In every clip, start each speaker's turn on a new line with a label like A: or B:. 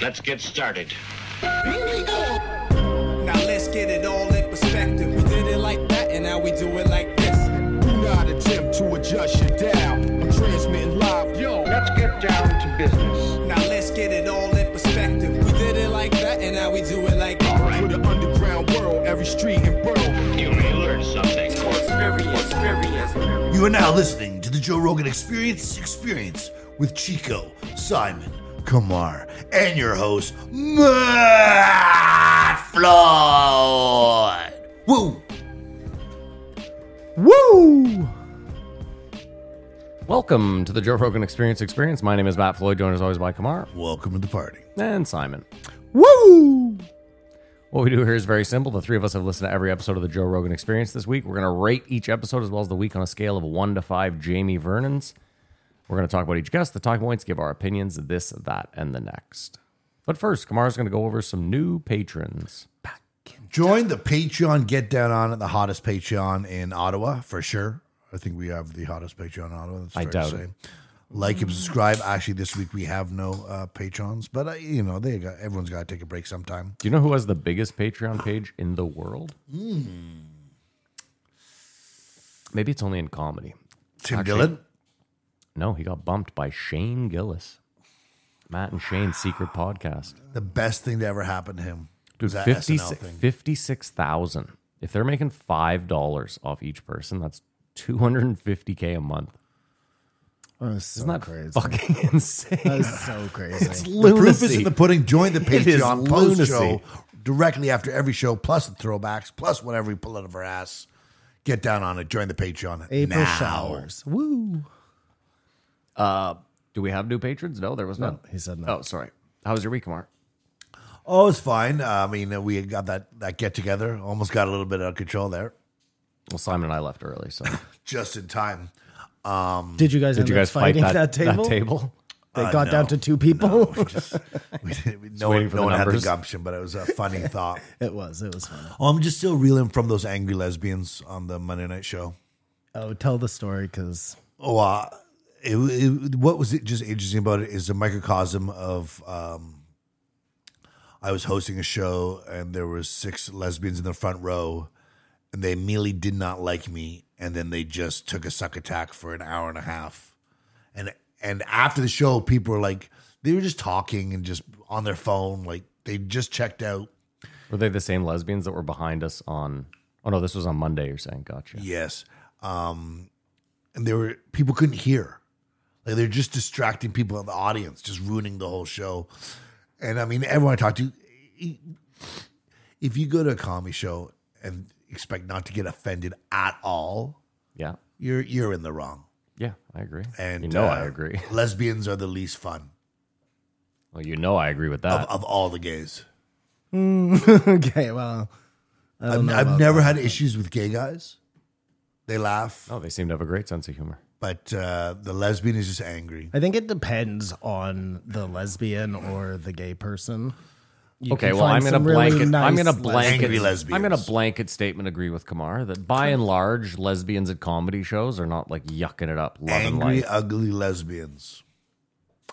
A: Let's get started.
B: Now let's get it all in perspective. We did it like that, and now we do it like this.
C: Do not attempt to adjust your dial. I'm transmitting live. Yo,
D: Let's get down to business.
B: Now let's get it all in perspective. We did it like that, and now we do it like this.
C: to the underground world, every street and borough.
A: You may learn something.
E: You are now listening to the Joe Rogan Experience Experience with Chico, Simon, Kamar, and your host, Matt Floyd. Woo!
F: Woo! Welcome to the Joe Rogan Experience Experience. My name is Matt Floyd, joined as always by Kamar
E: Welcome to the party.
F: and Simon.
E: Woo!
F: What we do here is very simple. The three of us have listened to every episode of the Joe Rogan Experience this week. We're going to rate each episode as well as the week on a scale of one to five Jamie Vernons. We're going to talk about each guest, the talking points, give our opinions, this, that, and the next. But first, Kamar's going to go over some new patrons.
E: Join the Patreon Get Down On at the hottest Patreon in Ottawa for sure. I think we have the hottest Patreon in Ottawa. That's
F: I
E: fair
F: doubt
E: to say.
F: it.
E: Like and subscribe. Actually, this week we have no uh, patrons, but uh, you know they got everyone's got to take a break sometime.
F: Do you know who has the biggest Patreon page in the world? Maybe it's only in comedy.
E: Tim
F: Actually-
E: Dillon.
F: No, he got bumped by Shane Gillis. Matt and Shane's secret podcast.
E: the best thing to ever happen to him.
F: Dude,
E: was that
F: 50
E: SNL thing.
F: 56,000. If they're making $5 off each person, that's 250K a month.
G: Oh, it's so
F: Isn't that
G: crazy.
F: fucking insane?
G: That's so crazy.
E: The proof is in the pudding. Join the
F: It is
E: Patreon post show
F: lunacy.
E: directly after every show, plus the throwbacks, plus whatever we pull out of our ass. Get down on it. Join the Patreon
G: April
E: now.
G: showers. Woo.
F: Uh, Do we have new patrons? No, there was none.
G: he said no.
F: Oh, sorry. How was your week, Mark?
E: Oh, it's fine. Uh, I mean, uh, we got that that get together. Almost got a little bit out of control there,
F: Well, Simon and I left early, so
E: just in time.
G: Did you guys
F: did
G: end
F: you
G: up
F: guys fight
G: fighting
F: that,
G: that, table? They got
E: no.
G: down to two people.
E: We didn't, we- no one,
F: waiting for
E: no
F: the
E: one had the
F: numbers.
E: gumption, but it was a funny thought.
G: it was. It was funny.
E: Oh, I'm just still reeling from those angry lesbians on the Monday night show.
G: Oh, tell the story because
E: Oh, uh, it, it, what was it just interesting about it is a microcosm of um, I was hosting a show and there were six lesbians in the front row and they immediately did not like me and then they just took a suck attack for an hour and a half and and after the show people were like they were just talking and just on their phone like they just checked out
F: Were they the same lesbians that were behind us on? Oh no, this was on Monday. You're saying, gotcha.
E: Yes. Um, and there were people couldn't hear. Like they're just distracting people in the audience, just ruining the whole show. And I mean, everyone I talked to, e, if you go to a comedy show and expect not to get offended at all,
F: Yeah,
E: you're you're in the wrong.
F: yeah, I agree.
E: And
F: you know, I
E: uh,
F: agree.
E: lesbians are the least fun
F: Well, you know, I agree with
E: of,
F: that.
E: of all the gays.
G: okay, well, I
E: I've,
G: don't know
E: I've
G: about
E: never
G: that.
E: had issues with gay guys. They laugh,
F: oh, they seem to have a great sense of humor.
E: but uh, the lesbian is just angry.
G: I think it depends on the lesbian or the gay person. You
F: okay,
G: can
F: well,
G: find
F: I'm gonna
G: some really
F: blanket. I'm
G: nice
F: gonna blanket.
E: Angry lesbians.
F: I'm gonna blanket statement agree with Kamar that by and large, lesbians at comedy shows are not like yucking it up, loving
E: Angry,
F: life.
E: ugly lesbians.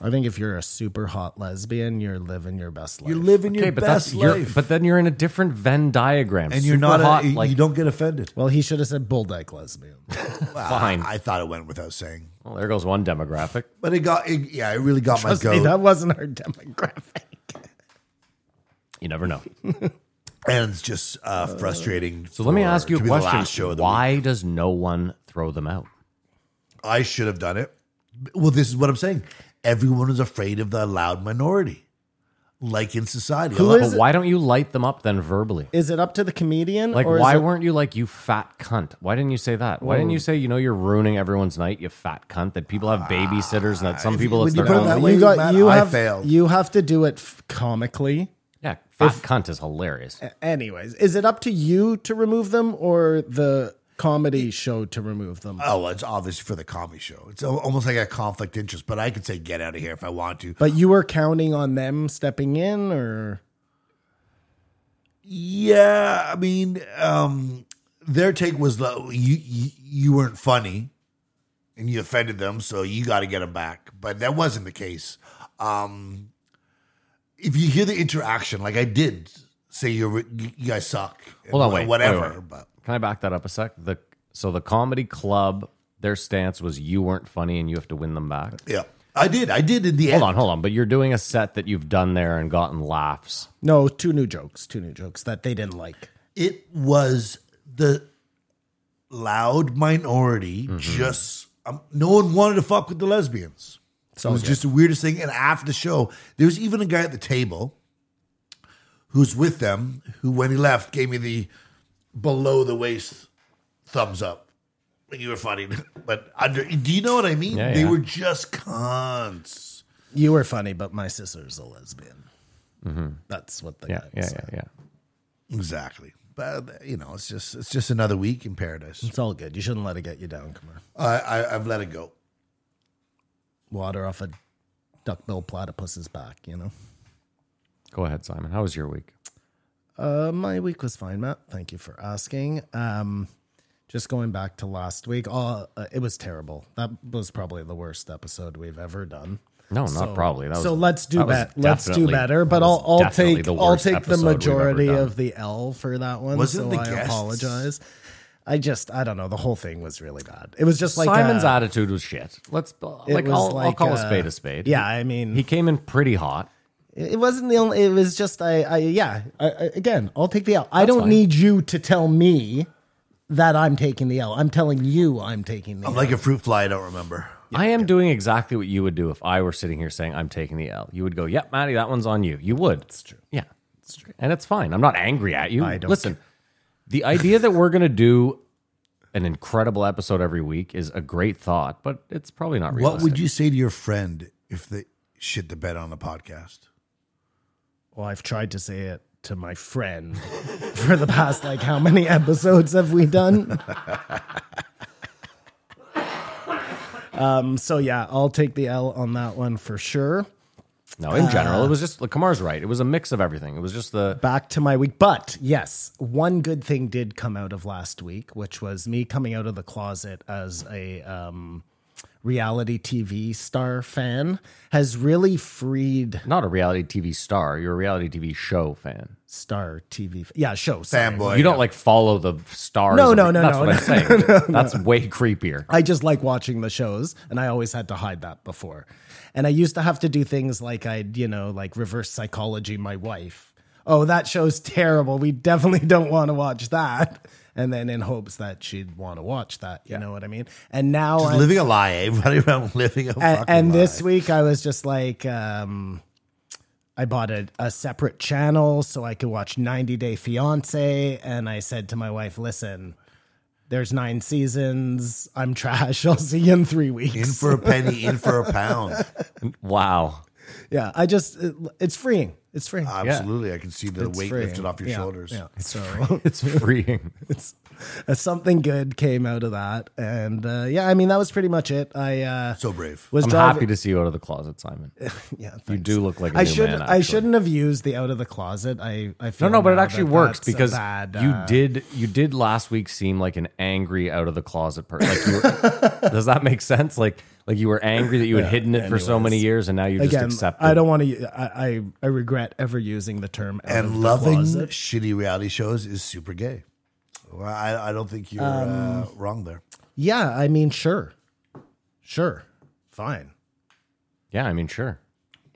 G: I think if you're a super hot lesbian, you're living your best life.
E: You're living
F: Okay,
E: your
F: but
E: best
F: that's you're,
E: life,
F: but then you're in a different Venn diagram,
E: and you're
F: Super
E: not.
F: hot.
E: a,
F: like,
E: you don't get offended.
G: well, he should have said bull dyke lesbian.
F: fine.
E: I thought it went without saying,
F: well, there goes one demographic.
E: but it got. It, yeah, it really got
G: Trust
E: my
G: me,
E: goat.
G: that wasn't our demographic.
F: You never know.
E: and it's just uh, frustrating.
F: So let me ask you a question:
E: show of the week.
F: Why does no one throw them out?
E: I should have done it. Well, this is what I'm saying. Everyone is afraid of the loud minority, like in society.
G: Who
E: A lot-
G: is-
F: But why don't you light them up then verbally?
G: Is it up to the comedian?
F: Like,
G: or is
F: why
G: it-
F: weren't you like, you fat cunt? Why didn't you say that? Why didn't you say, you know, you're ruining everyone's night, you fat cunt? That people have babysitters and that some people
E: when
F: it's
E: you
F: their
E: put it
F: own.
E: that way-
G: you got
E: Matt,
G: you
E: I
G: have
E: failed.
G: you have to do it f- comically.
F: Yeah, fat cunt is hilarious.
G: Anyways, is it up to you to remove them or the comedy show to remove them?
E: Oh, well, it's obviously for the comedy show. It's al- almost like a conflict interest, but I could say get out of here if I want to.
G: but you were counting on them stepping in, or
E: Yeah, I mean, um, their take was lo- you, you you weren't funny, and you offended them, so you got to get them back. But that wasn't the case. Um, if you hear the interaction, like I did say, you're, you you guys suck. and
F: Hold on,
E: wh-
F: wait,
E: whatever.
F: wait, wait.
E: But
F: Can I back that up a sec? The so the comedy club, their stance was you weren't funny and you have to win them back.
E: yeah, I did. I did in the end.
F: Hold on, hold on. But you're doing a set that you've done there and gotten laughs.
G: No, two new jokes, two new jokes that they didn't like.
E: It was the loud minority.
F: Mm-hmm.
E: Just um, no one wanted to fuck with the lesbians.
G: So
E: it was just the weirdest thing. And after the show, there was even a guy at the table who's with them who, when he left, gave me the below the waist thumbs up. Like you were funny, but under. Do you know what I mean?
F: Yeah,
E: they
F: yeah.
E: were just cons.
G: you were funny, but my sister's a lesbian. That's what the
F: Yeah,
G: guy
F: yeah,
G: said.
F: yeah, yeah.
E: Exactly. But you know, it's just it's just another week in paradise.
G: It's all good. You shouldn't let it get you down, Kamar.
E: I, I I've let it go.
G: Water off a duckbill platypus's back, you know.
F: Go ahead, Simon. How was your week?
G: Uh, my week was fine, Matt. Thank you for asking. Um, just going back to last week, uh, uh, it was terrible. That was probably the worst episode we've ever done.
F: No, not Oh, probably. That was,
G: so let's do
F: that was
G: better. Let's do
F: definitely-
G: better. But
F: that was
G: I'll, I'll
F: definitely
G: take
F: the
G: I'll
F: worst
G: take the
F: episode we've ever
G: majority
F: done.
G: of the L for that one.
E: Was it
G: so
E: the
G: I
E: guests?
G: apologize. I just I don't know. The whole thing was really bad. It was just like
F: Simon's
G: a,
F: attitude was shit. Let's like
G: was
F: I'll, I'll
G: like,
F: call a
G: uh,
F: spade a spade.
G: yeah, I mean-
F: he came in pretty hot.
G: It wasn't the only. It was just I. I yeah. I, I- again, I'll take the L. I don't
F: fine.
G: need you to tell me that I'm taking the L. I'm telling you I'm taking the
E: I'm
G: L.
E: like a fruit fly. I don't remember.
F: I am doing exactly what you would do if I were sitting here saying I'm taking the L. You would go, "Yep, Matty, that one's on you." You would. It's true. Yeah, it's true. And it's fine. I'm not angry at you.
G: I don't
F: Listen, the idea that we're gonna do an incredible episode every week is a great thought, but it's probably not realistic.
E: What would you say to your friend if they shit the bed on the podcast?
G: well, I've tried to say it to my friend for the past like how many episodes have we done? um. So yeah, I'll take the L on that one for sure.
F: No, in general,
G: Uh,
F: it was just like Kamar's right. It was a mix of everything. It was just the
G: back to my week. But yes, one good thing did come out of last week, which was me coming out of the closet as a um, reality TV star fan has really freed
F: not a reality TV star. You're a reality TV show fan.
G: star TV. f- Oh, Yeah, show sorry.
E: Fanboy.
F: You don't like follow the stars.
G: No,
F: of-
G: no, no,
F: That's
G: no,
F: what
G: no,
F: I'm saying. That's way creepier.
G: I just like watching the shows, and I always had to hide that before. And I used to have to do things like I'd, you know, like reverse psychology my wife. Oh, that show's terrible. We definitely don't want to watch that. And then in hopes that she'd want to watch that. You know what I mean? And now
E: Just
G: I'm-
E: living a lie, eh? Running around living a
G: and,
E: fucking
G: and
E: lie.
G: this week I was just like, um, I bought a, a separate channel so I could watch 90 Day Fiance. And I said to my wife, listen, there's nine seasons. I'm trash. I'll see you in three weeks.
E: in for a penny, in for a pound.
F: Wow.
G: yeah. I just, it- it's freeing. It's freeing.
E: Absolutely, I can see Uh, the
G: It's
E: weight
G: freeing.
E: lifted off your
G: Yeah,
E: shoulders.
G: Yeah. So
F: It's freeing.
G: uh, something good came out of that. And uh, yeah, I mean, that was pretty much it. I uh,
E: So brave.
G: was
F: I'm
G: driving.
F: happy to see you out of the closet, Simon.
G: yeah,
F: You
G: thanks.
F: do look like a
G: I
F: new
G: should
F: man,
G: I
F: actually.
G: shouldn't have used the out of the closet. I I
F: No,
G: feel
F: no, but it
G: now
F: actually
G: that
F: works
G: that's a
F: because
G: bad,
F: you
G: uh,
F: did you did last week seem like an angry out of the closet person. Like you were, does that make sense? Like like you were angry that you had hidden it for so many years and now you just
G: Again,
F: accept it.
G: I don't want to. I, I I regret ever using the term out of
E: and
G: the
E: loving
G: closet.
E: shitty reality shows is super gay. Well, I, I don't think you're
G: Um,
E: uh, wrong there.
G: Yeah, I mean, sure, sure, fine.
F: Yeah, I mean sure.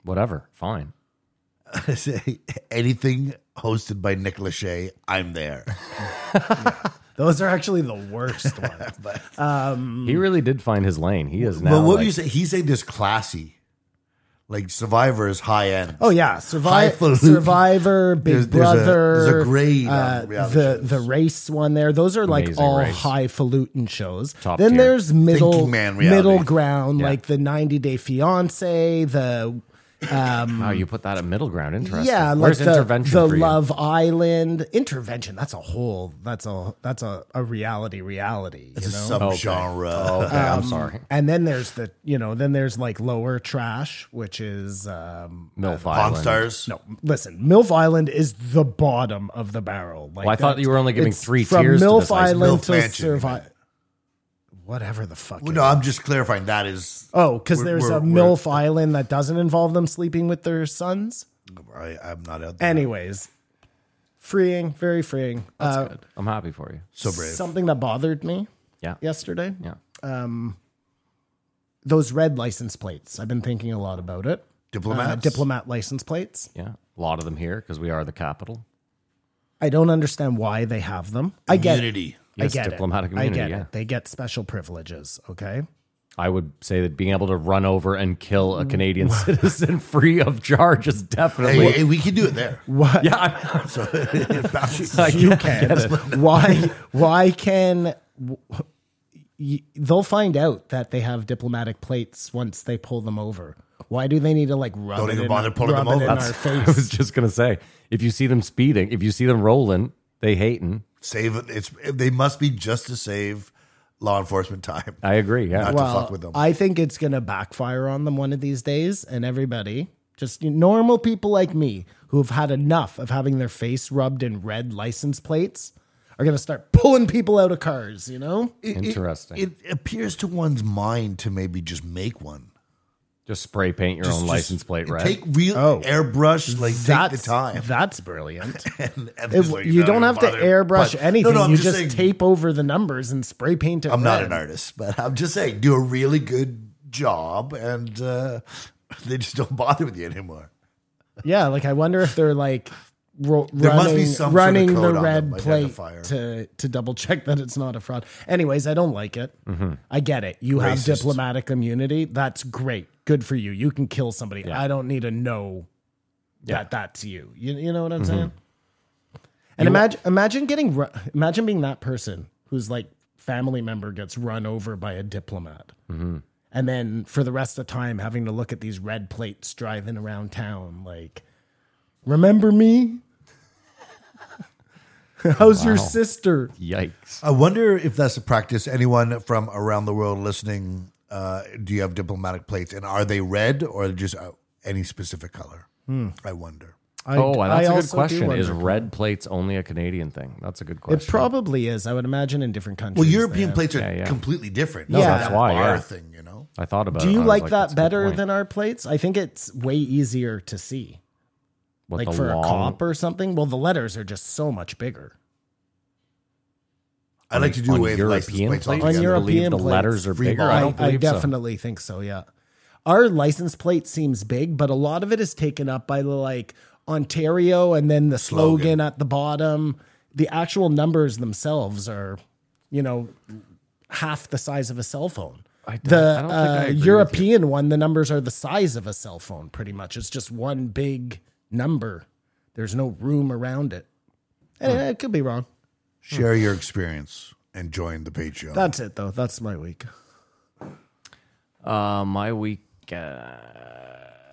F: Whatever. Fine.
E: Say anything hosted by Nick Lachey, I'm there.
G: Those are actually the worst ones.
F: He
G: Mm.
F: really did find his lane. He is now
E: but what
F: like-
E: do you say? He's saying this classy, like Survivor is high end.
G: Oh yeah, Survivor,
E: Highfalutin.
G: Survivor, Big
E: There's- there's a-
G: Brother.
E: there's a grade on
G: uh,
E: reality
G: the
E: shows.
G: the race one there. Those are like
F: Amazing
G: all
F: Race.
G: highfalutin shows.
F: Top
G: then
F: tier.
G: there's middle
E: Thinking man reality.
G: middle ground
F: Yeah.
G: like the 90 Day Fiance, the
F: Wow, you put that at middle ground. Interesting.
G: yeah, like
F: Where's
G: the,
F: intervention
G: the
F: for you?
G: Love Island intervention. That's a whole. That's a that's a, a reality reality. You know? Oh,
E: subgenre.
F: Okay,
G: um,
F: I'm sorry.
G: and then there's the you know then there's like lower trash, which is um,
F: Milf
E: Pawn
F: Island.
E: Stars.
G: No, listen, MILF Island is the bottom of the barrel. Like
F: Well, I thought
G: that's-
F: you were only giving
G: it's
F: three
G: from
F: tiers to
G: MILF
F: this ice-
G: Island
E: MILF
G: to
E: Mansion, you
G: Survive. Whatever the fuck.
E: Well,
G: it
E: no,
G: is.
E: I'm just clarifying. That is
G: oh, because
E: we're-
G: there's
E: we're-
G: a
E: we're-
G: MILF Island that doesn't involve them sleeping with their sons.
E: I, I'm not out there.
G: Anyways, freeing, very freeing. Uh,
F: Good. I'm happy for you.
E: so brave.
G: Something that bothered me
F: Yeah.
G: yesterday.
F: Yeah.
G: Those red license plates. I've been thinking a lot about it. Uh,
E: Diplomats.
G: diplomat license plates.
F: Yeah. A lot of them here because we are the capital.
G: I don't understand why they have them. I get it.
E: Unity.
G: I
F: Yes,
G: get it.
F: diplomatic
G: I
F: immunity,
G: get
F: yeah.
G: it. They get special privileges. Okay.
F: I would say that being able to run over and kill a Canadian
G: Mm.
F: citizen free of charge is definitely.
E: Hey, hey, we can do it there.
F: Yeah, I,
E: So it bounces.
F: I
G: You
F: get- I
G: can.
F: get it.
G: why? Why can? y- They'll find out that they have diplomatic plates once they pull them over. Why do they need to like rub
E: Don't
G: it
E: even
G: in-
E: bother pulling
G: rub
E: them over.
G: it in our
F: I was
G: face?
F: just gonna say, if you see them speeding, if you see them rolling, they hating.
E: save it. It's they must be just to save law enforcement time.
F: I agree. Yeah,
E: Not
G: Well,
E: to fuck with them.
G: I think it's gonna backfire on them one of these days, and everybody, just normal people like me who have had enough of having their face rubbed in red license plates, are gonna start pulling people out of cars. You know,
E: It- it-
F: Interesting.
E: It, appears to one's mind to maybe just make one.
F: just spray paint your own
E: Just-
F: license plate red.
E: Take real
G: Oh.
E: airbrush. Like take
G: that's
E: the time.
G: That's brilliant.
E: and, and
G: It-
E: just like,
G: you
E: not
G: don't
E: even
G: have to
E: bother.
G: airbrush
E: But-
G: anything.
E: I'm
G: you just,
E: saying,
G: tape over the numbers and spray paint it.
E: I'm not
G: red.
E: an artist, but I'm just saying, do a really good job, and uh, they just don't bother with you anymore.
G: Yeah, like I wonder if they're like ro-
E: There
G: running,
E: must be some sort of
G: running
E: code on
G: the
E: them,
G: red
E: like
G: plate
E: identifier.
G: to to double check that it's not a fraud. Anyways, I don't like it.
E: Mm-hmm.
G: I get it. You have
E: Racist.
G: diplomatic immunity. That's great. Good for you. You can kill somebody. I don't need to know
F: Yeah. Mm-hmm.
G: that that's you. You you know what I'm saying? And imagine imagine getting ru- imagine being that person who's like family member gets run over by a diplomat.
F: Mm-hmm.
G: And then for the rest of the time, having to look at these red plates driving around town, like, remember me? How's your sister?
F: Yikes!
E: I wonder if that's a practice. Anyone from around the world listening, uh, do you have diplomatic plates, and are they red or just uh, any specific color?
F: Hmm.
E: I wonder.
G: I,
F: oh, wow, that's
G: a
F: a good question. Is red plates only a Canadian thing? That's a good
G: it
F: question.
G: probably is? I would imagine in different countries.
E: Well,
G: they
E: European
G: have-
E: plates are
F: Yeah, yeah.
E: completely different.
G: No, Yeah. that's
F: why,
E: Bar
F: yeah.
E: thing, you know.
F: I thought about.
G: Do
F: it.
G: you
F: I was
G: like that
F: that's a good
G: better
F: point.
G: than our plates? I think it's way easier to see,
F: What,
G: like
F: the
G: for
F: long-
G: a cop or something. Well, the letters are just so much bigger.
E: I like to do
F: on
E: away with license
F: European
E: plates
F: plates?
G: On
E: altogether.
F: I
G: Europe-
F: believe
G: European
F: the
G: plates,
F: letters are
E: free
F: bigger.
E: ball.
F: I
G: I,
F: don't
G: I
F: believe so.
G: definitely think so. Yeah, our license plate seems big, but a lot of it is taken up by the like Ontario and then the slogan,
E: Slogan.
G: at the bottom. The actual numbers themselves are, you know, half the size of a cell phone.
F: I don't-
G: the
F: I don't think I
G: uh,
F: agree with you.
G: European one, the numbers are the size of a cell phone, pretty much. It's just one big number. There's no room around it.
F: Hmm.
G: And I could be wrong.
E: Share your experience and join the Patreon.
G: That's it, though. That's my week.
F: Uh, my week, uh,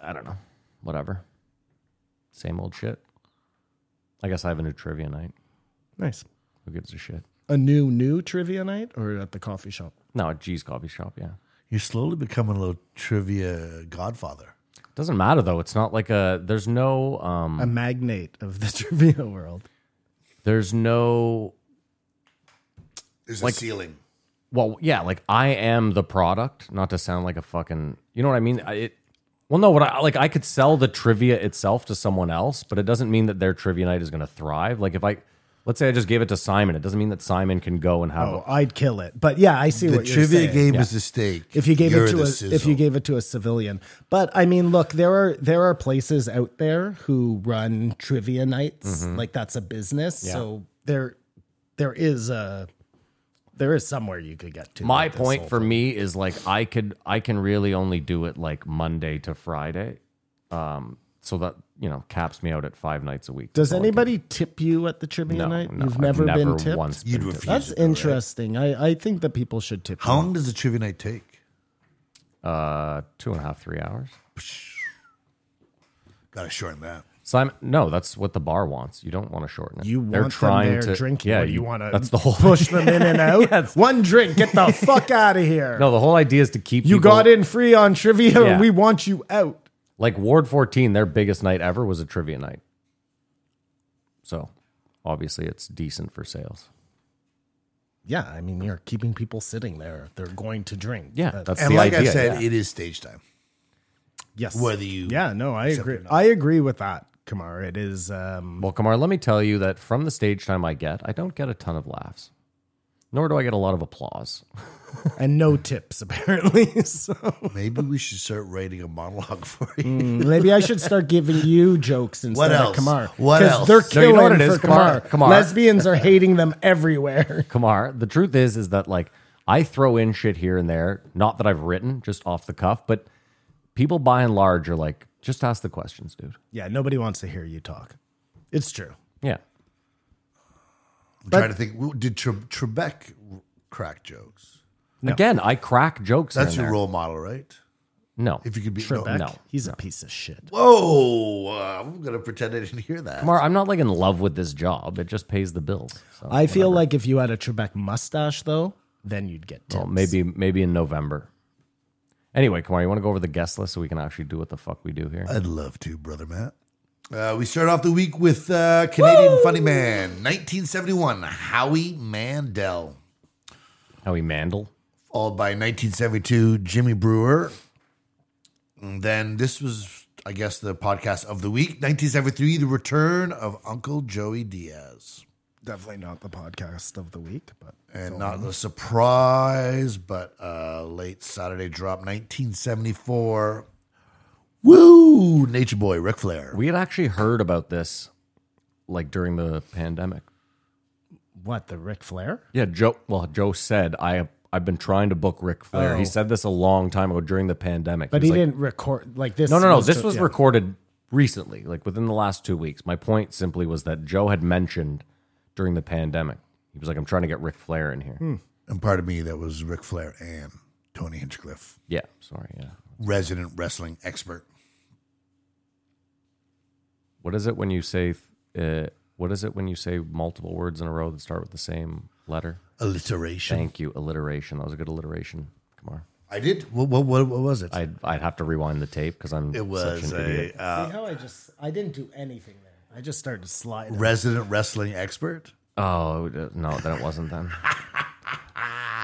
F: I don't know. Whatever. Same old shit. I guess I have a new trivia night.
G: Nice.
F: Who gives a shit?
G: a new new trivia night or at the coffee shop?
F: No, at G's Coffee Shop, yeah.
E: You're slowly becoming a little trivia godfather.
F: Doesn't matter though. It's not like a. There's no. Um.
G: A magnate of the trivia world.
F: There's no.
E: There's
F: Like-
E: a ceiling.
F: Well, yeah. Like I am the product. Not to sound like a fucking. You know what I mean? I, it. Well, no. What I like, I could sell the trivia itself to someone else, but it doesn't mean that their trivia night is going to thrive. Like if I, let's say I just gave it to Simon, it doesn't mean that Simon can go and have.
G: Oh,
F: a,
G: I'd kill it. But yeah, I see
E: The
G: what you're
E: trivia
G: saying.
E: game
F: Yeah.
E: is the stake.
G: If you gave
E: You're
G: it to
E: the
G: a if
E: sizzle.
G: you gave it to a civilian, but I mean, look, there are there are places out there who run trivia nights
E: Mm-hmm.
G: like that's a business. So there there is a there is somewhere you could get to.
F: my
G: with this
F: point
G: whole
F: for
G: thing.
F: me is like I could I can really only do it like Monday to Friday, um, so that you know caps me out at five nights a week.
G: Does
F: That's all I can
G: anybody tip you at the trivia
F: No,
G: night?
F: no,
G: You've
F: I've
G: never, been
F: never
G: tipped.
F: once
E: You'd
F: been
E: refuse.
G: That's
E: it, though, right?
G: interesting. I, I think that people should tip.
E: How
G: you.
E: long does a trivia night take?
F: to, uh, two and a half, three hours.
E: Gotta shorten that.
F: Simon, no, that's what the bar wants. You don't want to shorten it.
G: You want
F: They're trying
G: them there
F: to
G: drinking.
F: Yeah,
G: What do you want to
F: That's the whole.
G: push them in and out. One drink, get the fuck out of here.
F: No, the whole idea is to keep
G: you
F: people-
G: got in free on trivia,
F: Yeah.
G: and we want you out.
F: Like Ward 14, their biggest night ever was a trivia night. So, obviously, it's decent for sales.
G: Yeah, I mean you're keeping people sitting there. They're going to drink.
F: Yeah,
G: That-
F: that's
E: And
F: the
E: like
F: idea.
E: I said,
F: yeah.
E: it is stage time.
G: Yes.
E: Whether you
G: Yeah, no, I
E: accept it
G: agree.
E: or not.
G: I agree with that, Kamar. It is um
F: Well, Kamar, let me tell you that from the stage time I get, I don't get a ton of laughs, nor do I get a lot of applause.
G: and no tips apparently. So
E: Maybe we should start writing a monologue for you.
G: Mm, maybe I should start giving you jokes instead
E: What
G: of
E: else?
G: Kamar.
E: What
G: 'Cause
E: else?
G: They're
F: No, you
G: killing
F: know what it is,
G: for Kamar.
F: Kamar. Kamar.
G: Lesbians are hating them everywhere.
F: Kamar, the truth is, is that like I throw in shit here and there, not that I've written, just off the cuff, but people by and large are like, just ask the questions, dude.
G: Yeah, nobody wants to hear you talk. It's true.
F: Yeah.
E: I'm trying to think. Did Tre- Trebek crack jokes?
F: Again, I crack jokes.
E: That's
F: here
E: your
F: and
E: role model, right?
F: there. No.
E: If you could be no.
G: Trebek,
F: no.
G: he's a piece of shit.
E: Whoa! Uh, I'm gonna pretend I didn't hear that.
F: Kamar, I'm not like in love with this job. It just pays the bills. So,
G: I feel like if you had a Trebek mustache though, then you'd get tips.
F: well, maybe maybe in November. Anyway, Kamar, you want to go over the guest list so we can actually do what the fuck we do here?
E: I'd love to, brother Matt. Uh, we start off the week with uh, Canadian funny man, 1971, Howie Mandel,
F: Howie Mandel.
E: followed by 1972, Jimmy Brewer. And then this was, I guess, the podcast of the week, 1973, the return of Uncle Joey Diaz.
G: Definitely not the podcast of the week, but eh.
E: And not a surprise, but uh, late Saturday drop, 1974. Woo! Nature Boy, Ric Flair.
F: We had actually heard about this like during the pandemic.
G: what the Ric Flair?
F: Yeah, Joe. Well, Joe said I I've been trying to book Ric Flair. He said this a long time ago during the pandemic.
G: Oh. But he
F: was like-
G: didn't record like this.
F: No, no, no.
G: was
F: This
G: to-
F: was
G: yeah.
F: recorded recently, like within the last two weeks. My point simply was that Joe had mentioned during the pandemic. He was like, "I'm trying to get Ric Flair in here."
G: Hmm.
E: And part of me that was Ric Flair and Tony Hinchcliffe,
F: Yeah, sorry. Yeah.
E: resident wrestling expert.
F: What is it when you say? Uh, what is it when you say multiple words in a row that start with the same letter?
E: Alliteration.
F: Thank you, alliteration. That was a good alliteration, Kamar.
E: I did. What, what, what, what was it?
F: I'd I'd have to rewind the tape because I'm
E: it was
F: such an idiot.
E: a uh,
G: See how I just I didn't do anything there. I just started to slide.
E: resident wrestling expert.
F: Oh no, then it wasn't then.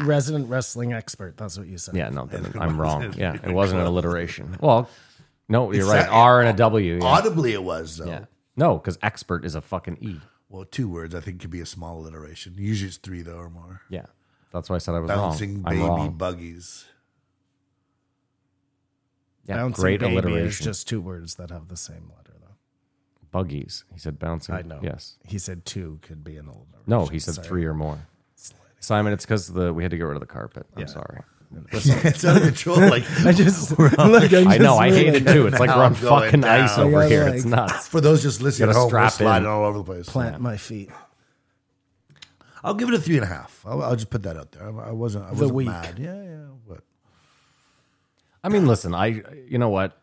G: Resident wrestling expert. That's what you said.
F: Yeah, no, then I'm wrong. Yeah, it wasn't an alliteration. Well, no, you're right.
E: that-
F: R and a W. Yeah.
E: Audibly, it was though.
F: Yeah. No, because expert is a fucking E.
E: Well, two words I think could be a small alliteration. Usually, it's three though or more.
F: Yeah. That's why I said I was
E: Bouncing
F: wrong. I'm
E: baby
F: wrong.
E: buggies.
F: yeah,
G: Bouncing
F: great
G: baby Is
F: alliteration.
G: just two words that have the same letter though.
F: Buggies. He said bouncing.
G: I know.
F: Yes.
G: He said two could be an alliteration.
F: No, he said
G: Sorry.
F: three or more. Simon, it's because the we had to get rid of the carpet. I'm sorry.
E: it's out of control. Like
G: I just look, I,
F: I know. I
G: just
F: hate it too. It's like
E: Now
F: we're on
E: I'm going
F: fucking ice
E: down.
F: over
G: Yeah,
F: here.
G: like-
F: It's nuts.
E: for those just listening at
F: Gotta
E: home, we're
F: strap in.
E: sliding all over the place.
G: Plant my feet.
E: I'll give it a three and a half. I'll, I'll just put that out there. I, I wasn't. I wasn't
G: week.
E: mad. Yeah, yeah. What?
F: I mean, listen, I you know what?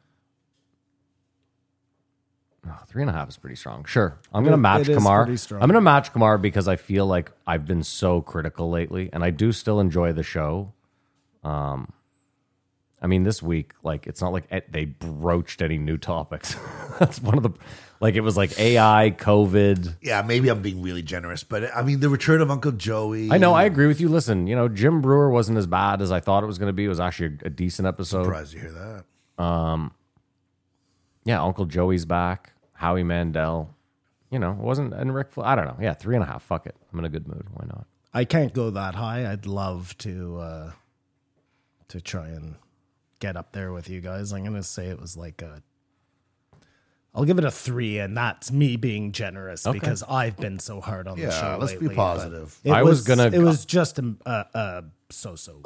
F: Oh, three and a half is pretty strong. Sure, I'm gonna
G: It-
F: match
G: it is
F: Kamar.
G: pretty strong.
F: I'm gonna match Kamar because I feel like I've been so critical lately, and I do still enjoy the show. Um, I mean, this week, like, it's not like it, they broached any new topics. That's one of the, like, it was like AI, COVID.
E: Yeah, maybe I'm being really generous, but I mean the return of Uncle Joey.
F: I know, I agree with you. Listen, you know, Jim Brewer wasn't as bad as I thought it was gonna be. It was actually a, a decent episode.
E: Surprised to hear that.
F: yeah, Uncle Joey's back. Howie Mandel. You know, it wasn't and Rick. Fla- I don't know. Yeah, three and a half. Fuck it. I'm in a good mood. Why not?
G: I can't go that high. I'd love to uh to try and get up there with you guys. I'm gonna say it was like a I'll give it a three, and that's me being generous because I've been so hard on the
E: Yeah,
G: show.
E: let's
G: lately,
E: be
G: but
E: positive.
G: It
F: I was gonna-
G: It was just a, a, a so-so.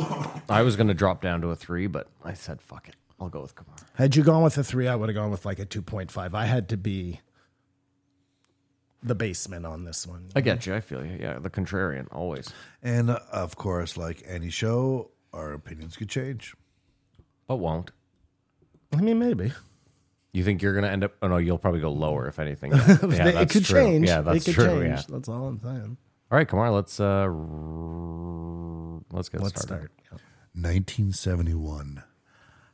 F: I was gonna drop down to a three, but I said fuck it. I'll go with Kamar.
G: Had you gone with a three, I would have gone with like a two point five. I had to be the basement on this one.
F: I get you. I feel you. Yeah, the contrarian always.
E: And uh, of course, like any show, our opinions could change.
F: But won't.
G: I mean, maybe
F: You think you're gonna end up? Oh no, you'll probably go lower if anything. Yeah,
G: it
F: that's
G: could
F: true.
G: change.
F: Yeah, that's
G: it could
F: true.
G: Change.
F: Yeah.
G: That's all I'm saying.
F: All right, Kamar. Let's uh, r- let's get
G: Let's
F: started.
G: start.
E: 1971,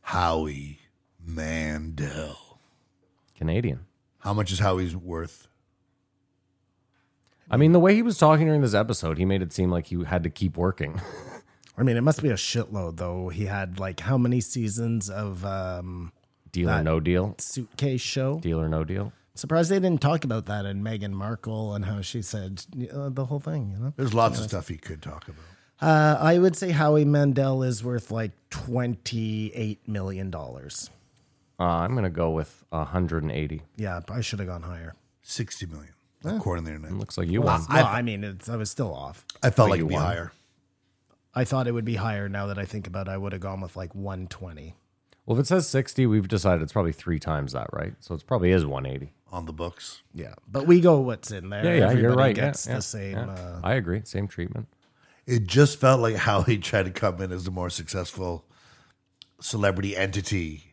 E: Howie Mandel.
F: Canadian.
E: How much is Howie's worth?
F: I mean, the way he was talking during this episode, he made it seem like he had to keep working.
G: I mean, it must be a shitload though. He had like how many seasons of um
F: Deal or
G: That-
F: No Deal.
G: suitcase show.
F: Deal or No Deal.
G: Surprised they didn't talk about that in Meghan Markle and how she said uh, the whole thing. You know,
E: There's lots of stuff he could talk about.
G: uh, I would say Howie Mandel is worth like twenty eight million dollars.
F: Uh, I'm gonna go with 180.
G: Yeah, I should have gone higher.
E: 60 million, according to the internet.
F: Looks like you won.
G: Well, I mean, it's, I was still off.
E: I felt like
F: you
E: it'd be
F: won.
E: higher.
G: I thought it would be higher. Now that I think about it, I would have gone with like one twenty.
F: Well, if it says 60, we've decided it's probably three times that, right? So it probably is 180.
E: on the books.
G: Yeah, but we go what's in there.
F: Yeah, yeah,
G: Everybody
F: you're right. Yeah,
G: Gets
F: yeah,
G: the same.
F: yeah.
G: Uh,
F: I agree. Same treatment.
E: It just felt like how he tried to come in as the more successful celebrity entity.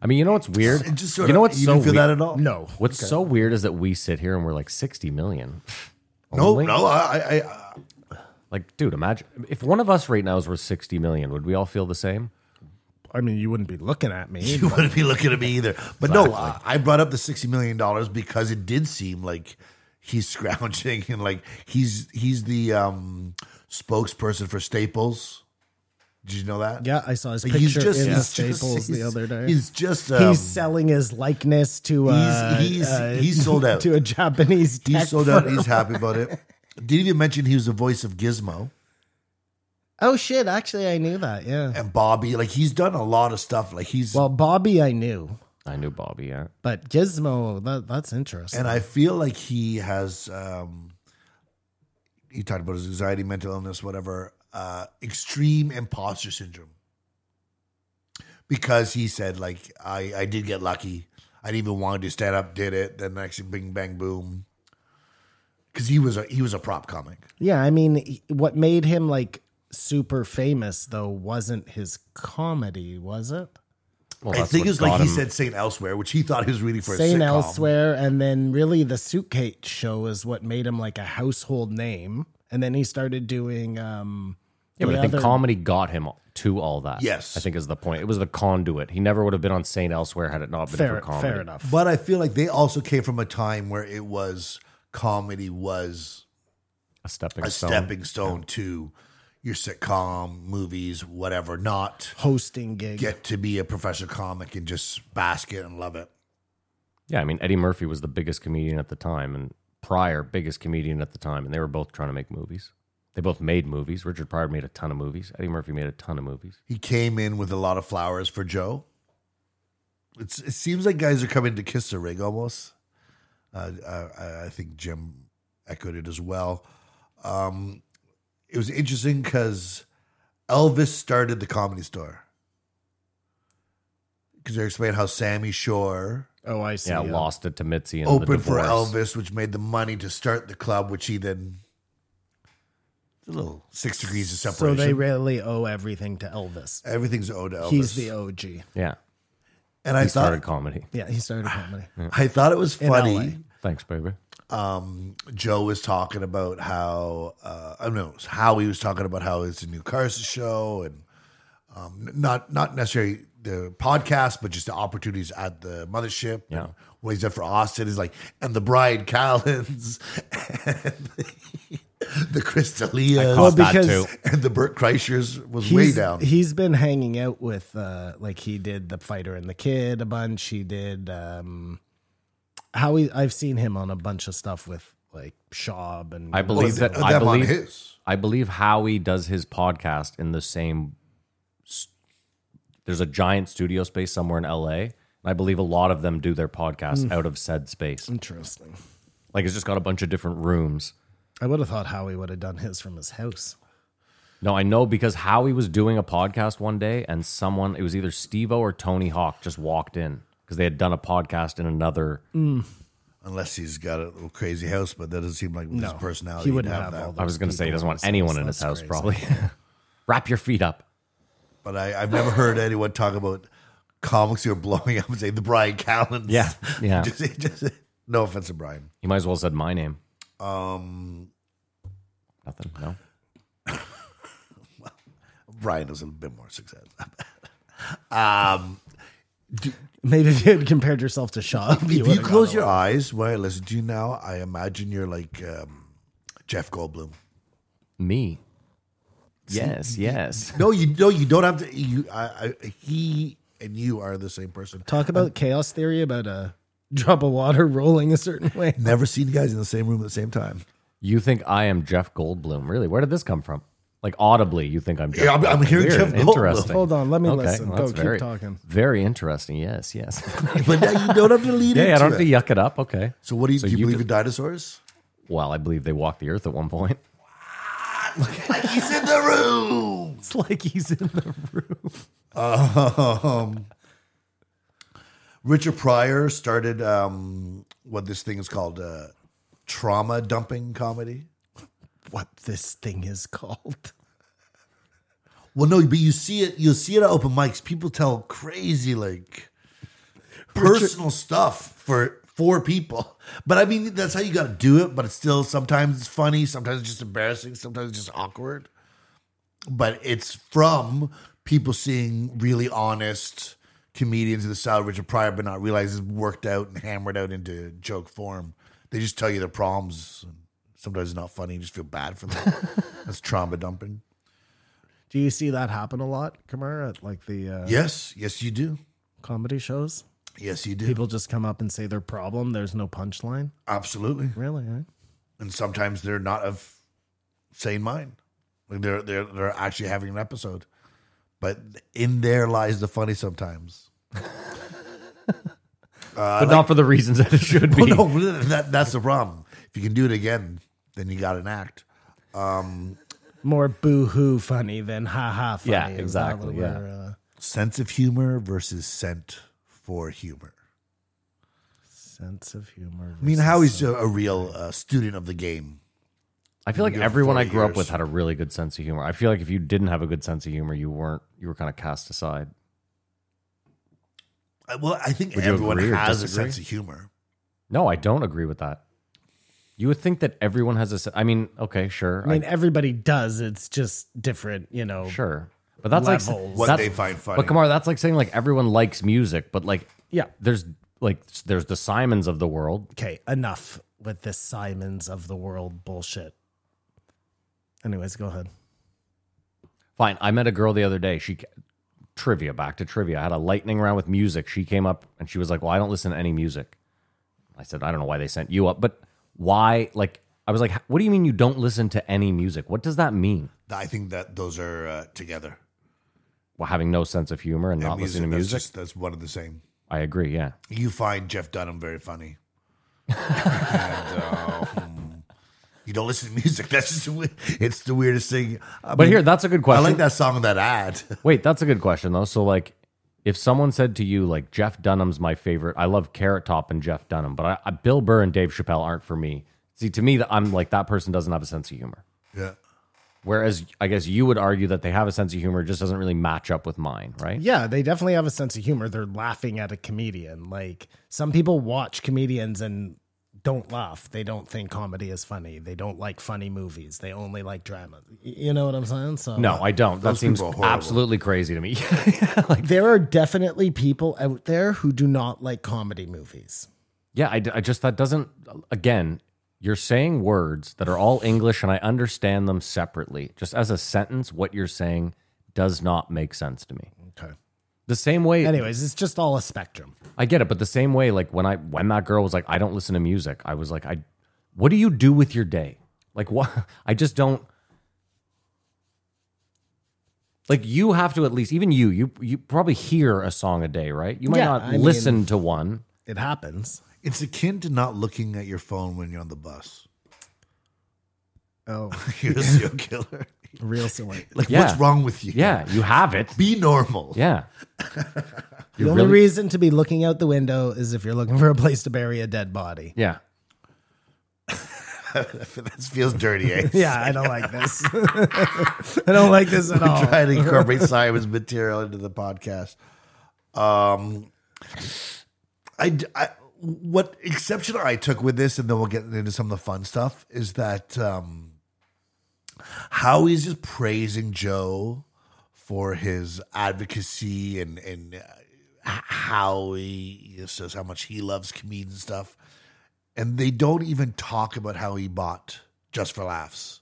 F: I mean, you know what's weird?
E: It just sort
F: you know
E: of-
F: what's
E: you
F: so
E: didn't feel
F: weird?
E: that at all?
G: no,
F: What's so weird is that we sit here and we're like 60 million.
E: No,
F: Only?
E: no. I, I, I
F: Like, dude, imagine if one of us right now is worth 60 million, would we all feel the same?
G: I mean, you wouldn't be looking at me.
E: you wouldn't be looking at me either. But no, I, I brought up the sixty million dollars because it did seem like he's scrounging and like he's he's the um, spokesperson for Staples. Did you know that?
G: Yeah, I saw his
E: Like,
G: picture in
E: he's
G: Staples the
E: he's-
G: other day.
E: He's just um,
G: he's selling his likeness to uh,
E: He's- he's-
G: uh,
E: he's sold out.
G: to a Japanese. Tech
E: he's sold out.
G: firm.
E: He's happy about it. Did even mention he was the voice of Gizmo?
G: Oh shit! Actually, I knew that. Yeah.
E: and Bobby. Like he's done a lot of stuff. Like he's
G: Well, Bobby, I knew,
F: I knew Bobby, yeah.
G: but Gizmo, that, that's interesting.
E: and I feel like he has. um He talked about his anxiety, mental illness, whatever. Uh, extreme imposter syndrome. Because he said, like, I I did get lucky. I didn't even want to do stand up, did it. Then actually, bing bang boom. Because he was a he was a prop comic.
G: yeah, I mean, he- what made him like super famous though wasn't his comedy, was it?
F: Well,
E: I
F: that's
E: think
F: what
E: it's like
F: got
E: he
F: him-
E: said Saint Elsewhere, which he thought he was reading for a
G: Sane
E: sitcom.
G: elsewhere, and then really the suitcase show is what made him like a household name, and then he started doing. um
F: Yeah, but
G: the
F: I think
G: other-
F: comedy got him to all that.
E: Yes.
F: I think is the point. It was the conduit. He never would have been on Saint Elsewhere had it not been for
G: Fair,
F: comedy.
G: fair enough.
E: But I feel like they also came from a time where it was comedy was
F: A stepping
E: a
F: stone.
E: stepping stone to your sitcom, movies, whatever, not
G: hosting gig.
E: get to be a professional comic and just bask it and love it.
F: Yeah, I mean Eddie Murphy was the biggest comedian at the time, and Pryor biggest comedian at the time, and they were both trying to make movies. They both made movies. Richard Pryor made a ton of movies. Eddie Murphy made a ton of movies.
E: He came in with a lot of flowers for Joe. It's, it seems like guys are coming to kiss the ring almost. Uh, I- I, I think Jim echoed it as well. Um, it was interesting because Elvis started the comedy store. Because they explained how Sammy Shore
G: Oh, I see.
F: Yeah, lost it to Mitzi and the
E: opened uh, for
F: divorce.
E: Elvis, which made the money to start the club, which he then a little six degrees of
G: So
E: separation.
G: they really owe everything to Elvis.
E: Everything's owed to Elvis.
G: He's the OG.
F: Yeah,
E: and I
F: he started
E: thought
F: comedy.
G: Yeah, he
E: Ah,
G: started comedy.
E: I thought it was
G: In LA.
E: funny.
F: Thanks, baby.
E: Um, Joe was talking about how uh, I don't know how he was talking about how it's a new Carson show and um, not not necessarily the podcast, but just the opportunities at the mothership.
F: Yeah.
E: What he's done for Austin is like, and the Brian Callens, and the Chris D'Elia's,
F: Caught that
G: because-
F: too.
E: and the Burt Kreischer's was way
G: He's-
E: down.
G: He's been hanging out with, uh, like, he did The Fighter and the Kid a bunch. He did um, Howie. I've seen him on a bunch of stuff with, like, Schaub and.
F: I believe
E: Well,
F: that.
E: them
F: I
E: on
F: believe
E: his.
F: I believe Howie does his podcast in the same. s- There's a giant studio space somewhere in LA, and I believe a lot of them do their podcasts out of said space.
G: Interesting.
F: Like it's just got a bunch of different rooms.
G: I would have thought Howie would have done his from his house.
F: No, I know because Howie was doing a podcast one day, and someone it was either Steve O or Tony Hawk just walked in because they had done a podcast in another.
E: Unless he's got a little crazy house, but that doesn't seem like with his personality.
G: he
E: he'd
G: wouldn't have,
E: that.
G: all those
F: I was going to say he
G: people
F: doesn't want
G: his
F: anyone
G: house.
F: in his
G: That's
F: house,
G: crazy.
F: probably. Wrap your feet up.
E: But I, I've never heard anyone talk about comics who are blowing up and say the Brian Callens.
F: Yeah, yeah.
E: Just- just- no offense to Brian.
F: You might as well have said my name.
E: Um,
F: Nothing. No.
E: Brian has a bit more success. um,
G: Maybe if you had compared yourself to Schaub.
E: if you
G: would've
E: close
G: gone
E: your eyes while I listen to you now, I imagine you're like um, Jeff Goldblum.
F: Me. Yes. Yes.
E: No, you no, you don't have to. You, I, I, he and you are the same person.
G: Talk
F: Um,
G: about chaos theory about a drop of water rolling a certain way.
E: Never seen you guys in the same room at the same time.
F: You think I am Jeff Goldblum? Really? Where did this come from? Like audibly, you think I'm Jeff?
E: Yeah, I'm- I'm
F: Goldblum.
E: hearing
F: Weird.
E: Jeff Goldblum.
F: Interesting.
G: Hold on, let me
F: Okay,
G: listen.
F: well,
G: Go
F: that's
G: keep
F: very-
G: talking.
F: Very interesting. Yes, yes.
E: But now you don't have to lead
F: yeah,
E: into
F: I don't have
E: it.
F: to yuck it up. Okay.
E: So what do you, do you,
F: you
E: believe
F: do-
E: in dinosaurs?
F: Well, I believe they walked the earth at one point.
E: He's in the room.
F: It's like he's in the room.
E: Um, Richard Pryor started um, what this thing is called uh, trauma dumping comedy.
G: What this thing is called.
E: Well, no, but you see it. You'll see it at open mics. People tell crazy, like personal stuff for for people. But I mean, that's how you got to do it. But it's still sometimes it's funny, sometimes it's just embarrassing, sometimes it's just awkward. But it's from people seeing really honest comedians in the South, Richard Pryor, but not realize it's worked out and hammered out into joke form. They just tell you their problems. Sometimes it's not funny. You just feel bad for them. that's trauma dumping.
G: Do you see that happen a lot, Kamara, at like the uh,
E: Yes, yes, you do.
G: comedy shows?
E: Yes, you do.
G: People just come up and say their problem. There's no punchline.
E: Absolutely.
G: Really? eh? Right?
E: And sometimes they're not of sane mind. Like they're they're they're actually having an episode. But in there lies the funny sometimes. Uh,
F: but not for the reasons that it should be.
E: Well, no, that, that's the problem. If you can do it again, then you Um, got an act.
G: More boo hoo funny than ha ha funny.
F: Yeah,
G: Is that
F: exactly,
G: what
F: yeah.
G: we're, uh,
E: Sense of humor versus scent for humor.
G: sense of humor.
E: I mean,
G: versus-
E: Howie's a, a real uh, student of the game.
F: I feel like
E: do it for
F: everyone I
E: 40
F: grew up
E: years.
F: with had a really good sense of humor. I feel like if you didn't have a good sense of humor, you weren't you were kind of cast aside.
E: I- Well, I think
F: Would you
E: everyone
F: agree or
E: has a
F: disagree?
E: sense of humor.
F: No, I don't agree with that. You would think that everyone has a se- I mean, okay, sure.
G: I mean, everybody does. It's just different, you know.
F: sure. But that's like
G: Levels.
E: What
F: that's-
E: they find funny.
F: But Kamar, that's like saying like everyone likes music, but like
G: Yeah.
F: there's like there's the Simons of the world.
G: Okay, enough with this Simons of the world bullshit. Anyways, go ahead.
F: Fine. I met a girl the other day. She trivia back to trivia. I had a lightning round with music. She came up and she was like, "Well, I don't listen to any music." I said, "I don't know why they sent you up, but why?" Like, I was like, "What do you mean you don't listen to any music? What does that mean?"
E: I think that those are uh, together.
F: Well, having no sense of humor and
E: And
F: not listening to
E: that's
F: music.
E: just- that's one of the same.
F: I agree. Yeah.
E: you find Jeff Dunham very funny. and, um, you don't listen to music. That's just the we- it's the weirdest thing. I
F: But
E: mean,
F: here, that's a good
E: I
F: question.
E: like that song, that ad.
F: Wait, that's a good question though. So like if someone said to you like Jeff Dunham's my favorite, I love Carrot Top and Jeff Dunham, but I, I, Bill Burr and Dave Chappelle aren't for me. See, to me, that I'm like that person doesn't have a sense of humor.
E: Yeah,
F: Whereas I guess you would argue that they have a sense of humor, it just doesn't really match up with mine, right?
G: Yeah, they definitely have a sense of humor. They're laughing at a comedian. Like some people watch comedians and don't laugh. They don't think comedy is funny. They don't like funny movies. They only like drama. Y- You know what I'm saying? So
F: No, I don't. That
E: Those
F: seems
E: people are horrible.
F: absolutely crazy to me.
G: there are definitely people out there who do not like comedy movies.
F: Yeah, I, d- I just, that doesn't, again, you're saying words that are all English and I understand them separately. Just as a sentence, what you're saying does not make sense to me.
G: Okay.
F: The same way,
G: Anyways, it's just all a spectrum.
F: I get it, but the same way, like when I, when that girl was like, I don't listen to music, I was like, I, what do you do with your day? Like, what? I just don't, like you have to at least, even you, you, you probably hear a song a day, right? You might
G: Yeah,
F: not
G: I mean-
F: listen to one.
G: It happens.
E: it's akin to not looking at your phone when you're on the bus.
G: Oh,
E: You're a serial killer.
G: real silly.
E: Like,
F: Yeah.
E: what's wrong with you?
F: Yeah, you have it.
E: be normal.
F: Yeah.
G: The only reason to be looking out the window is if you're looking for a place to bury a dead body.
F: Yeah.
E: this feels dirty. Eh?
G: Yeah, I don't like this. I don't like this at all.
E: Try to incorporate Simon's material into the podcast. Um, I, d- I- what exception I took with this, and then we'll get into some of the fun stuff, is that um, Howie's just praising Joe for his advocacy and and uh, h- how he you know, says how much he loves comedians and stuff, and they don't even talk about how he bought just for laughs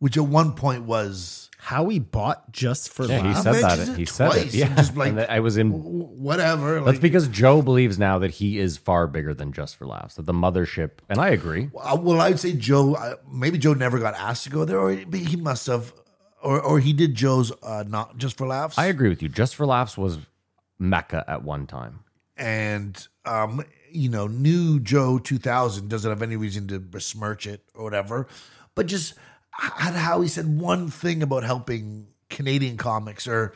E: which at one point was
G: Howie bought just for
F: Yeah, he
G: laughs.
F: said that.
E: mentioned it
F: he said
E: twice.
F: it. Yeah,
E: I'm just like-
F: and that I was in.
E: w- whatever.
F: That's
E: Like,
F: because Joe believes now that he is far bigger than just for laughs. That the mothership, and I agree.
E: uh, well, I'd say Joe. Uh, maybe Joe never got asked to go there, or but he must have, or or he did Joe's uh, not just for laughs.
F: I agree with you. Just for laughs was mecca at one time.
E: and um, you know, new Joe two thousand doesn't have any reason to besmirch it or whatever, but just had how he said one thing about helping Canadian comics or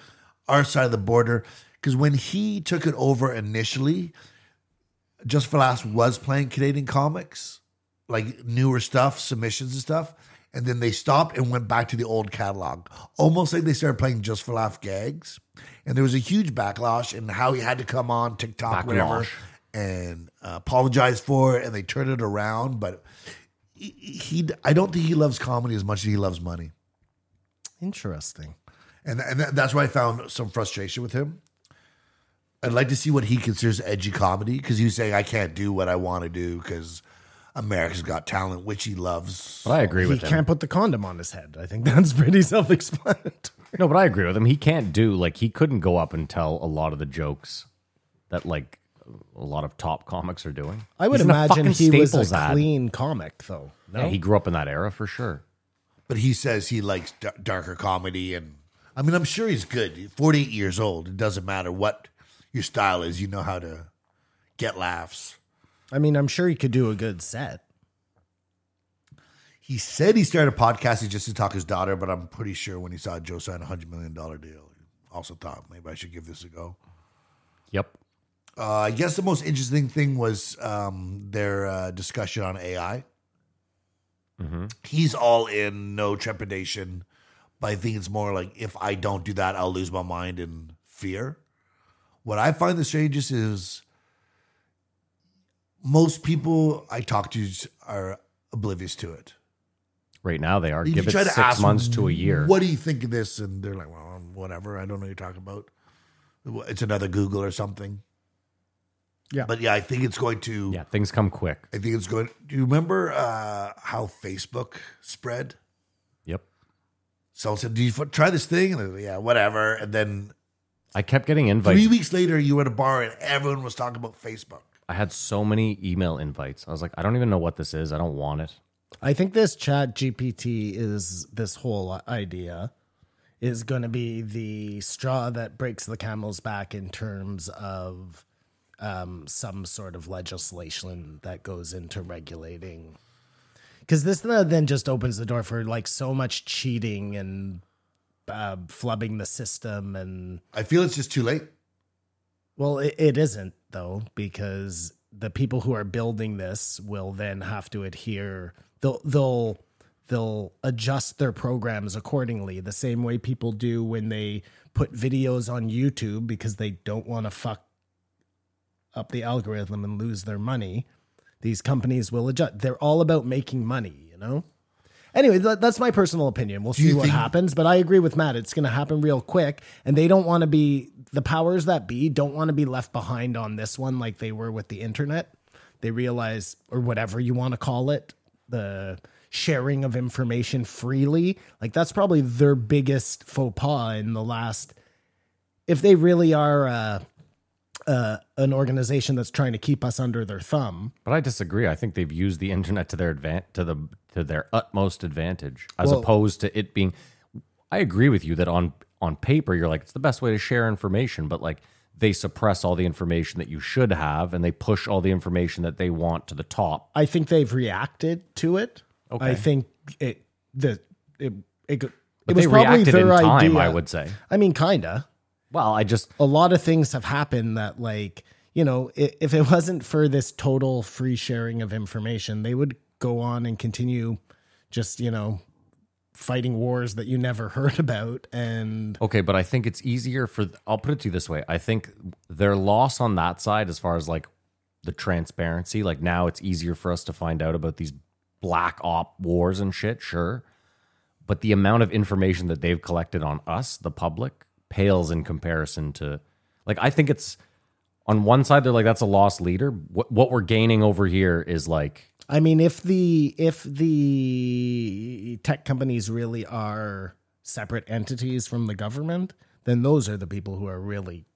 E: our side of the border, because when he took it over initially, Just for Laughs was playing Canadian comics, like newer stuff, submissions and stuff. And then they stopped and went back to the old catalog, almost like they started playing Just for Laugh gags. And there was a huge backlash and how he had to come on TikTok, whatever,
F: Backlash.
E: and uh, apologize for it. And they turned it around. But he, he, I don't think he loves comedy as much as he loves money.
G: Interesting.
E: And, and that- that's why I found some frustration with him. I'd like to see what he considers edgy comedy because he was saying, I can't do what I want to do because America's Got Talent, which he loves.
F: But I agree
G: He
F: with him.
G: can't put the condom on his head. I think that's pretty self-explanatory.
F: No, but I agree with him. He can't do like he couldn't go up and tell a lot of the jokes that like a lot of top comics are doing.
G: I would
F: He's in a
G: imagine
F: fucking
G: he was a
F: Staples ad.
G: clean comic, though. No,
F: Yeah, he grew up in that era for sure.
E: But he says he likes d- darker comedy. And I mean, I'm sure he's good. 48 years old. It doesn't matter what your style is, you know how to get laughs.
G: I mean, I'm sure he could do a good set.
E: He said he started podcasting just to talk his daughter, but I'm pretty sure when he saw Joe sign a $100 million deal, he also thought maybe I should give this a go.
F: Yep.
E: Uh, I guess the most interesting thing was um, their uh, discussion on AI. He's all in, no trepidation, but I think it's more like if I don't do that, I'll lose my mind in fear. What I find the strangest is most people I talk to are oblivious to it.
F: Right now they are.
E: You
F: Give it
E: try to
F: six
E: ask
F: months to a year.
E: What do you think of this? And they're like, well, whatever. I don't know what you're talking about. It's another Google or something.
G: Yeah.
E: But yeah, I think it's going to.
F: Yeah, things come quick.
E: I think it's going. Do you remember uh, how Facebook spread?
F: Yep.
E: Someone said, "Do you f- try this thing?" And I was, yeah, whatever. And then
F: I kept getting invites.
E: three weeks later, you were at a bar and everyone was talking about Facebook.
F: I had so many email invites. I was like, I don't even know what this is. I don't want it.
G: I think this Chat GPT is this whole idea is going to be the straw that breaks the camel's back in terms of um, some sort of legislation that goes into regulating. Because this then just opens the door for like so much cheating and uh, flubbing the system and
E: I feel it's just too late.
G: well, it, it isn't though, because the people who are building this will then have to adhere. They'll they'll they'll adjust their programs accordingly, the same way people do when they put videos on YouTube because they don't want to fuck up the algorithm and lose their money. These companies will adjust. They're all about making money, you know. Anyway, that, that's my personal opinion. We'll see
E: you
G: what
E: think-
G: happens, but I agree with Matt. It's going to happen real quick, and they don't want to be the powers that be don't want to be left behind on this one like they were with the internet. They realize, or whatever you want to call it, the sharing of information freely. Like that's probably their biggest faux pas in the last. If they really are uh, uh, an organization that's trying to keep us under their thumb,
F: But I disagree. I think they've used the internet to their advan- to the to their utmost advantage, as
G: Well-
F: opposed to it being. I agree with you that on on paper you're like it's the best way to share information, but like they suppress all the information that you should have, and they push all the information that they want to the top.
G: I think they've reacted to it.
F: Okay.
G: I think it the it it, it
F: But
G: was
F: they
G: probably
F: reacted
G: their
F: in time,
G: idea.
F: I would say.
G: I mean, kinda.
F: Well, I just
G: A lot of things have happened that, like, you know, i- if it wasn't for this total free sharing of information, they would go on and continue just you know fighting wars that you never heard about and
F: Okay, but I think it's easier for I'll put it to you this way. I think their loss on that side as far as like the transparency, like now it's easier for us to find out about these black op wars and shit, sure. But the amount of information that they've collected on us, the public, pales in comparison to like I think it's on one side they're like that's a lost leader. What what we're gaining over here is like
G: I mean, if the if the tech companies really are separate entities from the government, then those are the people who are really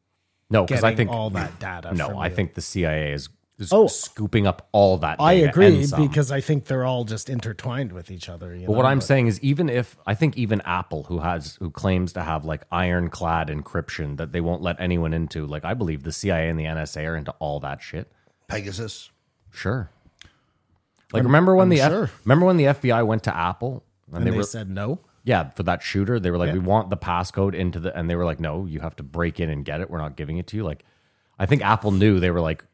F: No, because
G: getting
F: I think
G: all that data.
F: No,
G: from
F: I
G: you.
F: think the CIA is, is
G: Oh.
F: scooping up all that.
G: I
F: data
G: agree
F: and some.
G: because I think they're all just intertwined with each other. You
F: But what
G: know?
F: I'm saying is, even if I think even Apple, who has who claims to have like ironclad encryption that they won't let anyone into, like I believe the CIA and the NSA are into all that shit.
E: Pegasus.
F: Sure. Like remember when
G: I'm
F: the F-
G: sure.
F: remember when the FBI went to Apple and,
G: and
F: they,
G: they,
F: were
G: said no.
F: yeah for that shooter they were like
G: Yeah.
F: we want the passcode into the and they were like no you have to break in and get it we're not giving it to you like I think Apple knew they were like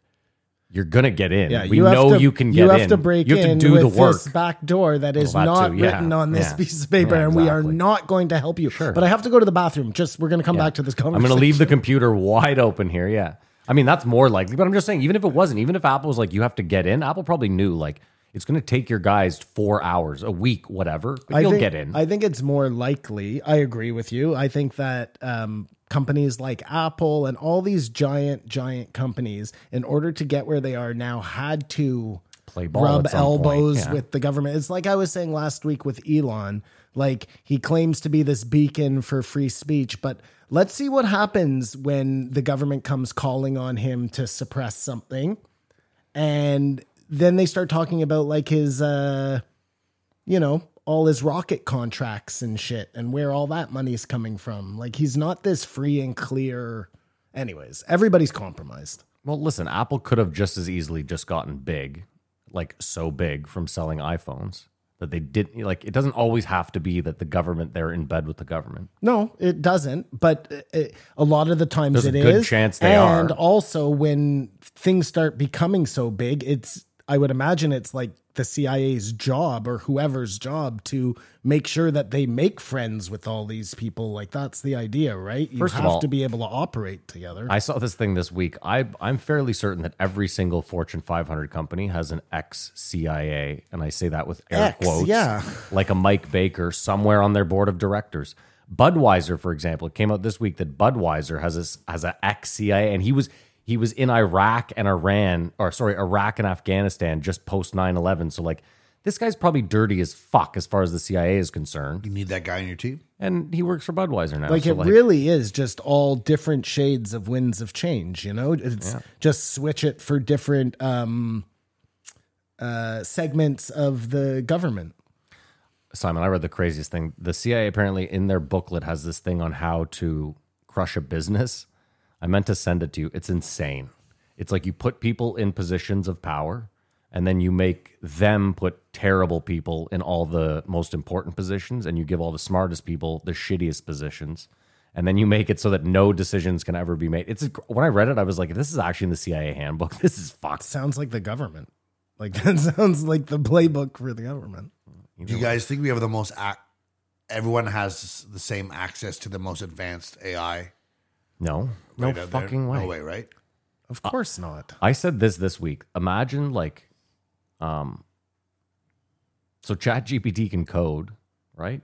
F: you're gonna get in
G: Yeah,
F: we
G: you have
F: know
G: to-
F: you can get
G: you have
F: in
G: to break
F: you have to
G: in
F: do
G: with
F: the work
G: this back door that is
F: Well, that
G: not
F: too, yeah,
G: written on this
F: yeah.
G: piece of paper,
F: Yeah,
G: and we are
F: exactly.
G: not going to help you. But I have to go to the bathroom. Just we're going to come back to this
F: I'm
G: conversation.
F: going to leave the computer wide open here. Yeah. I mean, that's more likely, but I'm just saying, even if it wasn't, even if Apple was like, you have to get in, Apple probably knew, like, it's going to take your guys four hours, a week, whatever, but you'll
G: think,
F: get in.
G: I think it's more likely. I agree with you. I think that um, companies like Apple and all these giant, giant companies, in order to get where they are now, had to
F: Play ball
G: rub
F: at some point,
G: elbows
F: yeah.
G: with the government. It's like I was saying last week with Elon. Like he claims to be this beacon for free speech, but let's see what happens when the government comes calling on him to suppress something and then they start talking about like his uh you know all his rocket contracts and shit and where all that money's coming from like he's not this free and clear anyways everybody's compromised
F: well, listen, Apple could have just as easily just gotten big, like, so big from selling iPhones that they didn't, like, it doesn't always have to be that the government, they're in bed with the government.
G: no it doesn't but it, a lot of the times
F: There's a
G: it is.
F: good chance they
G: and
F: are.
G: also when things start becoming so big it's i would imagine it's like the cia's job or whoever's job to make sure that they make friends with all these people like that's the idea right you
F: First of
G: have
F: all-
G: to be able to operate together
F: I saw this thing this week. I, I'm fairly certain that every single Fortune 500 company has an ex CIA, and I say that with air
G: Ex,
F: quotes,
G: yeah.
F: like a Mike Baker somewhere on their board of directors. Budweiser, for example, it came out this week that Budweiser has a, has a ex CIA, and he was he was in Iraq and Iran, or sorry, Iraq and Afghanistan just post 9-11. So like. This guy's probably dirty as fuck as far as the CIA is concerned,
E: You need that guy on your team.
F: and he works for Budweiser now.
G: like
F: so
G: it really is just all different shades of winds of change you know it's just switch it for different um uh segments of the government
F: Simon, I read the craziest thing. The CIA apparently in their booklet has this thing on how to crush a business. I meant to send it to you. It's insane. It's like you put people in positions of power and then you make them put terrible people in all the most important positions and you give all the smartest people the shittiest positions. And then you make it so that no decisions can ever be made. It's when I read it, I was like, if this is actually in the CIA handbook, this is fucked.
G: sounds like the government like that sounds like the playbook for the government
E: Do you guys think we have the most? Ac- everyone has the same access to the most advanced AI.
F: No, no
E: right out there?
F: fucking way.
E: No way, right?
G: of
F: Uh,
G: course not
F: I said this this week. Imagine like, um, so Chat GPT can code, right?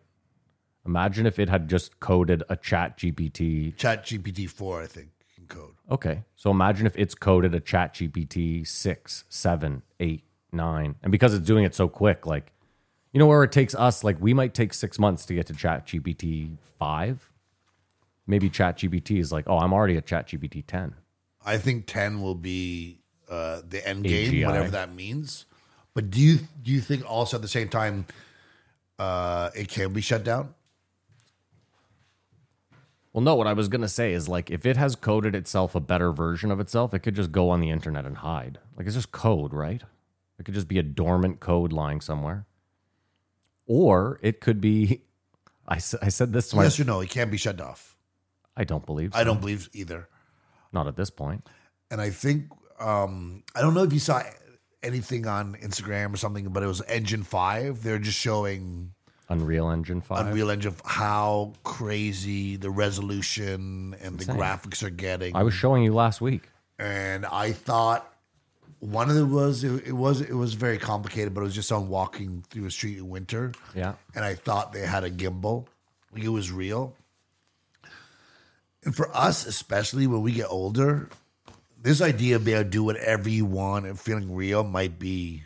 F: Imagine if it had just coded a Chat GPT.
E: Chat GPT four, I think, can code.
F: Okay, so imagine if it's coded a Chat GPT six, seven, eight, nine, and because it's doing it so quick, like, you know, where it takes us, like, we might take six months to get to Chat GPT five. Maybe Chat GPT is like, oh, I'm already at Chat GPT ten.
E: I think ten will be uh, the end game,
F: AGI.
E: whatever that means. But do you do you think also at the same time uh, it can be shut down?
F: Well, no, what I was going to say is like if it has coded itself a better version of itself, it could just go on the internet and hide. Like it's just code, right? It could just be a dormant code lying somewhere. Or it could be I, s- I said this to my
E: Yes or no? It can be shut off.
F: I don't believe so.
E: I don't believe either.
F: not at this point.
E: and I think um, I don't know if you saw anything on Instagram or something, but it was Engine Five. They're just showing
F: Unreal Engine 5.
E: Unreal Engine f- how crazy the resolution and the graphics are getting.
F: I was showing you last week.
E: and I thought one of it was it, it was it was very complicated, but it was just on walking through a street in winter.
F: Yeah.
E: and I thought they had a gimbal. Like it was real. And for us, especially when we get older, this idea of being able to do whatever you want and feeling real might be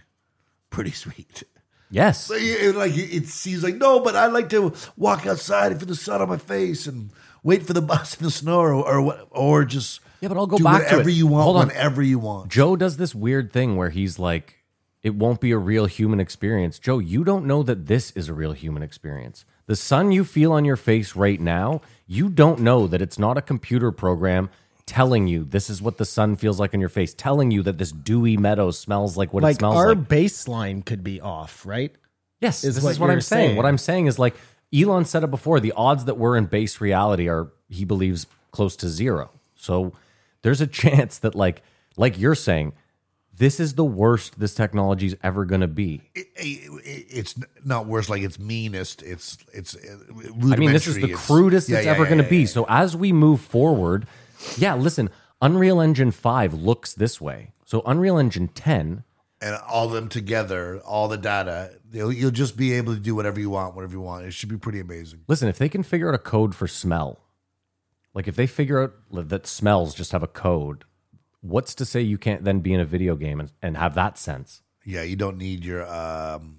E: pretty sweet.
F: Yes.
E: Like, it, like, it seems like no, but I like to walk outside and feel the sun on my face and wait for the bus in the snow or or, what- or just
F: Yeah, but I'll go
E: do
F: back to
E: whatever
F: it.
E: you want
F: Hold on.
E: whenever you want.
F: Joe does this weird thing where he's like, it won't be a real human experience. Joe, you don't know that this is a real human experience. The sun you feel on your face right now, you don't know that it's not a computer program telling you this is what the sun feels like on your face, telling you that this dewy meadow smells like what it
G: Like
F: smells
G: our
F: like.
G: baseline could be off, right?
F: Yes,
G: is
F: this
G: what
F: is what
G: you're
F: I'm saying.
G: saying.
F: What I'm saying is like Elon said it before. The odds that we're in base reality are he believes close to zero. So there's a chance that like like you're saying, this is the worst this technology's ever going to be.
E: It- it- it's not worse. Like it's meanest. It's it's. uh,
F: I mean, this is
E: rudimentary,
F: the
E: it's-
F: crudest
E: Yeah,
F: it's
E: yeah,
F: ever
E: yeah,
F: going to
E: yeah,
F: be.
E: yeah.
F: So as we move forward, yeah, listen, Unreal Engine 5 looks this way. So Unreal Engine 10
E: and all of them together, all the data, you'll, you'll just be able to do whatever you want, whatever you want. It should be pretty amazing.
F: Listen, if they can figure out a code for smell, like if they figure out li- that smells just have a code, what's to say you can't then be in a video game and, and have that sense?
E: Yeah, you don't need your um,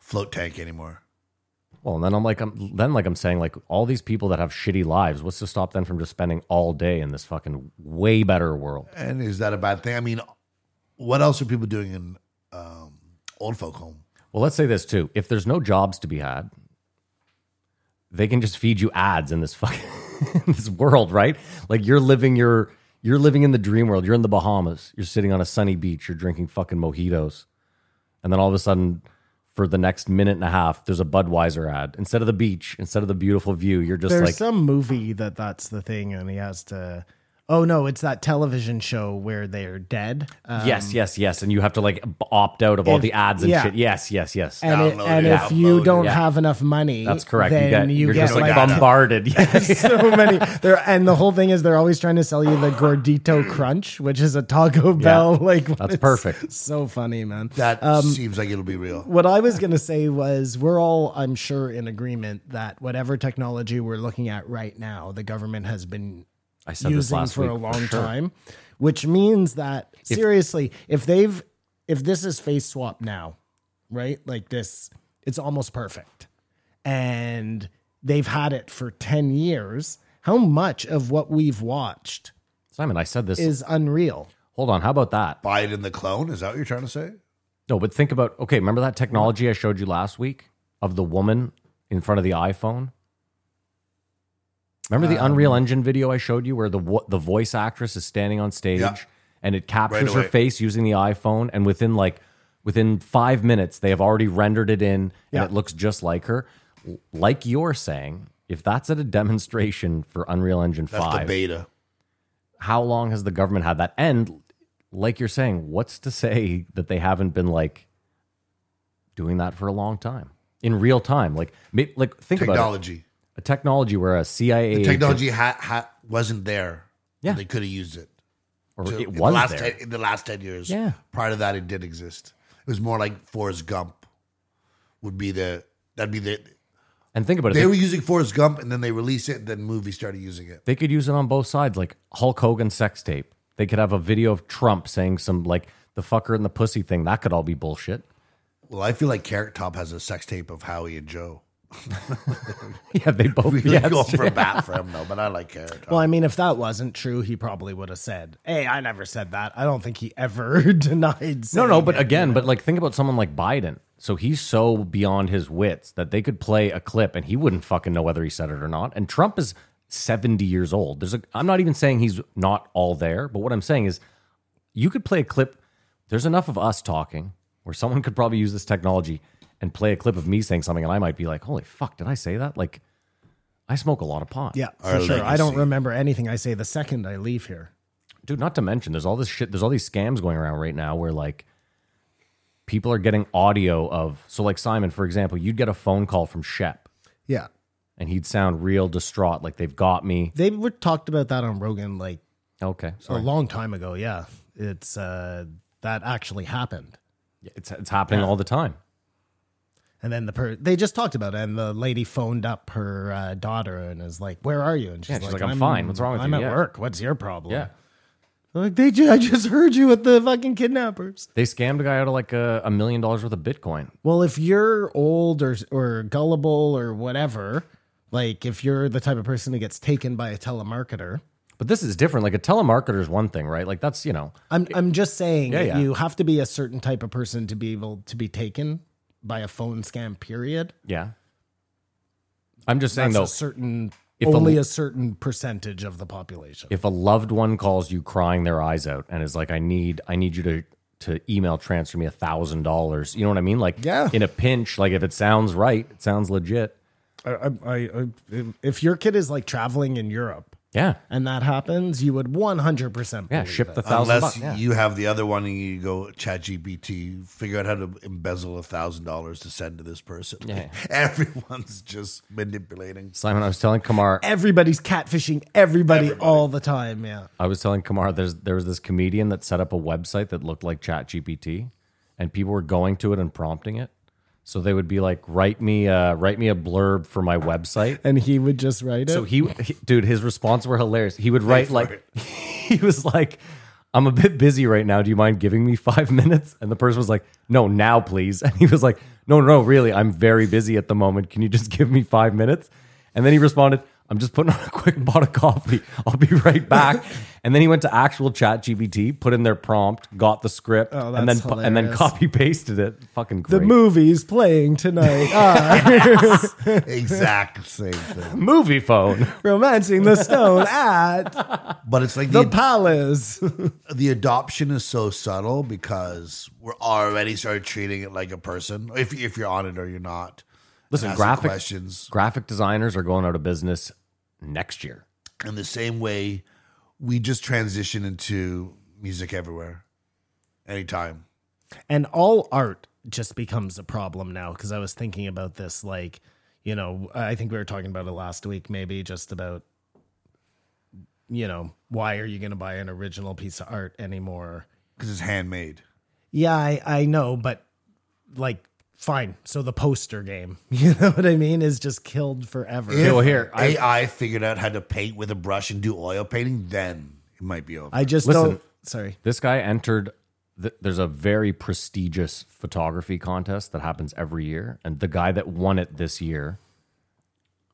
E: float tank anymore.
F: Well, and then I'm like, I'm then like I'm saying, like all these people that have shitty lives, what's to stop them from just spending all day in this fucking way better world?
E: And is that a bad thing? I mean, what else are people doing in um, old folk home?
F: Well, let's say this too: if there's no jobs to be had, they can just feed you ads in this fucking in this world, right? Like you're living your you're living in the dream world. You're in the Bahamas. You're sitting on a sunny beach. You're drinking fucking mojitos, and then all of a sudden, for the next minute and a half, there's a Budweiser ad instead of the beach, instead of the beautiful view. You're just
G: There's
F: like,
G: some movie that that's the thing, and he has to. Oh no, it's that television show where they're dead. Um,
F: yes, yes, yes, and you have to like b- opt out of all
G: if-
F: the ads and
G: yeah.
F: shit. Yes, yes, yes.
G: And, it-
E: Download
G: and
E: it,
G: if you
E: upload
G: don't
E: it.
G: have enough money,
F: That's correct.
G: Then
F: you get, you are just like,
G: that.
F: bombarded. Yes.
G: so many. There and the whole thing is they're always trying to sell you the gordito crunch, which is a Taco Bell. like
F: that's
G: it's
F: perfect.
G: So funny, man.
E: That seems like it'll be real.
G: what I was going to say was we're all, I'm sure, in agreement that whatever technology we're looking at right now, the government has been
F: I said this
G: using
F: last
G: for
F: week,
G: a
F: for
G: long
F: sure.
G: time, which means that seriously, if they've, if this is face swap now, right? Like this, it's almost perfect. And they've had it for 10 years. How much of what we've watched
F: Simon, I said this.
G: is unreal?
F: Hold on. How about that?
E: Biden the clone? Is that what you're trying to say?
F: No, but think about okay, remember that technology I showed you last week of the woman in front of the iPhone? Remember
E: Um,
F: the Unreal Engine video I showed you where the wo- the voice actress is standing on stage
E: Yeah.
F: and it captures her
E: away.
F: face using the iPhone and within like within 5 minutes they have already rendered it in
G: Yeah.
F: and it looks just like her. L- Like you're saying, if that's at a demonstration for Unreal Engine
E: That's
F: 5,
E: the beta.
F: how long has the government had that? And like you're saying, what's to say that they haven't been like doing that for a long time in real time? Like, may, like think about it.
E: Technology.
F: a technology where a CIA agent-
E: Technology ha- ha- wasn't there.
F: Yeah.
E: They could have used it.
F: or
E: So
F: it
E: in the
F: was
E: last
F: there.
E: 10, in the last ten years.
F: Yeah.
E: Prior to that, it did exist. It was more like Forrest Gump would be the that'd be the
F: and think about it.
E: they
F: They,
E: were using Forrest Gump and then they release it. Then movies started using it.
F: they could use it on both sides, like Hulk Hogan sex tape. They could have a video of Trump saying some like the fucker and the pussy thing. That could all be bullshit.
E: Well, I feel like Carrot Top has a sex tape of Howie and Joe.
F: Yeah, they both.
E: We
F: yes.
E: go for a bat for him though, but I like Carrot Top.
G: Well, I mean, if that wasn't true, he probably would have said, Hey, I never said that. I don't think he ever denied
F: No,
G: saying
F: no, but
G: it.
F: again, but like think about someone like Biden. So he's so beyond his wits that they could play a clip and he wouldn't fucking know whether he said it or not. And Trump is 70 years old. There's a I'm not even saying he's not all there, but what I'm saying is you could play a clip. There's enough of us talking where someone could probably use this technology and play a clip of me saying something and I might be like, "Holy fuck, did I say that?" Like I smoke a lot of pot.
G: Yeah, for
E: Our
G: sure. I don't
E: legacy.
G: remember anything I say the second I leave here.
F: dude not to mention there's all this shit there's all these scams going around right now where like people are getting audio of so like simon for example you'd get a phone call from shep
G: Yeah.
F: and he'd sound real distraught like they've got me Oh,
G: They were talked about that on Rogan like
F: okay
G: a
F: sorry
G: long time ago. Yeah. It's uh that actually happened.
F: it's, it's happening all the time
G: And then the per they just talked about it and the lady phoned up her uh, daughter and is like, "Where are you?" And she's,
F: Yeah, she's like, "I'm fine. What's wrong with
G: I'm
F: you?"
G: at
F: Yeah.
G: work. What's your problem?"
F: yeah
G: Like they, ju- I just heard you with the fucking kidnappers.
F: They scammed a guy out of like a, a million dollars worth of Bitcoin.
G: Well, if you're old or or gullible or whatever, like if you're the type of person who gets taken by a telemarketer,
F: But this is different. Like a telemarketer is one thing, right? Like that's you know,
G: I'm I'm just saying
F: Yeah, yeah.
G: you have to be a certain type of person to be able to be taken by a phone scam. Period.
F: yeah. I'm just saying
G: That's
F: though,
G: a certain
F: if a-
G: only a, certain percentage of the population.
F: if a loved one calls you crying their eyes out and is like, "I need, I need you to to email transfer me a thousand dollars," you know what I mean? Like,
G: Yeah.
F: In a pinch, like if it sounds right, it sounds legit.
G: I, I, I, if your kid is like traveling in Europe
F: Yeah,
G: and that happens, you would 100%
F: yeah.
G: believe
F: Ship
G: it.
F: the thousand
E: Unless
F: bucks. Yeah.
E: you have the other one and you go chat GPT, figure out how to embezzle a thousand dollars to send to this person.
F: Yeah.
E: Everyone's just manipulating.
F: Simon, I was telling Kamar,
G: Everybody's catfishing everybody, all the time. Yeah.
F: I was telling Kamar, there's there was this comedian that set up a website that looked like ChatGPT, and people were going to it and prompting it. So they would be like, "Write me, uh, write me a blurb for my website."
G: And he would just write it.
F: So he, he- dude, his responses were hilarious. He would write like, he was like, "I'm a bit busy right now. Do you mind giving me five minutes?" And the person was like, "No, now, please." And he was like, "No, no, no, really, I'm very busy at the moment. Can you just give me five minutes?" And then he responded, "I'm just putting on a quick pot of coffee. I'll be right back." and then he went to actual Chat GPT, put in their prompt, got the script,
G: Oh,
F: and then
G: that's
F: pu- and then
G: hilarious.
F: copy pasted it. Fucking
G: the
F: great.
G: movies playing tonight are
E: Exact same thing.
F: movie phone.
G: Romancing the Stone at
E: But it's like
G: the
E: the,
G: Palace.
E: the adoption is so subtle because we're already started treating it like a person. If if you're on it or you're not.
F: Listen,
E: Ask the
F: graphic
E: questions.
F: graphic designers are going out of business next year.
E: In the same way, we just transition into music everywhere, anytime.
G: and all art just becomes a problem now because i was thinking about this like you know i think we were talking about it last week maybe just about you know why are you going to buy an original piece of art anymore
E: because it's handmade.
G: yeah i i know but like fine so the poster game you know what i mean is just killed forever
E: If
F: well, here, I-
E: AI figured out how to paint with a brush and do oil painting, then it might be over.
G: i just
F: Listen.
G: don't sorry
F: This guy entered. th- There's a very prestigious photography contest that happens every year, and the guy that won it this year,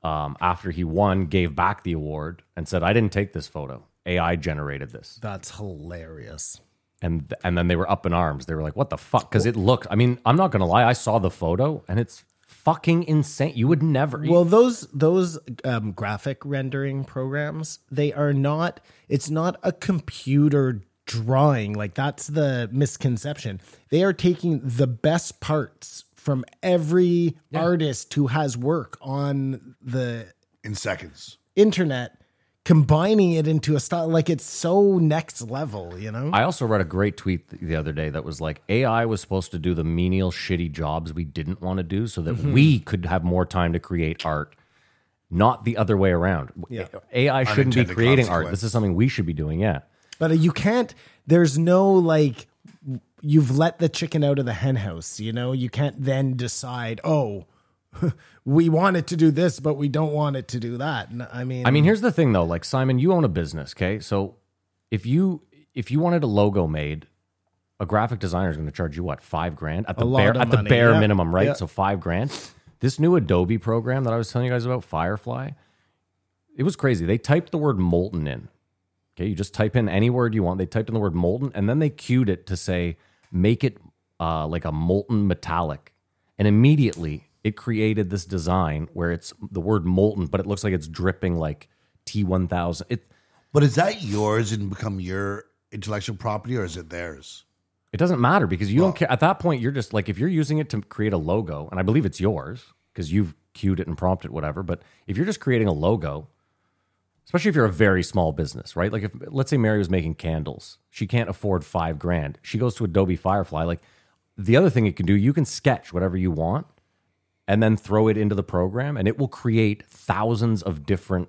F: um, after he won, gave back the award and said, "I didn't take this photo. AI generated this."
G: that's hilarious
F: And th- and then they were up in arms. They were like, "What the fuck?" Because it looked. I mean, I'm not gonna lie. I saw the photo, and it's fucking insane. You would never.
G: Well, those those um, graphic rendering programs, they are not. It's not a computer drawing. Like that's the misconception. They are taking the best parts from every artist who has work on the
E: in seconds.
G: internet, combining it into a style. Like it's so next level. You know.
F: I also read a great tweet th- the other day that was like AI was supposed to do the menial shitty jobs we didn't want to do so that we could have more time to create art, not the other way around. Yeah. AI shouldn't be
E: Unintended
F: creating art.
E: consequence.
F: This is something we should be doing, yeah.
G: But you can't. There's no like. You've let the chicken out of the hen house. You know. You can't then decide. Oh, we want it to do this, but we don't want it to do that. And I mean,
F: I mean, here's the thing though, like Simon, you own a business, okay? So if you if you wanted a logo made, a graphic designer is going to charge you what, 5 grand at the
G: lot
F: bare
G: of
F: at the
G: money,
F: bare
G: yeah.
F: minimum, right?
G: Yeah.
F: So 5 grand. This new Adobe program that I was telling you guys about, Firefly, it was crazy. They typed the word molten in. Okay, you just type in any word you want. They typed in the word molten, and then they cued it to say make it uh, like a molten metallic, and immediately it created this design where it's the word molten, but it looks like it's dripping like T one thousand. It
E: But is that yours and become your intellectual property, or is it theirs?
F: it doesn't matter because you don't care. At that point, you're just like if you're using it to create a logo, and I believe it's yours because you've cued it and prompted whatever. But if you're just creating a logo, especially if you're a very small business, right? Like if let's say Mary was making candles, she can't afford five grand. She goes to Adobe Firefly. Like the other thing it can do, you can sketch whatever you want, and then throw it into the program, and it will create thousands of different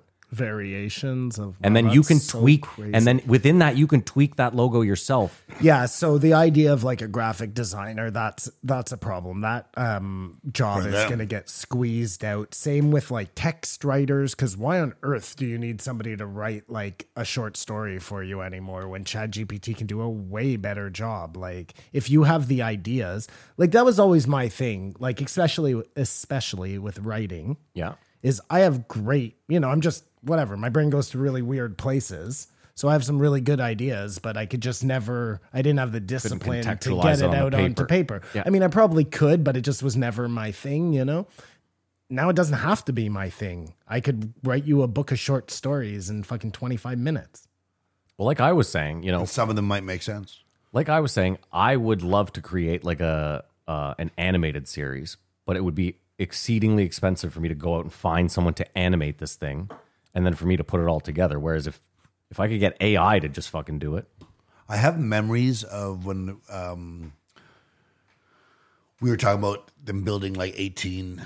G: variations of.
F: and
G: wow,
F: then you
G: Oh, that's
F: can
G: so
F: tweak
G: crazy.
F: and then within that you can tweak that logo yourself
G: yeah. So the idea of like a graphic designer that's that's a problem. That um, job is
E: them.
G: going to get squeezed out. Same with like text writers, because why on earth do you need somebody to write like a short story for you anymore when ChatGPT can do a way better job? Like if you have the ideas, like that was always my thing. Like especially especially with writing.
F: yeah
G: is I have great, you know, I'm just whatever. My brain goes to really weird places. So I have some really good ideas, but I could just never I didn't have the discipline to
F: contextualize
G: get
F: it
G: it
F: on the
G: out onto
F: paper.
G: paper.
F: Yeah.
G: I mean, I probably could, but it just was never my thing, you know? Now it doesn't have to be my thing. I could write you a book of short stories in fucking 25 minutes.
F: well like i was saying you know
E: Some of them might make sense.
F: like I was saying, I would love to create like a uh, an animated series, but it would be exceedingly expensive for me to go out and find someone to animate this thing, and then for me to put it all together. Whereas if if I could get AI to just fucking do it,
E: I have memories of when um, we were talking about them building like 18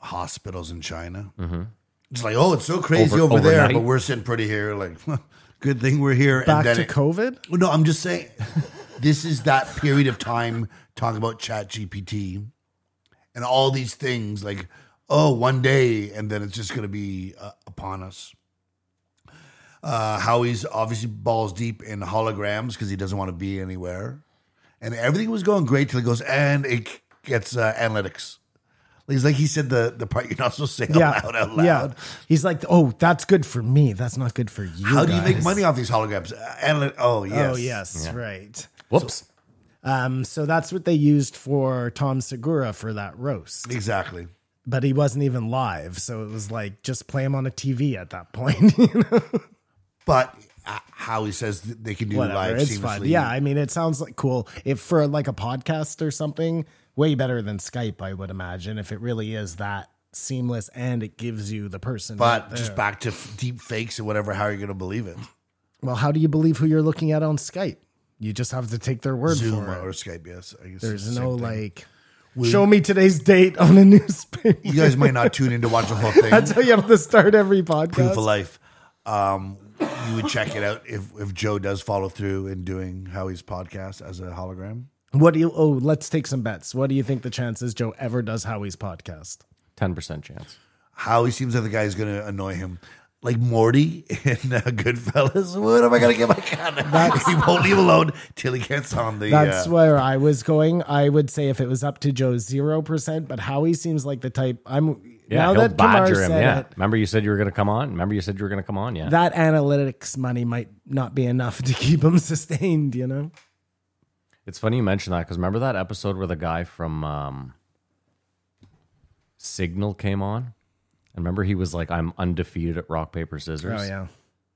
E: hospitals in China. Mm-hmm. It's like, oh, it's so crazy over,
F: Over-
E: there,
F: overnight?
E: but we're sitting pretty here. Like, good thing we're here.
G: Back to
E: it-
G: COVID?
E: Well, No, I'm just saying this is that period of time talking about chat GPT and all these things like, oh, one day, and then it's just going to be uh, upon us. Uh, Howie's obviously balls deep in holograms because he doesn't want to be anywhere. And everything was going great till he goes, and it gets uh, analytics. It's like he said the, the part you're not supposed to say out loud, out loud.
G: He's like, "Oh, that's good for me. That's not good for you."
E: How do you make
G: guys."
E: money off these holograms? Uh, analy- oh, yes.
G: Oh, yes, right.
F: whoops.
G: Um, so that's what they used for Tom Segura for that roast,
E: Exactly.
G: but he wasn't even live, so it was like just play him on a TV at that point. you know?
E: but uh, Howie says th- they can do
G: Whatever,
E: live
G: it's
E: seamlessly.
G: fun. Yeah, I mean, it sounds like cool. If for like a podcast or something, way better than Skype, I would imagine. If it really is that seamless and it gives you the person,
E: but
G: right
E: just
G: there.
E: back to f- deep fakes and whatever. How are you going to believe it?
G: well, how do you believe who you're looking at on Skype? You just have to take their word
E: Zoom
G: for it.
E: or Skype? Yes, I guess it's
G: There's
E: the
G: no
E: same thing.
G: like, show me today's date on a newspaper.
E: You guys might not tune in to watch the whole thing.
G: That's how you have to start every podcast.
E: proof of life. Um, you would check it out if if Joe does follow through in doing Howie's podcast as a hologram.
G: What do you? Oh, let's take some bets. What do you think the chances Joe ever does Howie's podcast?
F: Ten percent chance.
E: Howie seems like the guy who's going to annoy him. Like Morty in uh, Goodfellas, what am I gonna get my gun? He won't leave alone till he gets on the.
G: That's
E: uh,
G: where I was going. I would say if it was up to Joe zero percent, but Howie seems like the type. I'm
F: Yeah,
G: now
F: he'll
G: that Kamar
F: badger him.
G: said
F: Yeah.
G: it,
F: Remember you said you were gonna come on. Remember you said you were gonna come on. Yeah.
G: that analytics money might not be enough to keep him sustained. You know,
F: It's funny you mention that because remember that episode where the guy from um, Signal came on? And remember he was like, I'm undefeated at rock, paper, scissors.
G: oh yeah,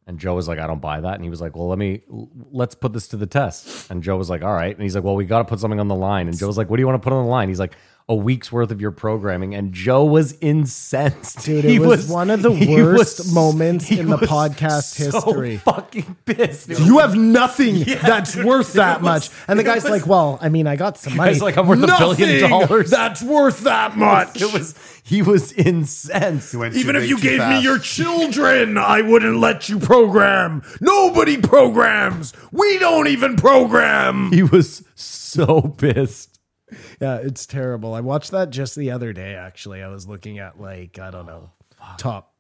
F: And Joe was like, I don't buy that. And he was like, Well, let me, l- let's put this to the test. And Joe was like, All right. And he's like, Well, we got to put something on the line. And Joe was like, What do you want to put on the line? He's like, A week's worth of your programming. And Joe was incensed.
G: dude, it
F: He
G: was, one of the
F: he
G: worst
F: was-
G: moments
F: he
G: in the
F: was
G: podcast
F: so
G: history.
F: Fucking pissed. It was
G: You have nothing that's
F: dude,
G: worth
F: it
G: that
F: was-
G: much. And the
F: it
G: guy's
F: was-
G: like, well, I mean, I got some money.
F: guy's like, I'm worth a billion
G: Nothing
F: dollars.
G: That's worth that much.
F: It was he was incensed.
E: went
G: Even
E: too
G: if
E: big
G: you
E: too
G: gave me
E: fast.
G: your children, I wouldn't let you program. Nobody programs. We don't even program.
F: He was so pissed.
G: Yeah, it's terrible. I watched that just the other day, actually. I was looking at, like, I don't know, top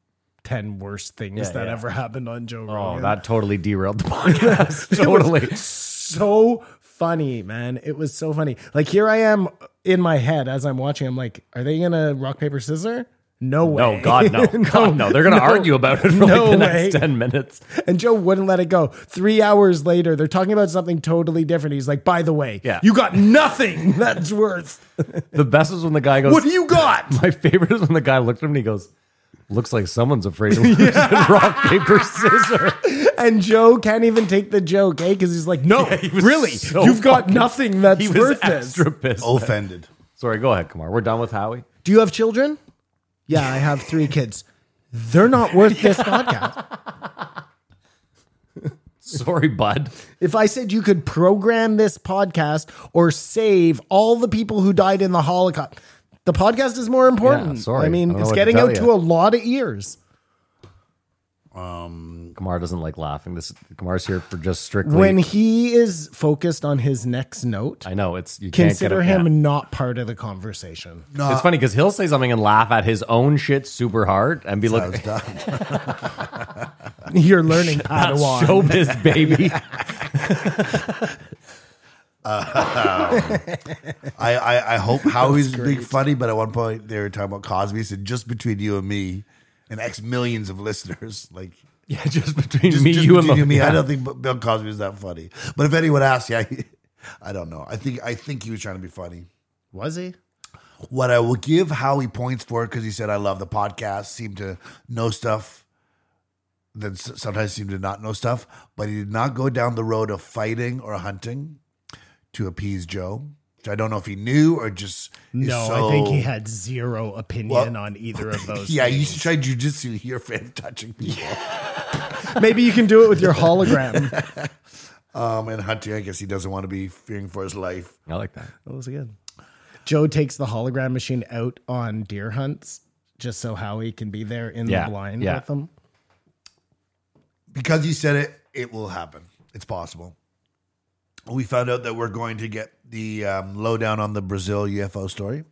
G: 10 worst things
F: Oh, Yeah,
G: that
F: yeah.
G: ever happened on Joe
F: Oh,
G: Rogan.
F: that totally derailed the podcast. totally.
G: so funny, man. It was so funny. Like here I am in my head as I'm watching. I'm like, are they gonna rock paper scissors? No way.
F: No, God, no. God, no. They're going to argue about it for
G: no
F: like the
G: way.
F: next 10 minutes.
G: And Joe wouldn't let it go. Three hours later, they're talking about something totally different. He's like, by the way,
F: Yeah.
G: you got nothing that's worth.
F: The best is when the guy goes,
G: What do you got?
F: My favorite is when the guy looked at him and he goes, Looks like someone's afraid of losing rock, paper, scissors.
G: And Joe can't even take the joke, eh? Because he's like, no,
F: he was
G: really,
F: so
G: you've got
F: fucking-
G: nothing that's
F: He was
G: worth this.
F: extra pissed.
G: Oh.
E: offended.
F: Sorry, go ahead, Kamar. We're done with Howie.
G: Do you have children? Yeah, I have three kids. They're not worth this podcast.
F: Sorry, bud.
G: If I said you could program this podcast or save all the people who died in the Holocaust, the podcast is more important.
F: Yeah, sorry.
G: I mean,
F: I don't know
G: it's
F: what to
G: getting
F: tell
G: out to
F: you.
G: a lot of ears.
E: Um,
F: Kamar doesn't like laughing. This Kamar's here for just strictly.
G: When he is focused on his next note,
F: I know it's you
G: consider
F: can't get
G: him
F: him.
G: not part of the conversation.
F: it's funny because he'll say something and laugh at his own shit super hard and be
E: I was
F: like,
E: done.
G: You're learning Padawan.
F: "Showbiz, baby."
E: I, I, I hope Howie's big funny, but at one point they were talking about Cosby. He said, just between you and me and X millions of listeners, like
F: yeah, just between
E: just,
F: me,
E: just
F: you, and
E: between
F: the-
E: me. I
F: Yeah.
E: don't think Bill Cosby is that funny. But if anyone asks, yeah, he- I don't know. I think I think he was trying to be funny.
G: Was he?
E: What I will give Howie points for because he said I love the podcast, seemed to know stuff, then s- sometimes seemed to not know stuff. But he did not go down the road of fighting or hunting to appease Joe. Which I don't know if he knew or just is
G: No,
E: so-
G: I think he had zero opinion
E: Well-
G: on either of those.
E: Yeah, you
G: things.
E: should try jujitsu here for him touching people.
G: Maybe you can do it with your hologram.
E: Um, and hunting, I guess he doesn't want to be fearing for his life.
F: I like that.
G: that was good. Joe takes the hologram machine out on deer hunts just so Howie can be there in
F: Yeah,
G: the blind
F: yeah.
G: with him.
E: because he said it, it will happen. It's possible. We found out that we're going to get the um, lowdown on the Brazil UFO story.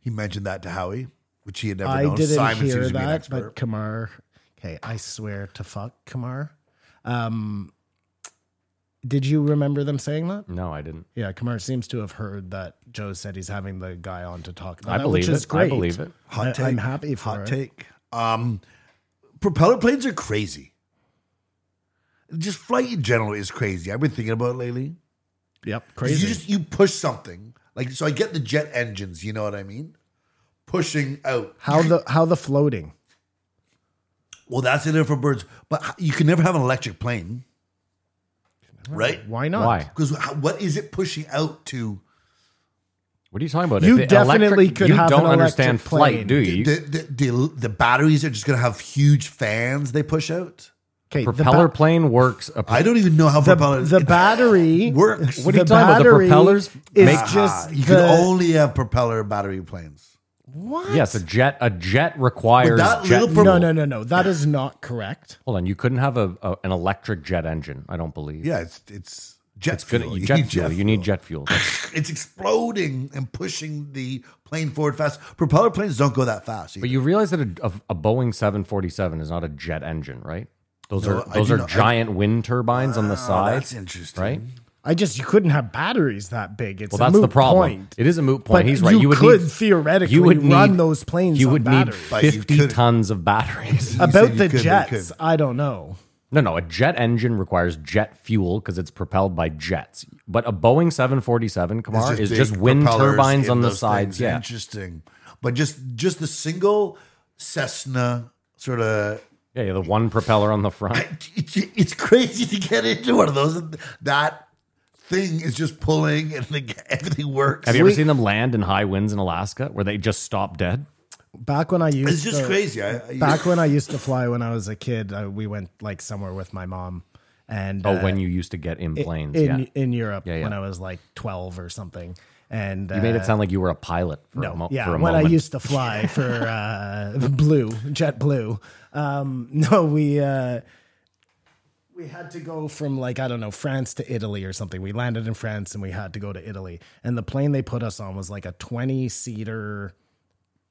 E: He mentioned that to Howie, which he had never
G: I
E: known.
G: didn't
E: Simon
G: hear
E: seems to be an
G: that,
E: expert.
G: but Kamar. Okay, I swear to fuck Kamar. Um, did you remember them saying that?
F: No, I didn't.
G: Yeah, Kamar seems to have heard that Joe said he's having the guy on to talk about
F: I
G: that,
F: believe
G: which is
F: it.
G: great.
F: I believe it.
E: Hot
G: I- I'm happy for
E: hot
G: it.
E: take. Um, propeller planes are crazy. Just flight in general is crazy. I've been thinking about it lately.
G: Yep,
E: 'Cause
G: crazy.
E: You just you push something like so. I get the jet engines. You know what I mean? Pushing out.
G: how the how the floating?
E: Well, that's it for birds, but h- you can never have an electric plane, right?
G: Why not?
F: Why?
E: Because what is it pushing out to?
F: What are you talking about?
G: You
F: If the
G: definitely could
F: You
G: have
F: don't
G: an
F: understand
G: electric plane.
F: flight, do you?
E: The, the, the, the batteries are just going to have huge fans they push out.
G: Okay,
F: propeller
G: the, ba-
F: plane works. A
E: I don't even know how
G: the,
E: propeller
G: the battery
E: works.
G: What
E: What
F: are you
G: the
F: talking about? The
G: battery
F: propellers
G: is
F: make-
E: Ah,
G: just
E: you
G: the,
E: can only have propeller battery planes.
G: what?
F: yes, a jet. A jet requires
E: Without
F: jet
E: little
F: fuel.
G: No, no, no, no. That is not correct.
F: Hold on, you couldn't have a, a an electric jet engine. I don't believe.
E: Yeah, it's it's jet
F: it's good.
E: fuel.
F: you jet fuel. You need jet fuel.
E: It's exploding and pushing the plane forward fast. Propeller planes don't go that fast. either.
F: But you realize that a, a, a Boeing 747 is not a jet engine, right? Those
E: No,
F: are
E: I
F: those
E: do
F: are
E: not- I-
F: giant wind turbines on the
E: oh,
F: side,
E: that's interesting.
F: right?
G: I just you couldn't have batteries that big. It's
F: Well,
G: a
F: that's the
G: moot
F: problem.
G: Point.
F: It is a moot point.
G: But
F: He's right.
G: you
F: You would
G: could
F: need,
G: theoretically
F: you would
G: run
F: need-
G: those planes
F: You
G: on
F: would need
G: batteries.
E: But you
F: 50
E: could-
F: tons of batteries.
E: You said
G: About
E: you
G: the
E: could, you
G: jets,
E: could.
G: I don't know.
F: No, no. A jet engine requires jet fuel because it's propelled by jets. But a Boeing 747, Kamar, is
E: big
F: just wind
E: propellers
F: turbines
E: in
F: on the
E: those
F: sides.
E: things.
F: Yeah.
E: interesting. But just just the single Cessna sort of.
F: yeah, yeah. The one propeller on the front.
E: It's crazy to get into one of those. That thing is just pulling, and the, everything works.
F: Have you ever seen them land in high winds in Alaska where they just stop dead?
G: Back when I used
E: It's just
G: to-
E: crazy. I, I,
G: Back when I used to fly when I was a kid, I, we went like somewhere with my mom, and
F: Oh,
G: uh,
F: when you used to get in planes.
G: in
F: yeah.
G: in Europe
F: yeah.
G: when I was like twelve or something, and uh,
F: You made it sound like you were a pilot for a, mo-
G: yeah,
F: for a
G: when
F: moment.
G: I used to fly for uh, Blue JetBlue. Um, no, we uh, we had to go from like I don't know France to Italy or something. We landed in France and we had to go to Italy, and the plane they put us on was like a twenty seater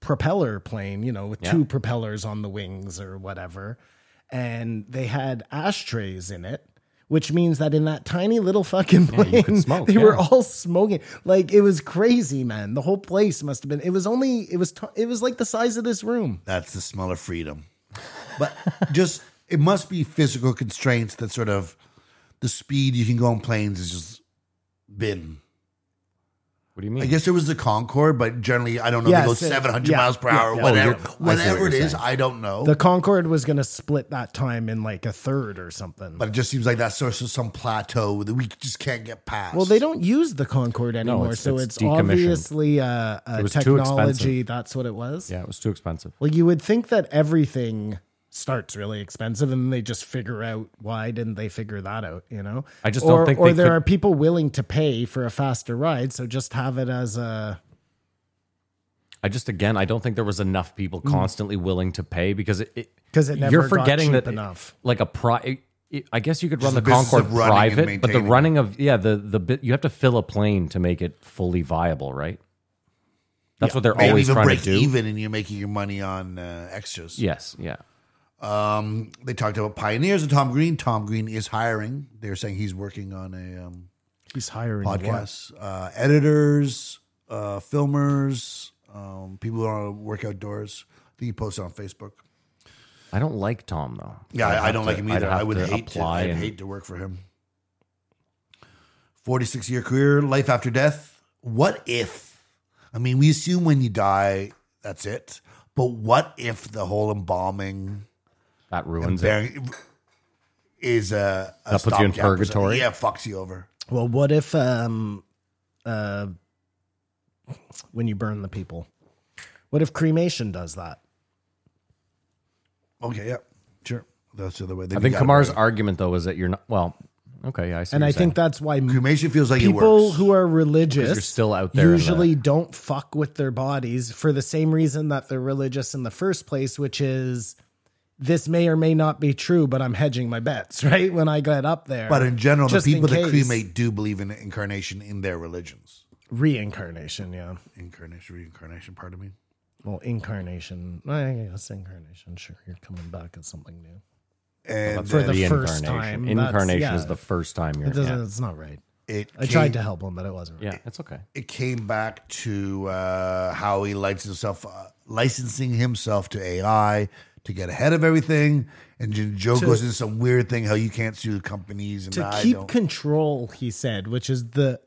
G: propeller plane, you know, with two propellers on the wings or whatever. And they had ashtrays in it, which means that in that tiny little fucking plane,
F: you could smoke,
G: they were
F: yeah.
G: all smoking. Like it was crazy, man. The whole place must have been. It was only. It was. T- it was like the size of this room.
E: That's the smell of freedom. But just it must be physical constraints that sort of the speed you can go on planes is just been.
F: What do you mean?
E: I guess there was the Concorde, but generally I don't know.
G: Yes,
E: they go
G: it-
E: seven hundred
G: yeah,
E: miles per
G: yeah,
E: hour,
G: yeah. Oh,
E: whatever,
F: you're- I see what
E: whatever it
F: you're
E: is.
F: saying.
E: I don't know.
G: The Concorde was going to split that time in like a third or something.
E: but it just seems like that's sort of some plateau that we just can't get past.
G: well, they don't use the Concorde anymore,
F: it's-
G: so
F: it's
G: it's,
F: decommissioned.
G: obviously uh, a
F: was too
G: technology.
F: expensive.
G: That's what it was.
F: yeah, it was too expensive.
G: Well, you would think that everything starts really expensive and they just figure out why didn't they figure that out, you know?
F: I just
G: or,
F: don't think
G: or
F: they
G: there
F: could-
G: are people willing to pay for a faster ride, so just have it as a
F: I just again, I don't think there was enough people constantly willing to pay because it, it
G: because Mm. it never
F: You're forgetting
G: got cheap
F: that
G: enough.
F: like a pri. it- I guess you could run
E: Just
F: the
E: the business
F: Concorde
E: of running and
F: private, but the
E: maintaining it.
F: running of yeah, the the bit you have to fill a plane to make it fully viable, right? That's what they're
E: Maybe
F: always
E: even
F: trying
E: break
F: to do.
E: even, and you're making your money on uh, extras.
F: Yes, yeah.
E: Um, they talked about pioneers and Tom Green. Tom Green is hiring. They're saying he's working on a um,
G: He's hiring what?
E: podcast, uh, editors, uh, filmers, um, people who want to work outdoors. I think he posted on Facebook.
F: I don't like Tom though.
E: Yeah,
F: I'd
E: I, I
F: have
E: don't
F: to-
E: like him
F: I'd
E: either.
F: have
E: I would
F: to
E: hate to,
F: apply
E: I'd
F: and-
E: hate to work for him. 46 year career, life after death. What if? I mean, we assume when you die, that's it. But what if the whole embalming
F: that ruins it.
E: bearing is a, a
F: That puts you
E: stopgap or
F: in
E: something?
F: purgatory?
E: Yeah, fucks you over.
G: Well, what if um, uh, when you burn the people? What if cremation does that?
E: Okay, yeah, sure. That's the other way. Then
F: I
E: you
F: think
E: gotta
F: Kamar's
E: bury it.
F: argument though is that you're not well. Okay, yeah, I see.
G: And
F: what
G: I
F: you're
G: think
F: saying.
G: that's why m-
E: cremation feels like it
G: people
E: works.
G: who are religious
F: Because you're still out there in the-
G: usually don't fuck with their bodies for the same reason that they're religious in the first place, which is this may or may not be true, but I'm hedging my bets, right? When I get up there.
E: but in general,
G: just
E: the
G: in
E: people that
G: case.
E: cremate do believe in incarnation in their religions.
G: reincarnation, yeah.
E: Incarnation, reincarnation. Pardon me.
G: Well, incarnation. I guess incarnation, sure. You're coming back at something new.
E: And
G: for the
E: then
G: first
F: Reincarnation.
G: time. that's-
F: Incarnation
G: yeah.
F: is the first time you're.
G: It doesn't,
F: Yeah.
G: It's not right.
E: it
G: I tried to help him, but it wasn't right.
F: yeah, it's okay.
E: it came back to uh, how he likes himself, uh, licensing himself to AI to get ahead of everything. And then Joe goes into some weird thing how you can't sue companies and
G: To
E: I
G: keep
E: don't.
G: control, he said, which is the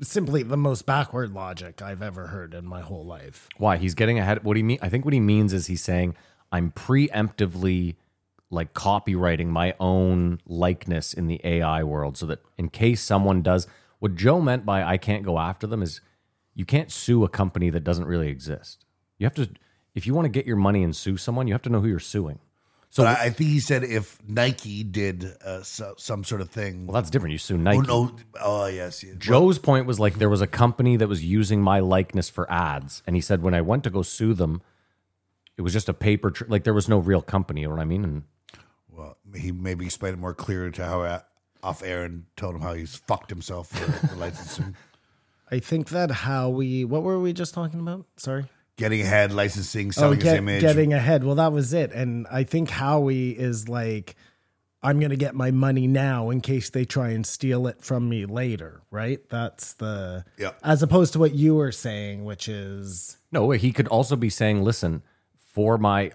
G: simply the most backward logic I've ever heard in my whole life.
F: Why he's getting ahead? What he mean? I think what he means is he's saying I'm preemptively like copywriting my own likeness in the AI world, so that in case someone does what Joe meant by I can't go after them is you can't sue a company that doesn't really exist. You have to if you want to get your money and sue someone, you have to know who you're suing.
E: so I, I think he said if Nike did uh, so, some sort of thing.
F: Well, that's different. You sue Nike.
E: oh, no. Oh, yes. yes.
F: Joe's point was like there was a company that was using my likeness for ads, and he said when I went to go sue them, it was just a paper tr- like there was no real company. You know what I mean? And
E: Well, he maybe explained it more clear to how uh, off air and told him how he's fucked himself for the licensing.
G: I think that how we what were we just talking about? Sorry.
E: Getting ahead, licensing, selling
G: Oh, get-
E: his image.
G: getting ahead. Well, that was it. And I think Howie is like, I'm gonna get my money now in case they try and steal it from me later, right? That's the
E: Yeah.
G: as opposed to what you were saying, which is
F: no, he could also be saying, "Listen, for my,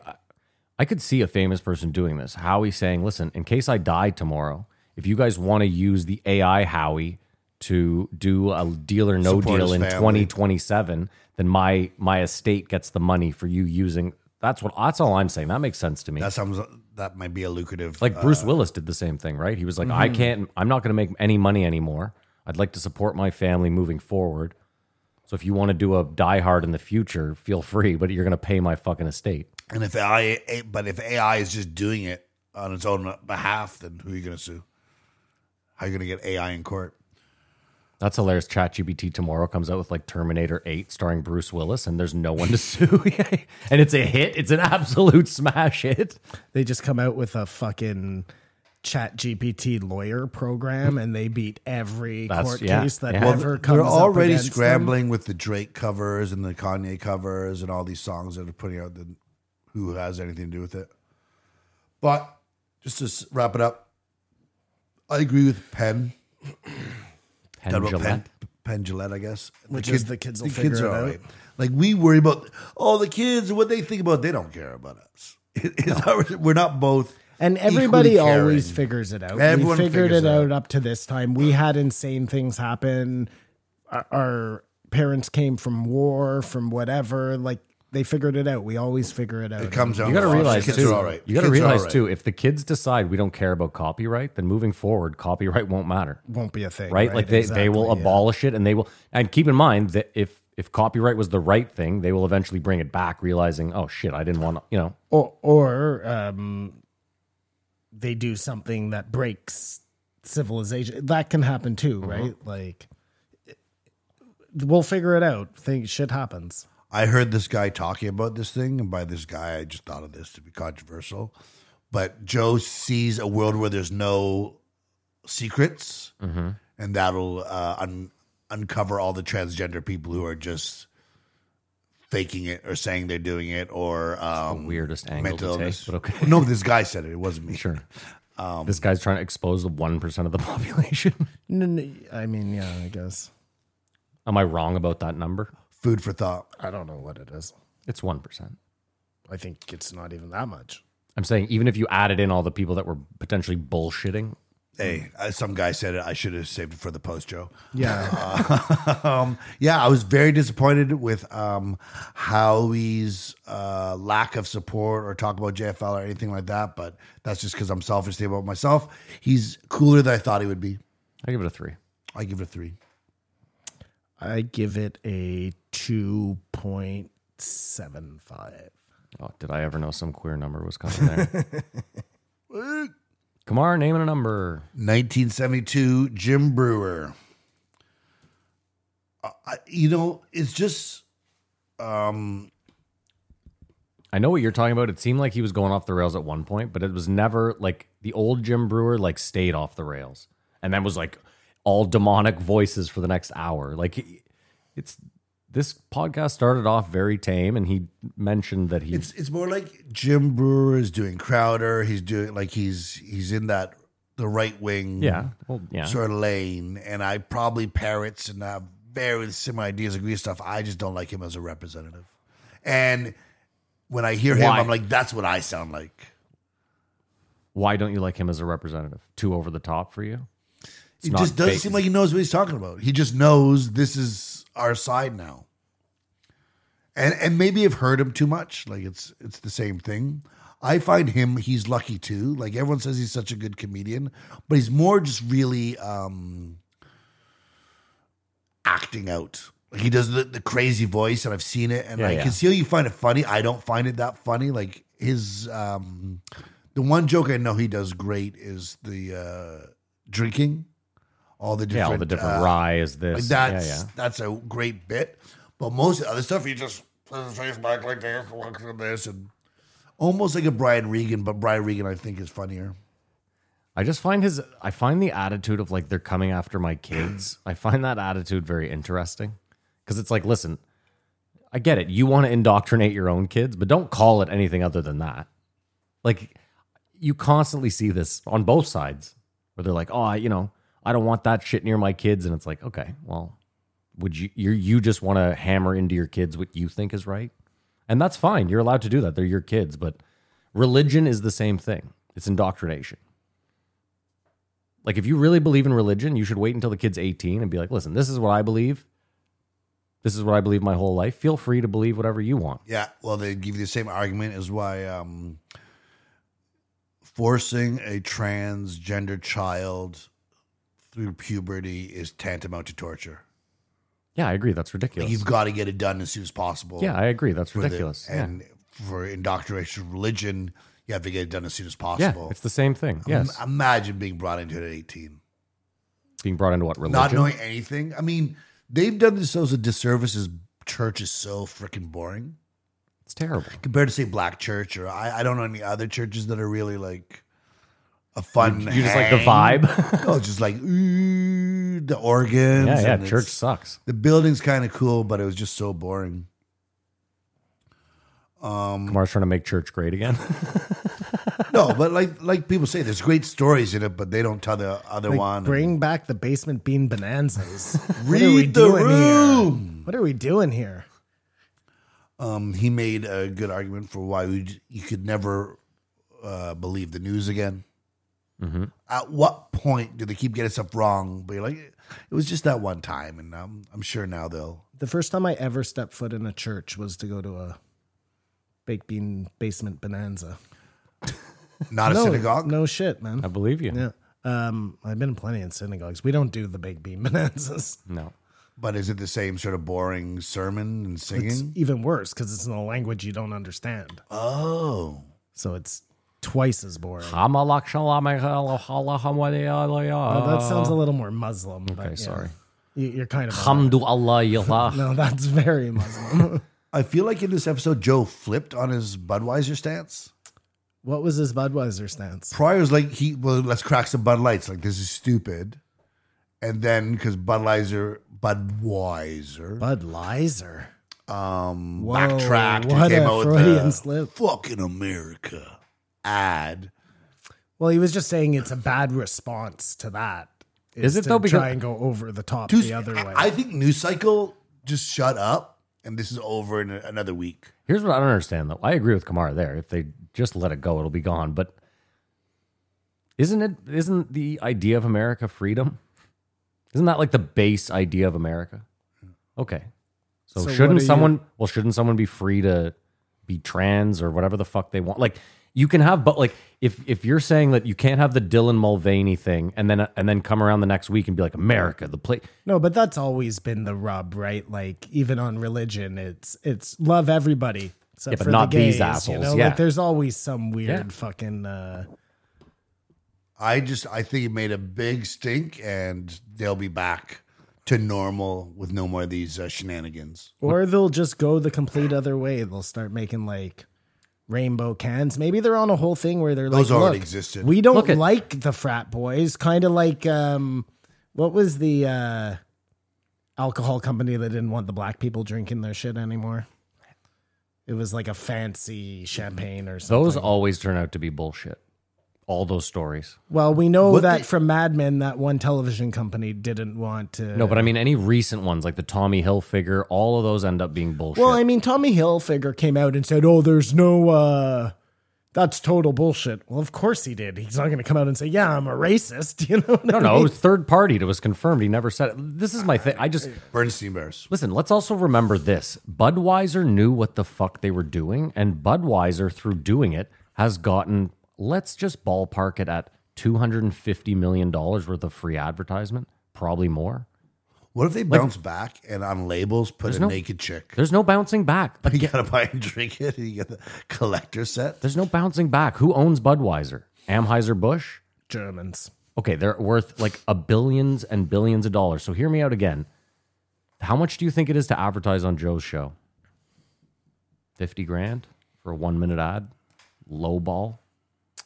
F: I could see a famous person doing this. Howie saying, "Listen, in case I die tomorrow, if you guys want to use the AI Howie to do a deal or no
E: Support
F: deal
E: his
F: in
E: family.
F: 2027, then my my estate gets the money for you using." That's what. That's all I'm saying. That makes sense to me.
E: that sounds that might be a lucrative
F: Like Bruce Willis did the same thing, right? He was like,
E: Mm-hmm.
F: I can't, I'm not going to make any money anymore. I'd like to support my family moving forward. So if you want to do a Die Hard in the future, feel free, but you're going to pay my fucking estate.
E: And if AI, but if AI is just doing it on its own behalf, then who are you going to sue? How are you going to get AI in court?
F: That's hilarious. ChatGPT tomorrow comes out with like Terminator 8 starring Bruce Willis, and there's no one to sue. and it's a hit. It's an absolute smash hit.
G: they just come out with a fucking chat gpt lawyer program and they beat every
F: That's-
G: court
F: yeah,
G: case that
F: yeah. Well,
G: ever comes
E: They're
G: up
E: already
G: against them.
E: scrambling with the Drake covers and the Kanye covers and all these songs that are putting out. The, who has anything to do with it? But just to s- wrap it up, I agree with Penn.
F: Penn
E: Talking about
F: Jillette.
E: Penn, Penn Jillette, I guess.
G: Which is the kids will figure it out.
E: alright. Like we worry about all the kids and what they think about. They don't care about us. It- it's our- we're not both.
G: and everybody
E: equally
G: always
E: caring.
G: figures it out
E: Everyone
G: we figured
E: figures
G: it
E: it
G: out up to this time we had insane things happen our, our parents came from war from whatever like they figured it out we always figure it out
E: It comes out.
F: You got to
E: the
F: realize
E: kids
F: too.
E: Are all right.
F: You got to
E: Kids are all
F: realize
E: right.
F: too. If the kids decide we don't care about copyright, then moving forward, copyright won't matter.
G: won't be a thing
F: right? Like they, they will
G: Exactly, yeah.
F: abolish it and they will and keep in mind that if if copyright was the right thing, they will eventually bring it back, realizing, oh shit, I didn't want to, you know.
G: or or um, they do something that breaks civilization. That can happen too, right? Like we'll figure it out. Things shit happens.
E: I heard this guy talking about this thing, and by this guy, I just thought of this to be controversial. But Joe sees a world where there's no secrets,
F: Mm-hmm.
E: and that'll uh, un- uncover all the transgender people who are just faking it or saying they're doing it or um,
F: weirdest angle to take, but okay.
E: No, this guy said it. It wasn't me.
F: Sure. Um, this guy's trying to expose the one percent of the population.
G: N- n- I mean, yeah, I guess.
F: Am I wrong about that number?
E: Food for thought.
G: I don't know what it is.
F: It's one percent.
G: I think it's not even that much.
F: I'm saying even if you added in all the people that were potentially bullshitting,
E: Hey, uh, some guy said it. I should have saved it for the post, Joe.
G: Yeah.
E: um, yeah, I was very disappointed with um, Howie's uh, lack of support or talk about JFL or anything like that. But that's just because I'm selfish about myself. He's cooler than I thought he would be.
F: I give it a three.
E: I give it a three.
G: I give it a 2.75.
F: Oh, did I ever know some queer number was coming there? Kamar, naming a number.
E: 1972, Jim Brewer. Uh, I, you know, it's just
F: I know what you're talking about. It seemed like he was going off the rails at one point, but it was never like the old Jim Brewer like stayed off the rails and then was like all demonic voices for the next hour. Like he- it's this podcast started off very tame and he mentioned that he
E: it's it's more like Jim Brewer is doing Crowder. He's doing like he's he's in that the right wing.
F: yeah, well, yeah.
E: sort of lane, and I probably parrots and have very similar ideas, agree with stuff. I just don't like him as a representative. And when I hear him,
F: Why?
E: I'm like, that's what I sound like.
F: Why don't you like him as a representative? Too over the top for you?
E: It
F: not
E: just doesn't
F: fake.
E: seem like he knows what he's talking about. He just knows this is our side now. And and maybe I've heard him too much. Like it's it's the same thing. I find him he's lucky too. Like everyone says he's such a good comedian, but he's more just really um acting out. Like he does the, the crazy voice and I've seen it and
F: Yeah,
E: I
F: yeah.
E: can see how you find it funny. I don't find it that funny. Like his um the one joke I know he does great is the uh drinking. All the
F: Yeah,
E: different
F: all the different
E: uh,
F: rye is
E: like
F: this. yeah,
E: that's
F: yeah.
E: that's a great bit. But most of the other stuff, he just puts his face back like this, looks at this, and almost like a Brian Regan. But Brian Regan, I think, is funnier.
F: I just find his I find the attitude of like they're coming after my kids. I find that attitude very interesting cuz it's like listen, I get it. You want to indoctrinate your own kids, but don't call it anything other than that. Like you constantly see this on both sides where they're like, "Oh, I, you know, I don't want that shit near my kids." And it's like, "Okay, well, would you you you just want to hammer into your kids what you think is right?" And that's fine. You're allowed to do that. They're your kids, but religion is the same thing. It's indoctrination. Like, if you really believe in religion, you should wait until the kid's 18 and be like, listen, this is what I believe. This is what I believe my whole life. Feel free to believe whatever you want.
E: Yeah. Well, they give you the same argument as why um, forcing a transgender child through puberty is tantamount to torture.
F: Yeah, I agree. That's ridiculous.
E: Like you've got to get it done as soon as possible.
F: yeah, I agree. That's
E: for the-
F: ridiculous. Yeah.
E: and for indoctrination of religion, you have to get it done as soon as
F: yeah,
E: possible.
F: it's the same thing. Yes.
E: Im- Imagine being brought into it at 18.
F: Being brought into what religion?
E: not knowing anything. I mean, they've done themselves a disservice. As church is so freaking boring
F: it's terrible.
E: compared to say black church or I, I don't know any other churches that are really like a fun.
F: You just like the
E: hang.
F: vibe.
E: No, it's just like ooh, the organs.
F: yeah, yeah.
E: and
F: Church
E: it's-
F: sucks.
E: The building's kind of cool, but it was just so boring.
F: Kamar's trying to make church great again.
E: No, but like like people say, there's great stories in it, but they don't tell the other
G: Like,
E: one.
G: bring back the basement bean bonanzas. what are we
E: Read the
G: doing
E: room.
G: here? What are we doing here?
E: Um, he made a good argument for why we, you could never uh, believe the news again. At what point do they keep getting stuff wrong? But you're like, it was just that one time, and I'm, I'm sure now they'll.
G: The first time I ever stepped foot in a church was to go to a baked bean basement bonanza.
E: Not a
G: No,
E: synagogue.
G: no shit, man.
F: I believe you.
G: Yeah. Um, I've been in plenty in synagogues. We don't do the baked bean bonanzas.
F: No.
E: But is it the same sort of boring sermon and
G: It's
E: singing?
G: even worse because it's in a language you don't understand.
E: oh,
G: So it's twice as boring. Uh,
F: That
G: that sounds a little more Muslim. Okay,
F: sorry.
G: You're kind of.
F: Hamdu Allah.
G: No, that's very Muslim.
E: I feel like in this episode, Joe flipped on his Budweiser stance.
G: What was his Budweiser stance?
E: Pryor's like, he well, let's crack some Bud Lights. Like this is stupid. And then because Budweiser, Budweiser,
G: Budweiser.
E: um,
G: Whoa,
E: backtracked
G: what
E: and came
G: a
E: out with
G: Freudian
E: the
G: slip.
E: fucking America ad.
G: Well, he was just saying it's a bad response to that.
F: Is it
G: to
F: though? Because-
G: try and go over the top
E: Dude,
G: the other way.
E: I, I think News Cycle just shut up, and this is over in a- another week.
F: Here's what I don't understand though. I agree with Kamara there. If they just let it go, it'll be gone. But isn't it isn't the idea of America freedom? Isn't that like the base idea of America? Okay. So,
G: So what
F: shouldn't
G: are
F: someone
G: you-
F: well shouldn't someone be free to be trans or whatever the fuck they want? Like you can have but like if if you're saying that you can't have the Dylan Mulvaney thing and then and then come around the next week and be like America, the place
G: no, but that's always been the rub, right? Like even on religion, it's it's love everybody except
F: but
G: for
F: not
G: the
F: these
G: gays,
F: assholes,
G: You know?
F: yeah.
G: Like there's always some weird
F: Yeah.
G: fucking. Uh,
E: I just I think it made a big stink, and they'll be back to normal with no more of these uh, shenanigans.
G: Or they'll just go the complete other way. They'll start making like rainbow cans. Maybe they're on a whole thing where they're
E: Those
G: like,
E: already
G: "Look,
E: existed."
G: We don't
F: Look at-
G: like the frat boys. Kind of like um, what was the uh, alcohol company that didn't want the black people drinking their shit anymore? It was like a fancy champagne or something.
F: those always turn out to be bullshit. All those stories.
G: well, we know
E: What
G: that
E: the-
G: from Mad Men, that one television company didn't want to.
F: No, but I mean any recent ones like the Tommy Hill figure, all of those end up being bullshit.
G: Well, I mean, Tommy Hilfiger came out and said, "Oh, there's no, uh, that's total bullshit." Well, of course he did. He's not going to come out and say, "Yeah, I'm a racist," you know? what
F: no,
G: I
F: no,
G: mean?
F: it was third party. It was confirmed. He never said it. This is my thing. I just
E: Bernstein Bears.
F: listen. Let's also remember this: Budweiser knew what the fuck they were doing, and Budweiser, through doing it, has gotten. Let's just ballpark it at two hundred and fifty million dollars worth of free advertisement, probably more.
E: What if they bounce back and on labels put a
F: no-
E: naked chick?
F: There's no bouncing back. Like,
E: You gotta buy and drink it. And you get the collector set.
F: there's no bouncing back. Who owns Budweiser? Amheiser Busch.
G: Germans.
F: Okay, they're worth like a billions and billions of dollars. So hear me out again. How much do you think it is to advertise on Joe's show? 50 grand for a one minute ad? Low ball?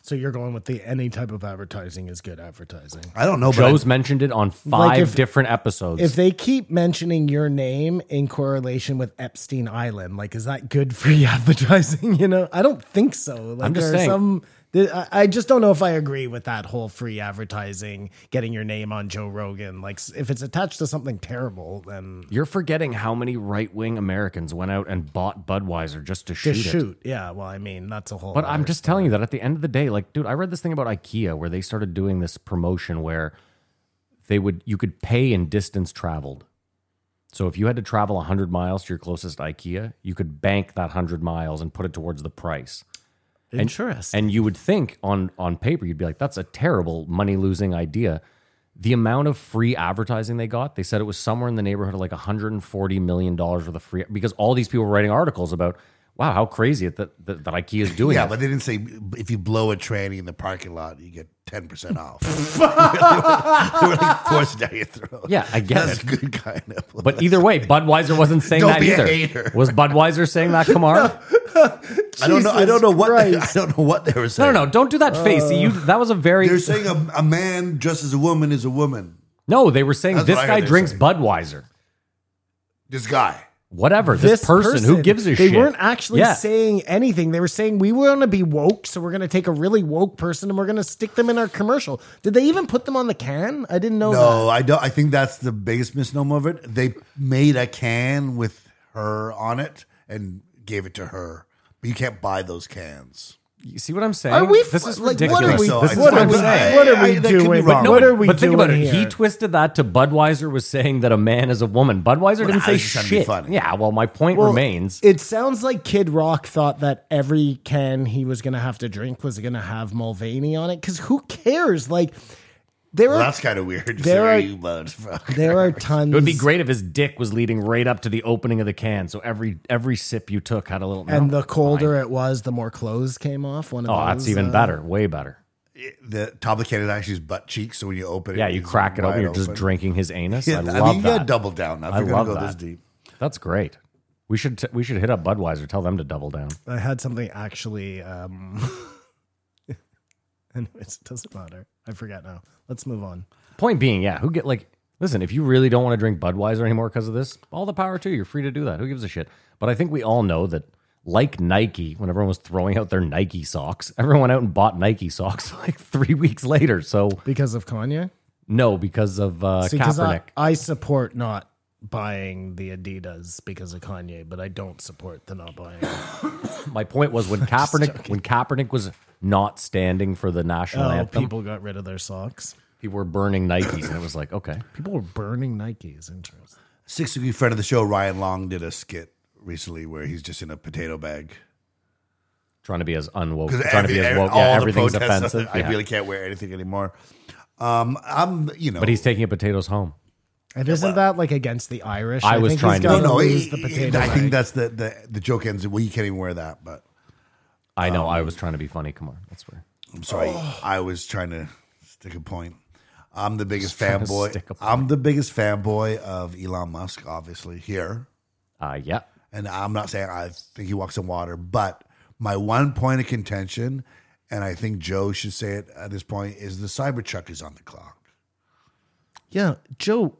G: So you're going with the any type of advertising is good advertising.
E: I don't know, but
F: Joe's mentioned it on five
G: if-
F: different episodes.
G: If they keep mentioning your name in correlation with Epstein Island, like is that good free advertising? You know, I don't think so. Like
F: I'm just
G: there
F: saying.
G: are some. th- I- I just don't know if I agree with that whole free advertising, getting your name on Joe Rogan. Like s- if it's attached to something terrible, then
F: You're forgetting how many right wing Americans went out and bought Budweiser just to shoot
G: just
F: it.
G: shoot. Yeah. Well, I mean, that's a whole.
F: But I'm
G: other-
F: just telling you that at the end of the day, like, dude, I read this thing about IKEA where they started doing this promotion where they would you could pay in distance traveled. So if you had to travel 100 miles to your closest IKEA, you could bank that 100 miles and put it towards the price.
G: interesting.
F: And you would think on on paper you'd be like that's a terrible money losing idea. The amount of free advertising they got, they said it was somewhere in the neighborhood of like 140 million dollars worth of free because all these people were writing articles about wow, how crazy it that that, that IKEA is doing.
E: yeah,
F: this.
E: but they didn't say if you blow a tranny in the parking lot, you get ten percent off. they were like forced down your throat.
F: Yeah, I get
E: That's
F: it.
E: good kind of.
F: But either way, Budweiser wasn't saying
E: Don't
F: that
E: be a
F: either.
E: hater.
F: Was Budweiser saying that, Kamara?
E: I don't know. I don't know what. They, I
G: Christ.
E: don't know what they were
F: no,
E: saying.
F: no, no! Don't do that face. See, you
G: Uh,
F: that was a very
E: They're saying a, a man dressed as a woman is a woman.
F: no. They were saying
E: That's
F: this
E: what I
F: guy
E: heard they
F: drinks
E: say.
F: Budweiser.
E: This guy.
F: Whatever this, person, who gives a
G: they
F: shit.
G: They weren't actually
F: Yeah.
G: saying anything. They were saying we want to be woke, so we're going to take a really woke person and we're going to stick them in our commercial. Did they even put them on the can? I didn't know. that.
E: No, I don't. I think that's the biggest misnomer of it. They made a can with her on it and gave it to her, but you can't buy those cans.
F: You see what I'm saying?
G: Are we?
F: This is
G: like,
F: ridiculous.
G: What are we,
E: So,
F: this is what
G: what are
F: I'm
G: we,
F: saying.
G: what are we
E: I- that could be
G: doing?
E: wrong.
G: What are we
F: but think
G: doing
F: about it.
G: here?
F: He twisted that to Budweiser was saying that a man is a woman. Budweiser didn't
E: I
F: say
E: was just trying to be
F: shit.
E: funny.
F: Yeah. Well, my point remains.
G: It sounds like Kid Rock thought that every can he was going to have to drink was going to have Mulvaney on it. Because who cares? Like there
E: Well,
G: are
E: that's kind of weird.
G: There
E: Sorry,
G: are-
E: you motherfucker.
G: there are tons.
F: it would be great if his dick was leading right up to the opening of the can, so every every sip you took had a little.
G: And
F: No,
G: the colder it was, the more clothes came off. One of
F: oh,
G: those,
F: that's even
G: uh,
F: better. Way better.
E: the top of the can is actually his butt cheek. So when you open it,
F: Yeah, you
E: it's
F: crack it open.
E: wide
F: You're just drinking his anus.
E: Yeah,
F: I
E: I,
F: love
E: mean, you
F: that.
E: gotta double down. Now, if
F: I
E: you're gonna
F: love
E: go
F: that.
E: this deep.
F: That's great. We should t- we should hit up Budweiser. Tell them to double down.
G: I had something actually. Um, anyways, it doesn't matter. I forget now. Let's move on.
F: Point being, yeah, who get like listen, if you really don't want to drink Budweiser anymore because of this, all the power to you. You're free to do that. Who gives a shit? But I think we all know that like Nike, when everyone was throwing out their Nike socks, everyone went out and bought Nike socks like three weeks later. So
G: Because of Kanye?
F: no, because of uh,
G: See, 'cause I,
F: Kaepernick.
G: I support not buying the Adidas because of Kanye, but I don't support the not buying.
F: My point was when Kaepernick when Kaepernick was not standing for the national
G: oh,
F: anthem, people,
G: people got rid of their socks.
F: were burning Nikes, and it was like, okay,
G: People were burning Nikes. Interesting.
E: Six degree friend of the show, Ryan Long, did a skit recently where he's just in a potato bag.
F: trying to be as unwoke,
E: Because
F: trying to be as woke. Yeah, everything's offensive.
E: I
F: Yeah.
E: really can't wear anything anymore. Um, I'm, you know,
F: but he's taking potatoes home.
G: And isn't that like against the Irish?
F: I was
G: think
F: trying
G: he's
F: to-
E: no,
G: gotta
E: no.
G: lose
E: he-
G: the
E: he-
G: potato.
E: I think
G: bag.
E: that's the, the the joke ends. Well, you can't even wear that. But
F: I know. I
G: Um,
F: was trying to be funny. Come on, that's where.
E: I'm sorry,
F: Oh.
E: I was trying to stick a point. I'm the biggest
F: trying to
E: fanboy.
F: stick a point.
E: I'm the biggest fanboy of Elon Musk, obviously here.
F: Uh, yeah.
E: and I'm not saying I think he walks in water, but my one point of contention, and I think Joe should say it at this point, is the Cybertruck is on the clock.
G: Yeah, Joe.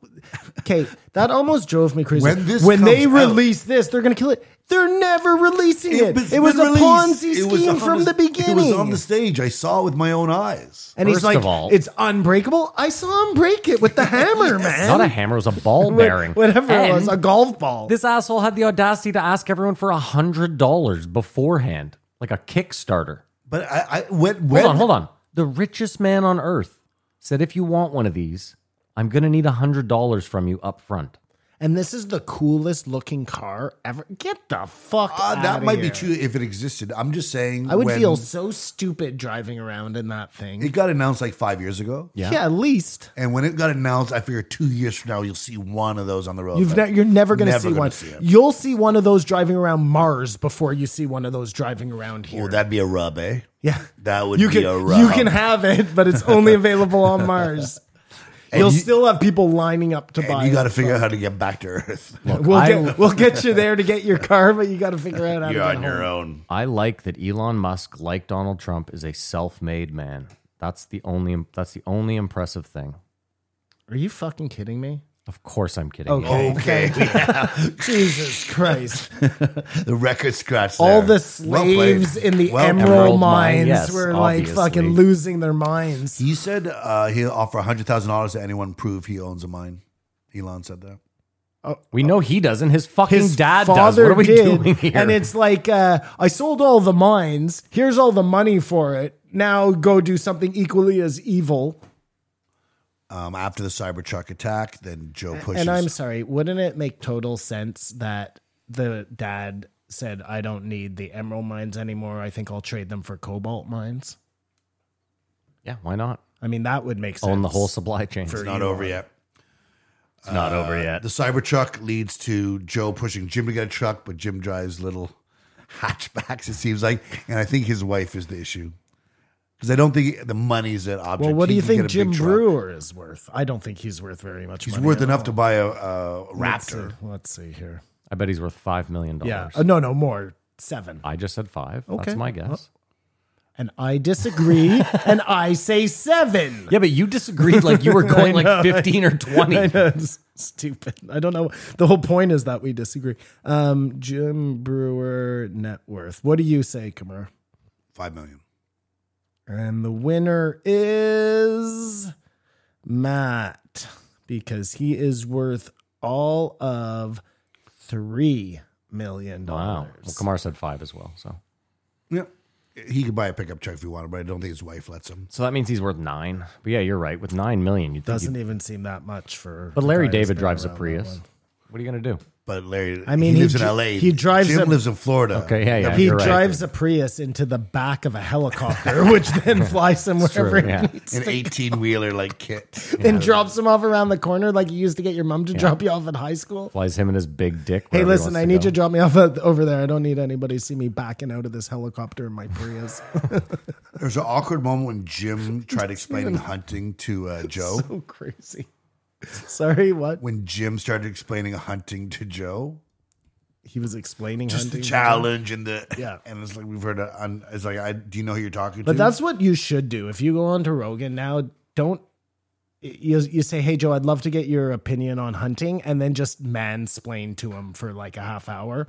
G: Okay, that almost drove me crazy.
E: When this
G: they
E: comes out-
G: release this, they're gonna kill it. They're never releasing it.
E: was-
G: It was a
E: been released.
G: Ponzi
E: It was
G: scheme
E: on
G: from the beginning.
E: It was on the stage. I saw it with my own eyes.
G: and he's
F: First
G: like,
F: of all-
G: "It's unbreakable." I saw him break it with the hammer, man.
F: Not a hammer. It was a ball bearing.
G: whatever it was,
F: And
G: a golf ball.
F: This asshole had the audacity to ask everyone for a hundred dollars beforehand, like a Kickstarter.
E: But I, I when, when
F: Hold on, hold on. The richest man on earth said, "If you want one of these, I'm gonna need a hundred dollars from you up front."
G: and this is the coolest looking car ever. Get the fuck
E: Uh,
G: out
E: that
G: of
E: might
G: here.
E: be true if it existed. I'm just saying.
G: I would
E: when
G: feel so stupid driving around in that thing.
E: It got announced like five years ago.
G: yeah. at least.
E: And when it got announced, I figure two years from now you'll see one of those on the road.
G: You've
E: Like,
G: ne- you're never going to
E: never
G: see one.
E: it.
G: You'll see one of those driving around Mars before you see one of those driving around here.
E: Well, that'd be a rub, eh?
G: yeah,
E: That would
G: you
E: be
G: can
E: a rub.
G: you can have it, but it's only available on Mars. You'll
E: you-
G: still have people lining up to buy.
E: and you got to
G: it.
E: figure out how to get back to Earth.
G: We'll
F: I-
G: get we'll get you there to get your car, but you got to figure out how
E: you're
G: to
E: on
G: get home.
E: your own.
F: I like that Elon Musk, like Donald Trump, is a self-made man. That's the only. That's the only impressive thing.
G: Are you fucking kidding me?
F: Of course, I'm kidding. you.
G: Okay,
E: Okay.
G: Jesus Christ!
E: The record scratch.
G: All
E: there.
G: the slaves
E: Well played.
G: in the
E: Well
G: emerald,
F: Emerald mine,
G: mines
F: yes,
G: were
F: obviously.
G: like fucking losing their minds.
E: He said uh, he'll offer hundred thousand dollars to anyone prove he owns a mine. Elon said that.
F: We know he doesn't. His fucking
G: his
F: dad does.
G: father
F: What are we
G: did,
F: doing here?
G: and it's like uh, I sold all the mines. Here's all the money for it. Now go do something equally as evil.
E: Um, after the Cybertruck attack, then Joe pushes.
G: And I'm sorry, wouldn't it make total sense that the dad said, "I don't need the emerald mines anymore. I think I'll trade them for cobalt mines."
F: yeah. Why not
G: I mean, that would make sense.
F: own the whole supply chain?
E: it's not over yet.
F: It's not over
E: The
F: yet.
E: Cybertruck leads to Joe pushing Jim to get a truck, but Jim drives little hatchbacks. It seems like, and I think his wife is the issue because I don't think the money's an object.
G: Well, what do
E: He
G: you
E: can
G: think
E: get a
G: Jim
E: big truck.
G: Brewer is worth? I don't think he's worth very much.
E: He's
G: money
E: worth
G: at
E: enough
G: all.
E: to buy a, a
G: Let's see.
E: Raptor.
G: Let's see here.
F: I bet he's worth five million
G: Yeah,
F: dollars.
G: Uh, no, no more. Seven.
F: I just said five.
G: Okay.
F: That's my guess.
G: and I disagree, and I say seven.
F: Yeah, but you disagreed like you were going like 15 or 20.
G: That's stupid. I don't know. The whole point is that we disagree. Um, Jim Brewer net worth. What do you say, Kamar?
E: Five million.
G: And the winner is Matt because he is worth all of three million
F: Wow.
G: dollars.
F: Well, Kamar said five as well. So
E: Yeah. He could buy a pickup truck if he wanted, but I don't think his wife lets him.
F: so that means he's worth nine. But yeah, you're right. With nine million, you think.
G: Doesn't
F: you-
G: even seem that much for.
F: But
G: a
F: Larry
G: guy who's
F: David
G: been
F: drives a
G: around that
F: Prius.
G: long.
F: What are you going to do?
E: But Larry,
G: I mean,
E: he
G: he
E: lives in
G: dri-
E: L.A.
G: he drives
E: Jim
G: a-
E: lives in Florida.
F: Okay. Yeah. Yeah.
G: He
F: you're right.
G: drives a Prius into the back of a helicopter, which then flies him wherever he
F: yeah.
G: needs
E: An
G: to
E: eighteen wheeler like kit.
G: then drops him off around the corner like you used to get your mom to drop you off at high school.
F: Flies him and his big dick.
G: Hey,
F: wherever he
G: listen,
F: wants
G: I
F: to
G: need
F: go.
G: you to drop me off at, over there. I don't need anybody to see me backing out of this helicopter in my Prius.
E: There's an awkward moment when Jim tried explaining hunting to uh, Joe.
G: so crazy. Sorry, what?
E: When Jim started explaining hunting to Joe,
G: he was explaining
E: Just the
G: hunting.
E: challenge and the
G: Yeah.
E: and it's like we've heard. A, un, it's like I do you know who you're talking to?
G: But that's what you should do. If you go on to Rogan now, don't you, you say, "Hey Joe, I'd love to get your opinion on hunting," and then just mansplain to him for like a half hour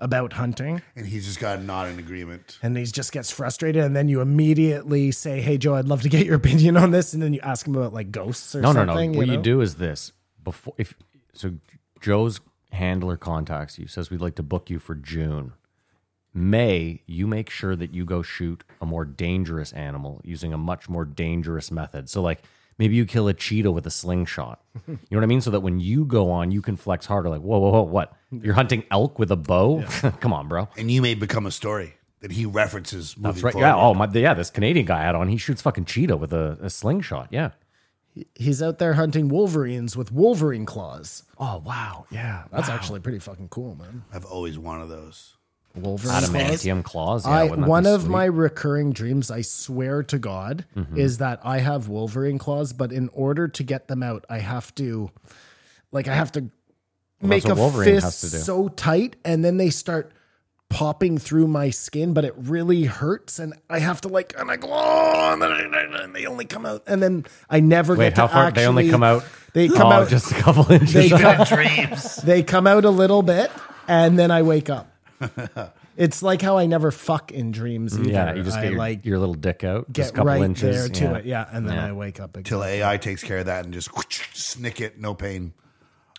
G: about hunting,
E: and he's just got not in agreement.
G: and he just gets frustrated, and then you immediately say, "Hey Joe, I'd love to get your opinion on this," and then you ask him about like ghosts or
F: No, no,
G: something.
F: no. What you
G: know?
F: do is this before if so Joe's handler contacts you, says we'd like to book you for June. May, you make sure that you go shoot a more dangerous animal using a much more dangerous method. So like maybe you kill a cheetah with a slingshot. You know what I mean? So that when you go on, you can flex harder like, whoa, whoa, whoa, what? You're hunting elk with a bow? Come on, bro.
E: And you may become a story that he references. moving
F: That's right. Yeah.
E: forward.
F: Oh my yeah, this Canadian guy I had on, he shoots fucking cheetah with a, a slingshot. Yeah.
G: He's out there hunting wolverines with wolverine claws.
F: Oh wow. Yeah.
G: That's actually pretty fucking cool, man.
E: I've always wanted those.
G: Wolverine claws.
F: Adamantium claws. Yeah,
G: I
F: wouldn't that be
G: one of
F: sweet?
G: my recurring dreams, I swear to God,
F: Mm-hmm.
G: is that I have Wolverine claws, but in order to get them out, I have to like I have to make
F: what
G: a
F: Wolverine
G: fist
F: has to do.
G: so tight and then they start popping through my skin, but it really hurts and I have to like and I go "Oh," and then I- and they only come out and then I never
F: Wait,
G: get to
F: how far?
G: actually,
F: they only come out.
G: They come
F: oh,
G: out
F: just a couple inches.
G: They
F: out.
E: Dreams.
G: they come out a little bit and then I wake up. It's like how I never fuck in dreams either.
F: yeah, you just
G: I
F: get your,
G: like
F: your little dick out. Just a
G: get
F: couple
G: right
F: inches.
G: there to
F: yeah.
G: it. Yeah, and then
F: Yeah.
G: I wake up again.
E: Till AI takes care of that and just snick it, no pain.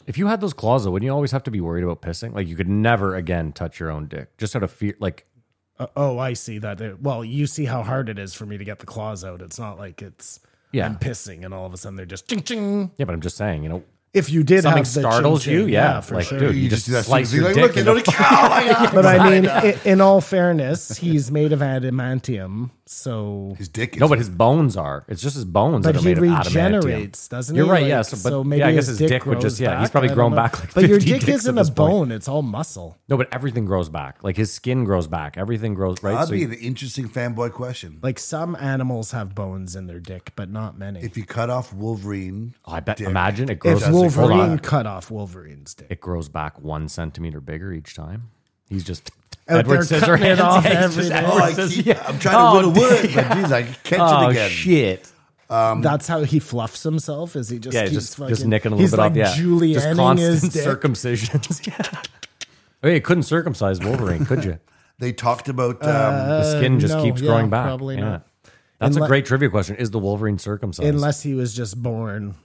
F: If you had those claws, though, wouldn't you always have to be worried about pissing? Like you could never again touch your own dick, just out of fear. Like
G: Uh, oh, I see that. It- well, you see how hard it is for me to get the claws out. It's not like it's
F: Yeah.
G: I'm pissing and all of a sudden they're just ching ching.
F: yeah, but I'm just saying, you know,
G: If you did
F: something
G: have the
F: startles
G: ching-ching,
F: you. Yeah,
G: for
F: like
G: sure.
F: dude, you,
E: You just
F: just,
E: do that
F: slice
E: thing,
F: your
E: like,
F: dick.
E: look,
F: in
E: you
F: the
E: don't- Oh my God.
G: But I mean, i in all fairness, he's made of adamantium, so
E: His dick is
F: No, but his bones are. It's just his bones
G: But
F: that are
G: he
F: made of
G: regenerates,
F: adamantium.
G: doesn't he?
F: You're right.
G: Like,
F: yeah. So, but yeah, I guess his, dick, would
G: grows
F: just yeah. He's
G: back,
F: probably
G: I
F: grown
G: don't
F: back
G: know.
F: like.
G: But your
F: 50
G: dick
F: dicks
G: isn't
F: at
G: a
F: this point.
G: bone; it's all muscle.
F: No, but everything grows back. Like his skin grows back. Everything grows right.
E: That'd
F: So
E: be
F: you-
E: an interesting fanboy question.
G: Like some animals have bones in their dick, but not many. If,
E: If you cut off Wolverine,
F: Oh, I bet.
E: dick,
F: Imagine it grows. hold on.
G: Wolverine cut off Wolverine's dick,
F: it grows back one centimeter bigger each time. He's just
G: Out there cutting it
F: Scissorhands.
G: off
F: Yeah, he's
G: every
F: just
G: day.
E: oh,
F: Edward
E: I
F: Scissor-
E: keep,
F: yeah.
E: I'm trying to
F: Oh,
E: win a word, but geez, I catch
F: Oh
E: it again.
F: shit!
G: that's how he fluffs himself. Is he just
F: Yeah,
G: keeps
F: just
G: fucking,
F: just nicking a little
G: he's
F: bit
G: like
F: off. Yeah, just
G: Julianing
F: constant
G: his dick.
F: circumcisions. yeah. Oh, yeah, you couldn't circumcise Wolverine, could you?
E: They talked about. Um,
F: The skin just
G: Uh, no,
F: keeps
G: yeah,
F: growing back.
G: probably
F: Yeah.
G: not.
F: That's a
G: Unle-
F: great trivia question. Is the Wolverine circumcised?
G: unless he was just born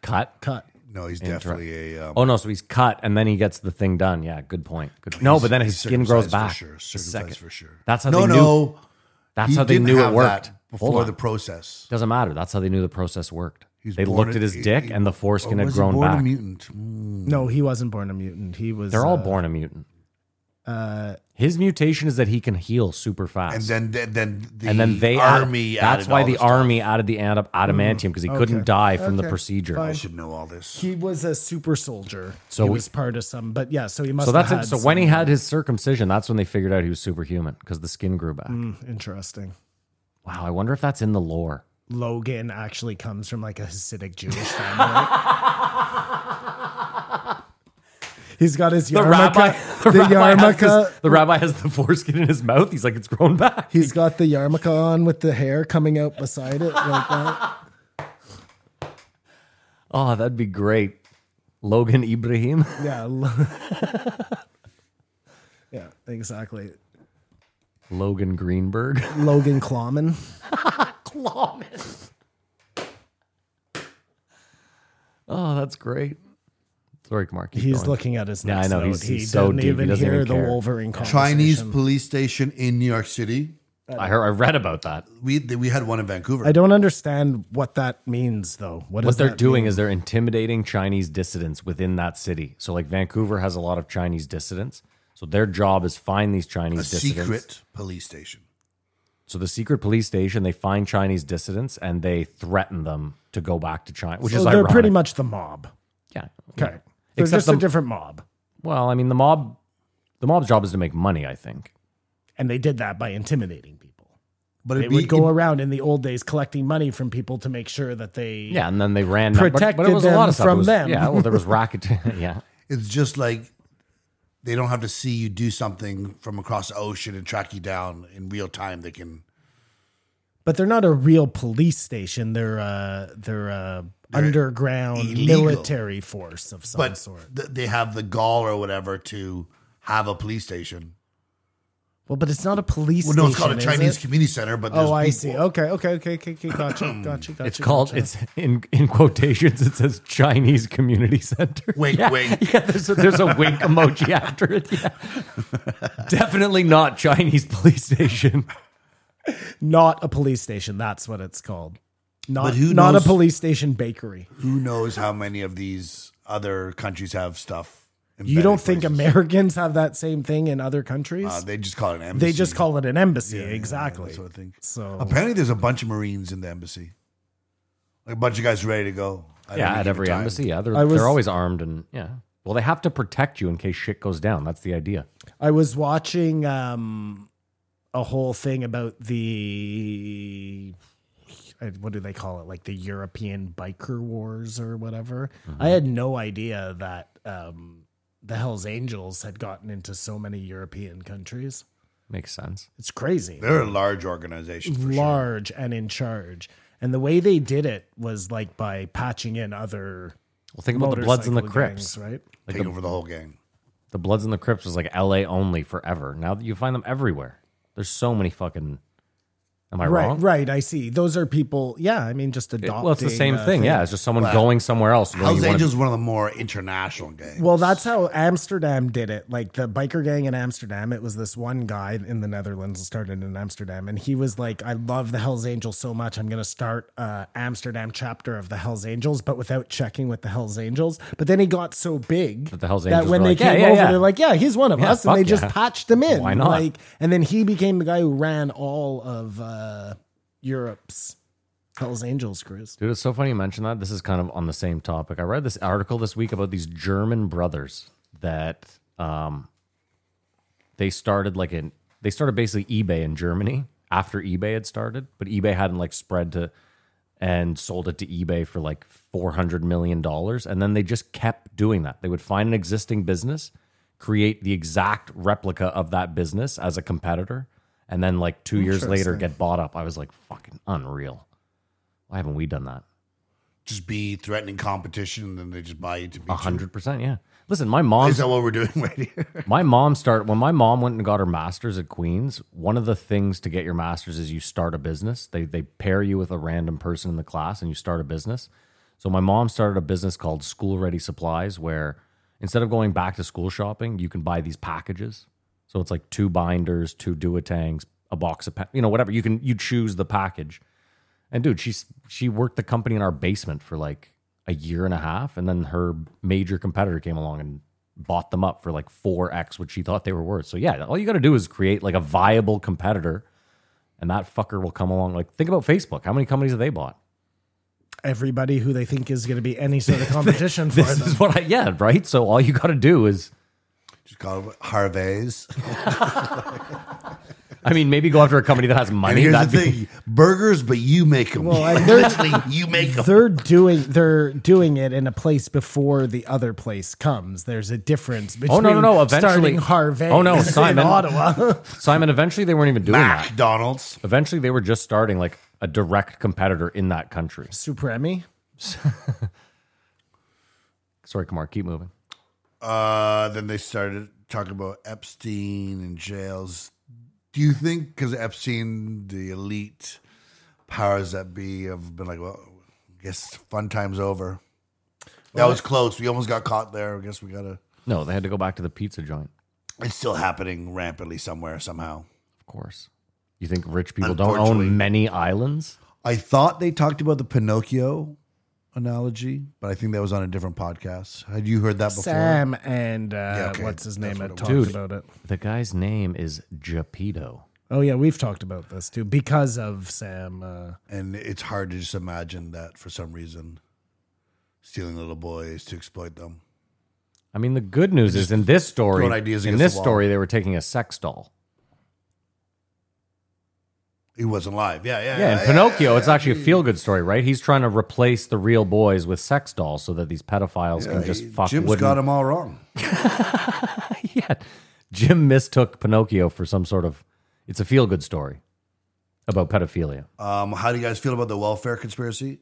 F: cut.
G: cut.
E: no, he's definitely a. Um,
F: Oh no, so he's cut and then he gets the thing done. Yeah, good point. Good point. No, but then his
E: he's
F: skin grows
E: circumcised
F: back.
E: For sure.
F: the
E: Circumcised
F: second.
E: for sure.
F: That's how
E: no,
F: they knew.
E: no.
F: That's
E: he
F: how they
E: didn't
F: knew it
E: have
F: worked.
E: that
F: Hold
E: before
F: on.
E: the process.
F: Doesn't matter. That's how they knew the process worked.
E: He was
F: They
E: born
F: looked
E: a-
F: at his
E: he-
F: dick
E: he-
F: and the foreskin
E: or
F: had
E: was he
F: grown
E: born a
F: back.
E: mutant. Mm.
G: No, he wasn't born a mutant. He was.
F: They're all
G: uh,
F: born a mutant. his mutation is that he can heal super fast.
E: And then, then, then the
F: And then they add-
E: army.
F: that's
E: added
F: why
E: all
F: the
E: this stuff.
F: army added the ad- adamantium because he couldn't die from the procedure.
E: I should know all this.
G: He was a super soldier.
F: So
G: So he
F: we-
G: was part of some, but yeah. So he must.
F: So that's
G: have
F: it.
G: had
F: So when he
G: some-
F: had his circumcision, that's when they figured out he was superhuman because the skin grew back.
G: Mm. interesting.
F: Wow, I wonder if that's in the lore.
G: Logan actually comes from like a Hasidic Jewish family. He's got his yarmulke. The,
F: has
G: yarmulke.
F: this- the rabbi has the foreskin in his mouth. He's like, it's grown back.
G: he's got the yarmulke on with the hair coming out beside it like that.
F: Oh, that'd be great. Logan Ibrahim.
G: Yeah. lo- yeah, exactly.
F: Logan Greenberg.
G: Logan Clawman.
F: Clawman. Oh, that's great. Sorry, Mark. keep
G: He's
F: going.
G: looking at his
F: Yeah,
G: next
F: I know,
G: note.
F: he's-
G: he
F: he's so
G: didn't
F: deep, he
G: even
F: doesn't
G: hear
F: even
G: the
F: care.
G: Wolverine conversation.
E: Chinese police station in New York City.
F: I heard. I read about that.
E: We we had one in Vancouver.
G: I don't understand what that means, though. What,
F: What
G: does
F: they're
G: that
F: doing is they're intimidating Chinese dissidents within that city. So, like Vancouver has a lot of Chinese dissidents. So their job is find these
E: a
F: Chinese dissidents.
E: secret police station.
F: So the secret police station, they find Chinese dissidents and they threaten them to go back to China, which
G: So
F: is
G: they're
F: ironic.
G: pretty much the mob.
F: yeah.
G: Okay. They're
F: Except
G: just
F: the,
G: a different mob.
F: well, I mean, the mob, the mob's job is to make money. I think.
G: And they did that by intimidating people.
E: But
G: They
E: it'd
G: would
E: be
G: go
E: in-
G: around in the old days collecting money from people to make sure that they.
F: Yeah, and then they ran but- but,
G: Protected
F: it was a lot
G: them
F: of stuff. It
G: from
F: was-
G: them.
F: Yeah, well, there was racket. yeah,
E: it's just like they don't have to see you do something from across the ocean and track you down in real time. They can
G: But they're not a real police station. They're uh, they're uh, underground
E: illegal.
G: military force of some
E: but
G: sort.
E: th- they have the gall or whatever to have a police station.
G: Well, but it's not a police.
E: Well, no, it's
G: station,
E: called a
G: is
E: Chinese
G: it?
E: community center, but there's
G: Oh, I
E: people-
G: see. Okay, okay, okay, okay, okay. Gotcha, gotcha, gotcha.
F: It's called
G: gotcha.
F: it's in in quotations. It says Chinese Community Center.
E: Wink,
F: yeah,
E: wink.
F: Yeah, there's a, there's a wink emoji after it. Yeah, definitely not Chinese police station.
G: not a police station. That's what it's called. Not
E: But who
G: not
E: knows-
G: a police station bakery.
E: Who knows how many of these other countries have stuff?
G: You
E: embedded
G: don't think
E: places.
G: Americans have that same thing in other countries?
E: Uh, they just call it an embassy.
G: they just call it an embassy. exactly.
E: That's what I think.
G: So
E: Apparently, there's a bunch of Marines in the embassy. Like a bunch of guys ready to go.
F: yeah,
E: any
F: at
E: given
F: every
E: time.
F: embassy. Yeah, they're,
G: I was-
F: they're always armed and yeah. Well, they have to protect you in case shit goes down. That's the idea.
G: I was watching um, a whole thing about the I- what do they call it? Like the European biker wars or whatever.
F: Mm-hmm.
G: I had no idea that um, the Hell's Angels had gotten into so many European countries.
F: Makes sense.
G: It's crazy.
E: They're a large organization. For sure.
G: large and in charge. And the way they did it was like by patching in other
F: Well, think about the Bloods and the
G: motorcycle
F: Crips.
G: gangs, right?
E: Take over the whole gang.
F: The Bloods and the Crips was like L.A. only forever. Now that you find them everywhere, there's so many fucking. Am I
G: Right,
F: wrong?
G: right. I see. Those are people. Yeah, I mean, just adopting.
F: Well, it's the same
G: uh,
F: thing. Yeah, it's just someone
E: Well,
F: going somewhere else. and going,
E: Hell's
F: you wanna-
E: Angels is one of the more international gangs.
G: Well, that's how Amsterdam did it. Like the biker gang in Amsterdam, it was this one guy in the Netherlands started in Amsterdam, and he was like, "I love the Hell's Angels so much, I'm going to start a Amsterdam chapter of the Hell's Angels," but without checking with the Hell's Angels. But then he got so big
F: the Hell's
G: that
F: Angels
G: when
F: were
G: they
F: like, "Yeah,
G: came
F: yeah,
G: over,
F: yeah."
G: they're like, "Yeah, he's one of
F: Yeah,
G: us," and they
F: fuck
G: just
F: yeah.
G: patched him in.
F: Why not?
G: Like, and then he became the guy who ran all of uh, Europe's Hell's Angels crews.
F: Dude, it's so funny you mentioned that. This is kind of on the same topic. I read this article this week about these German brothers that um they started like an they started basically eBay in Germany after eBay had started, but eBay hadn't like spread to and sold it to eBay for like 400 million dollars and then they just kept doing that. They would find an existing business, create the exact replica of that business as a competitor, and then like 2 years later get bought up. I was like fucking unreal. Why haven't we done that?
E: just be threatening competition, and then they just buy you to be.
F: A
E: hundred.
F: hundred percent, yeah. Listen, my mom,
E: Is that what we're doing right here?
F: my mom started when my mom went and got her master's at Queens. One of the things to get your master's is you start a business. They they pair you with a random person in the class, and you start a business. So my mom started a business called School Ready Supplies, where instead of going back to school shopping, you can buy these packages. So it's like two binders, two duotangs, a box of pa- you know whatever. You can you choose the package. And dude, she's she worked the company in our basement for like a year and a half, and then her major competitor came along and bought them up for like four x what she thought they were worth. So yeah, all you got to do is create like a viable competitor, and that fucker will come along. Like think about Facebook. How many companies have they bought?
G: Everybody who they think is going to be any sort of competition for
F: This
G: them.
F: is what I yeah right. So all you got to do is
E: Just call it Harvey's.
F: I mean maybe go after a company that has
E: And
F: money.
E: here's the
F: That'd be-
E: thing: burgers, but you make them.
G: Well, and they're-
E: literally, you make them.
G: they're doing they're doing it in a place before the other place comes. There's a difference between
F: Oh, no, no, no, eventually-
G: starting Harvey.
F: Oh, no,
G: in
F: Simon.
G: Ottawa.
F: Simon. Eventually they weren't even doing that.
E: McDonald's.
F: Eventually they were just starting like a direct competitor in that country.
G: Supremi.
F: Sorry, Kamar, keep moving.
E: Uh, then they started talking about Epstein and jails. Do you think because Epstein, the elite powers that be, have been like, well, I guess fun time's over. That was close. We almost got caught there. I guess we gotta.
F: No, they had to go back to the pizza joint.
E: It's still happening rampantly somewhere somehow.
F: Of course. You think rich people don't
E: Unfortunately.
F: own many islands?
E: I thought they talked about the Pinocchio analogy, but I think that was on a different podcast. Had you heard that before?
G: Sam and uh,
E: okay,
G: what's his
E: that's
G: name
E: what
G: had
E: it
G: talked
F: was. Dude.
G: about it.
F: The guy's name is Geppetto.
G: Oh yeah, we've talked about this too because of Sam. Uh,
E: And it's hard to just imagine that for some reason, stealing little boys to exploit them.
F: I mean, the good news is in this story,
E: throwing ideas
F: in
E: against
F: this
E: the wall.
F: story, they were taking a sex doll.
E: He wasn't live. Yeah, yeah,
F: Yeah, in Pinocchio, it's actually a feel good story, right? He's trying to replace the real boys with sex dolls so that these pedophiles can just
E: Hey,
F: fuck
E: Jim's
F: wooden.
E: got them all wrong.
F: yeah, that. Jim mistook Pinocchio for some sort of. It's a feel good story about pedophilia.
E: Um, how do you guys feel about the welfare conspiracy?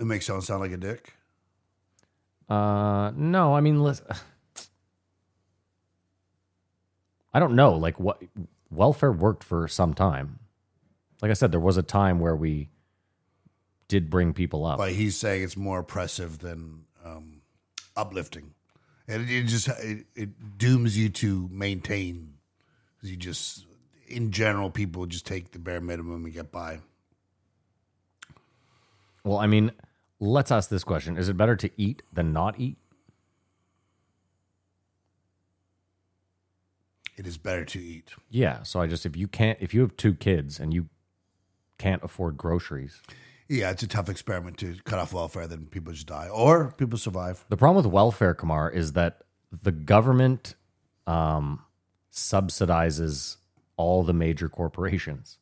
E: It makes someone sound like a dick.
F: Uh, no, I mean, listen. I don't know. Like, what welfare worked for some time. Like I said, there was a time where we did bring people up.
E: But he's saying it's more oppressive than um, uplifting, and it, it just it, it dooms you to maintain. 'Cause You just, in general, people just take the bare minimum and get by.
F: Well, I mean, let's ask this question: Is it better to eat than not eat?
E: It is better to eat.
F: Yeah. So I just if you can't if you have two kids and you can't afford groceries.
E: Yeah, it's a tough experiment to cut off welfare, then people just die or people survive.
F: The problem with welfare, Kamar, is that the government um, subsidizes all the major corporations.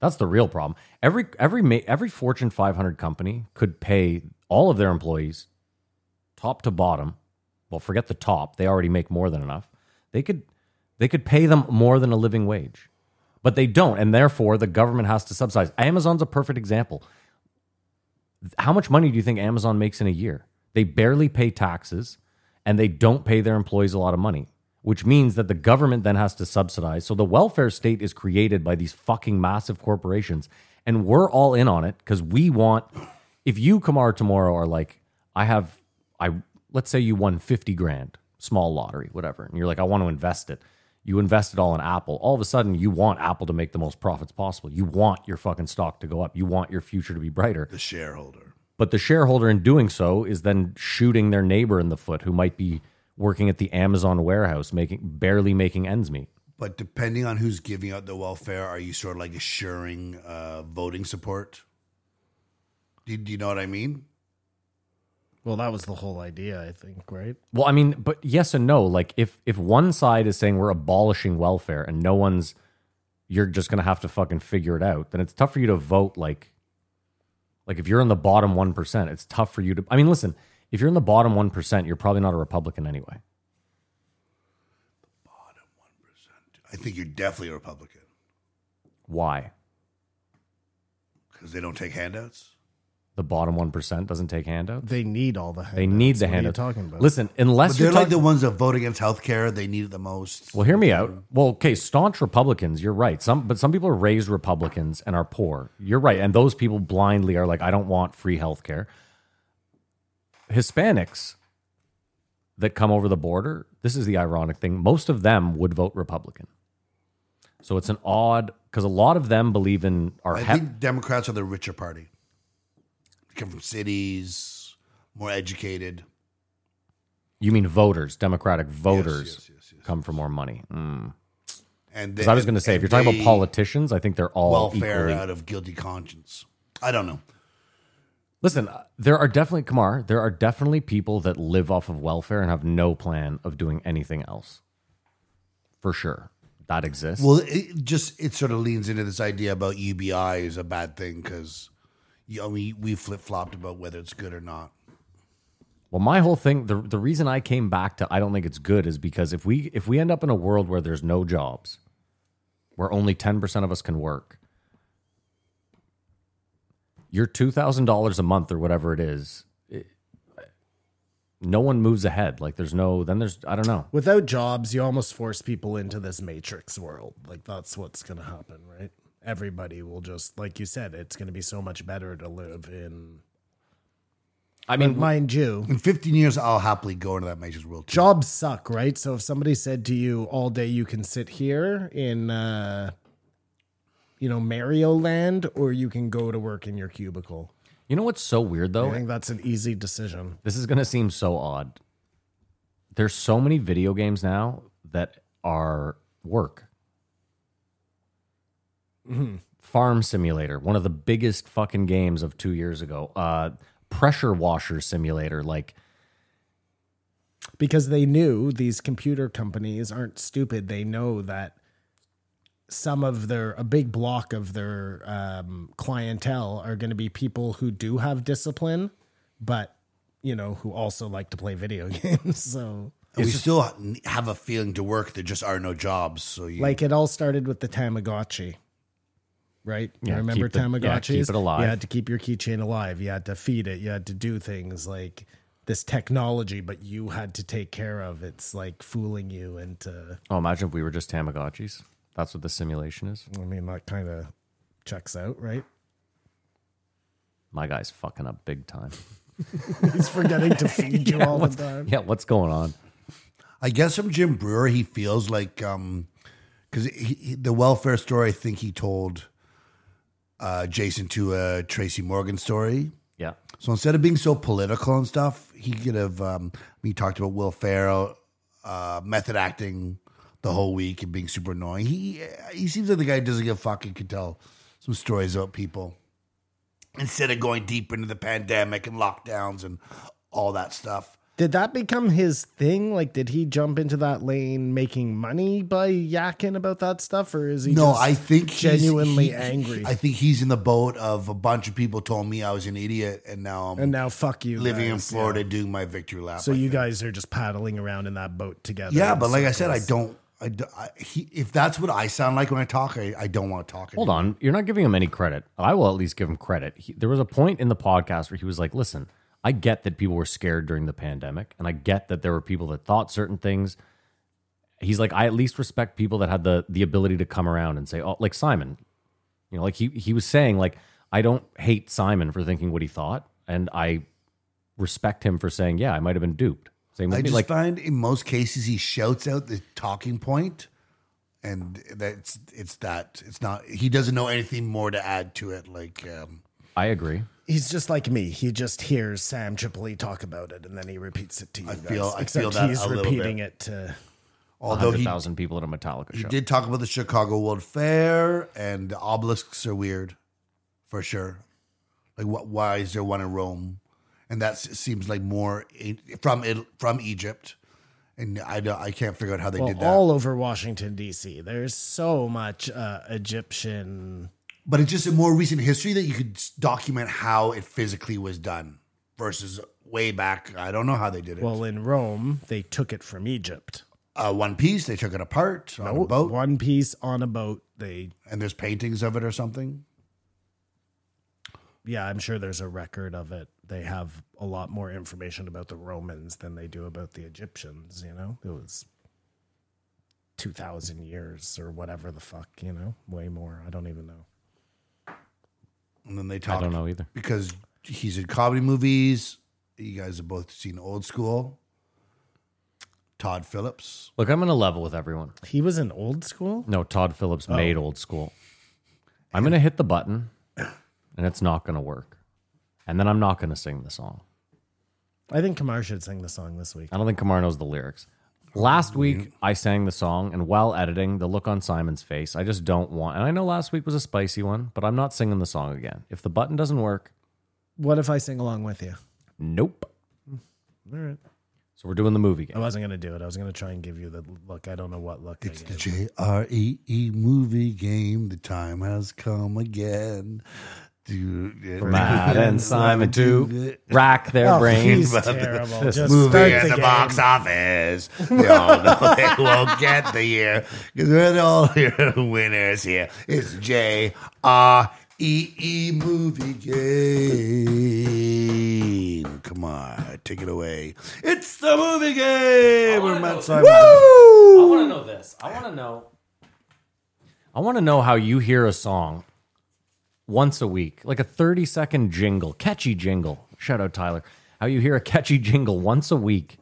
F: That's the real problem. Every every ma- every Fortune 500 company could pay all of their employees, top to bottom. Well, forget the top; they already make more than enough. They could they could pay them more than a living wage, but they don't, and therefore the government has to subsidize. Amazon's a perfect example how much money do you think Amazon makes in a year? They barely pay taxes and they don't pay their employees a lot of money, which means that the government then has to subsidize. So the welfare state is created by these fucking massive corporations. And we're all in on it because we want, if you, Kamar, tomorrow are like, I have, I, let's say you won 50 grand, small lottery, whatever, and you're like, I want to invest it. You invest it all in Apple. All of a sudden, you want Apple to make the most profits possible. You want your fucking stock to go up. You want your future to be brighter.
E: The shareholder.
F: But the shareholder in doing so is then shooting their neighbor in the foot who might be working at the Amazon warehouse making barely making ends meet.
E: But depending on who's giving out the welfare, are you sort of like assuring uh, voting support? Do, do you know what I mean?
G: Well, that was the whole idea, I think, right?
F: Well, I mean, but yes and no. Like if if one side is saying we're abolishing welfare and no one's you're just going to have to fucking figure it out, then it's tough for you to vote like like if you're in the bottom 1%, it's tough for you to I mean, listen, if you're in the bottom 1%, you're probably not a Republican anyway.
E: I think you're definitely a Republican
F: Why?
E: because they don't take handouts.
F: The bottom 1% doesn't take handouts?
G: They need all the handouts.
F: They need the
G: What
F: handouts.
G: Are you talking about?
F: Listen, unless
E: But they're
F: you're talking,
E: like the ones that vote against healthcare. They need it the most.
F: Well, hear me out. Well, okay, staunch Republicans, you're right. Some but some people are raised Republicans and are poor. You're right. And those people blindly are like, I don't want free health care. Hispanics that come over the border, this is the ironic thing. Most of them would vote Republican. So it's an odd because a lot of them believe in our
E: I
F: hep-
E: think Democrats are the richer party. They come from cities, more educated.
F: you mean voters, Democratic voters
E: yes, yes, yes,
F: come for more money.
E: And
F: Because I was going to say, if you're talking about
E: politics.
F: politicians, I think they're all
E: welfare
F: equally-
E: out of guilty conscience. I don't know.
F: Listen, uh, there are definitely Kamar. There are definitely people that live off of welfare and have no plan of doing anything else. For sure, that exists.
E: Well, it just it sort of leans into this idea about UBI is a bad thing because you know, we we flip flopped about whether it's good or not.
F: Well, my whole thing, the, the reason I came back to I don't think it's good is because if we if we end up in a world where there's no jobs, where only 10% of us can work, your $2,000 a month or whatever it is, it- no one moves ahead. Like there's no then there's I don't know.
G: Without jobs, you almost force people into this matrix world. Like that's what's going to happen, right? Everybody will just, like you said, it's going to be so much better to live in.
F: I
G: But
F: mean,
G: mind you,
E: In 15 years, I'll happily go into that Matrix world. Too.
G: jobs suck, right? So if somebody said to you all day you can sit here in uh you know Mario Land or you can go to work in your cubicle.
F: you know what's so weird though?
G: I think that's an easy decision.
F: This is going to seem so odd. There's so many video games now that are work. Farm Simulator, one of the biggest fucking games of two years ago. Uh, pressure washer simulator, like
G: Because they knew these computer companies aren't stupid. They know that some of their a big block of their um, clientele are going to be people who do have discipline, but you know who also like to play video games. So
E: And we still ha- have a feeling to work. There just are no jobs. So you,
G: Like it all started with the Tamagotchi, right?
F: Yeah,
G: I remember
F: keep the- yeah,
G: Tamagotchis.
F: keep it alive.
G: You had to keep your keychain alive. You had to feed it. You had to do things like this technology, but you had to take care of. It's like fooling you into.
F: Oh, imagine if we were just Tamagotchis. That's what the simulation is.
G: I mean, that kind of checks out, right?
F: My guy's fucking up big time.
G: He's forgetting to feed you all the time.
F: Yeah, what's going on?
E: I guess from Jim Brewer, he feels like um, because he, he- the welfare story, I think he told uh, Jason to a Tracy Morgan story.
F: Yeah.
E: So instead of being so political and stuff, he could have. Um, we talked about Will Ferrell uh, method acting the whole week and being super annoying. He he seems like the guy who doesn't give a fuck and could tell some stories about people instead of going deep into the pandemic and lockdowns and all that stuff.
G: Did that become his thing? Like, did he jump into that lane making money by yakking about that stuff, or is he
E: No,
G: just
E: I think he's-
G: genuinely
E: he-
G: angry?
E: I think he's in the boat of a bunch of people told me I was an idiot and now I'm
G: and now, fuck you,
E: living in
G: guys. Yeah.
E: Florida doing my victory lap.
G: So
E: I
G: you
E: think.
G: guys are just paddling around in that boat together.
E: Yeah,
G: in
E: but like I said, I
G: circles.
E: don't. I, d- I- he, if that's what I sound like when I talk, I, I don't want to talk.
F: Hold
E: anymore.
F: on. You're not giving him any credit. I will at least give him credit. He, there was a point in the podcast where he was like, listen, I get that people were scared during the pandemic, and I get that there were people that thought certain things. He's like, I at least respect people that had the the ability to come around and say, oh, like Simon. You know, like he he was saying, like, I don't hate Simon for thinking what he thought, and I respect him for saying, yeah, I might have been duped. Same with
E: I
F: me.
E: just
F: like,
E: find in most cases he shouts out the talking point, and that's it's that it's not. He doesn't know anything more to add to it. Like um,
F: I agree.
G: He's just like me. He just hears Sam Tripoli talk about it, and then he repeats it to you. I guys.
E: feel- I
G: Except
E: feel that
G: he's
E: a little
G: repeating it to.
E: although he,
F: 100,000 people at a Metallica
E: he
F: show.
E: did talk about the Chicago World Fair and the obelisks are weird, for sure. Like what? Why is there one in Rome? And that s- seems like more i- from it from Egypt. And I, don't- I can't figure out how they
G: Well,
E: did that.
G: all over Washington D.C. There's so much uh, Egyptian
E: but it's just a more recent history that you could s- document how it physically was done versus way back. I don't know how they did it.
G: Well, in Rome, they took it from Egypt.
E: uh, one piece, they took it apart on a boat,
G: One piece on a boat. They,
E: and there's paintings of it or something.
G: yeah, I'm sure there's a record of it. They have a lot more information about the Romans than they do about the Egyptians, you know? It was 2,000 years or whatever the fuck, you know? Way more. I don't even know.
E: And then they talked.
F: I don't know either.
E: because he's in comedy movies. You guys have both seen Old School. Todd Phillips.
F: Look, I'm on a level with everyone.
G: He was in old school?
F: No, Todd Phillips made old school. I'm going to hit the button and it's not going to work. And then I'm not going to sing the song.
G: I think Kamar should sing the song this week.
F: I don't think Kamar knows the lyrics. Last week, I sang the song, and while editing, the look on Simon's face, I just don't want. And I know last week was a spicy one, but I'm not singing the song again. If the button doesn't work,
G: What if I sing along with you?
F: nope.
G: All right.
F: So we're doing the movie
G: I
F: game.
G: wasn't going to do it. I was going to try and give you the look. I don't know what look.
E: It's
G: I
E: the
G: gave.
E: J R E E movie game. The time has come again. Dude,
F: Matt and Simon to rack their
G: Oh,
F: brains.
G: he's terrible. Just
E: movie
G: start
E: at
G: the
E: the,
G: game.
E: box office. We all know they won't get the year because we're the all here winners here. It's J R E E movie game. Come on, take it away. It's the movie game. We're Matt Simon.
F: I want to know this. I want to know. I want to know how you hear a song once a week, like a 30 second jingle, catchy jingle. Shout out Tyler. How you hear a catchy jingle once a week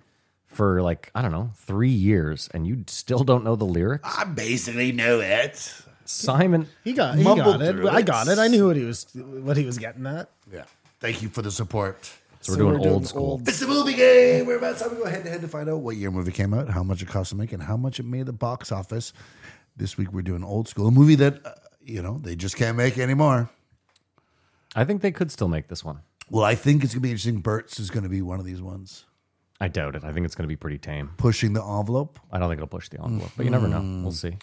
F: for like, I don't know, three years and you still don't know the lyrics?
E: I basically know it.
F: Simon,
G: He got, he
E: Mumbled
G: got it.
E: through
G: I
E: it.
G: got it. I knew what he was what he was getting at.
E: Yeah. Thank you for the support.
F: so we're doing old school.
E: It's the movie game. We're about to go head to head to find out what year a movie came out, how much it cost to make, and how much it made the box office. This week we're doing old school, a movie that uh, you know they just can't make anymore.
F: I think they could still make this one.
E: Well, I think it's gonna be interesting. Burt's is gonna be one of these ones
F: I doubt it. I think it's going to be pretty tame.
E: pushing the envelope.
F: I don't think it'll push the envelope, but you never know. We'll see.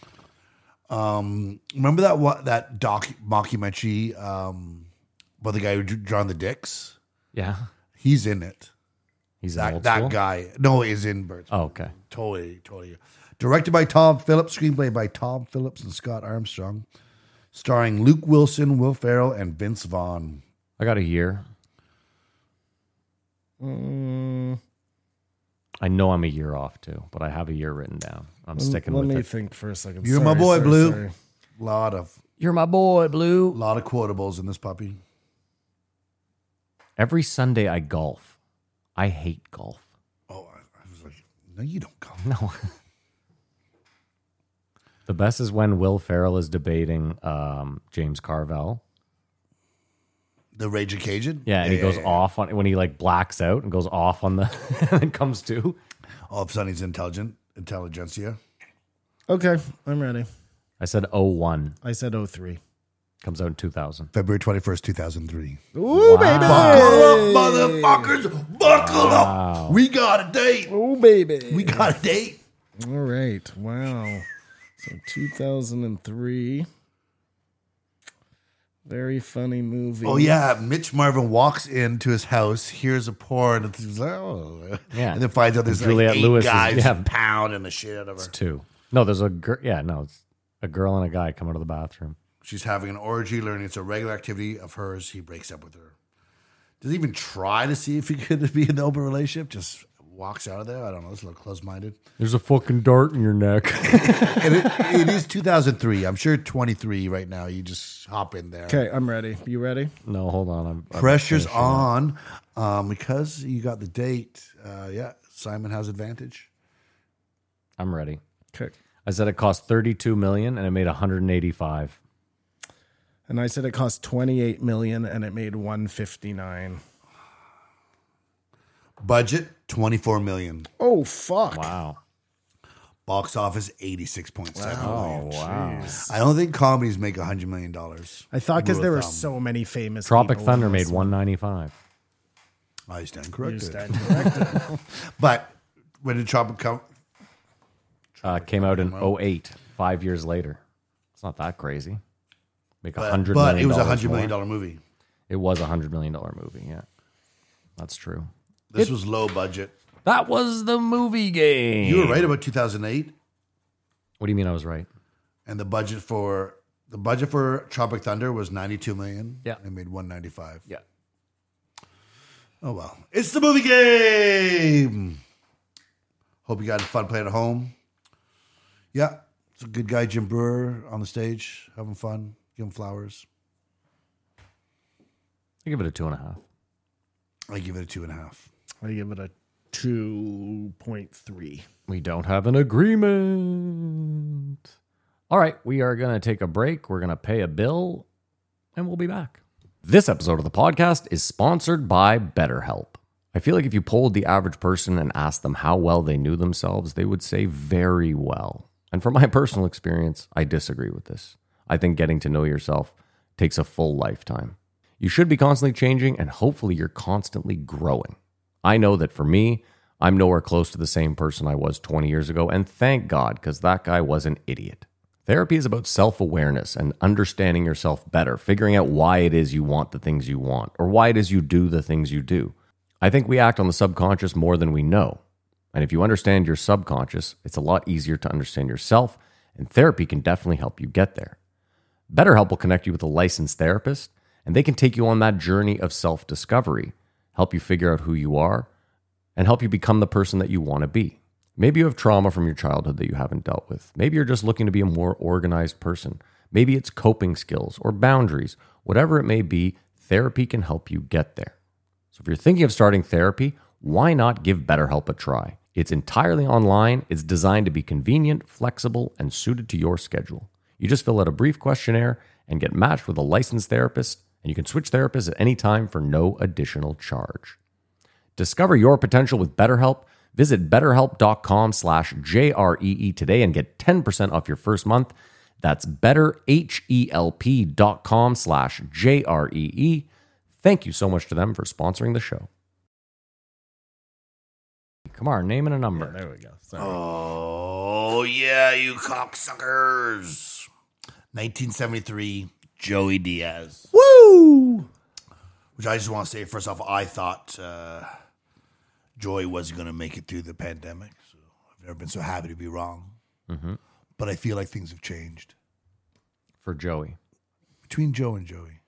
E: Remember that what that doc mockumentary um, about the guy who drew- drawn the dicks?
F: Yeah.
E: He's in it.
F: He's an
E: That,
F: old
E: that
F: school?
E: guy. No, is in Birds.
F: Oh, okay.
E: Totally, totally. Directed by Tom Phillips, screenplay by Tom Phillips and Scott Armstrong, starring Luke Wilson, Will Ferrell, and Vince Vaughn.
F: I got a year.
G: Mm,
F: I know I'm a year off too, but I have a year written down. I'm sticking
G: Let
F: with
G: me
F: it.
G: think for a second.
E: You're my
G: Sorry,
E: boy,
G: sorry,
E: Blue.
G: sorry.
E: Lot of
F: You're my boy, Blue.
E: lot of quotables in this puppy.
F: Every Sunday I golf. I hate golf.
E: Oh, I, I was like, no, you don't come.
F: No. the best is when Will Farrell is debating um, James Carvel.
E: The Rage of Cajun.
F: Yeah, and he goes
E: yeah.
F: off on when he like blacks out and goes off on the and comes to.
E: All of a sudden, he's intelligent, intelligentsia.
G: Okay, I'm ready.
F: I said 01
G: I said 03.
F: comes out in 2000.
E: February twenty first, two thousand three.
G: Ooh,
E: Buckle up, motherfuckers! Buckle up. We got a date.
G: Oh, baby.
E: We got a date.
G: All right. Wow. So 2003. Very funny movie.
E: Oh yeah, Mitch Marvin walks into his house, hears a porn, and he's like, oh,
F: Yeah.
E: and then finds out there's
F: Juliette
E: like eight
F: Lewis is-
E: guys
F: yeah.
E: pounding the shit out of her.
F: Two. No, there's a girl. Yeah, no, it's a girl and a guy come out of the bathroom.
E: She's having an orgy, learning it's a regular activity of hers. He breaks up with her. Does he even try to see if he could be in an open relationship? Just walks out of there. I don't know. It's a little close minded.
F: There's a fucking dart in your neck.
E: And it, it is 2003. I'm sure 23 right now. You just hop in there.
G: Okay, I'm ready. You ready?
F: no, hold on. I'm, I'm
E: Pressure's
F: finishing.
E: on um, because you got the date. Uh, yeah, Simon has advantage.
F: I'm ready.
G: Okay.
F: I said it cost 32 million and it made 185.
G: And I said it cost 28 million and it made 159.
E: Budget 24 million.
G: Oh fuck.
F: Wow.
E: Box office 86.7 million.
F: wow.
E: I don't think comedies make $100 million.
G: I thought because
E: Rule
G: there
E: of
G: were
E: thumb.
G: so many famous
F: Tropic
G: people
F: Thunder
G: in this
F: made 195.
E: I stand
G: You
E: corrected.
G: stand corrected.
E: But when did Tropic come?
F: Uh, came out in 08, five years later. It's not that crazy. Make a
E: But,
F: hundred.
E: but it was a
F: dollars
E: $100 million
F: more.
E: dollar movie.
F: It was a hundred million dollar movie. Yeah, that's true.
E: This was low budget.
F: That was the movie game.
E: You were right about 2008,
F: What do you mean I was right?
E: and the budget for. The budget for Tropic Thunder was 92 million.
F: Yeah.
E: And it made 195.
F: Yeah.
E: Oh well. It's the movie game. Hope you got fun playing at home. Yeah. It's a good guy, Jim Brewer, on the stage, having fun, giving flowers.
F: I give it a two and a half.
E: I give it a two and a half.
G: I give it a 2.3.
F: We don't have an agreement. All right, we are going to take a break. We're going to pay a bill and we'll be back. This episode of the podcast is sponsored by BetterHelp. I feel like if you polled the average person and asked them how well they knew themselves, they would say very well. And from my personal experience, I disagree with this. I think getting to know yourself takes a full lifetime. You should be constantly changing, and hopefully, you're constantly growing. I know that for me, I'm nowhere close to the same person I was 20 years ago, and thank God, because that guy was an idiot. Therapy is about self awareness and understanding yourself better, figuring out why it is you want the things you want, or why it is you do the things you do. I think we act on the subconscious more than we know. And if you understand your subconscious, it's a lot easier to understand yourself, and therapy can definitely help you get there. BetterHelp will connect you with a licensed therapist, and they can take you on that journey of self discovery, help you figure out who you are, and help you become the person that you want to be. Maybe you have trauma from your childhood that you haven't dealt with. Maybe you're just looking to be a more organized person. Maybe it's coping skills or boundaries. Whatever it may be, therapy can help you get there. So if you're thinking of starting therapy, why not give BetterHelp a try? It's entirely online, it's designed to be convenient, flexible, and suited to your schedule. You just fill out a brief questionnaire and get matched with a licensed therapist, and you can switch therapists at any time for no additional charge. Discover your potential with BetterHelp. Visit betterhelp.com slash J-R-E-E E today and get 10% off your first month. That's E betterhelp.com slash J-R-E-E. E. Thank you so much to them for sponsoring the show. Come on, name and a number.
G: There we go. Sorry.
E: Oh yeah, you cocksuckers. 1973, Joey Diaz. Woo! Which I just want to say first off, I thought uh, Joy wasn't going to make it through the pandemic. So I've never been so happy to be wrong. But I feel like things have changed
F: for Joey.
E: between Joe and Joey.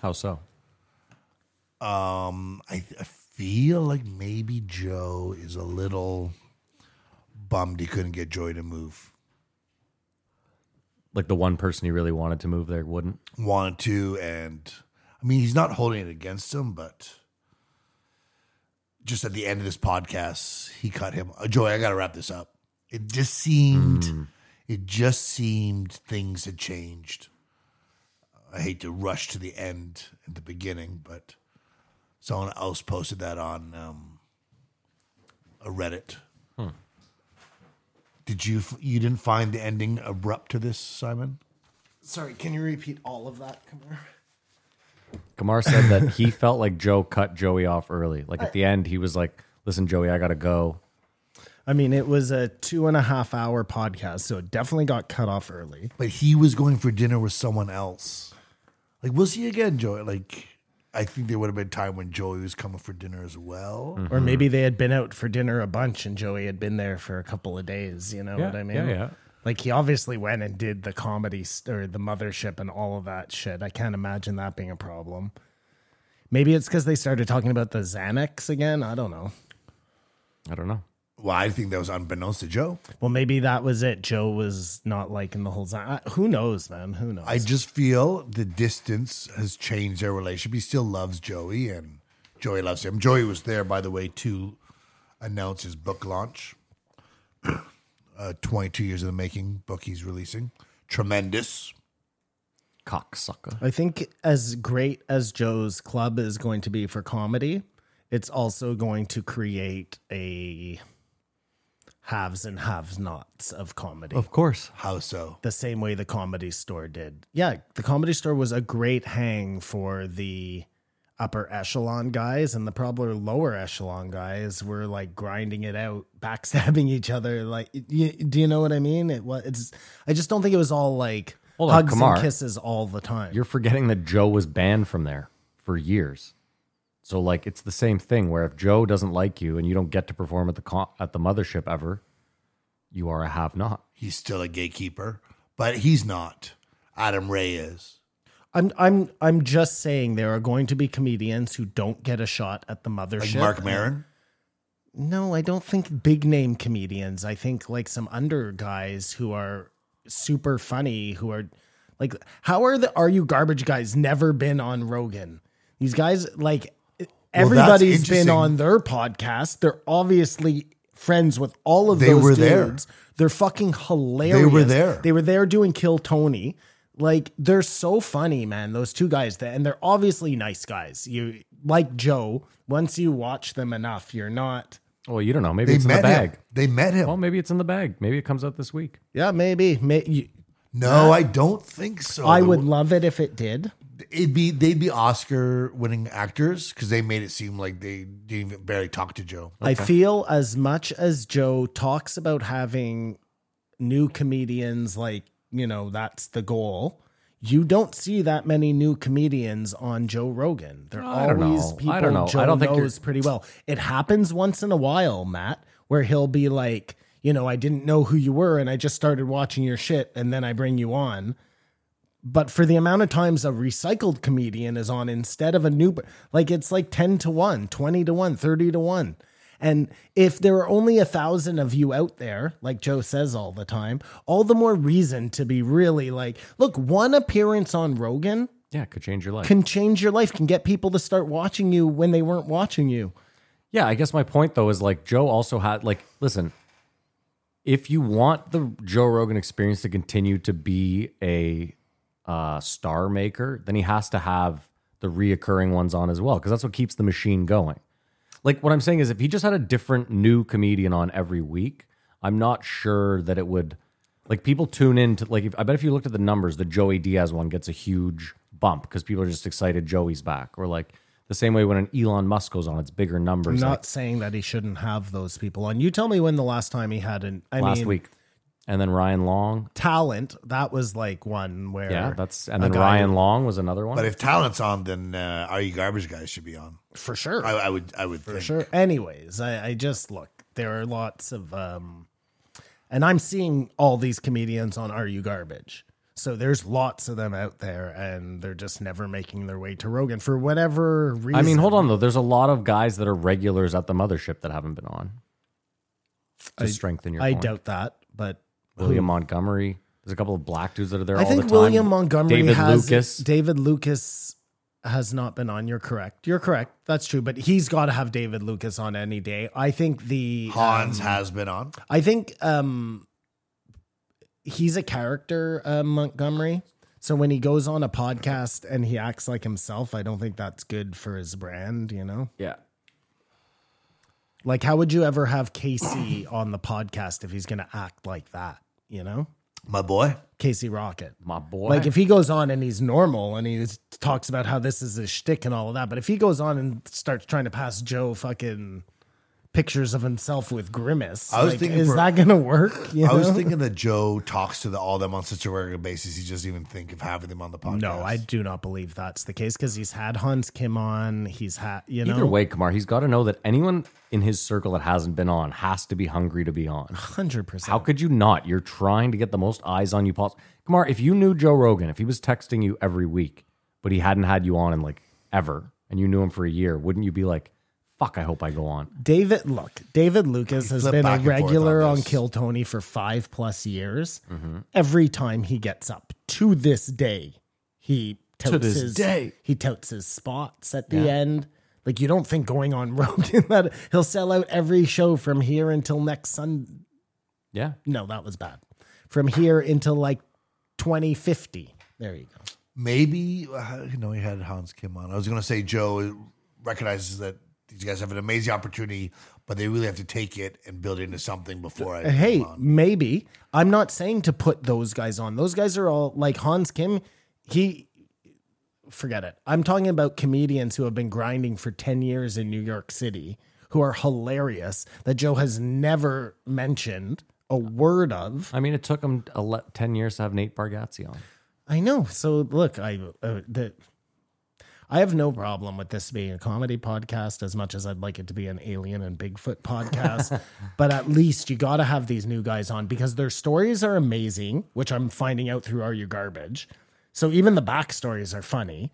F: How so?
E: Um, I, I feel like maybe Joe is a little bummed he couldn't get Joy to move.
F: Like the one person he really wanted to move there wouldn't.
E: wanted to and i mean he's not holding it against him but just at the end of this podcast he cut him Uh, joy i gotta wrap this up it just seemed it just seemed things had changed i hate to rush to the end at the beginning but someone else posted that on um, a reddit did you f- you didn't find the ending abrupt to this simon
G: Sorry, can you repeat all of that, Kamar?
F: Kamar said that he felt like Joe cut Joey off early. Like at the end, he was like, "Listen, Joey, I gotta go."
G: I mean, it was a two and a half hour podcast, so it definitely got cut off early.
E: but he was going for dinner with someone else. Like, we'll see you again, Joey. Like, I think there would have been time when Joey was coming for dinner as well.
F: Mm-hmm.
G: Or maybe they had been out for dinner a bunch and Joey had been there for a couple of days. You know
F: Yeah,
G: what I mean?
F: yeah, yeah.
G: Like he obviously went and did the comedy st- or the mothership and all of that shit. I can't imagine that being a problem. Maybe it's because they started talking about the Xanax again. I don't know.
F: I don't know.
E: Well, I think that was unbeknownst to Joe.
G: Well, maybe that was it. Joe was not liking the whole Xanax. Who knows, man? Who knows?
E: I just feel the distance has changed their relationship. He still loves Joey, and Joey loves him. Joey was there, by the way, to announce his book launch. uh, 22 years in the making book he's releasing. Tremendous.
F: Cocksucker.
G: I think as great as Joe's club is going to be for comedy, it's also going to create a haves and have nots of comedy.
F: Of course.
E: How so?
G: The same way the comedy store did. Yeah, the comedy store was a great hang for the upper echelon guys, and the probably lower echelon guys were like grinding it out, backstabbing each other. Like, y do you know what I mean? It was, it's, I just don't think it was all like
F: Hold on,
G: hugs
F: Kamar.
G: and kisses all the time.
F: You're forgetting that Joe was banned from there for years. So like, it's the same thing where if Joe doesn't like you and you don't get to perform at the con- at the mothership ever, you are a have not.
E: He's still a gatekeeper, but he's not. Adam Ray is.
G: I'm I'm I'm just saying there are going to be comedians who don't get a shot at the mothership.
E: Like Mark Maron.
G: No, I don't think big name comedians. I think like some under guys who are super funny who are like how are the are you garbage guys never been on Rogan? These guys like everybody's been
E: interesting.
G: on their podcast. They're obviously friends with all of
E: They
G: those
E: were there.
G: dudes. They're fucking hilarious.
E: there.
G: They were there doing Kill Tony. Like they're so funny, man. Those two guys, that, and they're obviously nice guys. You like Joe. Once you watch them enough, you're not.
F: Well, you don't know. Maybe
E: They
F: it's in the
E: met him.
F: bag.
E: They met him.
F: Well, maybe it's in the bag. Maybe it comes out this week.
G: Yeah, maybe. May, you,
E: no, I don't think
F: Oh,
E: so.
G: I would love it if it did.
E: It'd be they'd be Oscar-winning actors because they made it seem like they didn't even barely talk to Joe.
G: I feel as much as Joe talks about having new comedians, like, you know, that's the goal. You don't see that many new comedians on Joe Rogan. They're
F: I don't
G: always
F: know.
G: people
F: I don't know. I
G: Joe
F: don't think you're-
G: knows pretty well. It happens once in a while, Matt, where he'll be like, you know, I didn't know who you were and I just started watching your shit and then I bring you on. But for the amount of times a recycled comedian is on instead of a new, like it's like 10 to 1, 20 to 1, 30 to 1. And if there are only a thousand of you out there, like Joe says all the time, all the more reason to be really like, look, one appearance on Rogan
F: Yeah, it could change your life.
G: can change your life, can get people to start watching you when they weren't watching you.
F: Yeah, I guess my point though is like Joe also had like listen, if you want the Joe Rogan experience to continue to be a uh, star maker, then he has to have the reoccurring ones on as well because that's what keeps the machine going. Like what I'm saying is, if he just had a different new comedian on every week, I'm not sure that it would. Like people tune in to like if, I bet if you looked at the numbers, the Joey Diaz one gets a huge bump because people are just excited Joey's back, or like the same way when an Elon Musk goes on, it's bigger
G: I'm
F: numbers. like,
G: not saying that he shouldn't have those people on. You tell me when the last time he had an, I
F: last
G: mean,
F: week. and then Ryan Long.
G: Talent, that was like one where
F: Yeah, that's and
G: a
F: then
G: guy-
F: Ryan Long was another one.
E: But if talent's on, then uh, are you garbage guys should be on?
G: for sure.
E: I, I would. I would. For think.
G: sure. Anyways, I, I just look. There are lots of, um, and I'm seeing all these comedians on Are You Garbage. So there's lots of them out there, and they're just never making their way to Rogan for whatever reason.
F: I mean, hold on though. There's a lot of guys that are regulars at the mothership that haven't been on. To strengthen your,
G: I
F: point.
G: doubt that, but
F: William Montgomery. There's a couple of black dudes that are there.
G: I
F: all
G: think
F: the time.
G: William Montgomery
F: David
G: has
F: Lucas.
G: David Lucas has not been on. You're correct. You're correct. That's true. But he's got to have David Lucas on any day. I think the
E: Hans
G: um,
E: has been on.
G: I think um, he's a character, uh, Montgomery. So when he goes on a podcast and he acts like himself, I don't think that's good for his brand. You know,
F: yeah,
G: like how would you ever have Casey on the podcast if he's going to act like that? You know,
E: My boy.
G: Casey Rocket.
F: my boy.
G: Like if he goes on and he's normal and he just talks about how this is his shtick and all of that, but if he goes on and starts trying to pass Joe fucking pictures of himself with grimace,
E: I was
G: like,
E: thinking
G: is
E: for-
G: that gonna work? You
E: I was
G: know?
E: thinking that Joe talks to the, all them on such a regular basis. He doesn't even think of having them on the podcast.
G: no, I do not believe that's the case because he's had Hans Kim on. He's had you know
F: Either way, Kamar, he's got to know that anyone in his circle that hasn't been on has to be hungry to be on.
G: hundred percent.
F: How could you not? You're trying to get the most eyes on you possible. Kamar, if you knew Joe Rogan, if he was texting you every week, but he hadn't had you on in like ever, and you knew him for a year, wouldn't you be like, fuck, I hope I go on?
G: David, look, David Lucas has
E: flip
G: been a
E: back and forth
G: regular
E: on
G: on,
E: this. Mm-hmm.
G: Kill Tony for five plus years. Every time he gets up to this day, he touts
F: this
G: his
E: day.
G: he touts his spots at the end. Like you don't think going on Rogan that he'll sell out every show from here until next Sun.
F: Yeah.
G: No, that was bad. From here until like twenty fifty. There you go.
E: Maybe uh, you know he had Hans Kim on. I was going to say Joe recognizes that these guys have an amazing opportunity, but they really have to take it and build it into something before I.
G: Uh, Hey,
E: come on.
G: maybe. I'm not saying to put those guys on. Those guys are all like Hans Kim, he forget it. I'm talking about comedians who have been grinding for 10 years in New York City who are hilarious that Joe has never mentioned a word of.
F: I mean, it took him ele- 10 years to have Nate Bargatze on.
G: I know. So look, I uh, the I have no problem with this being a comedy podcast as much as I'd like it to be an alien and Bigfoot podcast. but at least you got to have these new guys on because their stories are amazing, which I'm finding out through Are You Garbage. So even the backstories are funny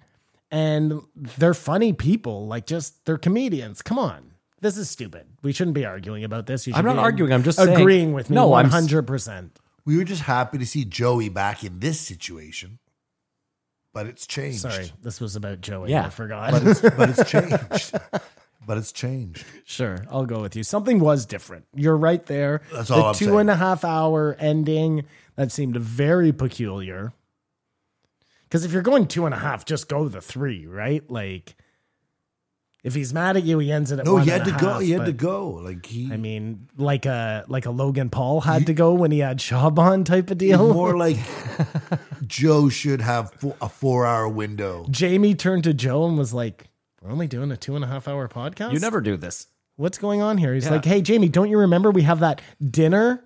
G: and they're funny people. Like just they're comedians. Come on. This is stupid. We shouldn't be arguing about this. You should
F: I'm not
G: be
F: arguing, I'm just saying-
G: agreeing with me.
F: No, I'm s-
G: 100%.
E: we were just happy to see Joey back in this situation, but it's changed.
G: Sorry, this was about Joey.
F: Yeah.
G: I forgot.
E: but it's, but it's changed. But it's changed.
G: Sure, I'll go with you. Something was different. You're right there.
E: That's
G: the
E: all I'm
G: two
E: saying.
G: and a half hour ending that seemed very peculiar. Because if you're going two and a half, just go the three, right? Like, if he's mad at you, he ends it at
E: No,
G: one
E: he had to
G: and a
E: go.
G: half,
E: He had to
G: but,
E: go. Like he,
G: I mean, like a like a Logan Paul had to go when he had Shaban type of deal.
E: more like Joe should have fo- a four-hour window.
G: Jamie turned to Joe and was like, "We're only doing a two and a half hour podcast.
F: You never do this.
G: What's going on here?" He's like, "Hey, Jamie, don't you remember we have that dinner?"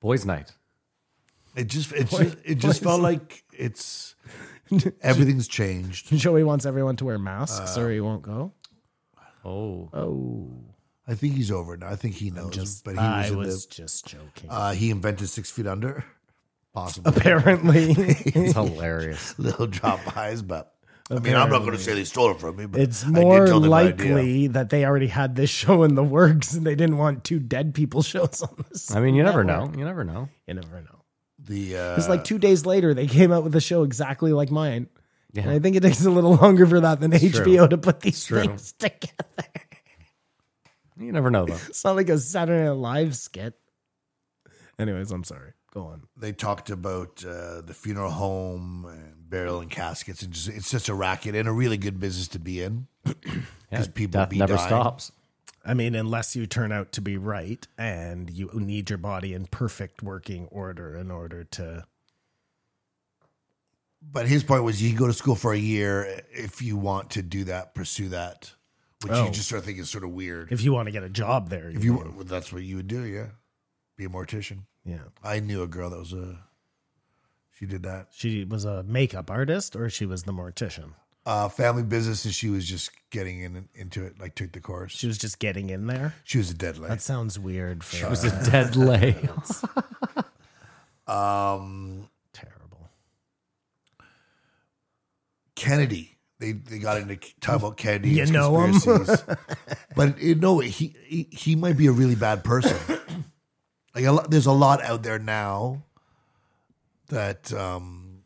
F: Boys' night.
E: It just, it just, it just felt like it's everything's changed.
G: Joey wants everyone to wear masks
E: Uh,
G: or he won't go.
F: Oh.
E: I think he's over now. I think he knows. but he was,
G: I
E: in
G: was
E: the,
G: just joking.
E: uh, he invented six feet under, possibly
G: Apparently,
F: It's hilarious.
E: little drop eyes, but. I mean, I'm not going to say they stole it from me, but
G: it's
E: I did
G: more
E: tell them the idea.
G: likely that they already had this show in the works and they didn't want two dead people shows on this.
F: I mean, you never know.
G: network.
F: You never know.
G: You never know.
E: The uh,
G: It's like two days later, they came out with a show exactly like mine.
F: Yeah.
G: And I think it takes a little longer for that than HBO
F: true.
G: to put these
F: true.
G: things together.
F: You never know, though.
G: It's not like a Saturday Night Live skit. Anyways, I'm sorry. Go on.
E: they talked about uh, the funeral home and burial and caskets, and just, it's just a racket and a really good business to be in because people
F: Death
E: be
F: never
E: dying.
F: stops.
G: I mean, unless you turn out to be right and you need your body in perfect working order in order to.
E: But his point was, you can go to school for a year if you want to do that, pursue that, which
G: Oh.
E: you just sort of think is sort of weird.
G: If you want to get a job there,
E: If you, well, that's what you would do, yeah, be a mortician.
G: Yeah.
E: I knew a girl that was a. She did that.
G: She was a makeup artist or she was the mortician.
E: Uh, family business, and she was just getting in into it. Like took the course.
G: She
E: She,
G: was just getting in there.
E: was a deadline.
G: That sounds weird. For,
F: It was a dead lay.
E: um,
G: terrible.
E: Kennedy. They they got into talking about Kennedy. and
G: You
E: his
G: know him?
E: conspiracies. but you know he, he he might be a really bad person. like a lot, there's a lot out there now that um,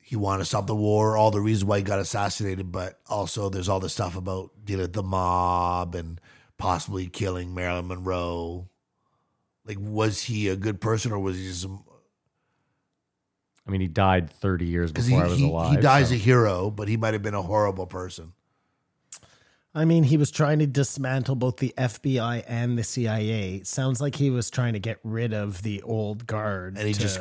E: he wanted to stop the war, all the reasons why he got assassinated, but also there's all this stuff about dealing with the mob and possibly killing Marilyn Monroe. Like, was he a good person or was he just
F: I mean, he died 30 years
E: because
F: before
E: he,
F: I was
E: he, he
F: alive.
E: dies
F: so-
E: a hero, but he might have been a horrible person.
G: I mean, he was trying to dismantle both the FBI and the CIA. Sounds like he was trying to get rid of the old guard.
E: And he
G: to-
E: just,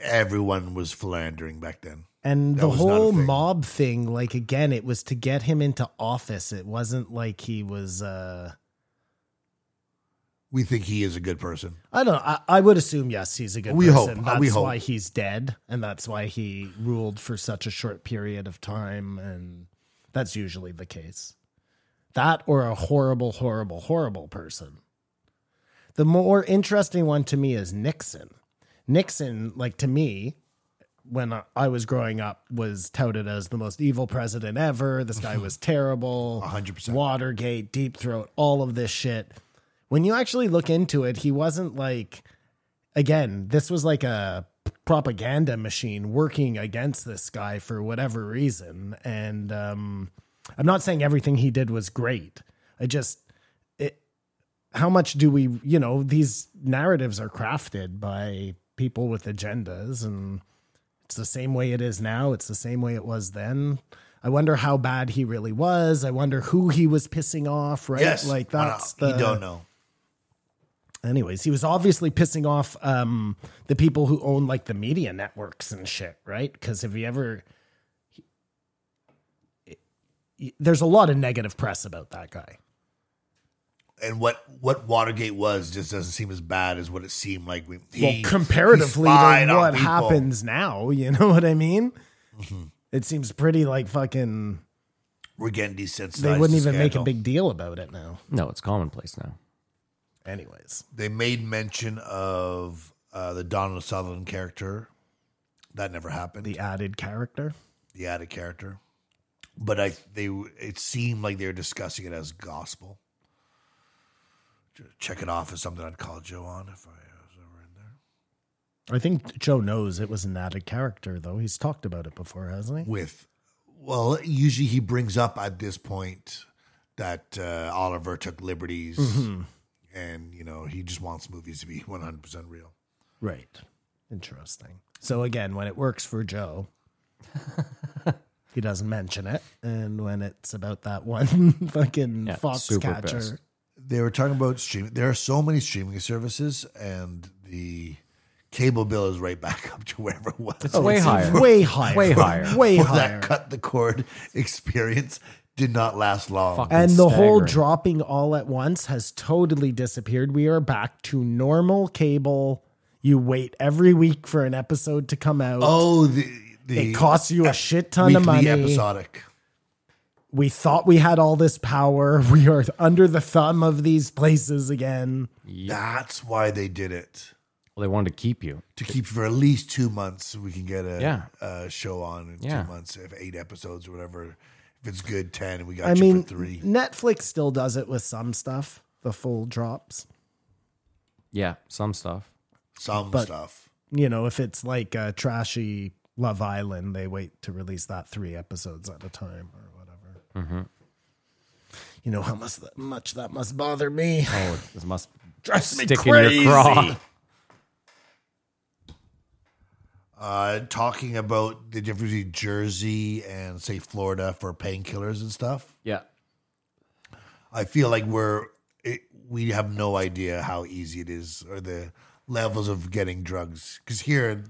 E: everyone was philandering back then.
G: and
E: that
G: the
E: was not a
G: whole
E: thing.
G: mob thing, like again, it was to get him into office. It wasn't like he was. uh
E: We think he is a good person.
G: I don't know. I, I would assume yes, he's a good
E: We hope.
G: person.
E: Uh,
G: That's
E: we hope.
G: why he's dead, and that's why he ruled for such a short period of time, and that's usually the case. That or a horrible, horrible, horrible person. The more interesting one to me is Nixon. Nixon, like to me, when I- I was growing up, was touted as the most evil president ever. This guy was terrible.
E: 100%.
G: Watergate, Deep Throat, all of this shit. When you actually look into it, he wasn't like, again, this was like a propaganda machine working against this guy for whatever reason. And um, I'm not saying everything he did was great. I just, it, how much do we you know these narratives are crafted by people with agendas and it's the same way it is now it's the same way it was then i wonder how bad he really was i wonder who he was pissing off right
E: Yes,
G: like
E: why not?
G: that's the
E: you don't know.
G: anyways he was obviously pissing off um the people who own like the media networks and shit right because if you ever there's a lot of negative press about that guy
E: and what what Watergate was just doesn't seem as bad as what it seemed like. We, he-
G: well,
E: he
G: comparatively
E: spied
G: to
E: on
G: what
E: people. Mm-hmm.
G: happens now, you know what I mean? It seems pretty like fucking.
E: we're getting desensitized.
G: They wouldn't
E: to
G: even make a
E: scandal.
G: big deal about it now.
F: No, it's commonplace now.
G: Anyways,
E: They made mention of uh, the Donald Sutherland character. That never happened.
G: the
E: The,
G: added character.
E: added character, but I they it seemed like they were discussing it as gospel. Check it off as something I'd call Joe on if I uh, was ever in there
G: I think Joe knows it was an added character, though. He's talked about it before, hasn't he?
E: with. Well, usually he brings up at this point that uh, Oliver took liberties. and you know he just wants movies to be 100% real
G: Right. Interesting. So, again, when it works for Joe, he doesn't mention it. And when it's about that one fucking
F: Yeah,
G: fox
F: super
G: catcher,
F: pissed.
E: they were talking about streaming there are so many streaming services and the cable bill is right back up to wherever it was
F: Oh, way
G: it's
F: higher.
G: Way higher.
F: Way higher.
G: Way
E: Well,
G: higher.
E: that cut the cord experience did not last long
F: Fuck.
G: and the whole
F: Staggering.
G: dropping all at once has totally disappeared. We are back to normal cable. You wait every week for an episode to come out.
E: oh the, the
G: it costs you a shit ton of
E: weekly
G: money.
E: episodic
G: We thought we had all this power. We are under the thumb of these places again.
E: that's why they did it
F: Well, they wanted to keep you.
E: to keep for at least two months we can get a,
F: Yeah.
E: a show on in
F: Yeah.
E: two months if eight episodes or whatever if it's good 10 we got
G: I
E: you
G: mean,
E: for three
G: Netflix still does it with some stuff, the full drops.
F: Yeah, some stuff.
E: some stuff
G: You know, if it's like a trashy Love Island, they wait to release that three episodes at a time or whatever. You know how much that, much that must bother me.
F: Oh, it- this must
G: Drives me
F: stick in your craw.
E: uh, talking about the difference between Jersey and say Florida for painkillers and stuff.
F: Yeah.
E: I feel like we're it, we have no idea how easy it is or the levels of getting drugs because here,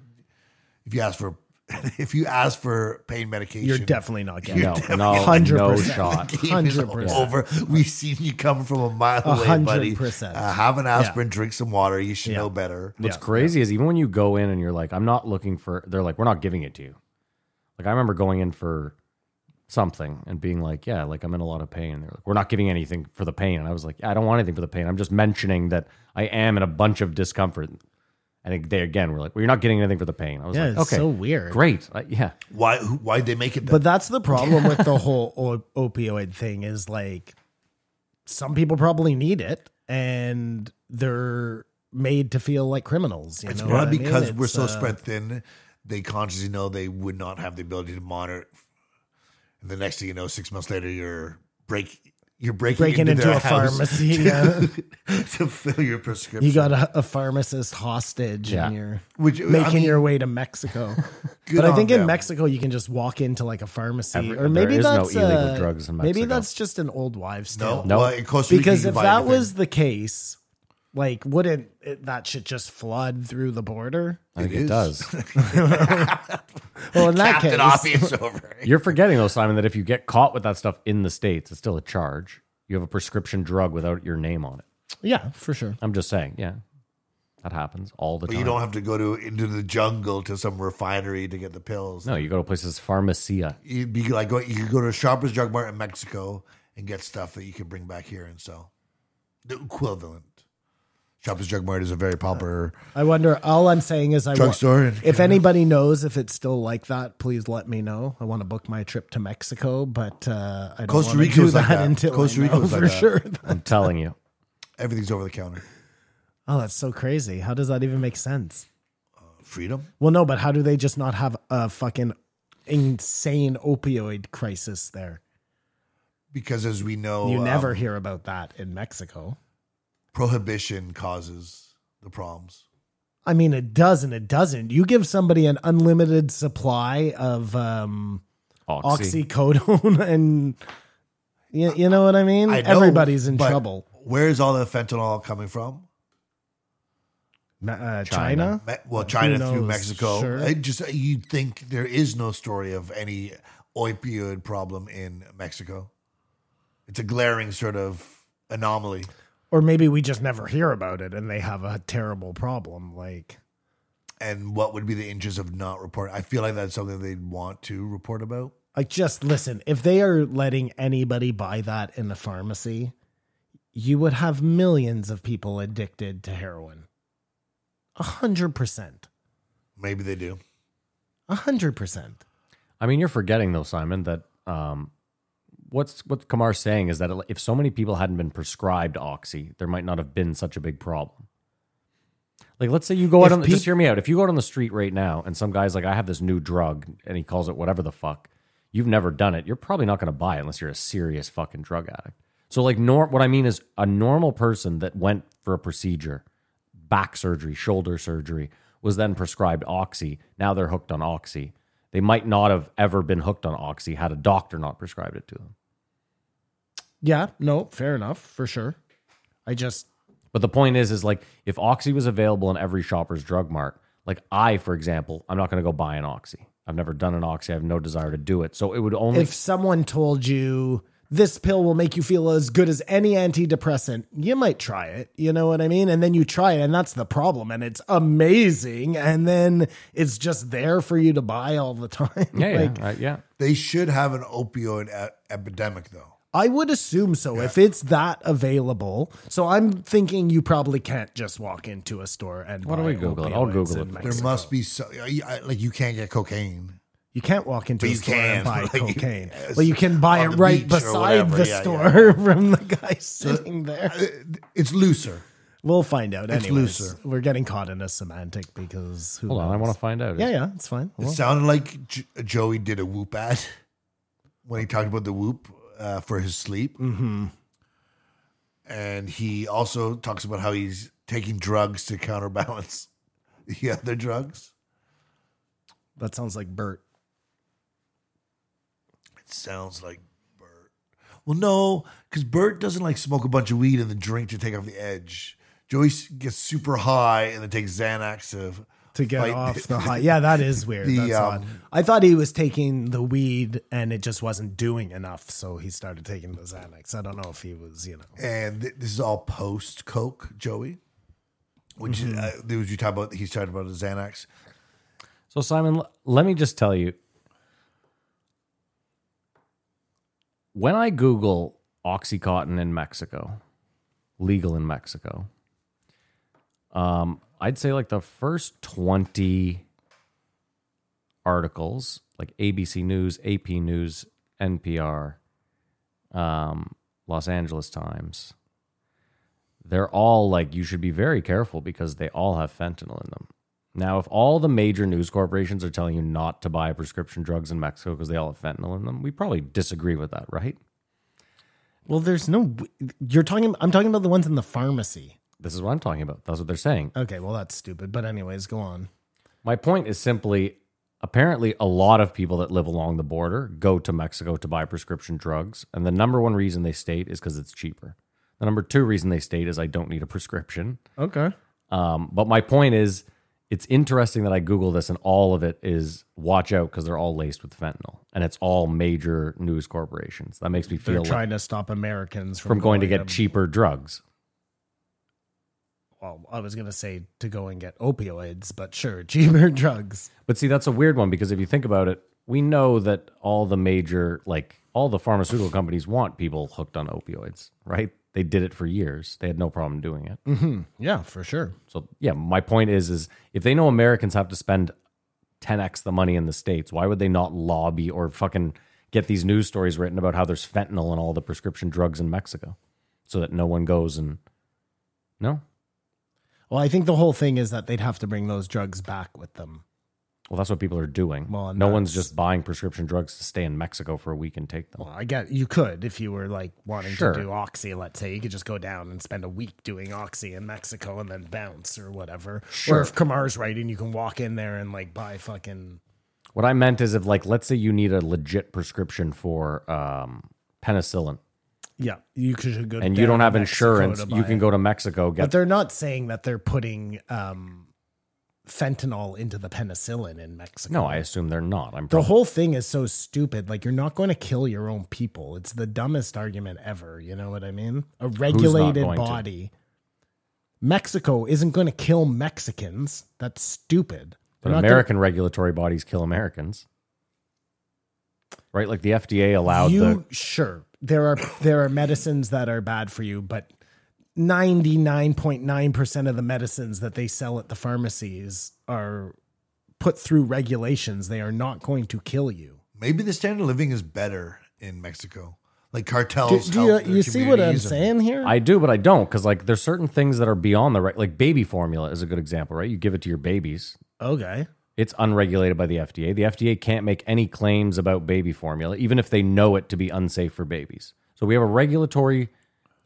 E: if you ask for if you ask for pain medication,
G: You're definitely not getting
F: No,
G: it.
F: no, no
G: 100%.
F: shot.
E: The game is
G: 100%.
E: over. We've seen you come from a mile away, buddy.
G: 100%.
E: Uh, have an aspirin,
G: Yeah.
E: drink some water. You should
G: Yeah.
E: know better.
F: What's crazy is even when you go in and you're like, I'm not looking for, they're like, we're not giving it to you. Like, I remember going in for something and being like, yeah, like I'm in a lot of pain. And they're like, we're not giving anything for the pain. And I was like, yeah, I don't want anything for the pain. I'm just mentioning that I am in a bunch of discomfort. And they again were like, well, you're not getting anything for the pain. I was
G: Yeah,
F: like,
G: it's
F: okay,
G: so weird.
F: Great. I- yeah.
E: Why? who- Why'd they make it? Then?
G: But that's the problem with the whole o- opioid thing is like some people probably need it and they're made to feel like criminals. You
E: it's
G: know what I
E: probably
G: mean?
E: because we're
G: It's,
E: so
G: uh,
E: spread thin. They consciously know they would not have the ability to monitor. And the next thing you know, six months later, you're break you're breaking
G: Breaking into
E: their
G: a
E: house
G: pharmacy,
E: to,
G: yeah.
E: to fill your prescription.
G: You got a, a pharmacist hostage
F: Yeah.
G: and you're
E: Which, I
G: making
E: mean,
G: your way to Mexico.
E: good
G: but I
E: on
G: think in
E: them.
G: Mexico you can just walk into like a pharmacy
F: Every-
G: or maybe
F: there is no
G: that's
F: illegal
G: uh,
F: drugs in
G: Maybe
F: Mexico.
G: that's just an old wives
E: No,
G: tale.
E: no.
F: No.
E: Well, in Costa Rica,
G: because
E: you
G: if
E: buy
G: that
E: anything.
G: was the case, like wouldn't it, that shit just flood through the border?
F: I think
E: It
F: it,
E: is.
F: does.
G: Well, in that
E: Captain
G: case,
E: Obvious over.
F: You're forgetting though, Simon, that if you get caught with that stuff in the States, it's still a charge. You have a prescription drug without your name on it.
G: yeah, for sure.
F: I'm just saying, yeah. That happens all the
E: But
F: time.
E: you don't have to go to into the jungle to some refinery to get the pills.
F: No, you go to places pharmacia.
E: You'd be like, go- you could go to a Shoppers Drug Mart in Mexico and get stuff that you could bring back here and sell. The equivalent. Shoppers Drug Mart is a very popular.
G: I wonder. All I'm saying is, I
E: Drug
G: want-
E: store in
G: if
E: Canada.
G: anybody knows if it's still like that, please let me know. I want to book my trip to Mexico, but uh, I don't
E: Costa
G: wanna
E: Rica
G: do
E: is like that.
G: until
E: Costa
G: I
E: Rica
G: know
E: is like
G: for
E: that.
G: sure.
F: I'm telling you.
E: Everything's over the counter.
G: Oh, that's so crazy. How does that even make sense?
E: Freedom.
G: Well, no, but how do they just not have a fucking insane opioid crisis there?
E: Because as we know,
G: You
E: um,
G: never hear about that in Mexico.
E: prohibition causes the problems.
G: I mean, it does and it doesn't. You give somebody an unlimited supply of um,
F: Oxy.
G: oxycodone, and you, you know what I mean.
E: I know,
G: Mm, Everybody's in
E: but
G: trouble.
E: Where is all the fentanyl coming from?
G: Ma- Uh, China.
E: Me- well, China through
G: knows?
E: Mexico.
G: Sure.
E: I just you'd think there is no story of any opioid problem in Mexico. It's a glaring sort of anomaly.
G: or maybe we just never hear about it, and they have a terrible problem. Like,
E: And what would be the interest of not reporting? I feel like that's something they'd want to report about.
G: like just listen. If they are letting anybody buy that in the pharmacy, you would have millions of people addicted to heroin. A hundred percent.
E: Maybe they do.
G: A hundred percent.
F: I mean, you're forgetting though, Simon, that um, what's what Kamar's saying is that if so many people hadn't been prescribed oxy, there might not have been such a big problem. Like, let's say you go out
G: If
F: on the, just
G: peop-
F: hear me out. If you go out on the street right now and some guy's like, "I have this new drug," and he calls it whatever the fuck, you've never done it. You're probably not going to buy it unless you're a serious fucking drug addict. So, like, nor what I mean is a normal person that went for a procedure, back surgery, shoulder surgery, was then prescribed oxy. Now they're hooked on oxy. They might not have ever been hooked on oxy had a doctor not prescribed it to them.
G: Yeah, no, fair enough, for sure. I just
F: But the point is, is like if oxy was available in every shopper's drug mart, like I, for example, I'm not going to go buy an oxy. I've never done an oxy. I have no desire to do it. So it would only
G: if someone told you this pill will make you feel as good as any antidepressant, you might try it. You know what I mean? And then you try it, and that's the problem. And it's amazing. And then it's just there for you to buy all the time.
F: yeah,
G: like,
F: yeah, right, yeah.
E: They should have an opioid e- epidemic, though.
G: I would assume so if it's that available. So I'm thinking you probably can't just walk into a store and
F: Why
G: buy
F: don't we Google it?
G: opioids
F: I'll Google
G: in
F: it.
G: Mexico.
E: There must be so, I- I- like you can't get cocaine.
G: You can't walk into
E: But
G: a
E: you
G: store
E: can,
G: and buy
E: like,
G: cocaine.
E: yes,
G: Well, you can buy
E: on the
G: it right
E: beach or
G: beside
E: whatever.
G: the
E: Yeah, yeah,
G: store from the guy sitting there.
E: Uh, It's looser.
G: We'll find out.
E: It's
G: Anyways,
E: looser.
G: we're getting caught in a semantic because who
F: Hold on, I want to find out.
G: Yeah, yeah, it's fine.
E: It
G: Well,
E: sounded like J- Joey did a whoop ad when he talked about the whoop uh, for his sleep. Mm-hmm. And he also talks about how he's taking drugs to counterbalance the other drugs.
G: that sounds like Bert.
E: It sounds like Bert. Well, no, because Bert doesn't like smoke a bunch of weed and then drink to take off the edge. Joey s- gets super high and then takes Xanax to
G: to get
E: Like-
G: off the high. Yeah, that is weird.
E: The,
G: That's odd.
E: um,
G: I thought he was taking the weed and it just wasn't doing enough, so he started taking the Xanax. I don't know if he was, you know.
E: and th- this is all post Coke, Joey. Which
G: Mm-hmm.
E: is, uh, there was you talk about he's talking about Xanax.
F: So Simon, l- let me just tell you. When I Google OxyContin in Mexico, legal in Mexico, um, I'd say like the first 20 articles, like ABC News, AP News, NPR, um, Los Angeles Times, they're all like, you should be very careful because they all have fentanyl in them. Now, if all the major news corporations are telling you not to buy prescription drugs in Mexico because they all have fentanyl in them, we probably disagree with that, right?
G: Well, there's no. You're talking. I'm talking about the ones in the pharmacy.
F: This is what I'm talking about. That's what they're saying.
G: Okay, well that's stupid. But anyways, go on.
F: My point is simply apparently, a lot of people that live along the border go to Mexico to buy prescription drugs. And the number one reason they state is because it's cheaper. The number two reason they state is I don't need a prescription.
G: Okay.
F: Um, but my point is, it's interesting that I Google this and all of it is watch out because they're all laced with fentanyl and it's all major news corporations. That makes me
G: They're
F: feel like,
G: trying to stop Americans from,
F: from going to get cheaper drugs.
G: Well, I was gonna say to go and get opioids, but sure, cheaper drugs.
F: But see, that's a weird one because if you think about it, we know that all the major, like all the pharmaceutical companies want people hooked on opioids, right? They did it for years. They had no problem doing it.
G: Yeah, for sure.
F: So yeah, my point is is if they know Americans have to spend 10x the money in the states, why would they not lobby or fucking get these news stories written about how there's fentanyl and all the prescription drugs in Mexico so that no one goes and no?
G: Well, I think the whole thing is that they'd have to bring those drugs back with them.
F: Well, that's what people are doing.
G: Well, and
F: no one's
G: that's-
F: just buying prescription drugs to stay in Mexico for a week and take them.
G: Well, I get you could if you were like wanting
F: Sure.
G: to do oxy, let's say you could just go down and spend a week doing oxy in Mexico and then bounce or whatever. Or
F: Sure.
G: if Kamar's right and you can walk in there and like buy fucking
F: What I meant is if like let's say you need a legit prescription for um penicillin
G: yeah, you could go
F: and you
G: down
F: don't
G: to
F: have
G: Mexico
F: insurance,
G: to
F: you
G: buy
F: can
G: it.
F: go to Mexico
G: But
F: get
G: they're not saying that they're putting um, fentanyl into the penicillin in Mexico.
F: No, I assume they're not. I'm
G: The
F: probably
G: whole thing is so stupid. Like you're not going to kill your own people. It's the dumbest argument ever. You know what I mean? A regulated
F: going to?
G: body. Mexico isn't going to kill Mexicans. That's stupid.
F: But
G: They're not
F: American regulatory bodies kill Americans. Right? Like the FDA
G: gonna-
F: allowed
G: you
F: the
G: sure there are there are medicines that are bad for you, but. 99.9% of the medicines that they sell at the pharmacies are put through regulations. They are not going to kill you.
E: Maybe the standard of living is better in Mexico. Like
G: Do,
E: cartels.
G: do you,
E: help their
G: you see what I'm
E: communities and-
G: saying here?
F: I do, but I don't because like there's certain things that are beyond the right. Like baby formula is a good example, right? You give it to your babies.
G: okay.
F: It's unregulated by the FDA. The FDA can't make any claims about baby formula, even if they know it to be unsafe for babies. So we have a regulatory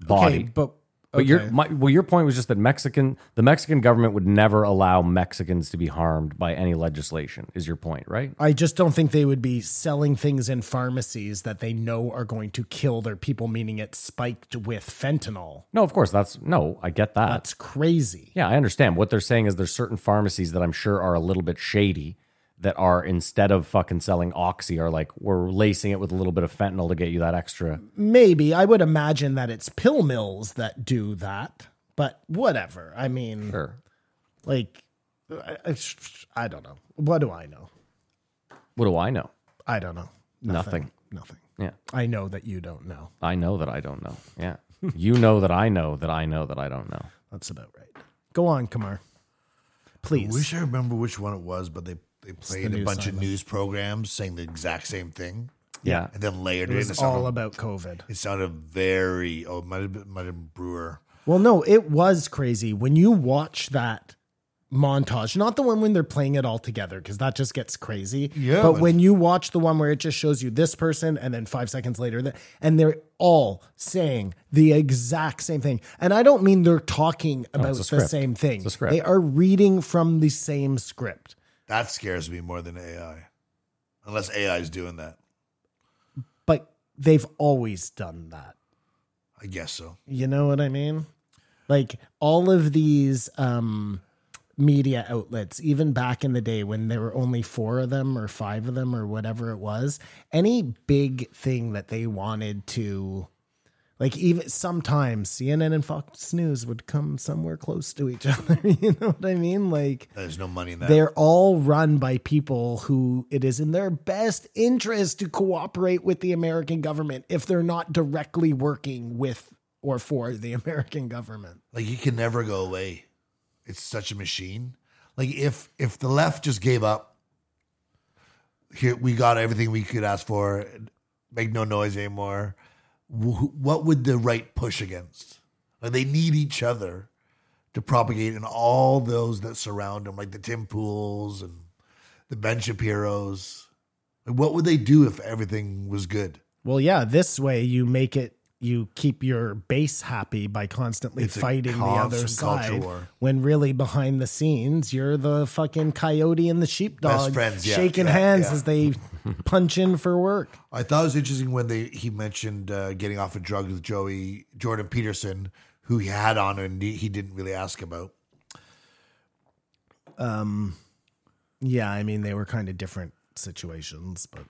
F: body.
G: Okay, but
F: But your
G: okay.
F: my, well, your point was just that Mexican the Mexican government would never allow Mexicans to be harmed by any legislation. Is your point right?
G: I just don't think they would be selling things in pharmacies that they know are going to kill their people, meaning it's spiked with fentanyl.
F: No, of course that's no. I get that.
G: That's crazy.
F: Yeah, I understand. What they're saying is there's certain pharmacies that I'm sure are a little bit shady that are instead of fucking selling oxy are like we're lacing it with a little bit of fentanyl to get you that extra.
G: Maybe I would imagine that it's pill mills that do that, but whatever. I mean,
F: Sure.
G: like, I, I, I don't know. What do I know?
F: What do I know?
G: I don't know.
F: Nothing.
G: Nothing.
F: Yeah.
G: I know that you don't know.
F: I know that I don't know. Yeah. you know that I know that I know that I don't know.
G: That's about right. Go on, Kamar.
E: I
G: Please.
E: wish I remember which one it was, but they, they played a
G: news
E: bunch of
G: island.
E: news programs saying the exact same thing
F: Yeah.
E: and then layered
G: it
E: it. in. It
G: was
E: sounded,
G: all about COVID.
E: it sounded very, oh, it might have been, might have been Brewer.
G: Well, no, it was crazy when you watch that montage, not the one when they're playing it all together, because that just gets crazy.
E: Yeah,
G: But
E: but-
G: when you watch the one where it just shows you this person and then five seconds later, that, and they're all saying the exact same thing. And I don't mean they're talking about
F: Oh, it's a
G: the
F: script.
G: same thing,
F: It's a script.
G: they are reading from the same script.
E: That scares me more than AI, unless AI is doing that.
G: But they've always done that.
E: I guess so.
G: You know what I mean? Like all of these um media outlets, even back in the day when there were only four of them or five of them or whatever it was, any big thing that they wanted to, like even sometimes CNN and Fox News would come somewhere close to each other. You know what I mean? Like
E: There's no money in that.
G: they're all run by people who it is in their best interest to cooperate with the American government if they're not directly working with or for the American government.
E: like you can never go away. It's such a machine. Like if if the left just gave up, here we got everything we could ask for, make no noise anymore. wh- What would the right push against? Like they need each other to propagate, and all those that surround them, like the Tim Pools and the Ben Shapiro's. Like what would they do if everything was good?
G: Well, yeah, this way you make it you keep your base happy by constantly
E: It's a
G: fighting the other
E: constant culture
G: side
E: war.
G: when really behind the scenes you're the fucking coyote and the sheepdog
E: Best friends, yeah,
G: shaking
E: yeah,
G: hands
E: yeah.
G: as they punch in for work.
E: I thought it was interesting when they he mentioned uh, getting off a drug with Joey Jordan Peterson, who he had on and he, he didn't really ask about.
G: Yeah, I mean they were kind of different situations, but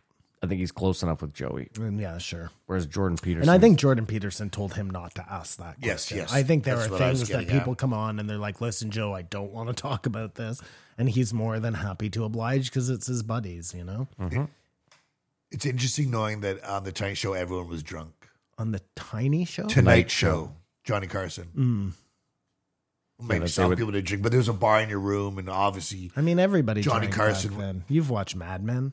F: I think he's close enough with Joey.
G: and yeah, sure.
F: Whereas Jordan Peterson,
G: And I think Jordan Peterson told him not to ask that question.
E: Yes, yes.
G: I think there
E: That's
G: are
E: what I was
G: things that
E: getting at.
G: people come on and they're like, listen, Joe, I don't want to talk about this. And he's more than happy to oblige because it's his buddies, you know?
E: It's interesting knowing that on the Tonight Show everyone was drunk.
G: On the Tiny Show?
E: Tonight Show, Hmm. Johnny Carson. Maybe
F: that they
E: some
F: would-
E: people did drink, but there was a bar in your room, and obviously
G: I mean, everybody
E: Johnny
G: drank
E: Carson.
G: back then. You've watched Mad Men.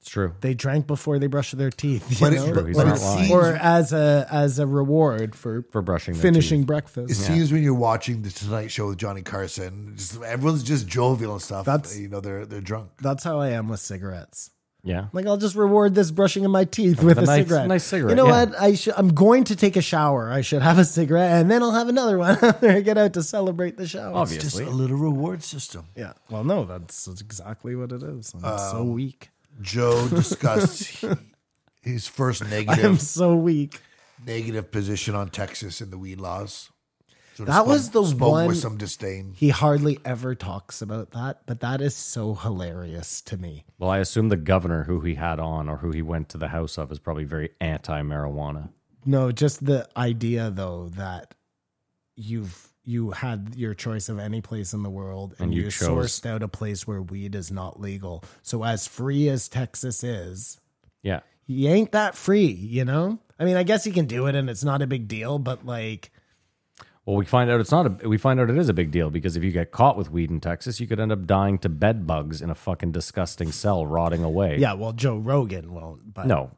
F: it's true.
G: They drank before they brushed their teeth. you
E: But it-
G: know?
E: but-
F: He's
E: but
F: not
E: it
F: lying.
E: seems-
G: or as a as a reward for,
F: For brushing their
G: finishing
F: teeth.
E: It
G: breakfast.
E: seems when you're watching the Tonight Show with Johnny Carson, just, everyone's just jovial and stuff.
G: That's-
E: you know they're they're drunk.
G: That's how I am with cigarettes.
F: Yeah,
G: Like I'll just reward this brushing of my teeth with a,
F: a nice-
G: cigarette.
F: nice cigarette,
G: You know
F: yeah.
G: what? I should. I'm going to take a shower. I should have a cigarette, and then I'll have another one after I get out to celebrate the shower.
E: Just
F: obviously.
E: a little reward system.
G: Yeah. Well, no, that's exactly what it is. I'm so weak.
E: Joe discussed he- his first negative.
G: I'm so weak.
E: negative position on Texas and the weed laws. Sort of
G: That was the
E: spoke
G: one-
E: with some disdain.
G: He hardly ever talks about that, but that is so hilarious to me.
F: Well, I assume the governor who he had on or who he went to the house of is probably very anti-marijuana.
G: No, just the idea though that you've you had your choice of any place in the world and,
F: And you
G: you,
F: chose-
G: sourced out a place where weed is not legal. So as free as Texas is,
F: Yeah,
G: you ain't that free, you know? I mean, I guess you can do it and it's not a big deal, but like
F: Well, we find out it's not a. We find out it is a big deal because if you get caught with weed in Texas, you could end up dying to bed bugs in a fucking disgusting cell, rotting away.
G: yeah, well Joe Rogan won't, but
F: No,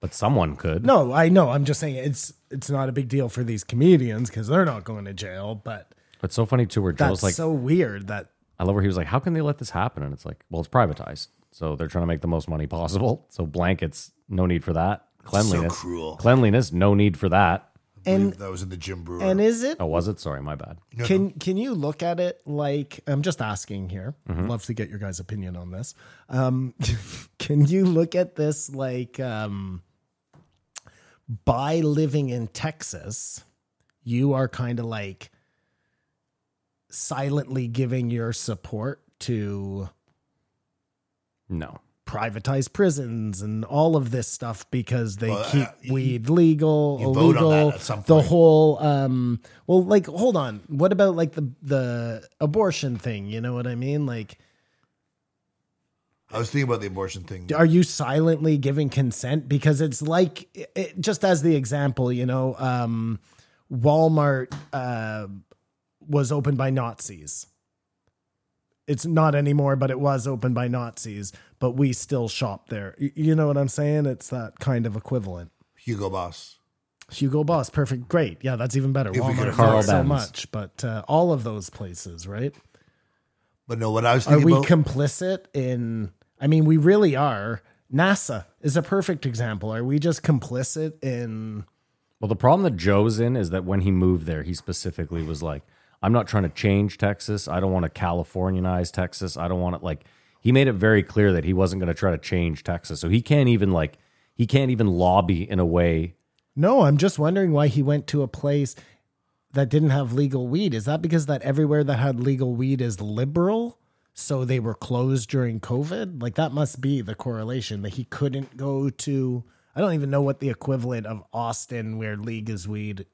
F: but someone could.
G: No, I know. I'm just saying it's it's not a big deal for these comedians cuz they're not going to jail, but
F: It's so funny too, where
G: that's
F: Joe's like,
G: so weird that
F: I love where he was like, "How can they let this happen?" And it's like, well, it's privatized, so they're trying to make the most money possible. So blankets, no need for that. Cleanliness,
E: cruel.
F: Cleanliness, no need for that.
E: And that was in the Jim Brewer.
G: and is it
F: Oh, was it? Sorry, my bad.
G: Can can you look at it like I'm just asking here? Love to get your guys' opinion on this. Um, can you look at this like um, by living in Texas, you are kind of like silently giving your support to
F: No,
G: privatized prisons and all of this stuff because they
E: Well,
G: keep
E: uh, you-
G: weed legal,
E: you vote on
G: illegal.
E: that at some
G: The
E: point.
G: whole um well like hold on. What about like the the abortion thing, you know what I mean? Like
E: I was thinking about the abortion thing.
G: are you silently giving consent because it's like it, it- just as the example, you know, um Walmart uh was opened by Nazis. It's not anymore, but it was opened by Nazis, but we still shop there. Y- You know what I'm saying? It's that kind of equivalent.
E: Hugo Boss.
G: Hugo Boss, perfect, great. Yeah, that's even better.
E: If we could
G: Walmart,
E: Carl
G: not so
F: Benz.
G: much, but uh, all of those places, right?
E: But no, what I was
G: Are
E: thinking
G: we
E: about.
G: complicit in? I mean, we really are. NASA is a perfect example. Are we just complicit in?
F: Well, the problem that Joe's in is that when he moved there, he specifically was like, I'm not trying to change Texas. I don't want to Californianize Texas. I don't want it like he made it very clear that he wasn't going to try to change Texas. So he can't even like he can't even lobby in a way
G: No, I'm just wondering why he went to a place that didn't have legal weed. Is that because that everywhere that had legal weed is liberal? So they were closed during COVID? Like that must be the correlation that he couldn't go to. I don't even know what the equivalent of Austin where league is weed.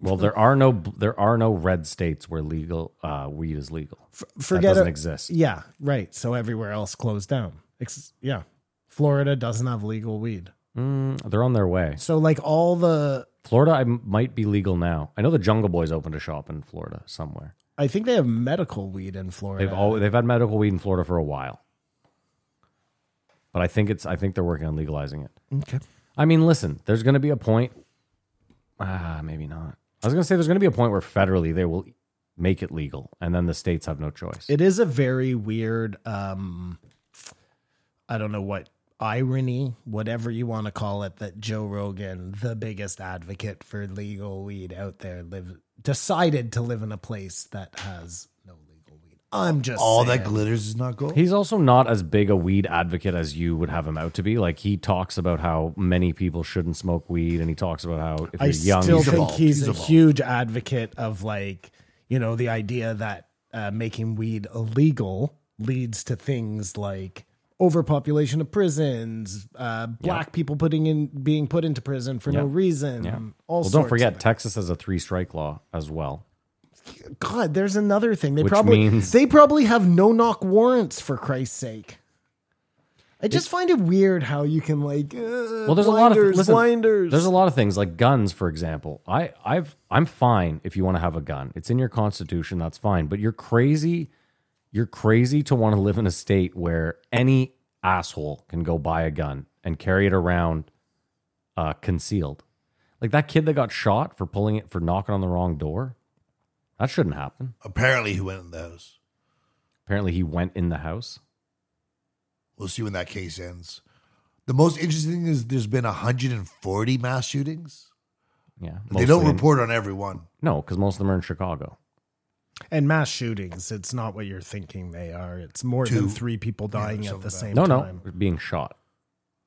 F: Well, there are no there are no red states where legal uh, weed is legal.
G: Forget
F: doesn't
G: it.
F: exist.
G: Yeah, right. So everywhere else closed down. Ex- yeah. Florida doesn't have legal weed.
F: Mm, They're on their way.
G: So like all the
F: Florida I m- might be legal now. I know the Jungle Boys opened a shop in Florida somewhere.
G: I think they have medical weed in Florida.
F: They've always, they've had medical weed in Florida for a while, but I think it's I think they're working on legalizing it.
G: Okay.
F: I mean, listen, there's going to be a point. Ah, maybe not. I was going to say there's going to be a point where federally they will make it legal, and then the states have no choice.
G: It is a very weird um I don't know what irony, whatever you want to call it, that Joe Rogan, the biggest advocate for legal weed out there, live decided to live in a place that has no legal weed. I'm just
E: All
G: saying.
E: that glitters is not gold.
F: He's also not as big a weed advocate as you would have him out to be. Like he talks about how many people shouldn't smoke weed, and he talks about how if
G: I
F: you're young,
G: still
F: you should-
G: think
E: evolved.
G: he's,
E: He's
G: a
E: evolved.
G: huge advocate of like, you know, the idea that uh, making weed illegal leads to things like overpopulation of prisons, uh, black people putting in being put into prison for no
F: Yeah.
G: reason.
F: Yeah.
G: All
F: well,
G: sorts
F: don't
G: of
F: forget
G: things.
F: Texas has a three strike law as well.
G: God, there's another thing. They
F: Which
G: probably
F: means-
G: they probably have no knock warrants for Christ's sake. I just find it weird how you can like. Uh,
F: Well, there's
G: blinders,
F: a lot of listen,
G: blinders.
F: There's a lot of things like guns, for example. I I've I'm fine if you want to have a gun. It's in your constitution. That's fine. But you're crazy. You're crazy to want to live in a state where any asshole can go buy a gun and carry it around uh, concealed. Like that kid that got shot for pulling it for knocking on the wrong door. That shouldn't happen.
E: Apparently, he went in those.
F: Apparently, he went in the house.
E: We'll see when that case ends. The most interesting thing is there's been 140 mass shootings.
F: Yeah,
E: They don't
F: mostly in-
E: report on every one.
F: No, because most of them are in Chicago.
G: And mass shootings, it's not what you're thinking they are. It's more than
E: Two.
G: three people dying at
E: something like
G: the
E: that.
G: same
F: No,
G: time.
F: no, being shot.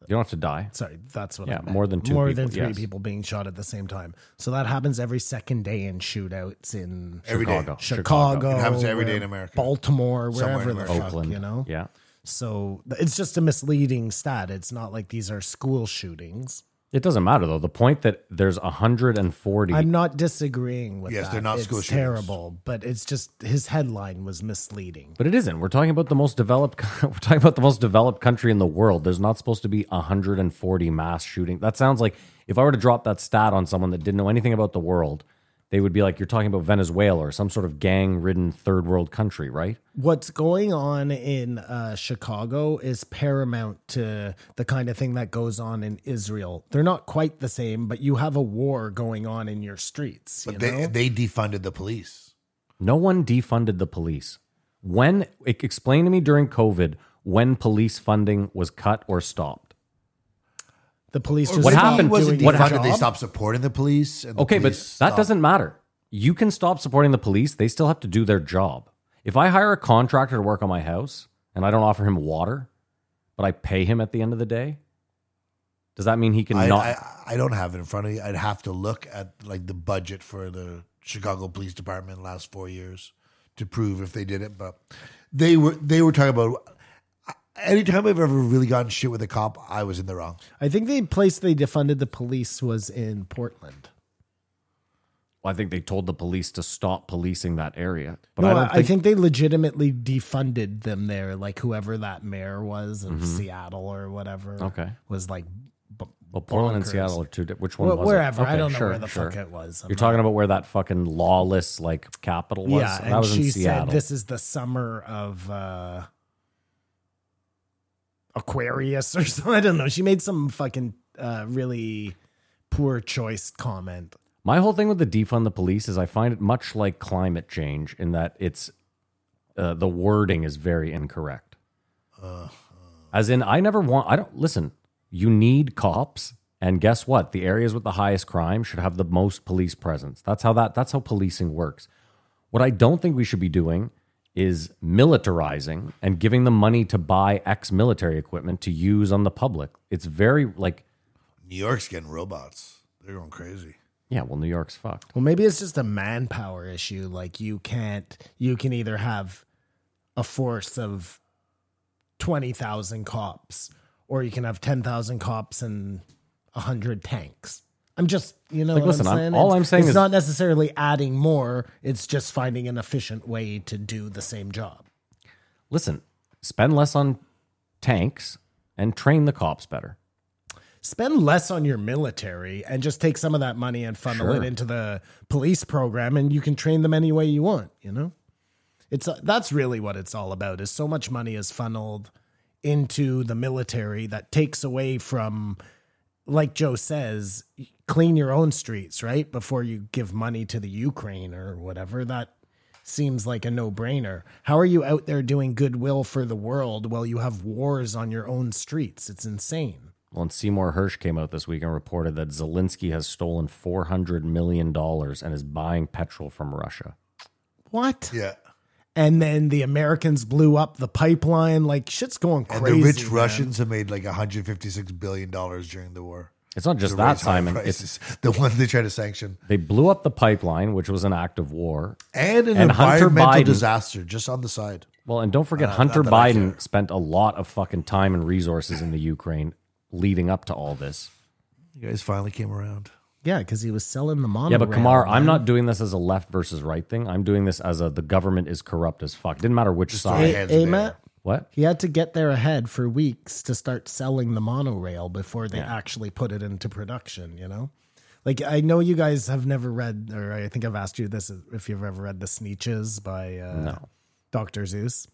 F: You don't have to die.
G: Sorry, that's what I
F: Yeah,
G: meant.
F: more than two
G: More
F: people,
G: than three
F: yes.
G: people being shot at the same time. So that happens every second day in shootouts in
E: Every day.
F: Chicago.
G: Chicago.
E: It happens every
G: where-
E: day in America.
G: Baltimore,
E: Somewhere in
G: wherever the
E: America.
G: fuck,
F: Oakland.
G: you know?
F: Yeah.
G: So th- it's just a misleading stat. It's not like these are school shootings.
F: It doesn't matter though. The point that there's 140.
G: I'm not disagreeing with
E: Yes,
G: that.
E: they're not
G: It's
E: school shootings.
G: terrible, but it's just his headline was misleading.
F: but it isn't. We're talking about the most developed. We're talking about the most developed country in the world. There's not supposed to be 140 mass shooting. That sounds like if I were to drop that stat on someone that didn't know anything about the world, they would be like, "You're talking about Venezuela or some sort of gang-ridden third world country, right?"
G: what's going on in uh, Chicago is paramount to the kind of thing that goes on in Israel. They're not quite the same, but you have a war going on in your streets. You
E: But
G: know?
E: they, they defunded the police.
F: No one defunded the police. When e- explain to me during COVID when police funding was cut or stopped.
G: the police
E: Or
G: just
F: What
E: maybe
G: stopped
F: happened?
E: it Wasn't
G: doing
F: What
E: defunded,
G: their
F: happened?
E: They
G: job.
E: stopped supporting the police. And the
F: Okay, but
E: police
F: that
E: stopped-
F: doesn't matter. You can stop supporting the police. They still have to do their job. If I hire a contractor to work on my house and I don't offer him water, but I pay him at the end of the day, does that mean he can
E: I,
F: not?
E: I, I don't have it in front of me. I'd have to look at like the budget for the Chicago Police Department last four years to prove if they did it. But they were they were talking about anytime I've ever really gotten shit with a cop, I was in the wrong.
G: I think the place they defunded the police was in Portland.
F: Well, I think they told the police to stop policing that area. But
G: no,
F: I don't
G: I think they legitimately defunded them there, like whoever that mayor was in Seattle or whatever.
F: Mm-hmm. Okay.
G: was like b-
F: well, Portland and
G: bonkers.
F: Seattle are two. di- Which one?
G: Wh-
F: was it?
G: wherever I
F: Okay,
G: don't know
F: sure,
G: where the
F: sure.
G: fuck it was. I'm
F: You're
G: not-
F: talking about where that fucking lawless like capital was.
G: Yeah,
F: that
G: and
F: was
G: she
F: in Seattle.
G: said this is the summer of uh, Aquarius or something. I don't know. She made some fucking uh, really poor choice comment.
F: My whole thing with the defund the police is I find it much like climate change in that it's uh, the wording is very incorrect. As in, I never want. I don't listen. You need cops, and guess what? The areas with the highest crime should have the most police presence. That's how that. That's how policing works. What I don't think we should be doing is militarizing and giving them money to buy ex-military equipment to use on the public. It's very like
E: New York's getting robots. They're going crazy.
F: Yeah, well, New York's fucked.
G: Well, maybe it's just a manpower issue. Like you can't, you can either have a force of 20,000 cops or you can have 10,000 cops and 100 tanks. I'm just, you know,
F: Like,
G: what
F: listen,
G: I'm
F: I'm-
G: saying?
F: all
G: It's-
F: I'm saying
G: it's
F: is-
G: not necessarily adding more, it's just finding an efficient way to do the same job.
F: Listen, spend less on tanks and train the cops better.
G: Spend less on your military and just take some of that money and funnel
F: Sure.
G: it into the police program and you can train them any way you want, you know? It's uh, that's really what it's all about is so much money is funneled into the military that takes away from like Joe says, clean your own streets, right? Before you give money to the Ukraine or whatever. That seems like a no brainer. How are you out there doing goodwill for the world while you have wars on your own streets? It's insane.
F: Well, and Seymour Hirsch came out this week and reported that Zelensky has stolen $400 million and is buying petrol from Russia.
G: What?
E: Yeah.
G: And then the Americans blew up the pipeline. Like shit's going
E: And
G: crazy.
E: the rich
G: man.
E: Russians have made like 156 billion dollars during the war.
F: It's not
E: To
F: just that,
E: raise oil
F: Simon. It's,
E: prices. the ones they try to sanction
F: they blew up the pipeline, which was an act of war.
E: and an
F: And Hunter
E: environmental
F: Biden-
E: disaster just on the side.
F: Well, and don't forget,
E: Uh,
F: Hunter
E: not that I
F: Biden
E: care.
F: spent a lot of fucking time and resources in the Ukraine leading up to all this.
E: You guys finally came around.
G: Yeah, because he was selling the mom.
F: Yeah, but Kamar, I'm not doing this as a left versus right thing. I'm doing this as a the government is corrupt as fuck. Didn't matter which
E: throw your
F: side.
E: hands
G: Hey,
E: in the
G: Matt.
E: air.
F: What?
G: He had to get there ahead for weeks to start selling the monorail before they actually put it into production, you know? Like, I know you guys have never read, or I think I've asked you this if you've ever read The Sneeches by uh, Dr. Zeus.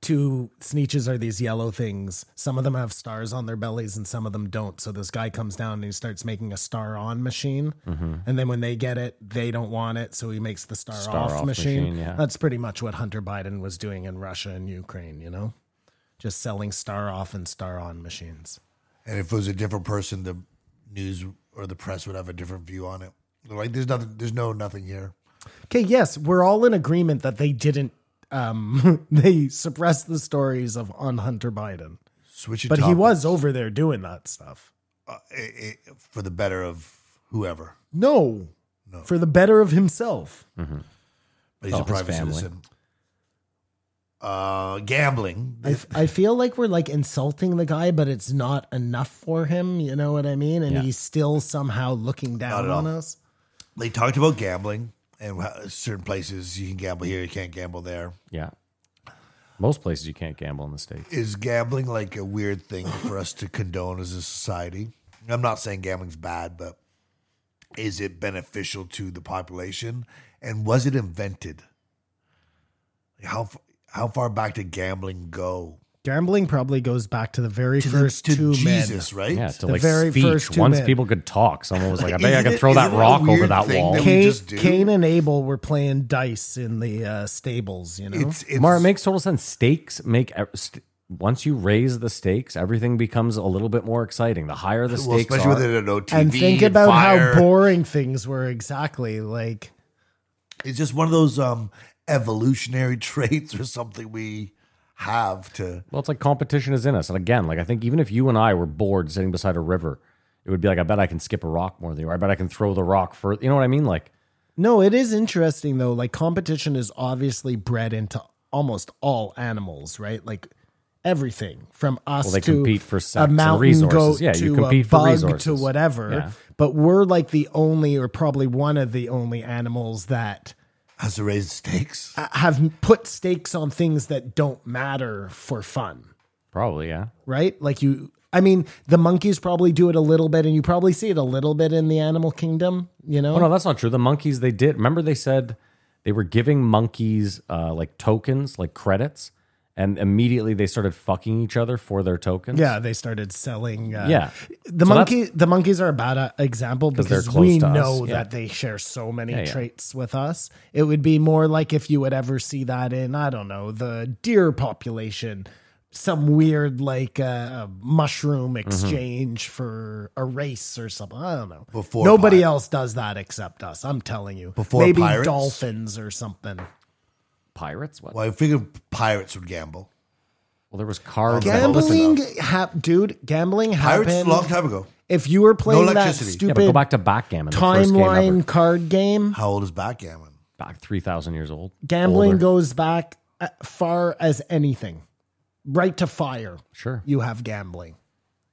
G: Two sneeches are these yellow things. Some of them have stars on their bellies and some of them don't. So this guy comes down and he starts making a star on machine. And then when they get it, they don't want it. So he makes the star,
F: Star
G: off,
F: off
G: machine.
F: machine, yeah.
G: That's pretty much what Hunter Biden was doing in Russia and Ukraine, you know? Just selling star off and star on machines.
E: And if it was a different person, the news or the press would have a different view on it. They're like, there's nothing, there's no nothing here.
G: Okay, yes, we're all in agreement that they didn't um they suppressed the stories of on Hunter Biden.
E: Switch it.
G: But he
E: topics.
G: was over there doing that stuff.
E: Uh, it- it- for the better of whoever.
G: No.
E: No. Mm-hmm.
G: For the better of himself.
E: But he's a
F: Oh, his
E: private
F: family.
E: citizen. Uh, gambling.
G: I, I feel like we're like insulting the guy, but it's not enough for him. You know what I mean? And
F: Yeah.
G: he's still somehow looking down
E: at
G: on
E: all.
G: us.
E: they talked about gambling and how- certain places you can gamble here, you can't gamble there.
F: Yeah. Most places you can't gamble in the States.
E: Is gambling like a weird thing for us to condone as a society? I'm not saying gambling's bad, but is it beneficial to the population? And was it invented? How f- how far back did gambling go?
G: Gambling probably goes back to the very
E: To the-
G: first
E: to
G: two
E: Jesus, right?
F: Yeah, to
G: The
F: like
G: very
F: speech.
G: first two
F: Once
G: men.
F: people could talk, someone was like, I bet I
E: Isn't
F: could
E: it-
F: throw that
E: isn't it a
F: rock over
E: weird
F: that
E: thing
F: wall.
E: that we
G: men. Cain,
E: just do?
G: Cain and Abel were playing dice in the uh, stables. You know,
E: It's, it's
F: Mar, it makes total sense. Stakes make ev- st- once you raise the stakes, everything becomes a little bit more exciting. The higher the
E: well,
F: stakes
E: especially
F: are,
E: with it no TV
G: and think about
E: fire.
G: how boring things were. Exactly, like
E: It's just one of those um, evolutionary traits or something we have to.
F: Well, it's like competition is in us. And again, like I think even if you and I were bored sitting beside a river, it would be like, I bet I can skip a rock more than you. Or I bet I can throw the rock further. You know what I mean? Like,
G: No, it is interesting though. Like competition is obviously bred into almost all animals, right? Like everything from us
F: Well, they
G: to
F: compete for sex
G: a
F: and
G: mountain
F: resources.
G: goat
F: Yeah,
G: to
F: you compete
G: a
F: for
G: bug to
F: resources.
G: whatever.
F: Yeah.
G: But we're like the only, or probably one of the only animals that
E: Has to raise the stakes.
G: have put stakes on things that don't matter for fun
F: probably, yeah.
G: right? Like you, I mean, the monkeys probably do it a little bit, and you probably see it a little bit in the animal kingdom. You know,
F: Oh, no, that's not true. The monkeys, they did. Remember, they said they were giving monkeys uh, like tokens, like credits. And immediately they started fucking each other for their tokens.
G: yeah, they started selling. Uh,
F: Yeah.
G: the
F: So
G: monkey, the monkeys are a bad uh, example
F: 'Cause they're
G: because
F: close
G: we
F: to us,
G: know
F: yeah.
G: that they share so many
F: yeah.
G: traits with us. It would be more like if you would ever see that in I don't know the deer population. Some weird like uh, mushroom
F: Mm-hmm.
G: exchange for a race or something. I don't know.
E: Before
G: nobody
E: pi-
G: else does that except us. I'm telling you.
E: Before
G: maybe
E: pirates?
G: dolphins or something.
F: Pirates? What?
E: Well, I figured pirates would gamble.
F: Well, there was cards. that-
E: Gamble-
F: Listen,
G: Gambling, hap, dude. Gambling
E: Pirates, a
G: happened.
E: long time ago.
G: If you were playing that
E: electricity. Yeah,
F: Yeah, but
G: stupid
F: go back to backgammon. the first game ever.
G: timeline card game,
E: How old is backgammon?
F: back 3,000 years old.
G: gambling
F: Older.
G: goes back as far as anything. Right to fire,
F: Sure.
G: you have gambling.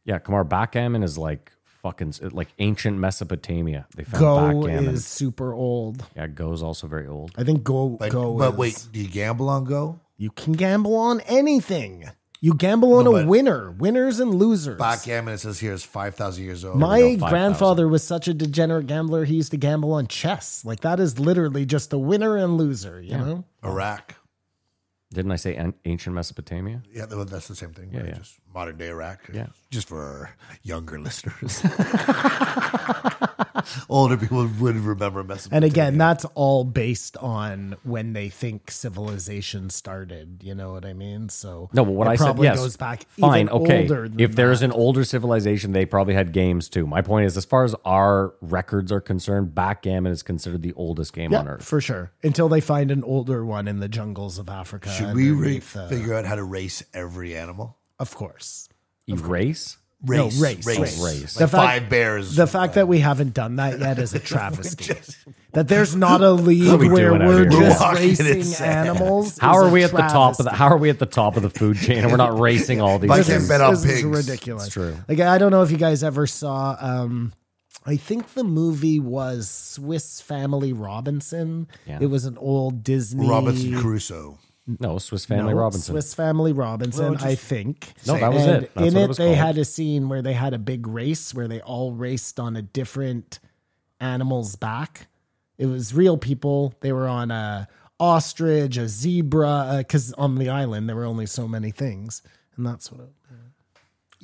F: Yeah, Kamar, backgammon is like fucking, like ancient Mesopotamia. They found
G: Go
F: backgammon.
G: is super old.
F: yeah, Go's also very old.
G: I think Go
E: But,
G: Go.
E: but
G: is-
E: wait, do you gamble on Go?
G: you can gamble on anything. You gamble on
E: No,
G: a
E: but-
G: winner, winners and losers.
E: Backgammon, it says here, is 5,000 years old.
G: My
F: 5,000.
G: grandfather was such a degenerate gambler. He used to gamble on chess. Like that is literally just a winner and loser. You know,
E: Iraq.
F: Didn't I say an- ancient Mesopotamia?
E: Yeah, th- that's the same thing.
F: Yeah,
E: right?
F: yeah.
E: Just modern day Iraq.
F: Yeah.
E: Just for our younger listeners. Older people would remember Mesopotamia.
G: and again, that's all based on when they think civilization started. You know what I mean? So
F: No, but what
G: it
F: I said,
G: probably
F: yes.
G: goes back
F: Fine,
G: even
F: okay.
G: older than
F: if there's
G: that.
F: an older civilization, they probably had games too. My point is, as far as our records are concerned, backgammon is considered the oldest game on
G: yeah,
F: earth.
G: for sure. Until they find an older one in the jungles of Africa.
E: Should we re-
G: underneath, uh,
E: figure out how to race every animal?
G: Of course.
E: Race.
F: Erase?
G: no, race,
F: Oh,
E: Race.
G: race.
E: race.
G: The
E: Like
G: fact-
E: five bears.
G: The fact that we haven't done that yet is a travesty. that there's not a league
F: we
G: where
F: doing out
G: we're
F: here? We're
G: just
E: walking in
G: racing
E: sand.
G: animals.
F: How
G: is
F: are
G: a
F: we at the top of the?
G: travesty.
F: How are we at the top of the food chain? and We're not racing all these.
E: Like
F: things.
E: bet on
G: this is
E: pigs.
G: ridiculous.
F: uh, It's true.
G: Like I don't know if you guys ever saw. Um, I think the movie was Swiss Family Robinson.
F: Yeah.
G: It was an old Disney
E: Robinson Crusoe.
F: No, Swiss Family
G: No,
F: Robinson.
G: Swiss Family Robinson,
E: Well, just-
G: I think.
F: No, that was
G: And
F: it. That's
G: in
F: what
G: it,
F: it was
G: they
F: called.
G: had a scene where they had a big race where they all raced on a different animal's back. It was real people. They were on a ostrich, a zebra, because on the island there were only so many things, and that's what. It,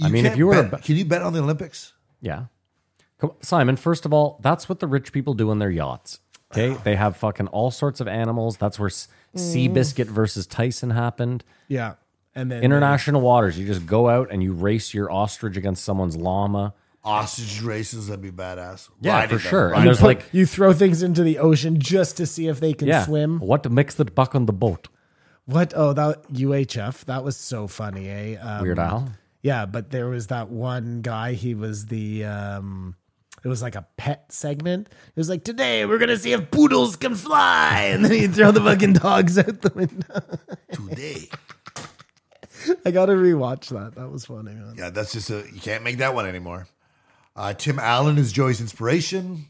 F: I mean, if
E: can't
F: you were a
E: bet-
F: ba-
E: can you bet on the Olympics?
F: Yeah. Come Simon, first of all, that's what the rich people do on their yachts. Okay? They have fucking all sorts of animals. That's where S-
G: Mm.
F: Seabiscuit versus Tyson happened.
G: yeah, and then
F: International waters. You just go out and you race your ostrich against someone's llama.
E: Ostrich races, that'd be badass.
F: Yeah,
E: Riding
F: for
E: them,
F: sure.
E: riding
F: And there's
G: Put-
F: like,
G: you throw things into the ocean just to see if they can
F: yeah,
G: swim.
F: what makes the buck on the boat?
G: What? Oh, that UHF. That was so funny, eh? Um,
F: Weird Al.
G: Yeah, but there was that one guy, he was the um it was like a pet segment. It was like, today we're gonna see if poodles can fly, and then he'd throw the fucking dogs out the window.
E: today.
G: I gotta rewatch that. That was funny, man.
E: Yeah, that's just a you can't make that one anymore. Uh, Tim Allen is Joey's inspiration.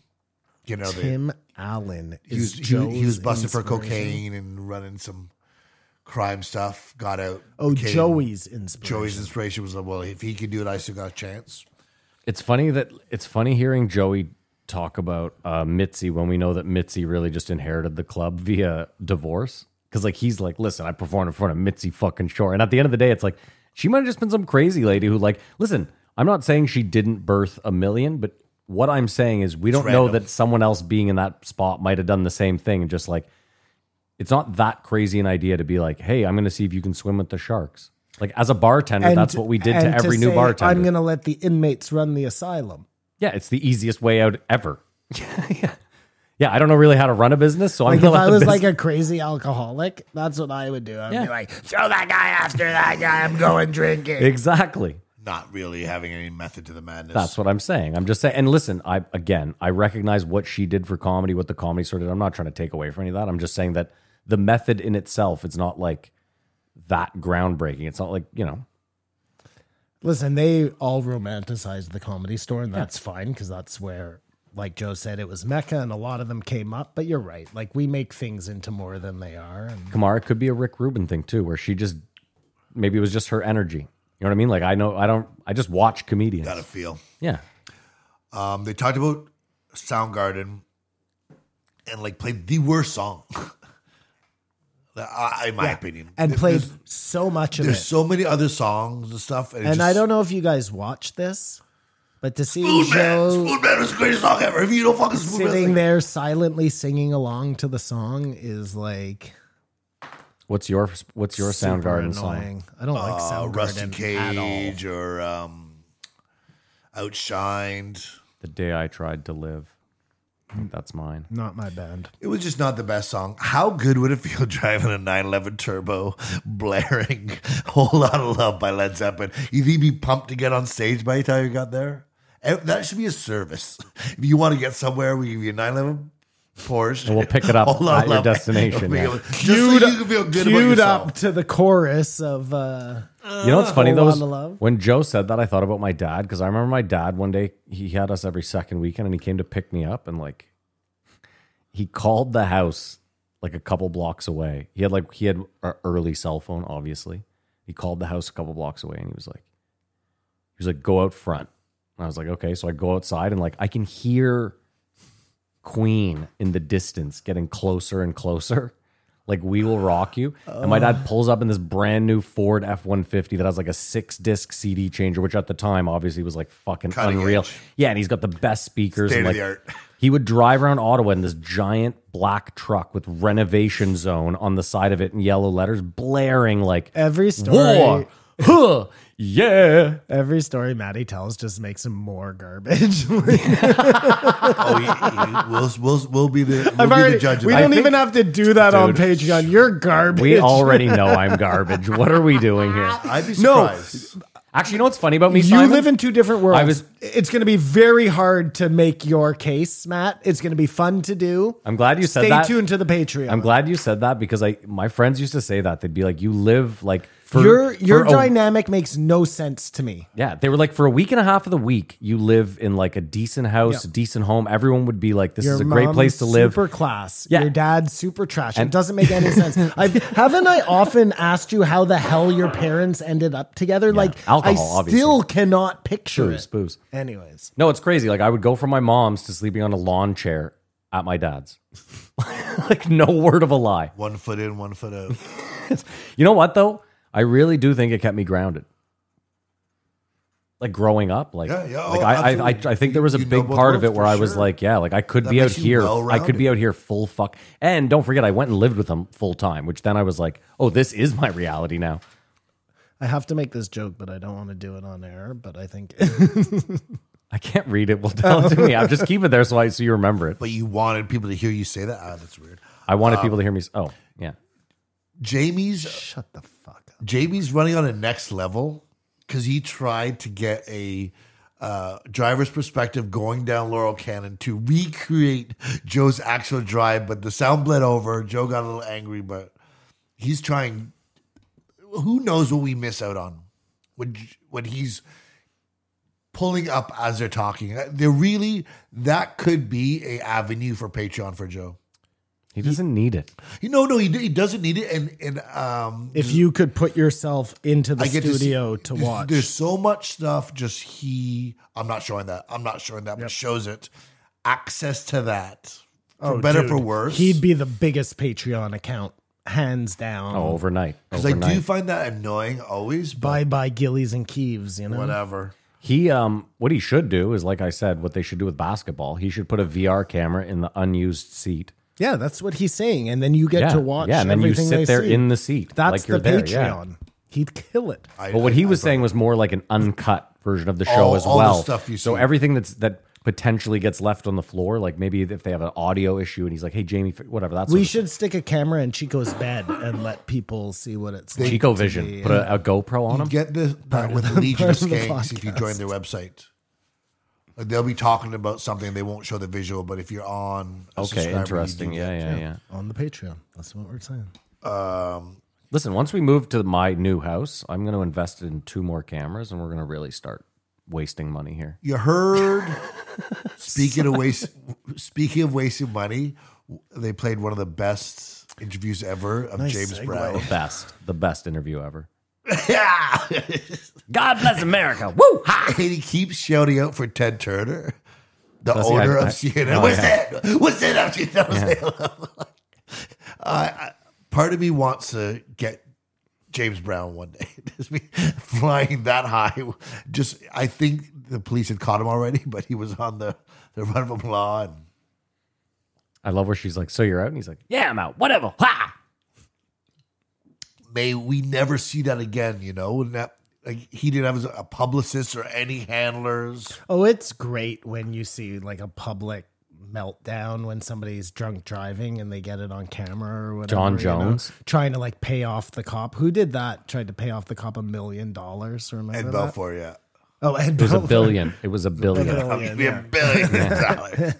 E: You know, the,
G: Tim Allen
E: he was
G: is
E: he, he was
G: Joe's
E: busted for
G: inspiration.
E: cocaine and running some crime stuff. Got out.
G: Oh,
E: became-
G: Joey's inspiration.
E: Joey's inspiration was like, well, if he could do it, I still got a chance.
F: It's funny that it's funny hearing Joey talk about uh, Mitzi when we know that Mitzi really just inherited the club via divorce. Because like he's like, listen, I performed in front of Mitzi fucking Shore, and at the end of the day, it's like she might have just been some crazy lady who like, listen, I'm not saying she didn't birth a million, but what I'm saying is we don't know
E: random.
F: that someone else being in that spot might have done the same thing, and just like it's not that crazy an idea to be like, hey, I'm going to see if you can swim with the sharks. Like as a bartender,
G: And-
F: that's what we did
G: and
F: to every new
G: say,
F: bartender.
G: I'm gonna let the inmates run the asylum.
F: Yeah, it's the easiest way out ever. yeah. yeah, I don't know really how to run a business, so I'm
G: Like if
F: gonna
G: I
F: let the
G: was
F: business-
G: like a crazy alcoholic, that's what I would do. I'd
F: Yeah.
G: be like, throw that guy after that guy. I'm going drinking.
F: exactly.
E: Not really having any method to the madness.
F: That's what I'm saying. I'm just saying. And listen, I again, I recognize what she did for comedy, what the comedy sort of did. I'm not trying to take away from any of that. I'm just saying that the method in itself, it's not like that groundbreaking. It's not like you know.
G: Listen, they all romanticized the comedy store, and that's fine because that's where, like Joe said, it was Mecca, and a lot of them came up. But you're right; like we make things into more than they are. And
F: Kamara could be a Rick Rubin thing too, where she just maybe it was just her energy. You know what I mean? Like I know I don't. I just watch comedians.
E: Got to feel.
F: Yeah.
E: Um, they talked about Soundgarden and like played the worst song, I, in my opinion.
G: and
E: There-
G: played
E: there's-
G: so much of it.
E: There's so many other songs and stuff, and, it's
G: and
E: just,
G: I don't know if you guys watch this, but to see
E: Spoon Man,
G: Joe
E: Spoon Man is the greatest song ever. If you don't fucking Spoon
G: sitting
E: Man,
G: there silently singing along to the song is like
F: What's your What's your
G: super
F: Soundgarden song?
G: annoying. I don't like
E: it's like, uh,
G: Soundgarden
E: Rusty
G: at all.
E: Cage or um, Outshined.
F: The day I tried to live. I think that's mine.
G: Not my band.
E: It was just not the best song. How good would it feel driving a 911 Turbo, blaring "Whole Lot of Love" by Led Zeppelin? You think you'd be pumped to get on stage by the time you got there? Eh, That should be a service. If you want to get somewhere, we give you a 911 Porsche.
F: And we'll pick it up
E: Hold on,
F: at your
E: love.
F: destination,
E: We'll
F: yeah.
E: pick it up. Just so you can feel good about
G: queued
E: yourself.
G: up to the chorus of uh,
F: You know what's funny
G: Hold
F: though?
G: on
F: is
G: to love.
F: When Joe said that, I thought about my dad because I remember my dad one day he had us every second weekend and he came to pick me up and like he called the house like a couple blocks away. He had like he had an early cell phone, obviously. He called the house a couple blocks away and he was like, he was like, go out front. And I was like, okay. So I go outside and like I can hear Queen in the distance getting closer and closer. Like we will rock you. And my dad pulls up in this brand new Ford F one fifty that has like a six disc CD changer, which at the time obviously was like fucking
E: Cutting
F: unreal.
E: edge.
F: Yeah, and he's got the best speakers. and, like,
E: State-of-the-art.
F: He would drive around Ottawa in this giant black truck with renovation zone on the side of it in yellow letters, blaring like
G: every story.
F: war, huh, yeah.
G: Every story Maddie tells just makes him more garbage.
E: Oh, you- you- we'll, we'll, we'll be the, we'll
G: I've
E: be
G: already,
E: the judge of
G: we
E: that.
G: don't
F: think-
G: even have to do that on
F: Dude.
G: Patreon. You're garbage.
F: We already know I'm garbage. What are we doing here?
E: I'd be surprised.
F: Actually, you know what's funny about me?
G: you
F: Simon?
G: live in two different worlds.
F: I was-
G: it's going to be very hard to make your case, Matt. It's going to be fun to do.
F: I'm glad you said
G: Stay
F: that.
G: tuned to the Patreon.
F: I'm glad you said that because I my friends used to say that they'd be like, "You live like for
G: your your
F: for a-
G: dynamic makes no sense to me.
F: yeah." They were like, for a week and a half of the week, you live in like a decent house,
G: Yeah.
F: a decent home. Everyone would be like, "This
G: Your
F: is a great
G: mom's
F: place to live."
G: Super class.
F: Yeah.
G: Your dad's super trash. it doesn't make any sense. I've, haven't I often asked you how the hell your parents ended up together? Like,
F: Alcohol,
G: I
F: obviously.
G: still cannot picture
F: Booze,
G: it.
F: booze.
G: Anyways,
F: No, it's crazy. Like I would go from my mom's to sleeping on a lawn chair at my dad's. like no word of a lie.
E: One foot in, one foot out.
F: You know what though? I really do think it kept me grounded. Like growing up, like,
E: Yeah, yeah,
F: like
E: oh,
F: I, I, I,
E: absolutely.
F: I think there was a
E: You know
F: big
E: both
F: part of it
E: worlds,
F: where
E: for
F: I was
E: sure.
F: like, yeah, like I could
E: That
F: be out
E: makes you
F: here, I could
E: well-rounded.
F: be out here full fuck. And don't forget, I went and lived with them full time, which then I was like, oh, this is my reality now.
G: I have to make this joke, but I don't want to do it on air. But I think
F: I can't read it. Well, tell it to me. I'll just keep it there so I so you remember it.
E: But you wanted people to hear you say that? Ah, that's weird.
F: I wanted people to hear me. s- Oh, yeah.
E: Jamie's
G: shut the fuck up.
E: Jamie's running on a next level because he tried to get a uh, driver's perspective going down Laurel Cannon to recreate Joe's actual drive, but the sound bled over. Joe got a little angry, but he's trying. Who knows what we miss out on when J- when he's pulling up as they're talking? Uh, They're really that could be a avenue for Patreon for Joe.
F: He doesn't need it.
E: You know, no, he, he doesn't need it, and and um,
G: If you could put yourself into the
E: see-
G: studio to,
E: there's-
G: watch,
E: There's so much stuff. Just he. I'm not showing that. I'm not showing that. But shows it. Access to that. For
G: Oh,
E: better
G: dude,
E: for worse.
G: he'd be the biggest Patreon account, hands down.
F: Oh, overnight.
E: Because I
F: Overnight.
E: do find that annoying always. But
G: bye bye Gillies and Keeves, you know.
E: whatever.
F: He um what he should do is like I said, what they should do with basketball, he should put a VR camera in the unused seat.
G: Yeah, that's what he's saying, and then you get
F: yeah.
G: to watch.
F: Yeah, and then you
G: everything
F: sit
G: they
F: there
G: see.
F: in the seat.
G: That's
F: like you're
G: the
F: there, yeah.
G: Patreon. He'd kill it.
E: I,
F: But what
E: I-
F: he
E: I
F: was
E: thought-
F: saying was more like an uncut version of the show
E: All-
F: as
E: all the
F: well.
E: stuff you
F: so
E: see.
F: everything that's that potentially gets left on the floor, like maybe if they have an audio issue and he's like, "Hey Jamie, f- whatever." That's
G: we should stick a camera in Chico's bed and let people see what it's like.
F: Chico
G: to
F: Vision
G: be-
F: put a, a GoPro on him.
E: Get this that with
G: the-
E: Legion
G: part
E: of
G: of the
E: Skanks if you join
G: podcast.
E: their website. Like they'll be talking about something. They won't show the visual, but if you're on, a
F: okay,
E: subscriber, you do
F: interesting.
E: that.
F: Yeah, yeah, yeah.
G: on the Patreon. That's what we're saying.
F: Listen, once we move to my new house, I'm going to invest in two more cameras, and we're going to really start wasting money here.
E: You heard. speaking of waste, speaking of wasting money, they played one of the best interviews ever of
G: Nice
E: James
G: segue.
E: Brown.
F: Best, the best interview ever.
E: Yeah,
F: God bless America. Woo! Ha!
E: and he keeps shouting out for Ted Turner, the
F: Does he?
E: owner
F: I-
E: of
F: I-
E: CNN.
F: Oh,
E: What's
F: yeah.
E: that? What's that? up to?" That was it. I- I- part of me wants to get James Brown one day. Just be flying that high. Just I think the police had caught him already, but he was on the the run from law and.
F: I love where she's like, "So you're out?" And he's like, "Yeah, I'm out. Whatever." Ha!
E: may we never see that again, you know? And that, like, he didn't have a publicist or any handlers.
G: Oh, it's great when you see like a public meltdown when somebody's drunk driving and they get it on camera or whatever.
F: John
G: you know,
F: Jones.
G: trying to like pay off the cop. Who did that? Tried to pay off the cop a million dollars. Remember
E: And
G: that?
E: Belfort, yeah.
G: Oh, Ed
F: It was a
G: Belfour.
F: billion. It was a billion.
G: Billion,
E: Be a
G: yeah.
E: billion dollars.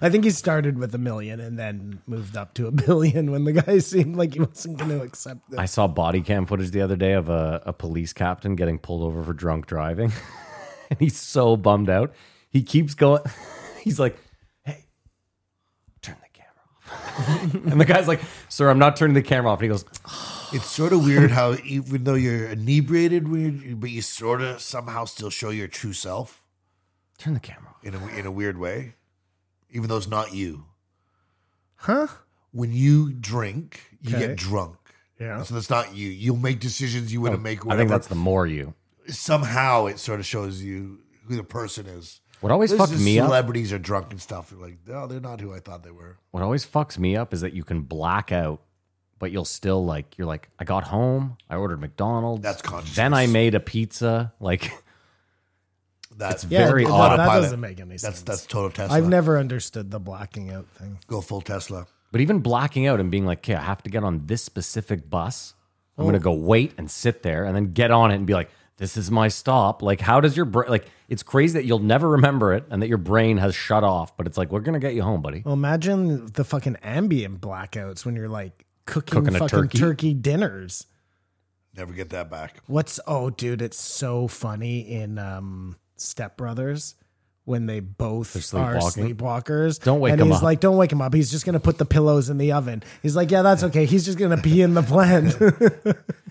G: I think he started with a million and then moved up to a billion when the guy seemed like he wasn't going to accept it.
F: I saw body cam footage the other day of a, a police captain getting pulled over for drunk driving. and he's so bummed out. He keeps going. He's like, hey, turn the camera off. and the guy's like, sir, I'm not turning the camera off. And he goes,
E: It's sort of weird how even though you're inebriated, weird, but you sort of somehow still show your true self
F: turn the camera off.
E: in a, in a weird way, even though it's not you. Huh? When you drink, you
G: Okay.
E: get drunk.
G: Yeah.
E: So that's not you. You'll make decisions you wouldn't make.
F: I
E: Whatever.
F: think that's the more you.
E: somehow it sort of shows you who the person is.
F: What always
E: This
F: fucked
E: is
F: me up.
E: celebrities are drunk and stuff. You're like, no, they're not who I thought they were.
F: What always fucks me up is that you can black out, but you'll still like you're like I got home, I ordered McDonald's.
E: That's consciousness.
F: Then I made a pizza. Like
E: That's
F: Yeah, very
G: that,
F: odd.
G: That
E: Autopilot.
G: doesn't make any
E: That's
G: sense.
E: that's total Tesla.
G: I've never understood the blacking out thing.
E: go full Tesla.
F: But even blacking out and being like, okay, I have to get on this specific bus. I'm going to go wait and sit there and then get on it and be like, this is my stop. Like, how does your brain, like, it's crazy that you'll never remember it and that your brain has shut off, but it's like, we're going to get you home, buddy.
G: Well, imagine the fucking ambient blackouts when you're like cooking,
F: Cooking a
G: fucking
F: turkey?
G: turkey. dinners.
E: Never get that back.
G: What's oh, dude, it's so funny in um, Step Brothers when they both are
F: sleepwalking.
G: sleepwalkers.
F: Don't wake
G: and
F: him
G: he's
F: up.
G: like, don't wake him up. He's just gonna put the pillows in the oven. He's like, yeah, that's okay. He's just gonna pee in the blend.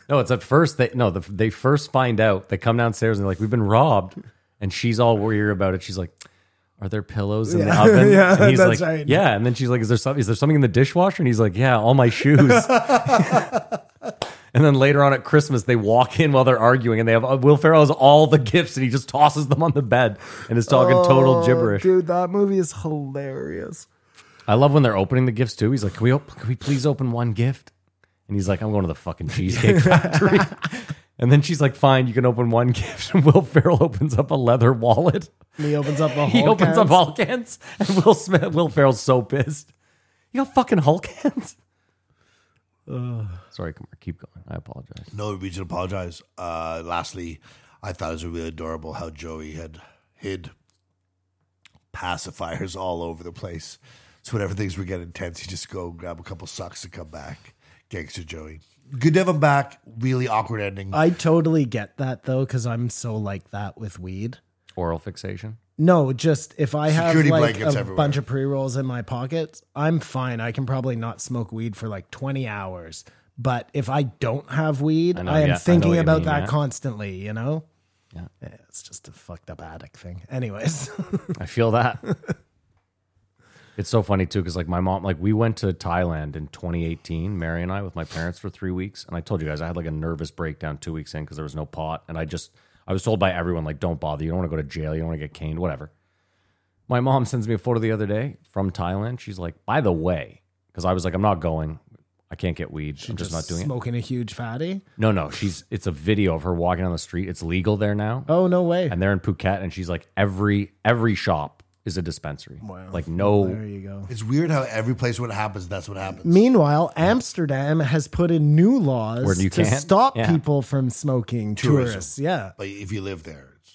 F: No, it's at first they no, the, they first find out. They come downstairs and they're like, "We've been robbed," and she's all worried about it. She's like, "Are there pillows in the oven?"
G: Yeah,
F: and he's
G: that's
F: like,
G: right.
F: "Yeah," and then she's like, "Is there something? Is there something in the dishwasher?" And he's like, "Yeah, all my shoes." and then later on at Christmas, they walk in while they're arguing, and they have uh, Will Ferrell has all the gifts, and he just tosses them on the bed and is talking
G: Oh,
F: total gibberish.
G: Dude, that movie is hilarious.
F: I love when they're opening the gifts too. He's like, "Can we op- can we please open one gift?" And he's like, "I'm going to the fucking cheesecake factory." and then she's like, "Fine, you can open one gift." And Will Ferrell opens up a leather wallet.
G: And he opens up the whole
F: He opens up Hulk hands, and Will Smith, Will Ferrell's so pissed. You got fucking Hulk hands. Sorry, come on, keep going. I apologize.
E: No reason to apologize. Uh, lastly, I thought it was really adorable how Joey had hid pacifiers all over the place. So whenever things would get intense, he just go grab a couple sucks and come back. Gangster Joey. Good to have him back. Really awkward ending.
G: I totally get that though, because I'm so like that with weed.
F: Oral fixation.
G: No, just if I have
E: Security
G: like a
E: blankets everywhere.
G: bunch of pre rolls in my pocket, I'm fine. I can probably not smoke weed for like 20 hours. But if I don't have weed, I,
F: know,
G: am
F: yeah, I know
G: thinking
F: what you
G: about
F: mean,
G: that
F: yeah.
G: constantly, you know? Yeah. It's just a fucked up addict thing. Anyways,
F: I feel that. it's so funny too, because like my mom, like we went to Thailand in 2018, Mary and I, with my parents for three weeks, and I told you guys I had like a nervous breakdown two weeks in because there was no pot, and I just I was told by everyone like don't bother, you don't want to go to jail, you don't want to get caned, whatever. My mom sends me a photo the other day from Thailand. She's like, by the way, because I was like, I'm not going. I can't get weed. I'm just, not doing it.
G: smoking a huge fatty.
F: No, no. She's. It's a video of her walking down the street. It's legal there now
G: Oh, no way.
F: and they're in Phuket, and she's like, every every shop is a dispensary. Like
G: there
F: no,
G: you go.
E: it's weird how every place when it happens, that's what happens.
G: Meanwhile, Amsterdam has put in new laws
F: Where you
G: to
F: can't?
G: stop
F: Yeah.
G: people from smoking
E: Tourism.
G: tourists. Yeah.
E: But if you live there, it's,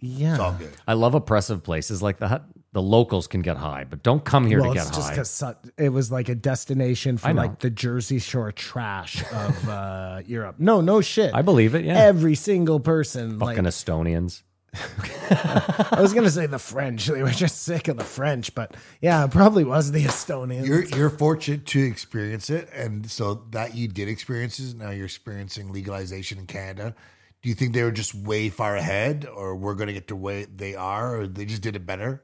G: Yeah.
E: it's all good.
F: I love oppressive places like that. The locals can get high, but don't come here
G: well,
F: to
G: it's
F: get
G: just
F: high.
G: because it was like a destination for
F: I know.
G: like the Jersey Shore trash of uh, Europe. No, no shit.
F: I believe it. Yeah,
G: Every single person, like
F: fucking Estonians.
G: I was gonna say the French, they were just sick of the French, but yeah, it probably was the Estonians.
E: You're you're fortunate to experience it, and so that you did experiences. Now you're experiencing legalization in Canada. Do you think they were just way far ahead, or we're going to get to way they are, or they just did it better?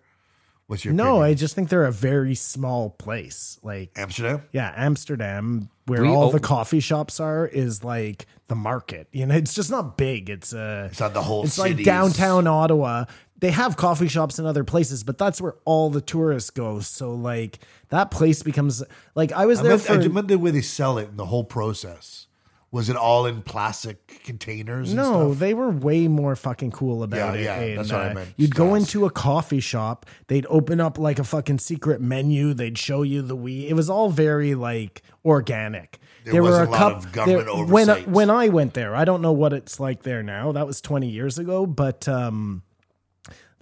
E: What's your
G: no, I
E: opinion?
G: just think they're a very small place. Like,
E: Amsterdam?
G: yeah, Amsterdam, where
F: We
G: all
F: op-
G: the coffee shops are, is like the market. You know, it's just not big. It's uh, a
E: It's not the whole.
G: It's like
E: cities.
G: downtown Ottawa. They have coffee shops in other places, but that's where all the tourists go. So like that place becomes like I was
E: I
G: there
E: meant, I
G: for
E: meant the way they sell it and the whole process. Was it all in plastic containers? and
G: No,
E: stuff?
G: they were way more fucking cool about
E: Yeah,
G: it.
E: yeah,
G: and, uh,
E: that's what I meant.
G: You'd go
E: Yes.
G: into a coffee shop, they'd open up like a fucking secret menu, they'd show you the Wii. It was all very like organic.
E: There wasn't a lot of government
G: when I,
E: oversight.
G: when I went there, I don't know what it's like there now. That was 20 years ago, but um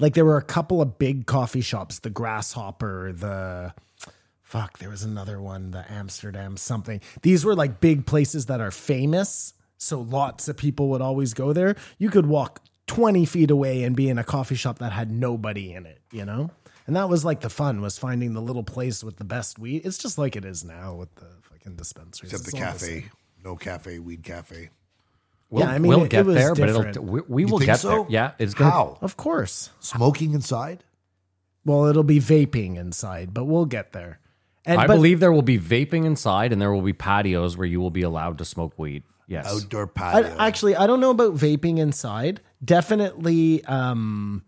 G: like there were a couple of big coffee shops, the Grasshopper, the fuck, there was another one, the Amsterdam something. These were like big places that are famous. So lots of people would always go there. You could walk 20 feet away and be in a coffee shop that had nobody in it, you know? And that was like the fun was finding the little place with the best weed. It's just like it is now with the fucking dispensaries.
E: except the
G: It's all same.
E: cafe, no cafe, weed cafe.
F: We'll,
G: Yeah, I mean,
F: we'll
G: it-
F: get
G: it was
F: there, but
G: different.
F: it'll, we, we
E: You
F: will
E: think
F: get
E: so?
F: there. Yeah, it's gonna,
E: How
G: Of course.
E: smoking inside?
G: Well, it'll be vaping inside, but we'll get there. And
F: I
G: but
F: believe there will be vaping inside, and there will be patios where you will be allowed to smoke weed. Yes,
E: Outdoor
G: I,
E: patio.
G: actually, I don't know about vaping inside. Definitely um,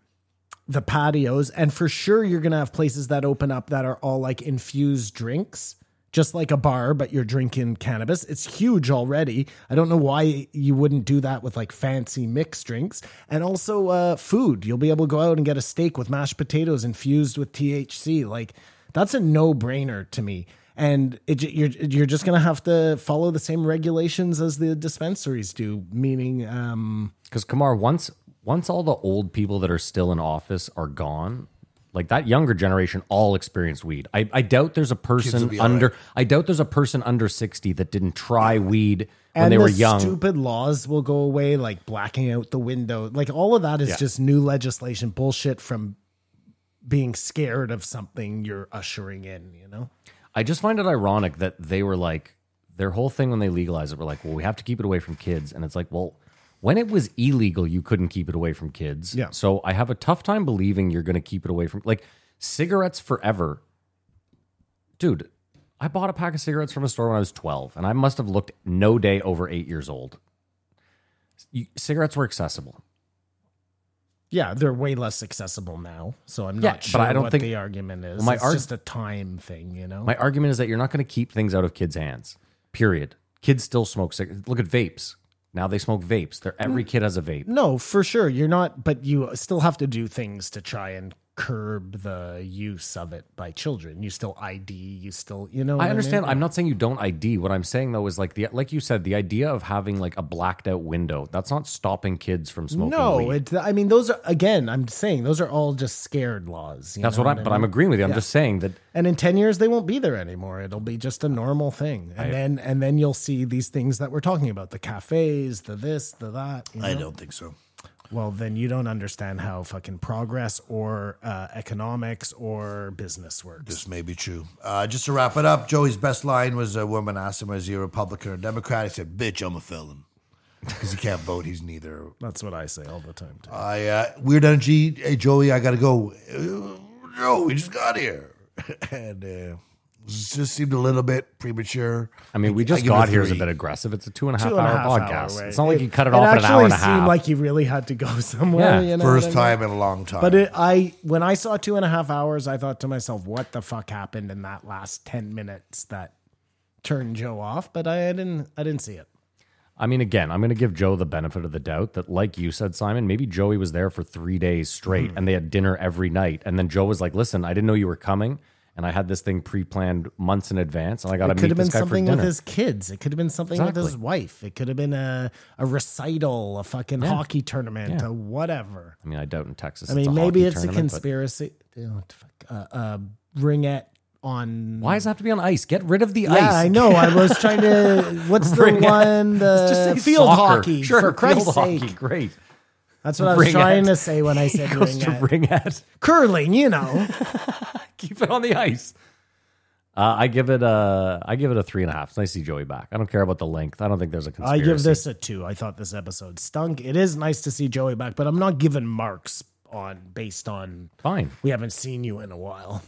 G: the patios, and for sure you're gonna have places that open up that are all like infused drinks, just like a bar, but you're drinking cannabis. It's huge already. I don't know why you wouldn't do that with like fancy mixed drinks, and also uh, food. You'll be able to go out and get a steak with mashed potatoes infused with THC. Like that's a no brainer to me and it, ju- you're you're just gonna have to follow the same regulations as the dispensaries do. Meaning, um,
F: because Kamar, once once all the old people that are still in office are gone, like that younger generation all experienced weed. I, I doubt there's a person
E: be all
F: under. I doubt there's a person under sixty that didn't try weed when
G: and
F: they
G: the
F: were young.
G: stupid laws will go away, like blacking out the window. Like all of that is just new legislation bullshit from being scared of something you're ushering in. You know,
F: I just find it ironic that they were like their whole thing when they legalized it. We're like, well, we have to keep it away from kids, and it's like, well, when it was illegal, you couldn't keep it away from kids.
G: Yeah.
F: So I have a tough time believing you're going to keep it away from like cigarettes forever, dude. I bought a pack of cigarettes from a store when I was 12, and I must have looked no day over eight years old. You- Cigarettes were accessible.
G: yeah, they're way less accessible now. So I'm
F: Yeah,
G: not
F: but
G: sure
F: I don't
G: what
F: think-
G: the argument is.
F: Well, my
G: it's
F: arg-
G: just a time thing. You know,
F: My argument is that you're not going to keep things out of kids' hands. Period. Kids still smoke cigarettes. Look at vapes. Now they smoke vapes. They're, every
G: Mm.
F: kid has a vape.
G: No, for sure. You're not, but you still have to do things to try and curb the use of it by children. You still ID, you still, you know. what
F: I understand.
G: mean?
F: I'm not saying you don't ID. What I'm saying though is like the like you said, the idea of having like a blacked out window. That's not stopping kids from smoking.
G: no,
F: weed.
G: it, I mean, those are, again, I'm saying those are all just scared laws. you
F: that's
G: know
F: what I'm. But I'm
G: mean?
F: agreeing with you. I'm just saying that
G: And in 10 years, they won't be there anymore. It'll be just a normal thing. And then, and then you'll see these things that we're talking about the cafes, the this, the that. you
E: I
G: know?
E: don't think so.
G: Well, then you don't understand how fucking progress or uh, economics or business works.
E: This may be true. Uh, just to wrap it up, Joey's best line was a woman asked him, "Is he a Republican or Democrat?" He said, "Bitch, I'm a felon," because he can't vote. He's neither.
G: That's what I say all the time. Too.
E: I uh, weird energy. Hey Joey, I gotta go. "Uh, No, we just got here, and uh, this just seemed a little bit premature.
F: I mean, we just
E: give it
F: got here is a
E: three.
F: bit aggressive. It's a two and a half
G: Two and a half
F: hour
G: hour,
F: podcast.
G: right.
F: it's not like you cut it, off at an hour and a
G: It actually seemed
F: half.
G: like you really had to go somewhere.
F: Yeah.
G: you know
E: First
G: what I mean?
E: time in a long time.
G: But it, I, when I saw two and a half hours, I thought to myself, "What the fuck happened in that last ten minutes that turned Joe off?" But I didn't. I didn't see it.
F: I mean, again, I'm going to give Joe the benefit of the doubt that, like you said, Simon, maybe Joey was there for three days straight
G: Mm-hmm.
F: and they had dinner every night. And then Joe was like, listen, I didn't know you were coming. And I had this thing pre planned months in advance. And I got to
G: It could
F: meet
G: have been
F: this guy for
G: something with
F: dinner.
G: his kids. It could have been something with his
F: Exactly.
G: wife. It could have been a a recital, a fucking hockey tournament,
F: Yeah.
G: a whatever.
F: I mean, I doubt in Texas.
G: I mean, maybe
F: hockey
G: it's a
F: tournament, but-
G: conspiracy. Oh, fuck. Uh, uh, ringette on
F: Why does it have to be on ice? Get rid of the ice.
G: Yeah, I know. I was trying to. What's the
F: Bring it.
G: one? The
F: Let's just say
G: field
F: soccer.
G: hockey.
F: Sure,
G: for Christ's
F: field
G: sake.
F: hockey. Great.
G: That's what I was
F: Ring
G: trying
F: it.
G: to say when I said
F: It goes to
G: ringette.
F: ring at.
G: curling. You know,
F: keep it on the ice. Uh, I give it a I give it a three and a half. It's nice to see Joey back. I don't care about the length. I don't think there's a
G: I
F: conspiracy.
G: give this a two. I thought this episode stunk. It is nice to see Joey back, but I'm not giving marks on based on
F: fine.
G: we haven't seen you in a while.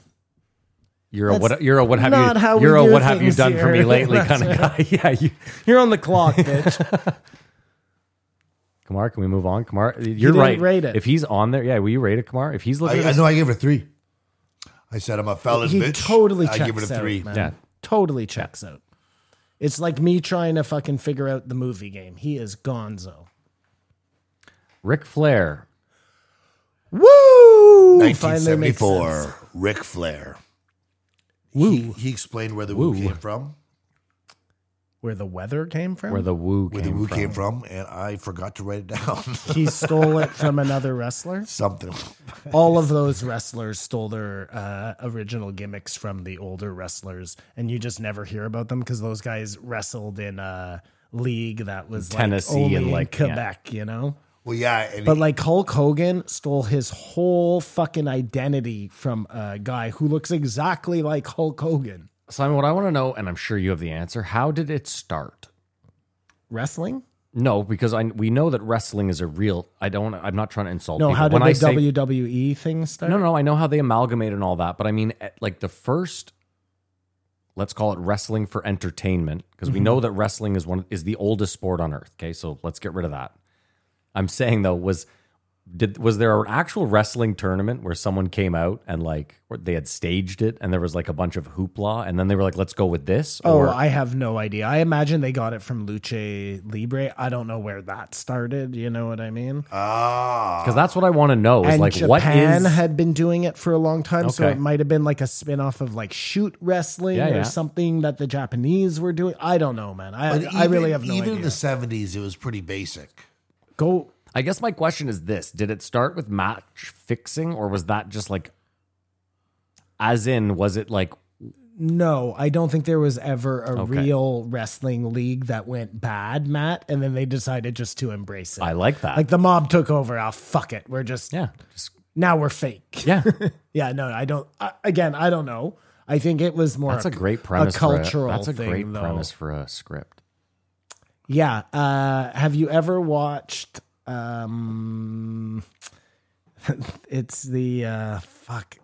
F: You're a
G: That's
F: what? You're a what have
G: not
F: you?
G: how we
F: you're a
G: do
F: what have you
G: things
F: done for me
G: here.
F: lately
G: That's
F: kind of guy. Yeah. You,
G: You're on the clock, bitch.
F: Kamar, can we move on? Kamar, you're
G: didn't
F: right.
G: rate it.
F: If he's on there, yeah, will you rate it, Kamar? If he's looking,
E: I,
F: at
E: I
F: his-
E: know I gave it a three. I said I'm a felon,
G: he
E: bitch.
G: totally
E: I
G: checks
E: give it a three.
G: out. Man.
F: Yeah.
G: Totally checks out. It's like me trying to fucking figure out the movie game. He is gonzo.
F: Ric Flair.
G: Woo! Finally makes
E: 1974, Ric Flair. He, he explained where the woo, came from,
G: Where the weather came from?
F: Where the woo
E: where
F: came
E: the woo
F: from.
E: came from, and I forgot to write it down.
G: he stole it from another wrestler.
E: Something.
G: All of those wrestlers stole their uh, original gimmicks from the older wrestlers, and you just never hear about them because those guys wrestled in a league that was
F: Tennessee
G: like, only
F: and,
G: in
F: like, yeah.
G: Quebec, you know.
E: Well, yeah, and
G: But like Hulk Hogan stole his whole fucking identity from a guy who looks exactly like Hulk Hogan.
F: Simon, what I want to know, and I'm sure you have the answer, how did it start?
G: Wrestling?
F: No, because I we know that wrestling is a real. I don't. I'm not trying to insult.
G: No,
F: people.
G: how did
F: When
G: the E
F: I say-
G: WWE thing start?
F: No, no, I know how they amalgamate and all that, but I mean, eh, like the first, let's call it wrestling for entertainment, because
G: Mm-hmm.
F: we know that wrestling is one is the oldest sport on earth. Okay, so let's get rid of that. I'm saying though, was did was there an actual wrestling tournament where someone came out and like or they had staged it and there was like a bunch of hoopla and then they were like, let's go with this?
G: Oh,
F: or,
G: I have no idea. I imagine they got it from Luce Libre. I don't know where that started. You know what I mean?
E: ah,
F: because that's what I want to know is
G: and
F: like what
G: Japan
F: is
G: had been doing it for a long time, so
F: Okay.
G: it might have been like a spin-off of like shoot wrestling
F: Yeah,
G: or
F: yeah.
G: something that the Japanese were doing. I don't know, man. I,
E: But
G: I really
E: even-
G: have no
E: Even in
G: idea.
E: the seventies, it was pretty basic.
G: Go
F: I guess my question is this Did it start with match fixing, or was that just like, as in, was it like,
G: No, I don't think there was ever a
F: Okay.
G: real wrestling league that went bad, Matt, and then they decided just to embrace it.
F: I like that?
G: like the mob took over. Ah, fuck it. We're just
F: yeah. Just,
G: now we're fake.
F: yeah.
G: Yeah, no, I don't. I, again, I don't know. I think it was more.
F: That's a great premise. for
G: cultural
F: a, That's a
G: thing,
F: great
G: though.
F: premise for a script.
G: Yeah. Uh, have you ever watched? Um, it's the uh, fuck.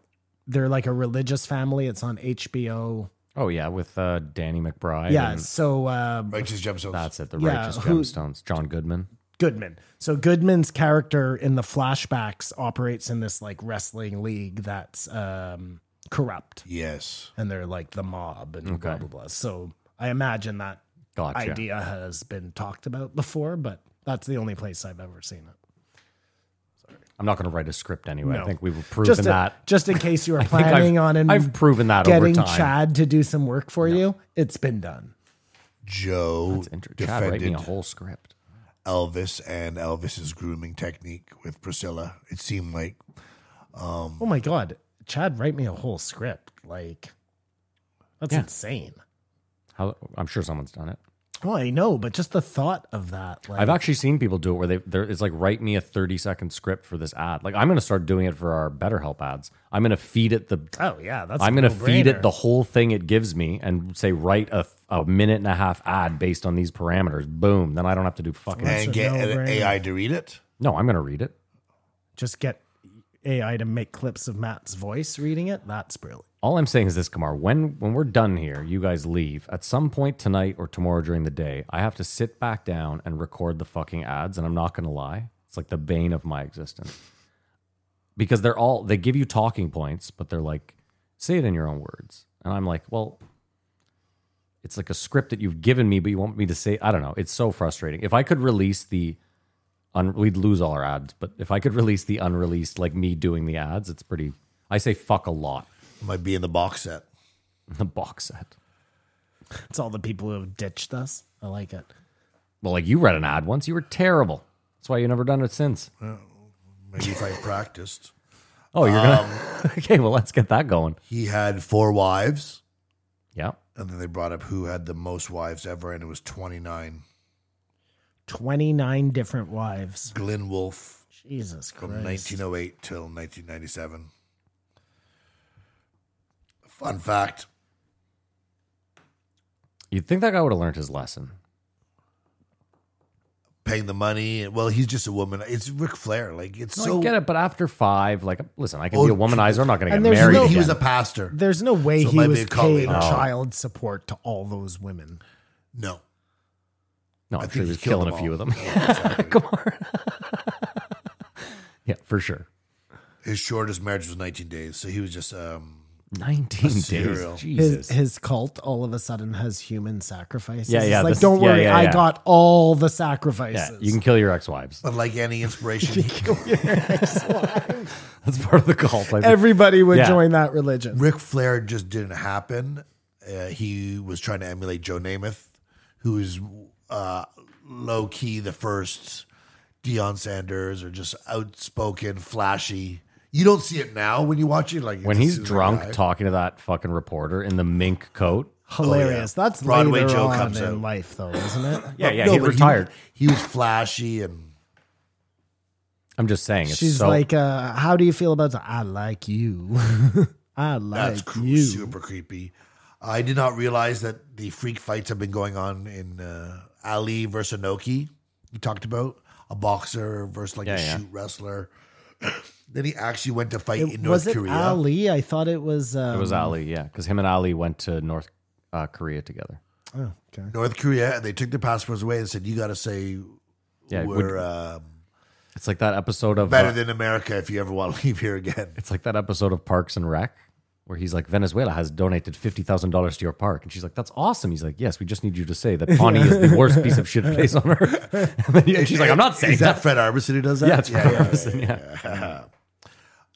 G: They're like a religious family. It's on HBO.
F: Oh, yeah. With uh, Danny McBride.
G: yeah.
F: and-
G: so uh,
E: Righteous gemstones.
F: that's it. The
G: Yeah,
F: Righteous
G: who-
F: Gemstones. John Goodman.
G: Goodman. So Goodman's character in the flashbacks operates in this like wrestling league that's um, corrupt,
E: yes.
G: and they're like the mob and blah
F: Okay.
G: blah blah. So I imagine that
F: Gotcha.
G: idea has been talked about before, but that's the only place I've ever seen it.
F: I'm not going to write a script anyway. I
G: No.
F: think we've proven
G: Just,
F: that.
G: just in case you were
F: think I've-
G: planning on in-
F: I've proven that over
G: getting
F: time.
G: Chad to do some work for you, it's been done.
E: Joe
F: It's inter- Chad, write me
E: defended
F: a whole script.
E: Elvis and Elvis's grooming technique with Priscilla. It seemed like
G: Oh my god, Chad, write me a whole script. Like, that's
F: Yeah.
G: insane.
F: How, I'm sure someone's done it.
G: Well, I know, but just the thought of that. Like,
F: I've actually seen people do it where they there it's like write me a 30 second script for this ad. Like I'm going to start doing it for our BetterHelp ads. I'm going to feed it the
G: oh yeah, that's.
F: I'm
G: a
F: going to feed
G: no-brainer.
F: it the whole thing it gives me and say write a, a minute and a half ad based on these parameters. Boom. Then I don't have to do fucking
E: and
G: a
E: get an
G: no-brainer.
E: AI to read it.
F: No, I'm going to read it.
G: Just get AI to make clips of Matt's voice reading it. That's brilliant.
F: All I'm saying is this, Kamar. When when we're done here, you guys leave at some point tonight or tomorrow during the day. I have to sit back down and record the fucking ads, and I'm not going to lie, it's like the bane of my existence because they're all they give you talking points, but they're like, say it in your own words, and I'm like, well, it's like a script that you've given me, but you want me to say, I don't know. It's so frustrating. If I could release the un- we'd lose all our ads, but if I could release the unreleased, like me doing the ads, it's pretty. I say fuck a lot
E: Might be in the box set.
F: the box set.
G: It's all the people who have ditched us. I like it.
F: Well, like you read an ad once, you were terrible. That's why you never done it since.
E: Maybe if I practiced. Um,
F: Oh, you're gonna. okay, well, let's get that going.
E: He had four wives,
F: Yeah,
E: and then they brought up who had the most wives ever, and it was twenty nine.
G: Twenty nine different wives.
E: Glenn Wolf
G: Jesus
E: from
G: Christ.
E: nineteen oh eight till nineteen ninety seven. Fun fact.
F: you'd think that guy would have learned his lesson.
E: Paying the money. Well, he's just a woman. It's Ric Flair. Like it's
F: No,
E: so
F: I get it, but after five, like, listen, I can
E: Oh,
F: be a womanizer. I'm not gonna get
G: and there's
F: married.
G: no-
E: he was a
F: again.
E: pastor.
G: There's no way
E: So it
G: he
E: might be
G: was
E: a cult
G: paying
E: leader.
G: child support to all those women.
E: No.
F: no,
E: I
F: I'm
E: think
F: sure he was
E: he killed
F: killing a
E: them
F: few of
E: all.
F: them. Come on. yeah, for sure.
E: His shortest marriage was 19 days, so he was just um,
F: Nineteen days.
E: Cereal.
F: Jesus.
G: His, his cult all of a sudden has human sacrifices.
F: Yeah, yeah,
G: It's like,
F: this-
G: don't
F: yeah,
G: worry,
F: yeah, yeah.
G: I got all the
F: yeah,
G: sacrifices.
F: you can kill your ex-wives.
E: But like any inspiration,
F: That's part of the cult. I think.
G: Everybody would
F: Yeah.
G: join that religion.
E: Ric Flair just didn't happen. Uh, he was trying to emulate Joe Namath, who is uh, low key the first Deion Sanders or just outspoken, flashy. You don't see it now when you watch it. Like
F: when
E: it's
F: he's
E: just a
F: drunk
E: guy.
F: talking to that fucking reporter in the mink coat.
G: Hilarious. That's
E: Broadway
G: later
E: Joe
G: on
E: comes
G: in
E: out.
G: life, though, isn't it?
F: Yeah, yeah,
E: No,
F: he
E: but
F: retired.
E: He, was flashy and
F: I'm just saying. It's
G: She's
F: so,
G: like, uh, "How do you feel about that?" I like you. I
E: that's
G: like
E: cr-
G: you.
E: super creepy. I did not realize that the freak fights have been going on in uh, Ali versus Inoki. You talked about a boxer versus like
F: Yeah,
E: a
F: yeah.
E: shoot wrestler. then he actually went to fight
G: It-
E: in
G: was
E: North
G: it
E: Korea.
G: Ali? I thought it was. Um,
F: It was Ali, yeah, because him and Ali went to North uh, Korea together.
G: Oh, okay.
E: North Korea, and they took their passports away and said, "You got to say
F: Yeah, it would-
E: we're um,
F: it's like that episode of
E: better
F: uh,
E: than America if you ever want to leave here again."
F: it's like that episode of Parks and Rec where he's like, Venezuela has donated fifty thousand dollars to your park, and she's like, "That's awesome." He's like, "Yes, we just need you to say that Pawnee is the worst piece of shit place on earth." And then he- she's like, "I'm not saying
E: Is that
F: that."
E: Fred Arbison who does that?
F: Yeah, it's Fred Armisen, yeah.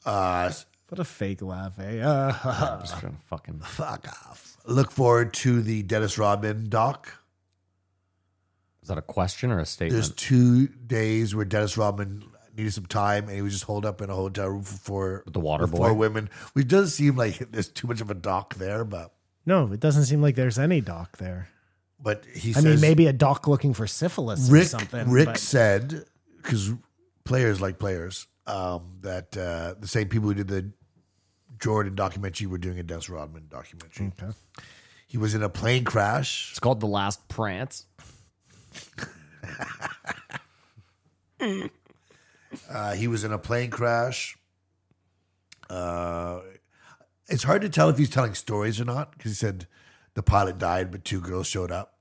E: Uh,
G: What a fake laugh, eh? Uh,
F: I'm just trying to fucking
E: fuck off. Look forward to the Dennis Rodman doc.
F: is that a question or a
E: There's
F: statement?
E: two days where Dennis Rodman needed some time, and he was just holed up in a hotel room for four,
F: With the water
E: with
F: boy.
E: four women. Which does seem like there's too much of a doc there, but
G: no, it doesn't seem like there's any doc there.
E: but he
G: I
E: says
G: mean, maybe a doc looking for syphilis or
E: Rick
G: something.
E: Rick
G: but-
E: said because players like players um, that uh, the same people who did the Jordan documentary were doing a Dennis Rodman documentary. He was in a plane crash.
F: It's called the Last Prance.
E: Uh, he was in a plane crash. Uh, it's hard to tell if he's telling stories or not because he said the pilot died, but two girls showed up.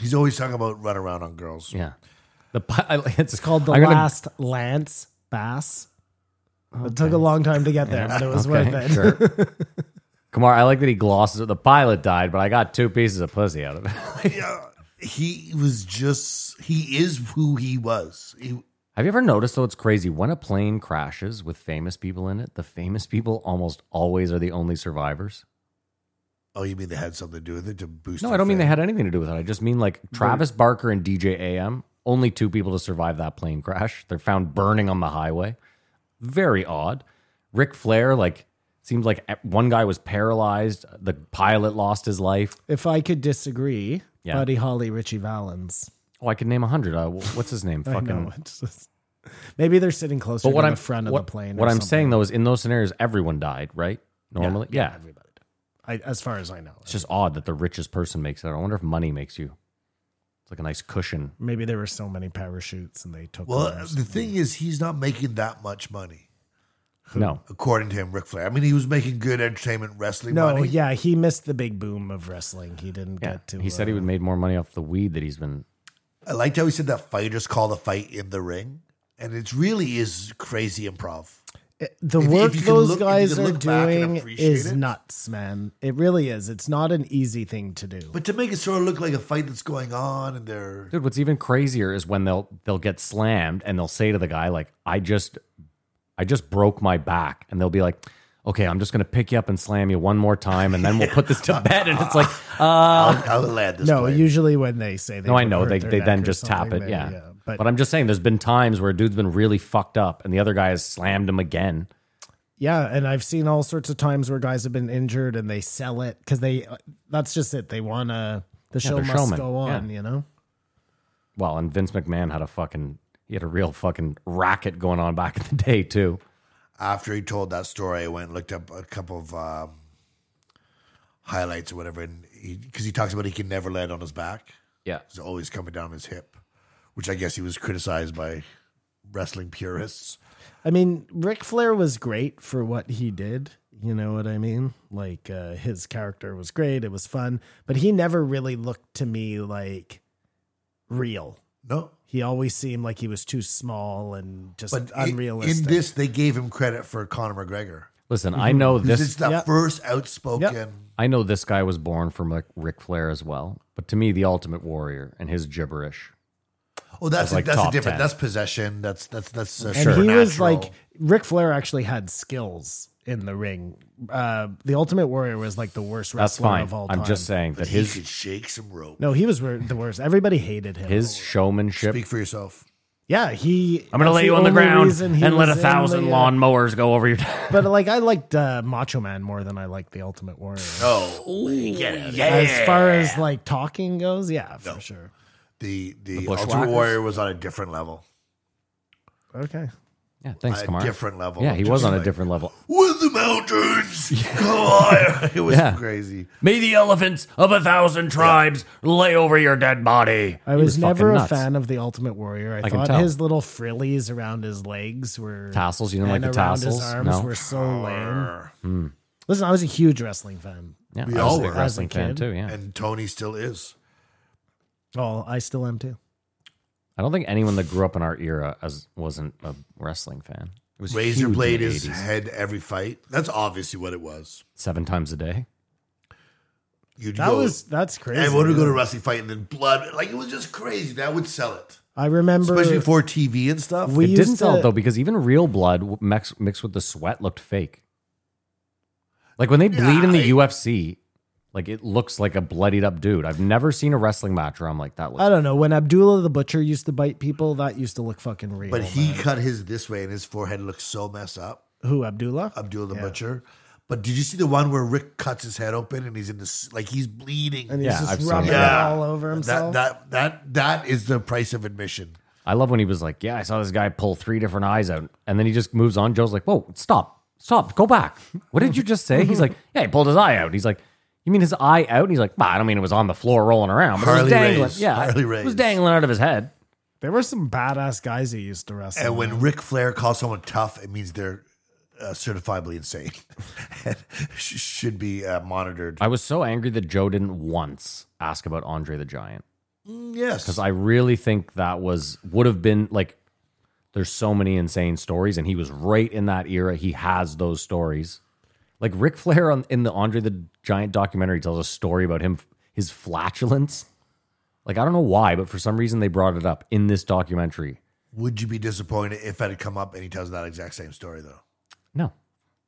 E: He's always talking about run around on girls.
F: Yeah, the pi- I- it's,
G: it's called the
F: I'm gonna-
G: last Lance Bass. It took a long time to get there, but it was
F: Okay,
G: worth it.
F: Sure. Kumar, I like that he glosses it. The pilot died, but I got two pieces of pussy out of it.
E: Yeah, he was just, he is who he was. He,
F: Have you ever noticed, though, it's crazy? When a plane crashes with famous people in it, the famous people almost always are the only survivors.
E: Oh, you mean they had something to do with it to boost?
F: No,
E: their
F: I don't mean they
E: fame?
F: had anything to do with it. I just mean like Travis Barker and DJ AM, only two people to survive that plane crash. They're found burning on the highway. Very odd. Ric Flair, like, seemed like e, one guy was paralyzed. The pilot lost his life.
G: If I could disagree,
F: Yeah.
G: Buddy Holly, Richie Valens.
F: Oh, I could name a hundred. Uh, wh- what's his name?
G: I
F: Fucking
G: know. It's just, maybe they're sitting closer
F: But what
G: to
F: I'm
G: the front of
F: what-
G: the plane.
F: What
G: or
F: I'm
G: something.
F: saying though is, in those scenarios, everyone died, right? Normally, yeah.
G: everybody. I, as far as I know,
F: It's just odd that the richest person makes it. I wonder if money makes you. It's like a nice cushion.
G: maybe there were so many parachutes and they took.
E: Well,
G: theirs.
E: the thing is, he's not making that much money,
F: No,
E: according to him, Ric Flair. I mean, he was making good entertainment wrestling
G: no,
E: money.
G: yeah, he missed the big boom of wrestling. He didn't
F: yeah.
G: get to.
F: He said he
G: uh,
F: would made more money off the weed that he's been.
E: I liked how he said that fighters call the fight in the ring, and it really is crazy improv.
G: the
E: if you
G: work
E: can
G: those
E: look- if you
G: guys
E: can
G: are
E: look back and
G: doing
E: appreciate
G: is
E: it.
G: nuts, man. It really is. It's not an easy thing to do.
E: But to make it sort of look like a fight that's going on, and they're
F: Dude, what's even crazier is when they'll they'll get slammed and they'll say to the guy like, "I just, I just broke my back," and they'll be like. Okay, I'm just gonna pick you up and slam you one more time, and then we'll put this to bed. And it's like, uh,
E: I'll, I'll land this.
G: no,
E: plane.
G: usually when they say they
F: No, I
G: would
F: know
G: hurt
F: they,
G: their
F: they
G: neck
F: then
G: or
F: just tap
G: something,
F: it.
G: maybe,
F: yeah.
G: but,
F: But, I'm just saying, there's been times where a dude's been really fucked up, and the other guy has slammed him again.
G: yeah, and I've seen all sorts of times where guys have been injured and they sell it because they. That's just it. They want to. The show
F: they're
G: must
F: showmen,
G: go
F: yeah.
G: on. You know.
F: Well, and Vince McMahon had a fucking he had a real fucking racket going on back in the day too.
E: after he told that story, I went and looked up a couple of um, highlights or whatever, and because he talks about he can never land on his back.
F: Yeah,
E: is always coming down his hip, which I guess he was criticized by wrestling purists.
G: I mean, Ric Flair was great for what he did. You know what I mean? Like uh, his character was great. It was fun, but he never really looked to me like real.
E: No,
G: He always seemed like he was too small and just
E: but i-
G: unrealistic.
E: in this, they gave him credit for Conor McGregor.
F: Listen, I know
E: This
F: this.
E: is the
G: yeah.
E: first outspoken.
G: Yep.
F: I know this guy was born from like Ric Flair as well, but to me, the Ultimate Warrior and his gibberish.
E: Oh, that's
F: That's like
E: that's a
F: top
E: different.
F: 10.
E: That's possession. That's that's that's uh,
G: and he was
E: supernatural.
G: like Ric Flair actually had skills in the ring. Uh, the Ultimate Warrior was like the worst
F: That's
G: wrestler
F: fine.
G: of all time.
F: I'm just saying that
E: he
F: his
E: could shake some rope.
G: No, he was wor- the worst. Everybody hated him.
F: his showmanship.
E: Speak for yourself.
G: yeah, he.
F: I'm gonna
G: that's
F: lay you
G: the
F: on the
G: only
F: ground
G: reason he
F: and let a
G: was in the,
F: thousand
G: uh,
F: lawn mowers go over your.
G: But like, I liked uh, Macho Man more than I liked the Ultimate Warrior.
E: Oh, yeah,
G: As far as like talking goes, yeah, for sure.
E: The the, Ultimate
F: bushwhackers?
E: Warrior was on a different level.
G: Okay.
F: yeah, thanks,
E: a
F: Kamar.
E: different level.
F: Yeah, he
E: Just
F: was on a
E: like,
F: different level.
E: With the mountains, go higher. It was
F: Yeah.
E: crazy.
F: May the elephants of a thousand tribes lay over your dead body.
G: I was,
F: was fucking
G: never a
F: nuts.
G: fan of the Ultimate Warrior. I,
F: I can
G: thought
F: tell.
G: his little frillies around his legs were
F: Tassels, you didn't
G: and
F: like the
G: around
F: tassels?
G: His arms
F: No.
G: were so lame. Listen, I was a huge wrestling fan.
F: Yeah,
E: We
F: I was
E: all
F: a big
E: were.
F: wrestling
G: As a
F: fan
G: kid.
F: too. Yeah,
E: And Tony still is.
G: Oh, I still am too.
F: I don't think anyone that grew up in our era as wasn't a wrestling fan. It was huge
E: Razor
F: in
E: blade
F: the
E: his
F: 80s.
E: head every fight. That's obviously what it was.
F: seven times a day.
E: You'd
G: That
E: go,
G: was that's crazy.
E: everyone would go to a wrestling fight and then blood. Like it was just crazy. That would sell it,
G: I remember
E: especially for TV and stuff.
G: we
F: It
G: used
F: didn't sell
G: to-
F: it though because even real blood w- mix, mixed with the sweat looked fake. Like when they bleed in the
E: Yeah,
F: UFC, like it looks like a bloodied up dude. I've never seen a wrestling match where I'm like that. Looks
G: I don't know when Abdullah the Butcher used to bite people. That used to look fucking real.
F: Oh,
E: but he
G: man.
E: cut his this way, and his forehead looked so messed up.
G: who Abdullah?
E: Abdul the
G: Yeah.
E: Butcher. But did you see the one where Rick cuts his head open and he's in this like he's bleeding?
G: and he's
F: Yeah,
G: just
F: I've seen
G: rubbing
F: it.
E: Yeah.
G: it all over himself.
E: That that that that is the price of admission.
F: I love when he was like, "Yeah, I saw this guy pull three different eyes out," and then he just moves on. Joe's like, "Whoa, stop, stop, go back. What did you just say?" He's like, "Yeah, he pulled his eye out." He's like, "You mean his eye out?" And he's like, "Bah, I don't mean it was on the floor rolling around, but it
E: Harley
F: was dangling.
E: Race.
F: Yeah,
E: Harley
F: it was
E: Race.
F: dangling out of his head."
G: there were some badass guys who used to wrestle.
E: And
G: man.
E: when Ric Flair calls someone tough, it means they're uh, certifiably insane and sh- should be uh, monitored.
F: I was so angry that Joe didn't once ask about Andre the Giant
E: Mm, yes,
F: because I really think that was would have been like. There's so many insane stories, and he was right in that era. He has those stories. Like Ric Flair on, in the Andre the Giant documentary tells a story about him, his flatulence. Like I don't know why, but for some reason they brought it up in this documentary.
E: would you be disappointed if that had come up and he tells that exact same story though?
F: No,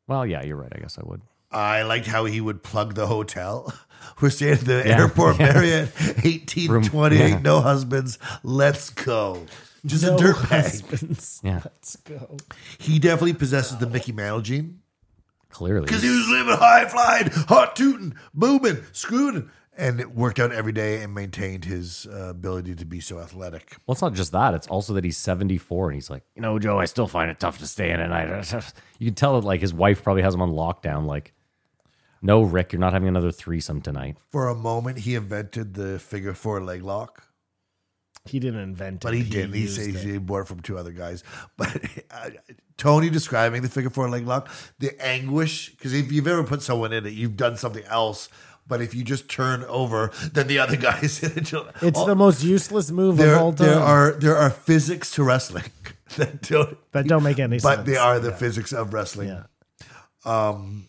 F: well, yeah, you're right. I guess I would.
E: I liked how he would plug the hotel. We're staying at the
F: Yeah,
E: airport
F: yeah.
E: Marriott, 1828,
F: Room- yeah.
E: no husbands. Let's go. Just
G: No
E: a dirtbag.
G: husbands.
F: Yeah,
G: Let's go.
E: He definitely possesses the Mickey Mantle gene
F: clearly.
E: because he was living high flying, hot tooting, booming, screwing, and it worked out every day and maintained his uh, ability to be so athletic.
F: Well, it's not just that. It's also that he's 74 and he's like, you know, Joe, I still find it tough to stay in at night. You can tell that like his wife probably has him on lockdown. Like, no, Rick, you're not having another threesome tonight.
E: For a moment, he invented the figure four leg lock.
G: He didn't invent it.
E: But he, didn't. He,
G: used
E: said
G: it.
E: he bought it from two other guys. But uh, Tony describing the figure four leg lock, the anguish, because if you've ever put someone in it, you've done something else. But if you just turn over, then the other guy's in it.
G: It's
E: All-
G: the most useless move
E: Oh. there,
G: of all time.
E: there are there are physics to wrestling that don't,
G: that don't make any sense.
E: but they are the physics of wrestling. Um,
G: Yeah.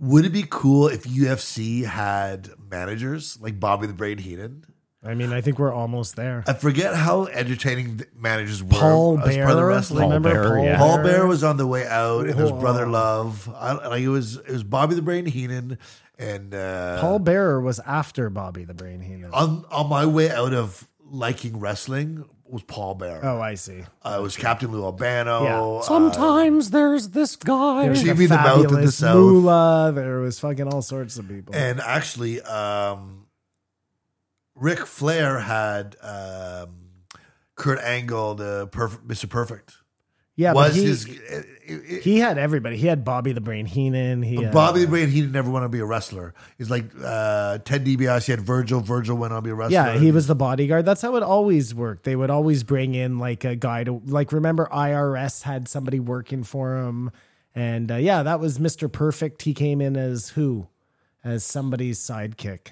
E: Would it be cool if UFC had managers like Bobby the Brain Heenan?
G: I mean, I think we're almost there.
E: I forget how entertaining th- managers were
G: Paul
E: as
G: Bear,
E: part of the wrestling.
G: remember
F: Paul
G: Paul,
F: Bear, yeah.
E: Paul Bear was on the way out, and his
G: Whoa.
E: brother Love. I, like it was it was Bobby the Brain Heenan, and uh,
G: Paul Bearer was after Bobby the Brain Heenan.
E: on on my way out of liking wrestling was Paul Bear.
G: Oh, I see.
E: Uh, it was Captain Lou Albano.
G: Yeah.
F: Sometimes there's this guy.
E: There's- Jimmy uh, the Mouth of the
G: fabulous
E: South.
G: Moolah. There was fucking all sorts of people.
E: uh, and actually, um, Ric Flair had um, Kurt Angle, the perfect Mister Perfect.
G: yeah,
E: was
G: but he,
E: his it- it-
G: he had everybody. He had Bobby the Brain Heenan. He had,
E: Bobby the Brain, he didn't ever want to be a wrestler. He's like uh, Ted DiBiase had Virgil. Virgil went on to be a wrestler.
G: Yeah, he was the bodyguard. That's how it always worked. They would always bring in like a guy to like. Remember, IRS had somebody working for him, and uh, yeah, that was Mister Perfect. He came in as who, as somebody's sidekick.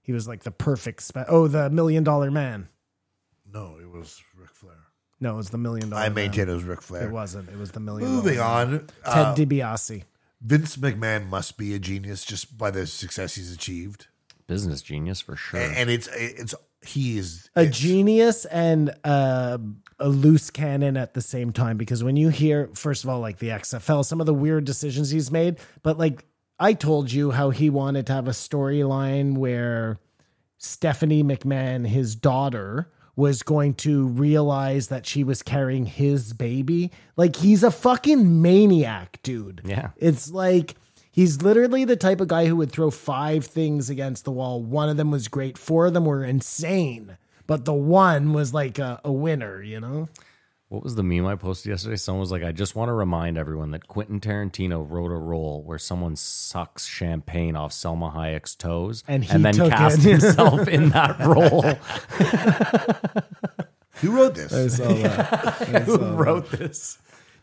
G: He was like the perfect. Spe- oh, the Million Dollar Man.
E: No, it was Ric Flair.
G: No, it was the million dollar.
E: I
G: Man.
E: maintain it was Ric Flair.
G: It wasn't. It was the million.
E: Moving
G: dollar
E: on,
G: Man.
E: uh,
G: Ted DiBiase.
E: Vince McMahon must be a genius just by the success he's achieved,
F: Business genius for sure.
E: and, and it's it's he is
G: a
E: it's-
G: genius and uh, a loose cannon at the same time because when you hear first of all like the xfl some of the weird decisions he's made but like i told you how he wanted to have a storyline where stephanie mcmahon his daughter was going to realize that she was carrying his baby like he's a fucking maniac dude
F: Yeah.
G: it's like he's literally the type of guy who would throw five things against the wall. One of them was great, four of them were insane, but the one was like a, a winner, you know?
F: What was the meme I posted yesterday? Someone was like, I just want to remind everyone that Quentin Tarantino wrote a role where someone sucks champagne off Selma Hayek's toes
G: And he
F: then
G: took
F: cast
G: it.
F: himself in that role.
E: Who wrote this?
G: uh,
F: Who wrote this?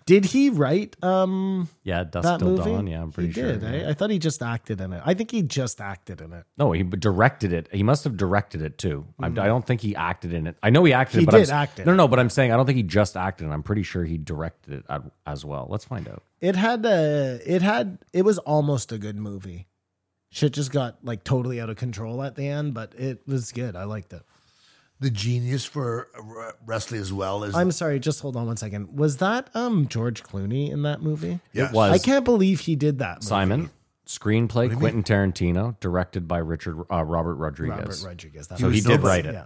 G: Did he write um
F: Yeah, Dust
G: that
F: Till
G: movie?
F: Dawn. Yeah, I'm pretty
G: he
F: sure.
G: Did. eh?
F: yeah.
G: I, I thought he just acted in it. I think he just acted in it.
F: No, he directed it. He must have directed it too. I, I don't think he acted in it. I know he acted,
G: Mm-hmm. He
F: it, but I'm
G: did
F: s-
G: act in
F: No,
G: it.
F: no, but I'm saying I don't think he just acted. in it. I'm pretty sure he directed it ad- as well. Let's find out.
G: It had a it had it was almost a good movie. Shit just got like totally out of control at the end, but it was good. I liked it.
E: the genius for uh, wrestling as well is
G: I'm sorry, just hold on one second. Was that um George Clooney in that movie?
E: Yes.
F: It was
G: I can't believe he did that. Movie.
F: Simon screenplay Quentin Tarantino directed by Richard uh, Robert Rodriguez.
G: Robert Rodriguez. That
F: So
G: was
F: he
G: the
F: did
G: one.
F: write it.
G: Yeah.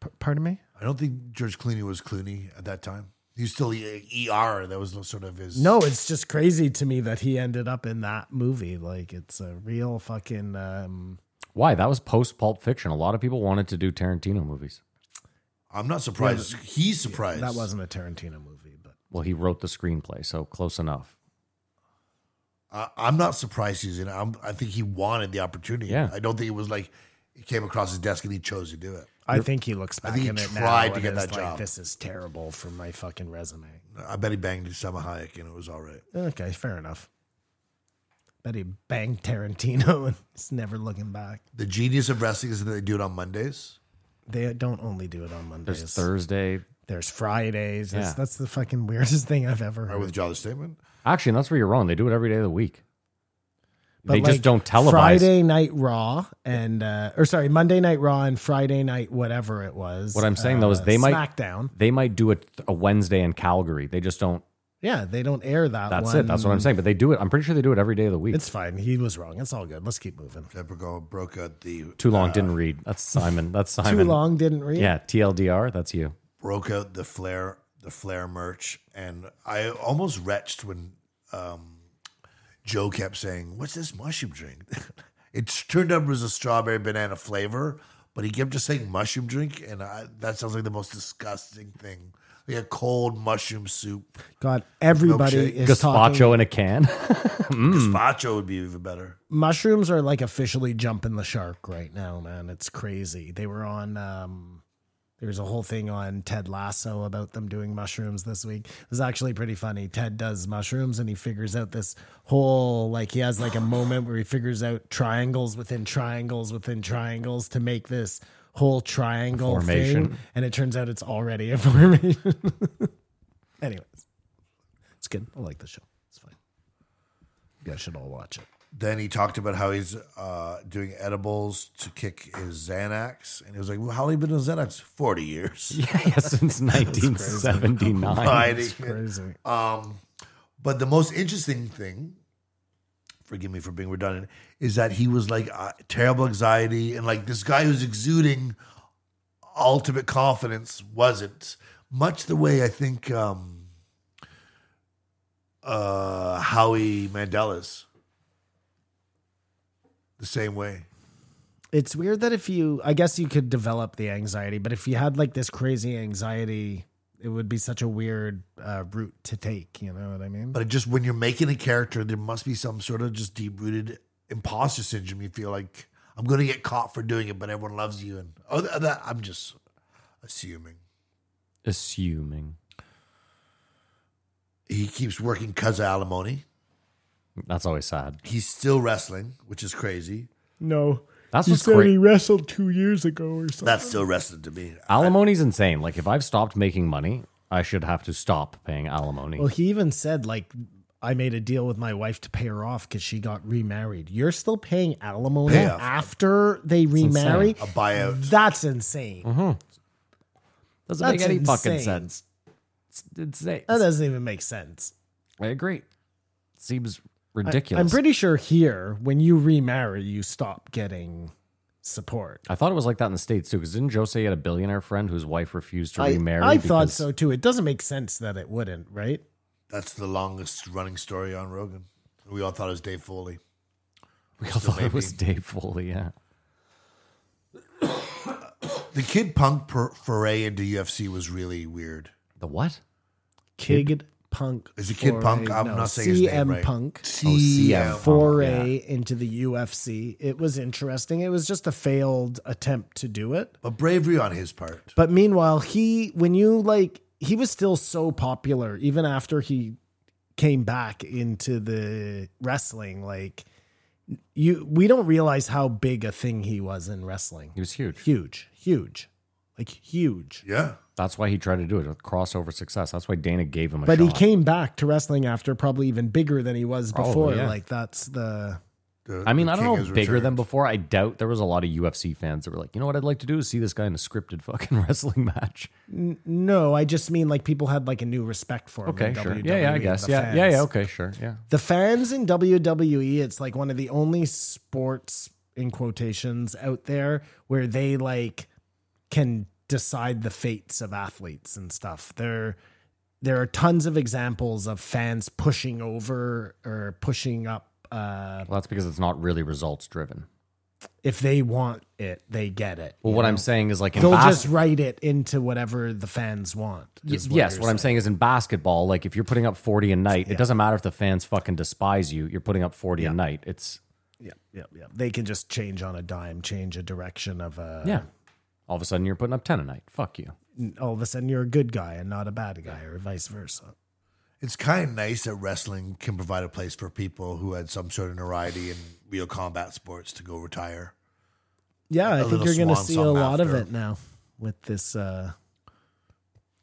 G: P- pardon me?
E: I don't think George Clooney was Clooney at that time. He was still E- ER. That was sort of his.
G: No, it's just crazy to me that he ended up in that movie. Like it's a real fucking. Um,
F: Why? That was post Pulp Fiction. A lot of people wanted to do Tarantino movies.
E: I'm not surprised. He's surprised.
G: that wasn't a Tarantino movie, but
F: Well, he wrote the screenplay, so close enough.
E: I, I'm not surprised he's in. it. I'm, I think he wanted the opportunity.
F: Yeah.
E: I don't think it was like it came across his desk and he chose to do it.
G: I think he looks back
E: think he
G: in it
E: tried
G: now
E: to
G: and
E: get
G: is
E: that
G: like,
E: job.
G: This is terrible for my fucking resume.
E: I bet he banged Selma Hayek and it was all right.
G: Okay, fair enough. Bet he banged Tarantino and is never looking back.
E: The genius of wrestling is that they do it on Mondays.
G: They don't only do it on Mondays.
F: There's Thursday.
G: There's Fridays. That's,
F: Yeah.
G: that's the fucking weirdest thing I've ever
E: I
G: heard.
E: withdraw the statement.
F: Actually, that's where you're wrong. They do it every day of the week.
G: But
F: they
G: like,
F: just don't televise.
G: Friday Night Raw and uh, or sorry Monday Night Raw and Friday Night whatever it was.
F: What I'm saying though is
G: uh,
F: they might
G: SmackDown.
F: They might do it a Wednesday in Calgary. They just don't.
G: Yeah, they don't air that.
F: That's
G: one.
F: it. That's what I'm saying. But they do it. I'm pretty sure they do it every day of the week.
G: It's fine. He was wrong. It's all good. Let's keep moving.
E: Peppergo broke out the
F: too long. didn't read. That's Simon. That's Simon.
G: Uh, Too long didn't read.
F: Yeah. TLDR. That's you.
E: broke out the flare the flare merch and I almost retched when um, Joe kept saying, "What's this mushroom drink?" it turned out it was a strawberry banana flavor, but he kept just saying mushroom drink, and I, that sounds like the most disgusting thing. Like a cold mushroom soup.
G: God, everybody
E: Milkshake.
G: is
F: Gazpacho
G: talking.
F: in a can.
E: Gazpacho would be even better.
G: Mushrooms are like officially jumping the shark right now, man. It's crazy. They were on. um there's a whole thing on Ted Lasso about them doing mushrooms this week. It was actually pretty funny. Ted does mushrooms and he figures out this whole like he has like a moment where he figures out triangles within triangles within triangles to make this whole triangle
F: Formation.
G: thing. And it turns out it's already a formation. Anyways, it's good. I like the show. It's fine. You guys should all watch it.
E: Then he talked about how he's uh, doing edibles to kick his Xanax, and he was like, "Well, how long have you been on Xanax? Forty years."
F: yeah. Since 1979.
E: Hiding it.
G: Crazy.
E: Um, but the most interesting thing, forgive me for being redundant, is that he was like uh, terrible anxiety and like this guy who's exuding ultimate confidence wasn't much the way I think um, uh, Howie Mandela's the same way.
G: it's weird that if you i guess you could develop the anxiety but if you had like this crazy anxiety it would be such a weird uh, route to take you know what i mean
E: But it just when you're making a character, there must be some sort of just deep rooted imposter syndrome. You feel like I'm going to get caught for doing it, but everyone loves you, and oh, th- that I'm just assuming.
F: Assuming.
E: He keeps working because of alimony.
F: That's always sad.
E: He's still wrestling, which is crazy.
G: no
F: That's what's great.
G: wrestled two years ago or something.
E: That's still wrestling to me.
F: Alimony's insane. Like if I've stopped making money, I should have to stop paying alimony.
G: Well, he even said like I made a deal with my wife to pay her off because she got remarried. You're still paying alimony
E: Pay off. Uh,
G: after they remarry.
E: A buyout.
G: That's insane.
E: Mhm.
F: Doesn't
G: That's
F: make any fucking
G: insane.
F: sense. It's insane.
G: That doesn't even make sense.
F: I agree. Seems
G: I-
F: ridiculous.
G: I'm pretty sure here, when you remarry, you stop getting support.
F: I thought it was like that in the states too. Because didn't Joe say he had a billionaire friend whose wife refused to
G: I,
F: remarry?
G: I thought
F: because-
G: so too. It doesn't make sense that it wouldn't, right?
E: That's the longest running story on Rogan. We all thought it was Dave Foley.
F: We all thought it was Dave Foley. Yeah.
E: The Kid Punk per- foray into UFC was really weird.
F: The what?
G: Kid Punk.
E: Is it Kid
G: foray-
E: Punk? I'm
G: no,
E: not saying his
G: CM
E: name right. Oh,
G: Punk.
E: CM.
G: foray into the UFC. It was interesting. It was just a failed attempt to do it.
E: But bravery on his part.
G: But meanwhile, he when you like he was still so popular even after he came back into the wrestling like you we don't realize how big a thing he was in wrestling.
F: He was huge.
G: Huge, huge. Like huge.
E: Yeah.
F: That's why he tried to do it with crossover success. That's why Dana gave him a
G: But he
F: shot.
G: came back to wrestling after probably even bigger than he was
F: Probably,
G: before.
F: yeah.
G: Like that's the
E: The-
F: I mean,
E: the
F: I don't
E: king
F: know
E: has
F: bigger than
E: returned.
F: before. I doubt there was a lot of UFC fans that were like, you know what I'd like to do is see this guy in a scripted fucking wrestling match.
G: no, I just mean like people had like a new respect for him. in
F: Okay, sure.
G: WWE,
F: Yeah, yeah, I
G: the
F: guess. Yeah, yeah,
G: fans.
F: yeah. Okay, sure. Yeah.
G: The fans in WWE, it's like one of the only sports in quotations out there where they like can decide the fates of athletes and stuff. There there are tons of examples of fans pushing over or pushing up uh
F: Well, that's because it's not really results driven.
G: if they want it, they get it.
F: Well, what I'm saying is like in
G: They'll
F: bas-
G: just write it into whatever the fans want.
F: Y-
G: is
F: yes,
G: you're
F: what I'm saying is in basketball, like if you're putting up 40 a night, it doesn't matter if the fans fucking despise you. You're putting up 40 a night. It's
G: Yeah, yeah, yeah. They can just change on a dime, change a direction of a
F: yeah. uh, All of a sudden, you're putting up 10 a night. Fuck you.
G: all of a sudden you're a good guy and not a bad guy or vice versa.
E: It's kind of nice that wrestling can provide a place for people who had some sort of notoriety in real combat sports to go retire.
G: Yeah, I
E: A
G: think
E: little
G: you're going to
E: swan
G: see a
E: song
G: lot of
E: after.
G: it now with this uh,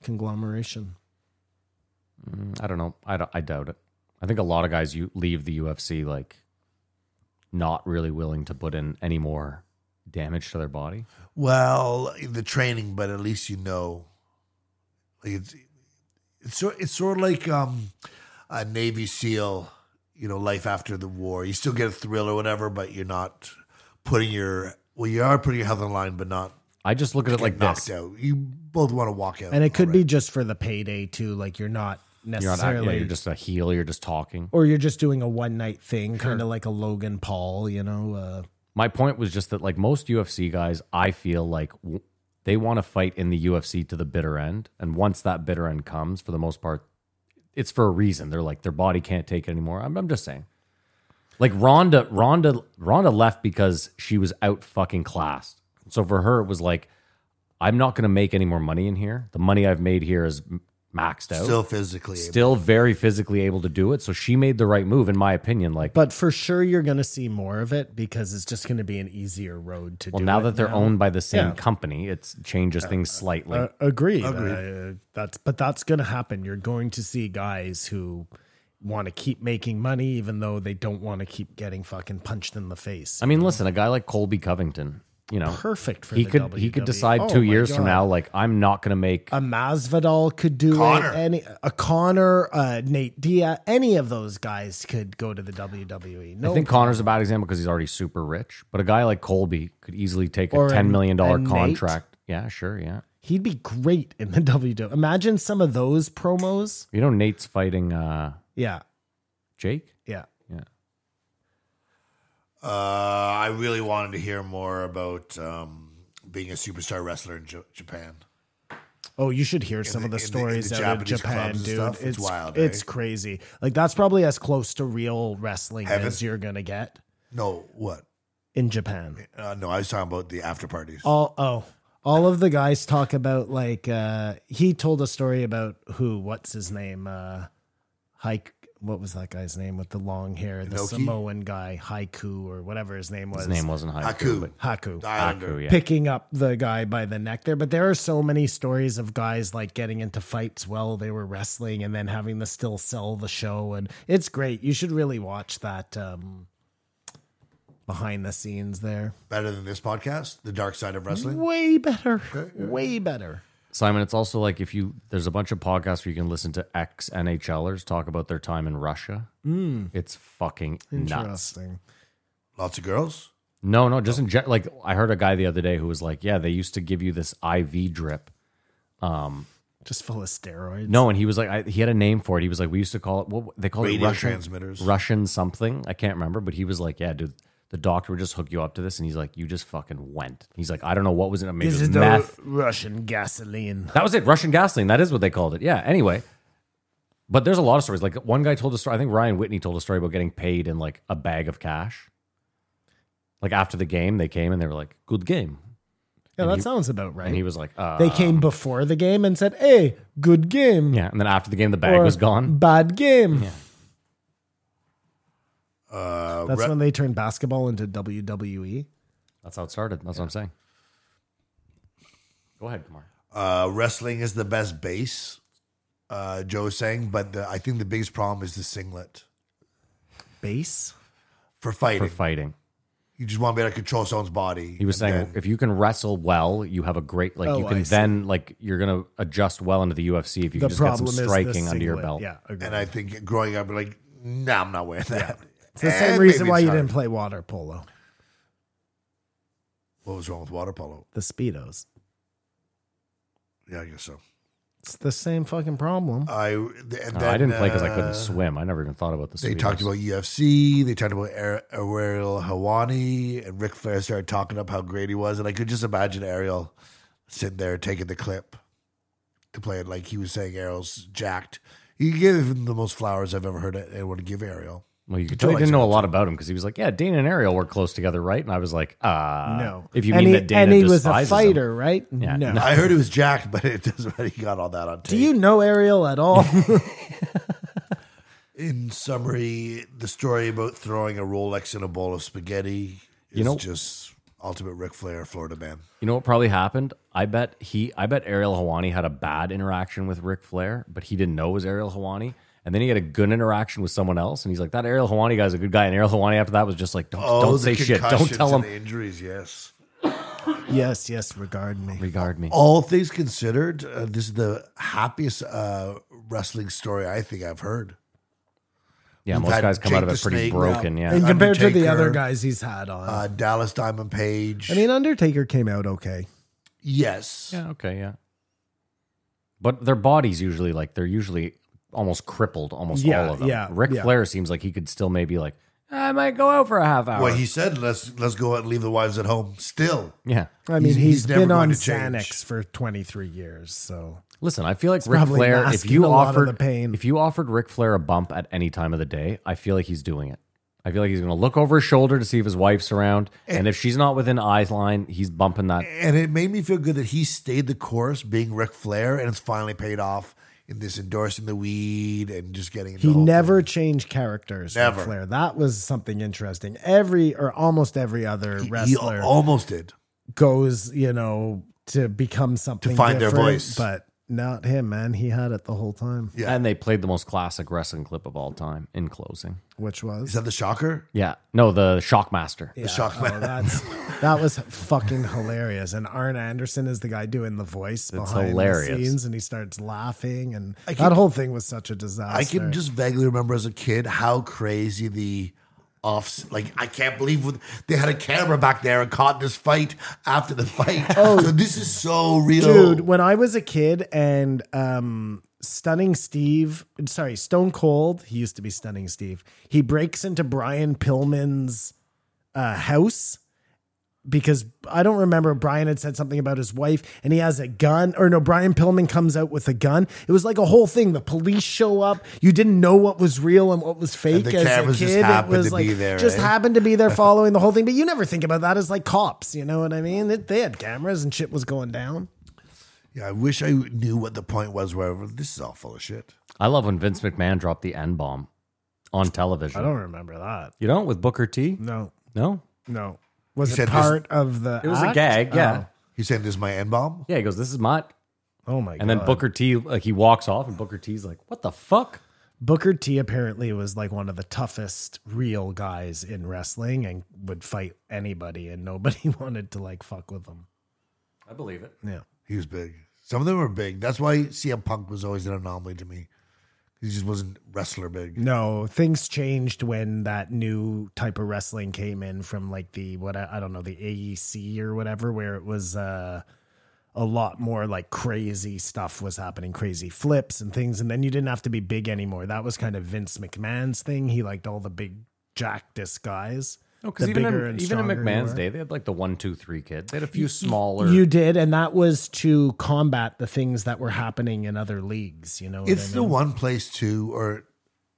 G: conglomeration.
F: I don't know. I, don't, I doubt it. I think a lot of guys you leave the UFC like not really willing to put in any more damage to their body.
E: Well, the training, but at least you know. Like it's it's sort it's sort of like um, a Navy SEAL, you know, life after the war. You still get a thrill or whatever, but you're not putting your well, you are putting your health on the line, but not
F: I just look at it like
E: like knocked
F: this.
E: out. You both want to walk out,
G: And it could be just for the payday too, like you're not
F: You're, not, act-
G: necessarily
F: yeah, you're just a heel. You're just talking.
G: or you're just doing a one night thing, kind of like a Logan Paul, you know, uh,
F: my point was just that like most UFC guys, I feel like w- they want to fight in the UFC to the bitter end, and once that bitter end comes, for the most part, it's for a reason. They're like their body can't take it anymore. I'm, I'm just saying. Like Ronda, Ronda, Ronda left because she was out fucking classed. So for her, it was like, I'm not going to make any more money in here. The money I've made here is m- maxed out.
E: still physically. able.
F: Still very physically able to do it. So she made the right move, in my opinion. Like,
G: but for sure you're going to see more of it because it's just going to be an easier road to
F: Well,
G: do
F: now
G: it
F: that they're owned by the same
G: Yeah.
F: company, it changes things slightly.
G: Uh, agreed. Uh, that's but that's going to happen. You're going to see guys who want to keep making money, even though they don't want to keep getting fucking punched in the face.
F: I mean, listen, a guy like Colby Covington, you know,
G: Perfect for
F: he
G: the E.
F: could
G: WWE.
F: he could decide
G: two
F: two years from now, like I'm not going to make.
G: Oh A Masvidal could do
E: Conor.
G: it. Any a Connor, uh, Nate Diaz, any of those guys could go to the E. WWE. No,
F: I think Connor's a bad example because he's already super rich, but a guy like Colby could easily take a
G: Or
F: ten million
G: a- a
F: dollar
G: Nate.
F: contract. Yeah, sure, yeah.
G: he'd be great in the WWE. Imagine some of those promos.
F: You know, Nate's fighting uh,
G: Yeah,
F: Jake.
G: yeah.
F: Yeah,
E: Uh, I really wanted to hear more about um, being a superstar wrestler in J- Japan.
G: Oh, you should hear some
E: the-
G: of the
E: in the- in
G: stories
E: the
G: out of
E: Japanese
G: Japan,
E: clubs and
G: dude.
E: stuff, it's
G: It's,
E: wild,
G: It's
E: eh?
G: crazy. Like that's probably as close to real wrestling
E: Heaven.
G: as you're gonna get
E: No, what?
G: in Japan.
E: Uh, no, I was talking about the after parties.
G: All oh, all of the guys talk about like uh, he told a story about who? What's his name? Uh, Hike what was that guy's name with the long hair, the
E: Inoki?
G: Samoan guy, Haiku or whatever his name was.
F: His name wasn't Haiku.
E: Haku.
F: but-
G: Haku.
E: Islander.
F: Haku, yeah.
G: Picking up the guy by the neck there, but there are so many stories of guys like getting into fights while they were wrestling and then having to still sell the show, and it's great. You should really watch that um, behind the scenes there.
E: Better than this podcast, The Dark Side of Wrestling.
G: Way better, way better.
F: Simon, it's also like if you there's a bunch of podcasts where you can listen to ex NHLers talk about their time in Russia.
G: Hmm.
F: It's fucking nuts.
G: Interesting.
E: Lots of girls.
F: No, no, just in gen- like I heard a guy the other day who was like, "Yeah, they used to give you this IV drip."
G: Just full of steroids.
F: No, and he was like, I, he had a name for it. He was like, "We used to call it what they called it
E: Radio
F: Russian
E: transmitters.
F: Russian something." I can't remember, but he was like, "Yeah, dude." The doctor would just hook you up to this, and he's like, "You just fucking went." He's like, "I don't know what was in it. Maybe
G: this
F: it
G: is
F: was
G: the
F: meth,
G: Russian gasoline.
F: That was it. Russian gasoline. That is what they called it. Yeah. Anyway, but there's a lot of stories. Like one guy told a story. I think Ryan Whitney told a story about getting paid in like a bag of cash. Like after the game, they came and they were like, "Good game,"
G: Yeah, that sounds about right.
F: and he was like, uh,
G: they came before the game and said, "Hey, good game."
F: "Yeah." And then after the game, the bag
G: or
F: was gone.
G: Bad game.
E: Uh,
G: That's
E: re-
G: when they turned basketball into E. WWE.
F: That's how it started. That's what I'm saying. Go ahead, Kamar.
E: uh, wrestling is the best base, uh, Joe is saying, but the, I think the biggest problem is the singlet
G: Base.
E: for fighting.
F: For fighting,
E: you just want to be able to control someone's body.
F: he was
E: and
F: saying
E: then-
F: if you can wrestle well, you have a great like.
G: Oh,
F: you
G: I
F: can
G: see.
F: then like you're gonna adjust well into the UFC if you
G: The
F: can just get some
G: problem is the
F: striking under your
G: singlet.
F: belt.
G: Yeah, agree.
E: and I think growing up, like, nah, I'm not wearing that.
G: it's the same reason why you didn't play water polo.
E: What was wrong with water polo?
G: The speedos.
E: Yeah, I guess so.
G: It's the same fucking problem.
E: I and then,
F: No, Oh, I didn't play because I
E: uh,
F: couldn't swim. I never even thought about the.
E: They
F: speedos.
E: talked about UFC. They talked about Ar- Ariel Hawani, and Ric Flair started talking up how great he was, and I could just imagine Ariel sitting there taking the clip to play it like he was saying Ariel's jacked. He gave him the most flowers I've ever heard anyone give Ariel.
F: Well, you could
E: tell
F: tell
E: I
F: he didn't
E: said
F: know a lot about him because he was like, "Yeah, Dana and Ariel were close together, right?" And I was like, "Uh,
G: no.
F: If you
G: and
F: mean
G: he,
F: that Dana
G: and he was
F: despises
G: a fighter, right?
F: Yeah.
G: No.
E: I heard he was jacked, but it doesn't matter. He got all that on tape.
G: Do you know Ariel at all?
E: In summary, the story about throwing a Rolex in a bowl of spaghetti is
F: You know-
E: just ultimate Ric Flair, Florida man.
F: him, you know what probably happened? I bet he, I bet Ariel Hawani had a bad interaction with Ric Flair, but he didn't know it was Ariel Hawani, and then he had a good interaction with someone else, and he's like, "That Ariel Hawani guy's a good guy," and Ariel Hawani after that was just like, "Don't,
E: Oh,
F: don't
E: the
F: say shit, don't
E: concussions
F: tell
E: and
F: him,
E: the injuries. Yes.
G: yes, yes, regard me.
F: regard me."
E: All things considered, uh, this is the happiest uh, wrestling story I think I've heard.
F: Yeah,
E: We've
F: most
E: had
F: guys come
E: Jake
F: out of
E: the
F: it pretty
E: Snake,
F: broken.
E: uh,
F: Yeah,
G: And compared to the
E: Undertaker,
G: other guys he's had on.
E: Uh, Dallas Diamond Page.
G: I mean, Undertaker came out okay.
E: yes.
F: Yeah, okay, yeah. But their bodies usually like they're usually almost crippled, almost
G: Yeah,
F: all of them.
G: yeah,
F: Ric
G: yeah.
F: Flair seems like he could still maybe like I might go out for a half hour.
E: Well, he said, "Let's let's go out and leave the wives at home." Still,
F: yeah.
G: I mean,
E: He's- he's
G: he's
E: never
G: been
E: going
G: on
E: to change.
G: Xanax for 23 years, so
F: Listen, I feel like Ric
G: probably
F: Flair if
G: masking
F: you
G: a lot of
F: offered
G: the pain.
F: if you offered Ric Flair a bump at any time of the day, I feel like he's doing it. I feel like he's going to look over his shoulder to see if his wife's around,
G: Eh.
F: and if she's not within eye line, he's bumping that.
E: and it made me feel good that he stayed the course, being Ric Flair, and it's finally paid off in this endorsing the weed and just getting. Into
G: He
E: the whole
G: never
E: thing.
G: changed characters.
E: Never.
G: Ric Flair. That was something interesting. Every or almost every other
E: He- He,
G: wrestler
E: almost did.
G: goes, you know, to become something
E: find their
G: different,
E: voice.
G: but not him, man. He had it the whole time,
E: Yeah.
F: And they played the most classic wrestling clip of all time in closing.
G: which was
E: Is that the shocker?
F: Yeah, no, the Shockmaster.
G: Yeah,
E: shock
G: oh,
E: man.
G: that's that was fucking hilarious. And Arn Anderson is the guy doing the voice behind
F: hilarious.
G: the scenes, and he starts laughing, and
E: I can-
G: that whole thing was such a disaster.
E: I can just vaguely remember as a kid how crazy the off like I can't believe what, they had a camera back there and caught this fight after the fight. oh, so this is so real.
G: dude when i was a kid and um stunning steve sorry stone cold he used to be stunning steve he breaks into brian pillman's uh house because I don't remember Brian had said something about his wife and he has a gun or no Brian Pillman comes out with a gun. It was like a whole thing. The police show up. You didn't know what was real and what was fake
E: the
G: as a
E: cameras just
G: kid. It
E: happened
G: was
E: to
G: like
E: be there,
G: just
E: eh?
G: happened to be there following the whole thing, but you never think about that as like cops, you know what I mean? It, they had cameras and shit was going down.
E: yeah, I wish I knew what the point was. Where this is all full of shit.
F: I love when Vince McMahon dropped the N bomb on television.
G: I don't remember that.
F: you don't with Booker T?
G: No,
F: No,
G: no. Was
E: said
G: it
E: this-
G: part of the?
F: it was a
G: act?
F: gag. Yeah,
E: He's saying this is my end bomb.
F: yeah. He goes, "This is Mott,"
G: Oh, my god.
F: and then Booker T like he walks off, and Booker T's like, "What the fuck?"
G: Booker T apparently was like one of the toughest real guys in wrestling and would fight anybody, and nobody wanted to like fuck with him.
F: I believe it.
G: Yeah.
E: He was big. Some of them were big. That's why CM Punk was always an anomaly to me. He just wasn't wrestler big.
G: No, things changed when that new type of wrestling came in from like the what I, I don't know the AEC or whatever, where it was uh, a lot more like crazy stuff was happening, crazy flips and things, and then you didn't have to be big anymore. That was kind of Vince McMahon's thing. He liked all the big jacked guys.
F: No, because Oh,
G: the
F: even
G: bigger
F: in,
G: and
F: even in
G: stronger you
F: McMahon's
G: were.
F: day, they had like the one, two, three kid. They had a few smaller.
G: You did, and that was to combat the things that were happening in other leagues. You know, what I
E: It's the
G: mean?
E: one place too, or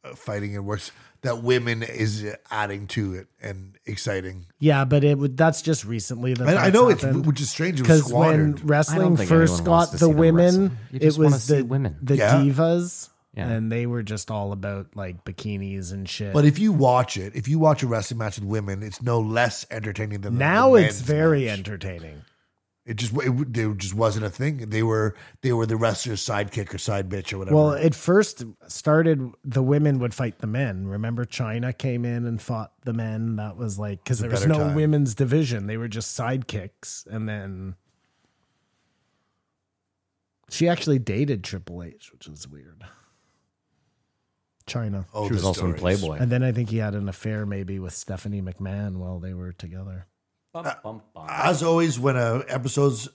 E: uh, fighting and works that women is adding to it and exciting.
G: yeah, but it would. That's just recently. That
E: I, I
G: that's
E: know
G: happened.
E: it's which is strange. It was
G: because when
E: squandered.
F: I don't
G: wrestling
F: think
G: first
F: anyone wants to
G: got the
F: see them wrestle.
G: women,
F: You
G: it
F: just wanna
G: was the
F: see women.
G: the
E: Yeah.
G: divas,
F: Yeah.
G: and they were just all about like bikinis and shit.
E: but if you watch it, if you watch a wrestling match with women, it's no less entertaining than the-
G: now
E: the
G: it's
E: men's
G: very
E: match.
G: entertaining.
E: It just it, there just wasn't a thing. They were they were the wrestler's sidekick or side bitch or whatever.
G: Well, it first started the women would fight the men. Remember, China came in and fought the men. That was like because there was
E: better
G: no
E: time.
G: women's division; they were just sidekicks. And then she actually dated Triple H, which is weird. China.
E: oh,
F: she was
E: the
F: also in
E: stories.
F: Playboy.
G: And then I think he had an affair maybe with Stephanie McMahon while they were together.
E: uh,
F: Bum, bum, bum.
E: As always, when a episode's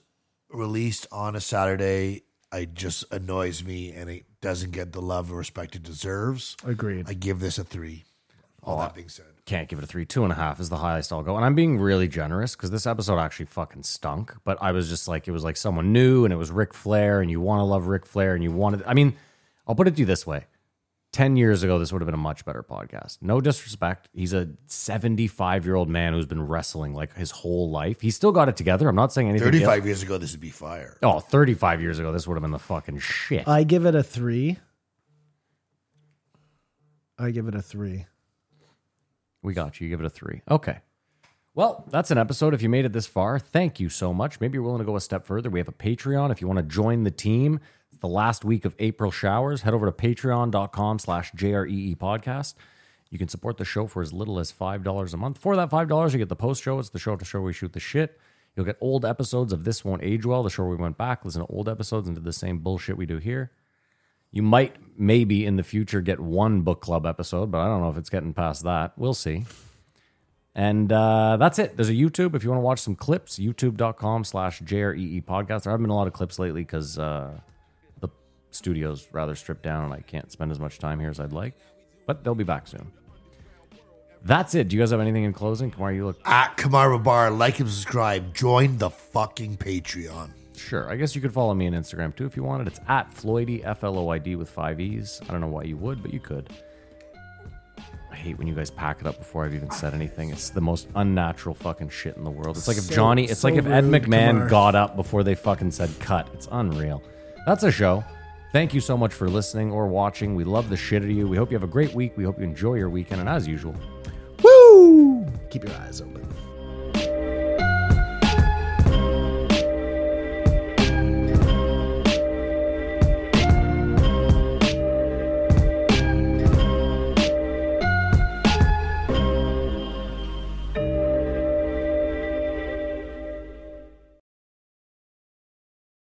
E: released on a Saturday, it just annoys me and it doesn't get the love and respect it deserves.
G: Agreed.
E: I give this a three. All that being said,
F: Can't give it a three. Two and a half is the highest I'll go. And I'm being really generous because this episode actually fucking stunk. But I was just like, it was like someone new and it was Ric Flair and you want to love Ric Flair and you wanted. I mean, I'll put it to you this way 10 years ago, this would have been a much better podcast. No disrespect. He's a 75 year old man who's been wrestling like his whole life. He's still got it together. I'm not saying anything. ill-
E: thirty-five years ago, this would be fire.
F: Oh, 35 years ago, this would have been the fucking shit.
G: I give it a three. I give it a three.
F: We got you. You give it a three. Okay. Well, that's an episode. If you made it this far, thank you so much. Maybe you're willing to go a step further. We have a Patreon. If you want to join the team, it's the last week of April showers. Head over to patreon.com slash JREE E podcast. You can support the show for as little as $5 a month. For that $5, you get the post show. It's the show to show we shoot the shit. You'll get old episodes of This Won't Age Well, the show where we went back, listen to old episodes, and did the same bullshit we do here. You might, maybe in the future, get one book club episode, but I don't know if it's getting past that. We'll see. And uh, that's it. There's a YouTube if you want to watch some clips. YouTube.com slash JREE E podcast. There haven't been a lot of clips lately because uh, the studio's rather stripped down and I can't spend as much time here as I'd like. But they'll be back soon. That's it. Do you guys have anything in closing? Kamar, you look
E: At Kamara Bar, like and subscribe. Join the fucking Patreon.
F: Sure. I guess you could follow me on Instagram too if you wanted. It's at Floydy, F L O I D with five E's. I don't know why you would, but you could. I hate when you guys pack it up before I've even said anything. It's the most unnatural fucking shit in the world. It's like if
G: So-
F: Johnny, it's
G: so
F: like if Ed
G: rude,
F: McMahon
G: Kamar.
F: got up before they fucking said cut. It's unreal. That's a show. Thank you so much for listening or watching. We love the shit out of you. We hope you have a great week. We hope you enjoy your weekend. And as usual,
G: Woo! Keep your eyes open.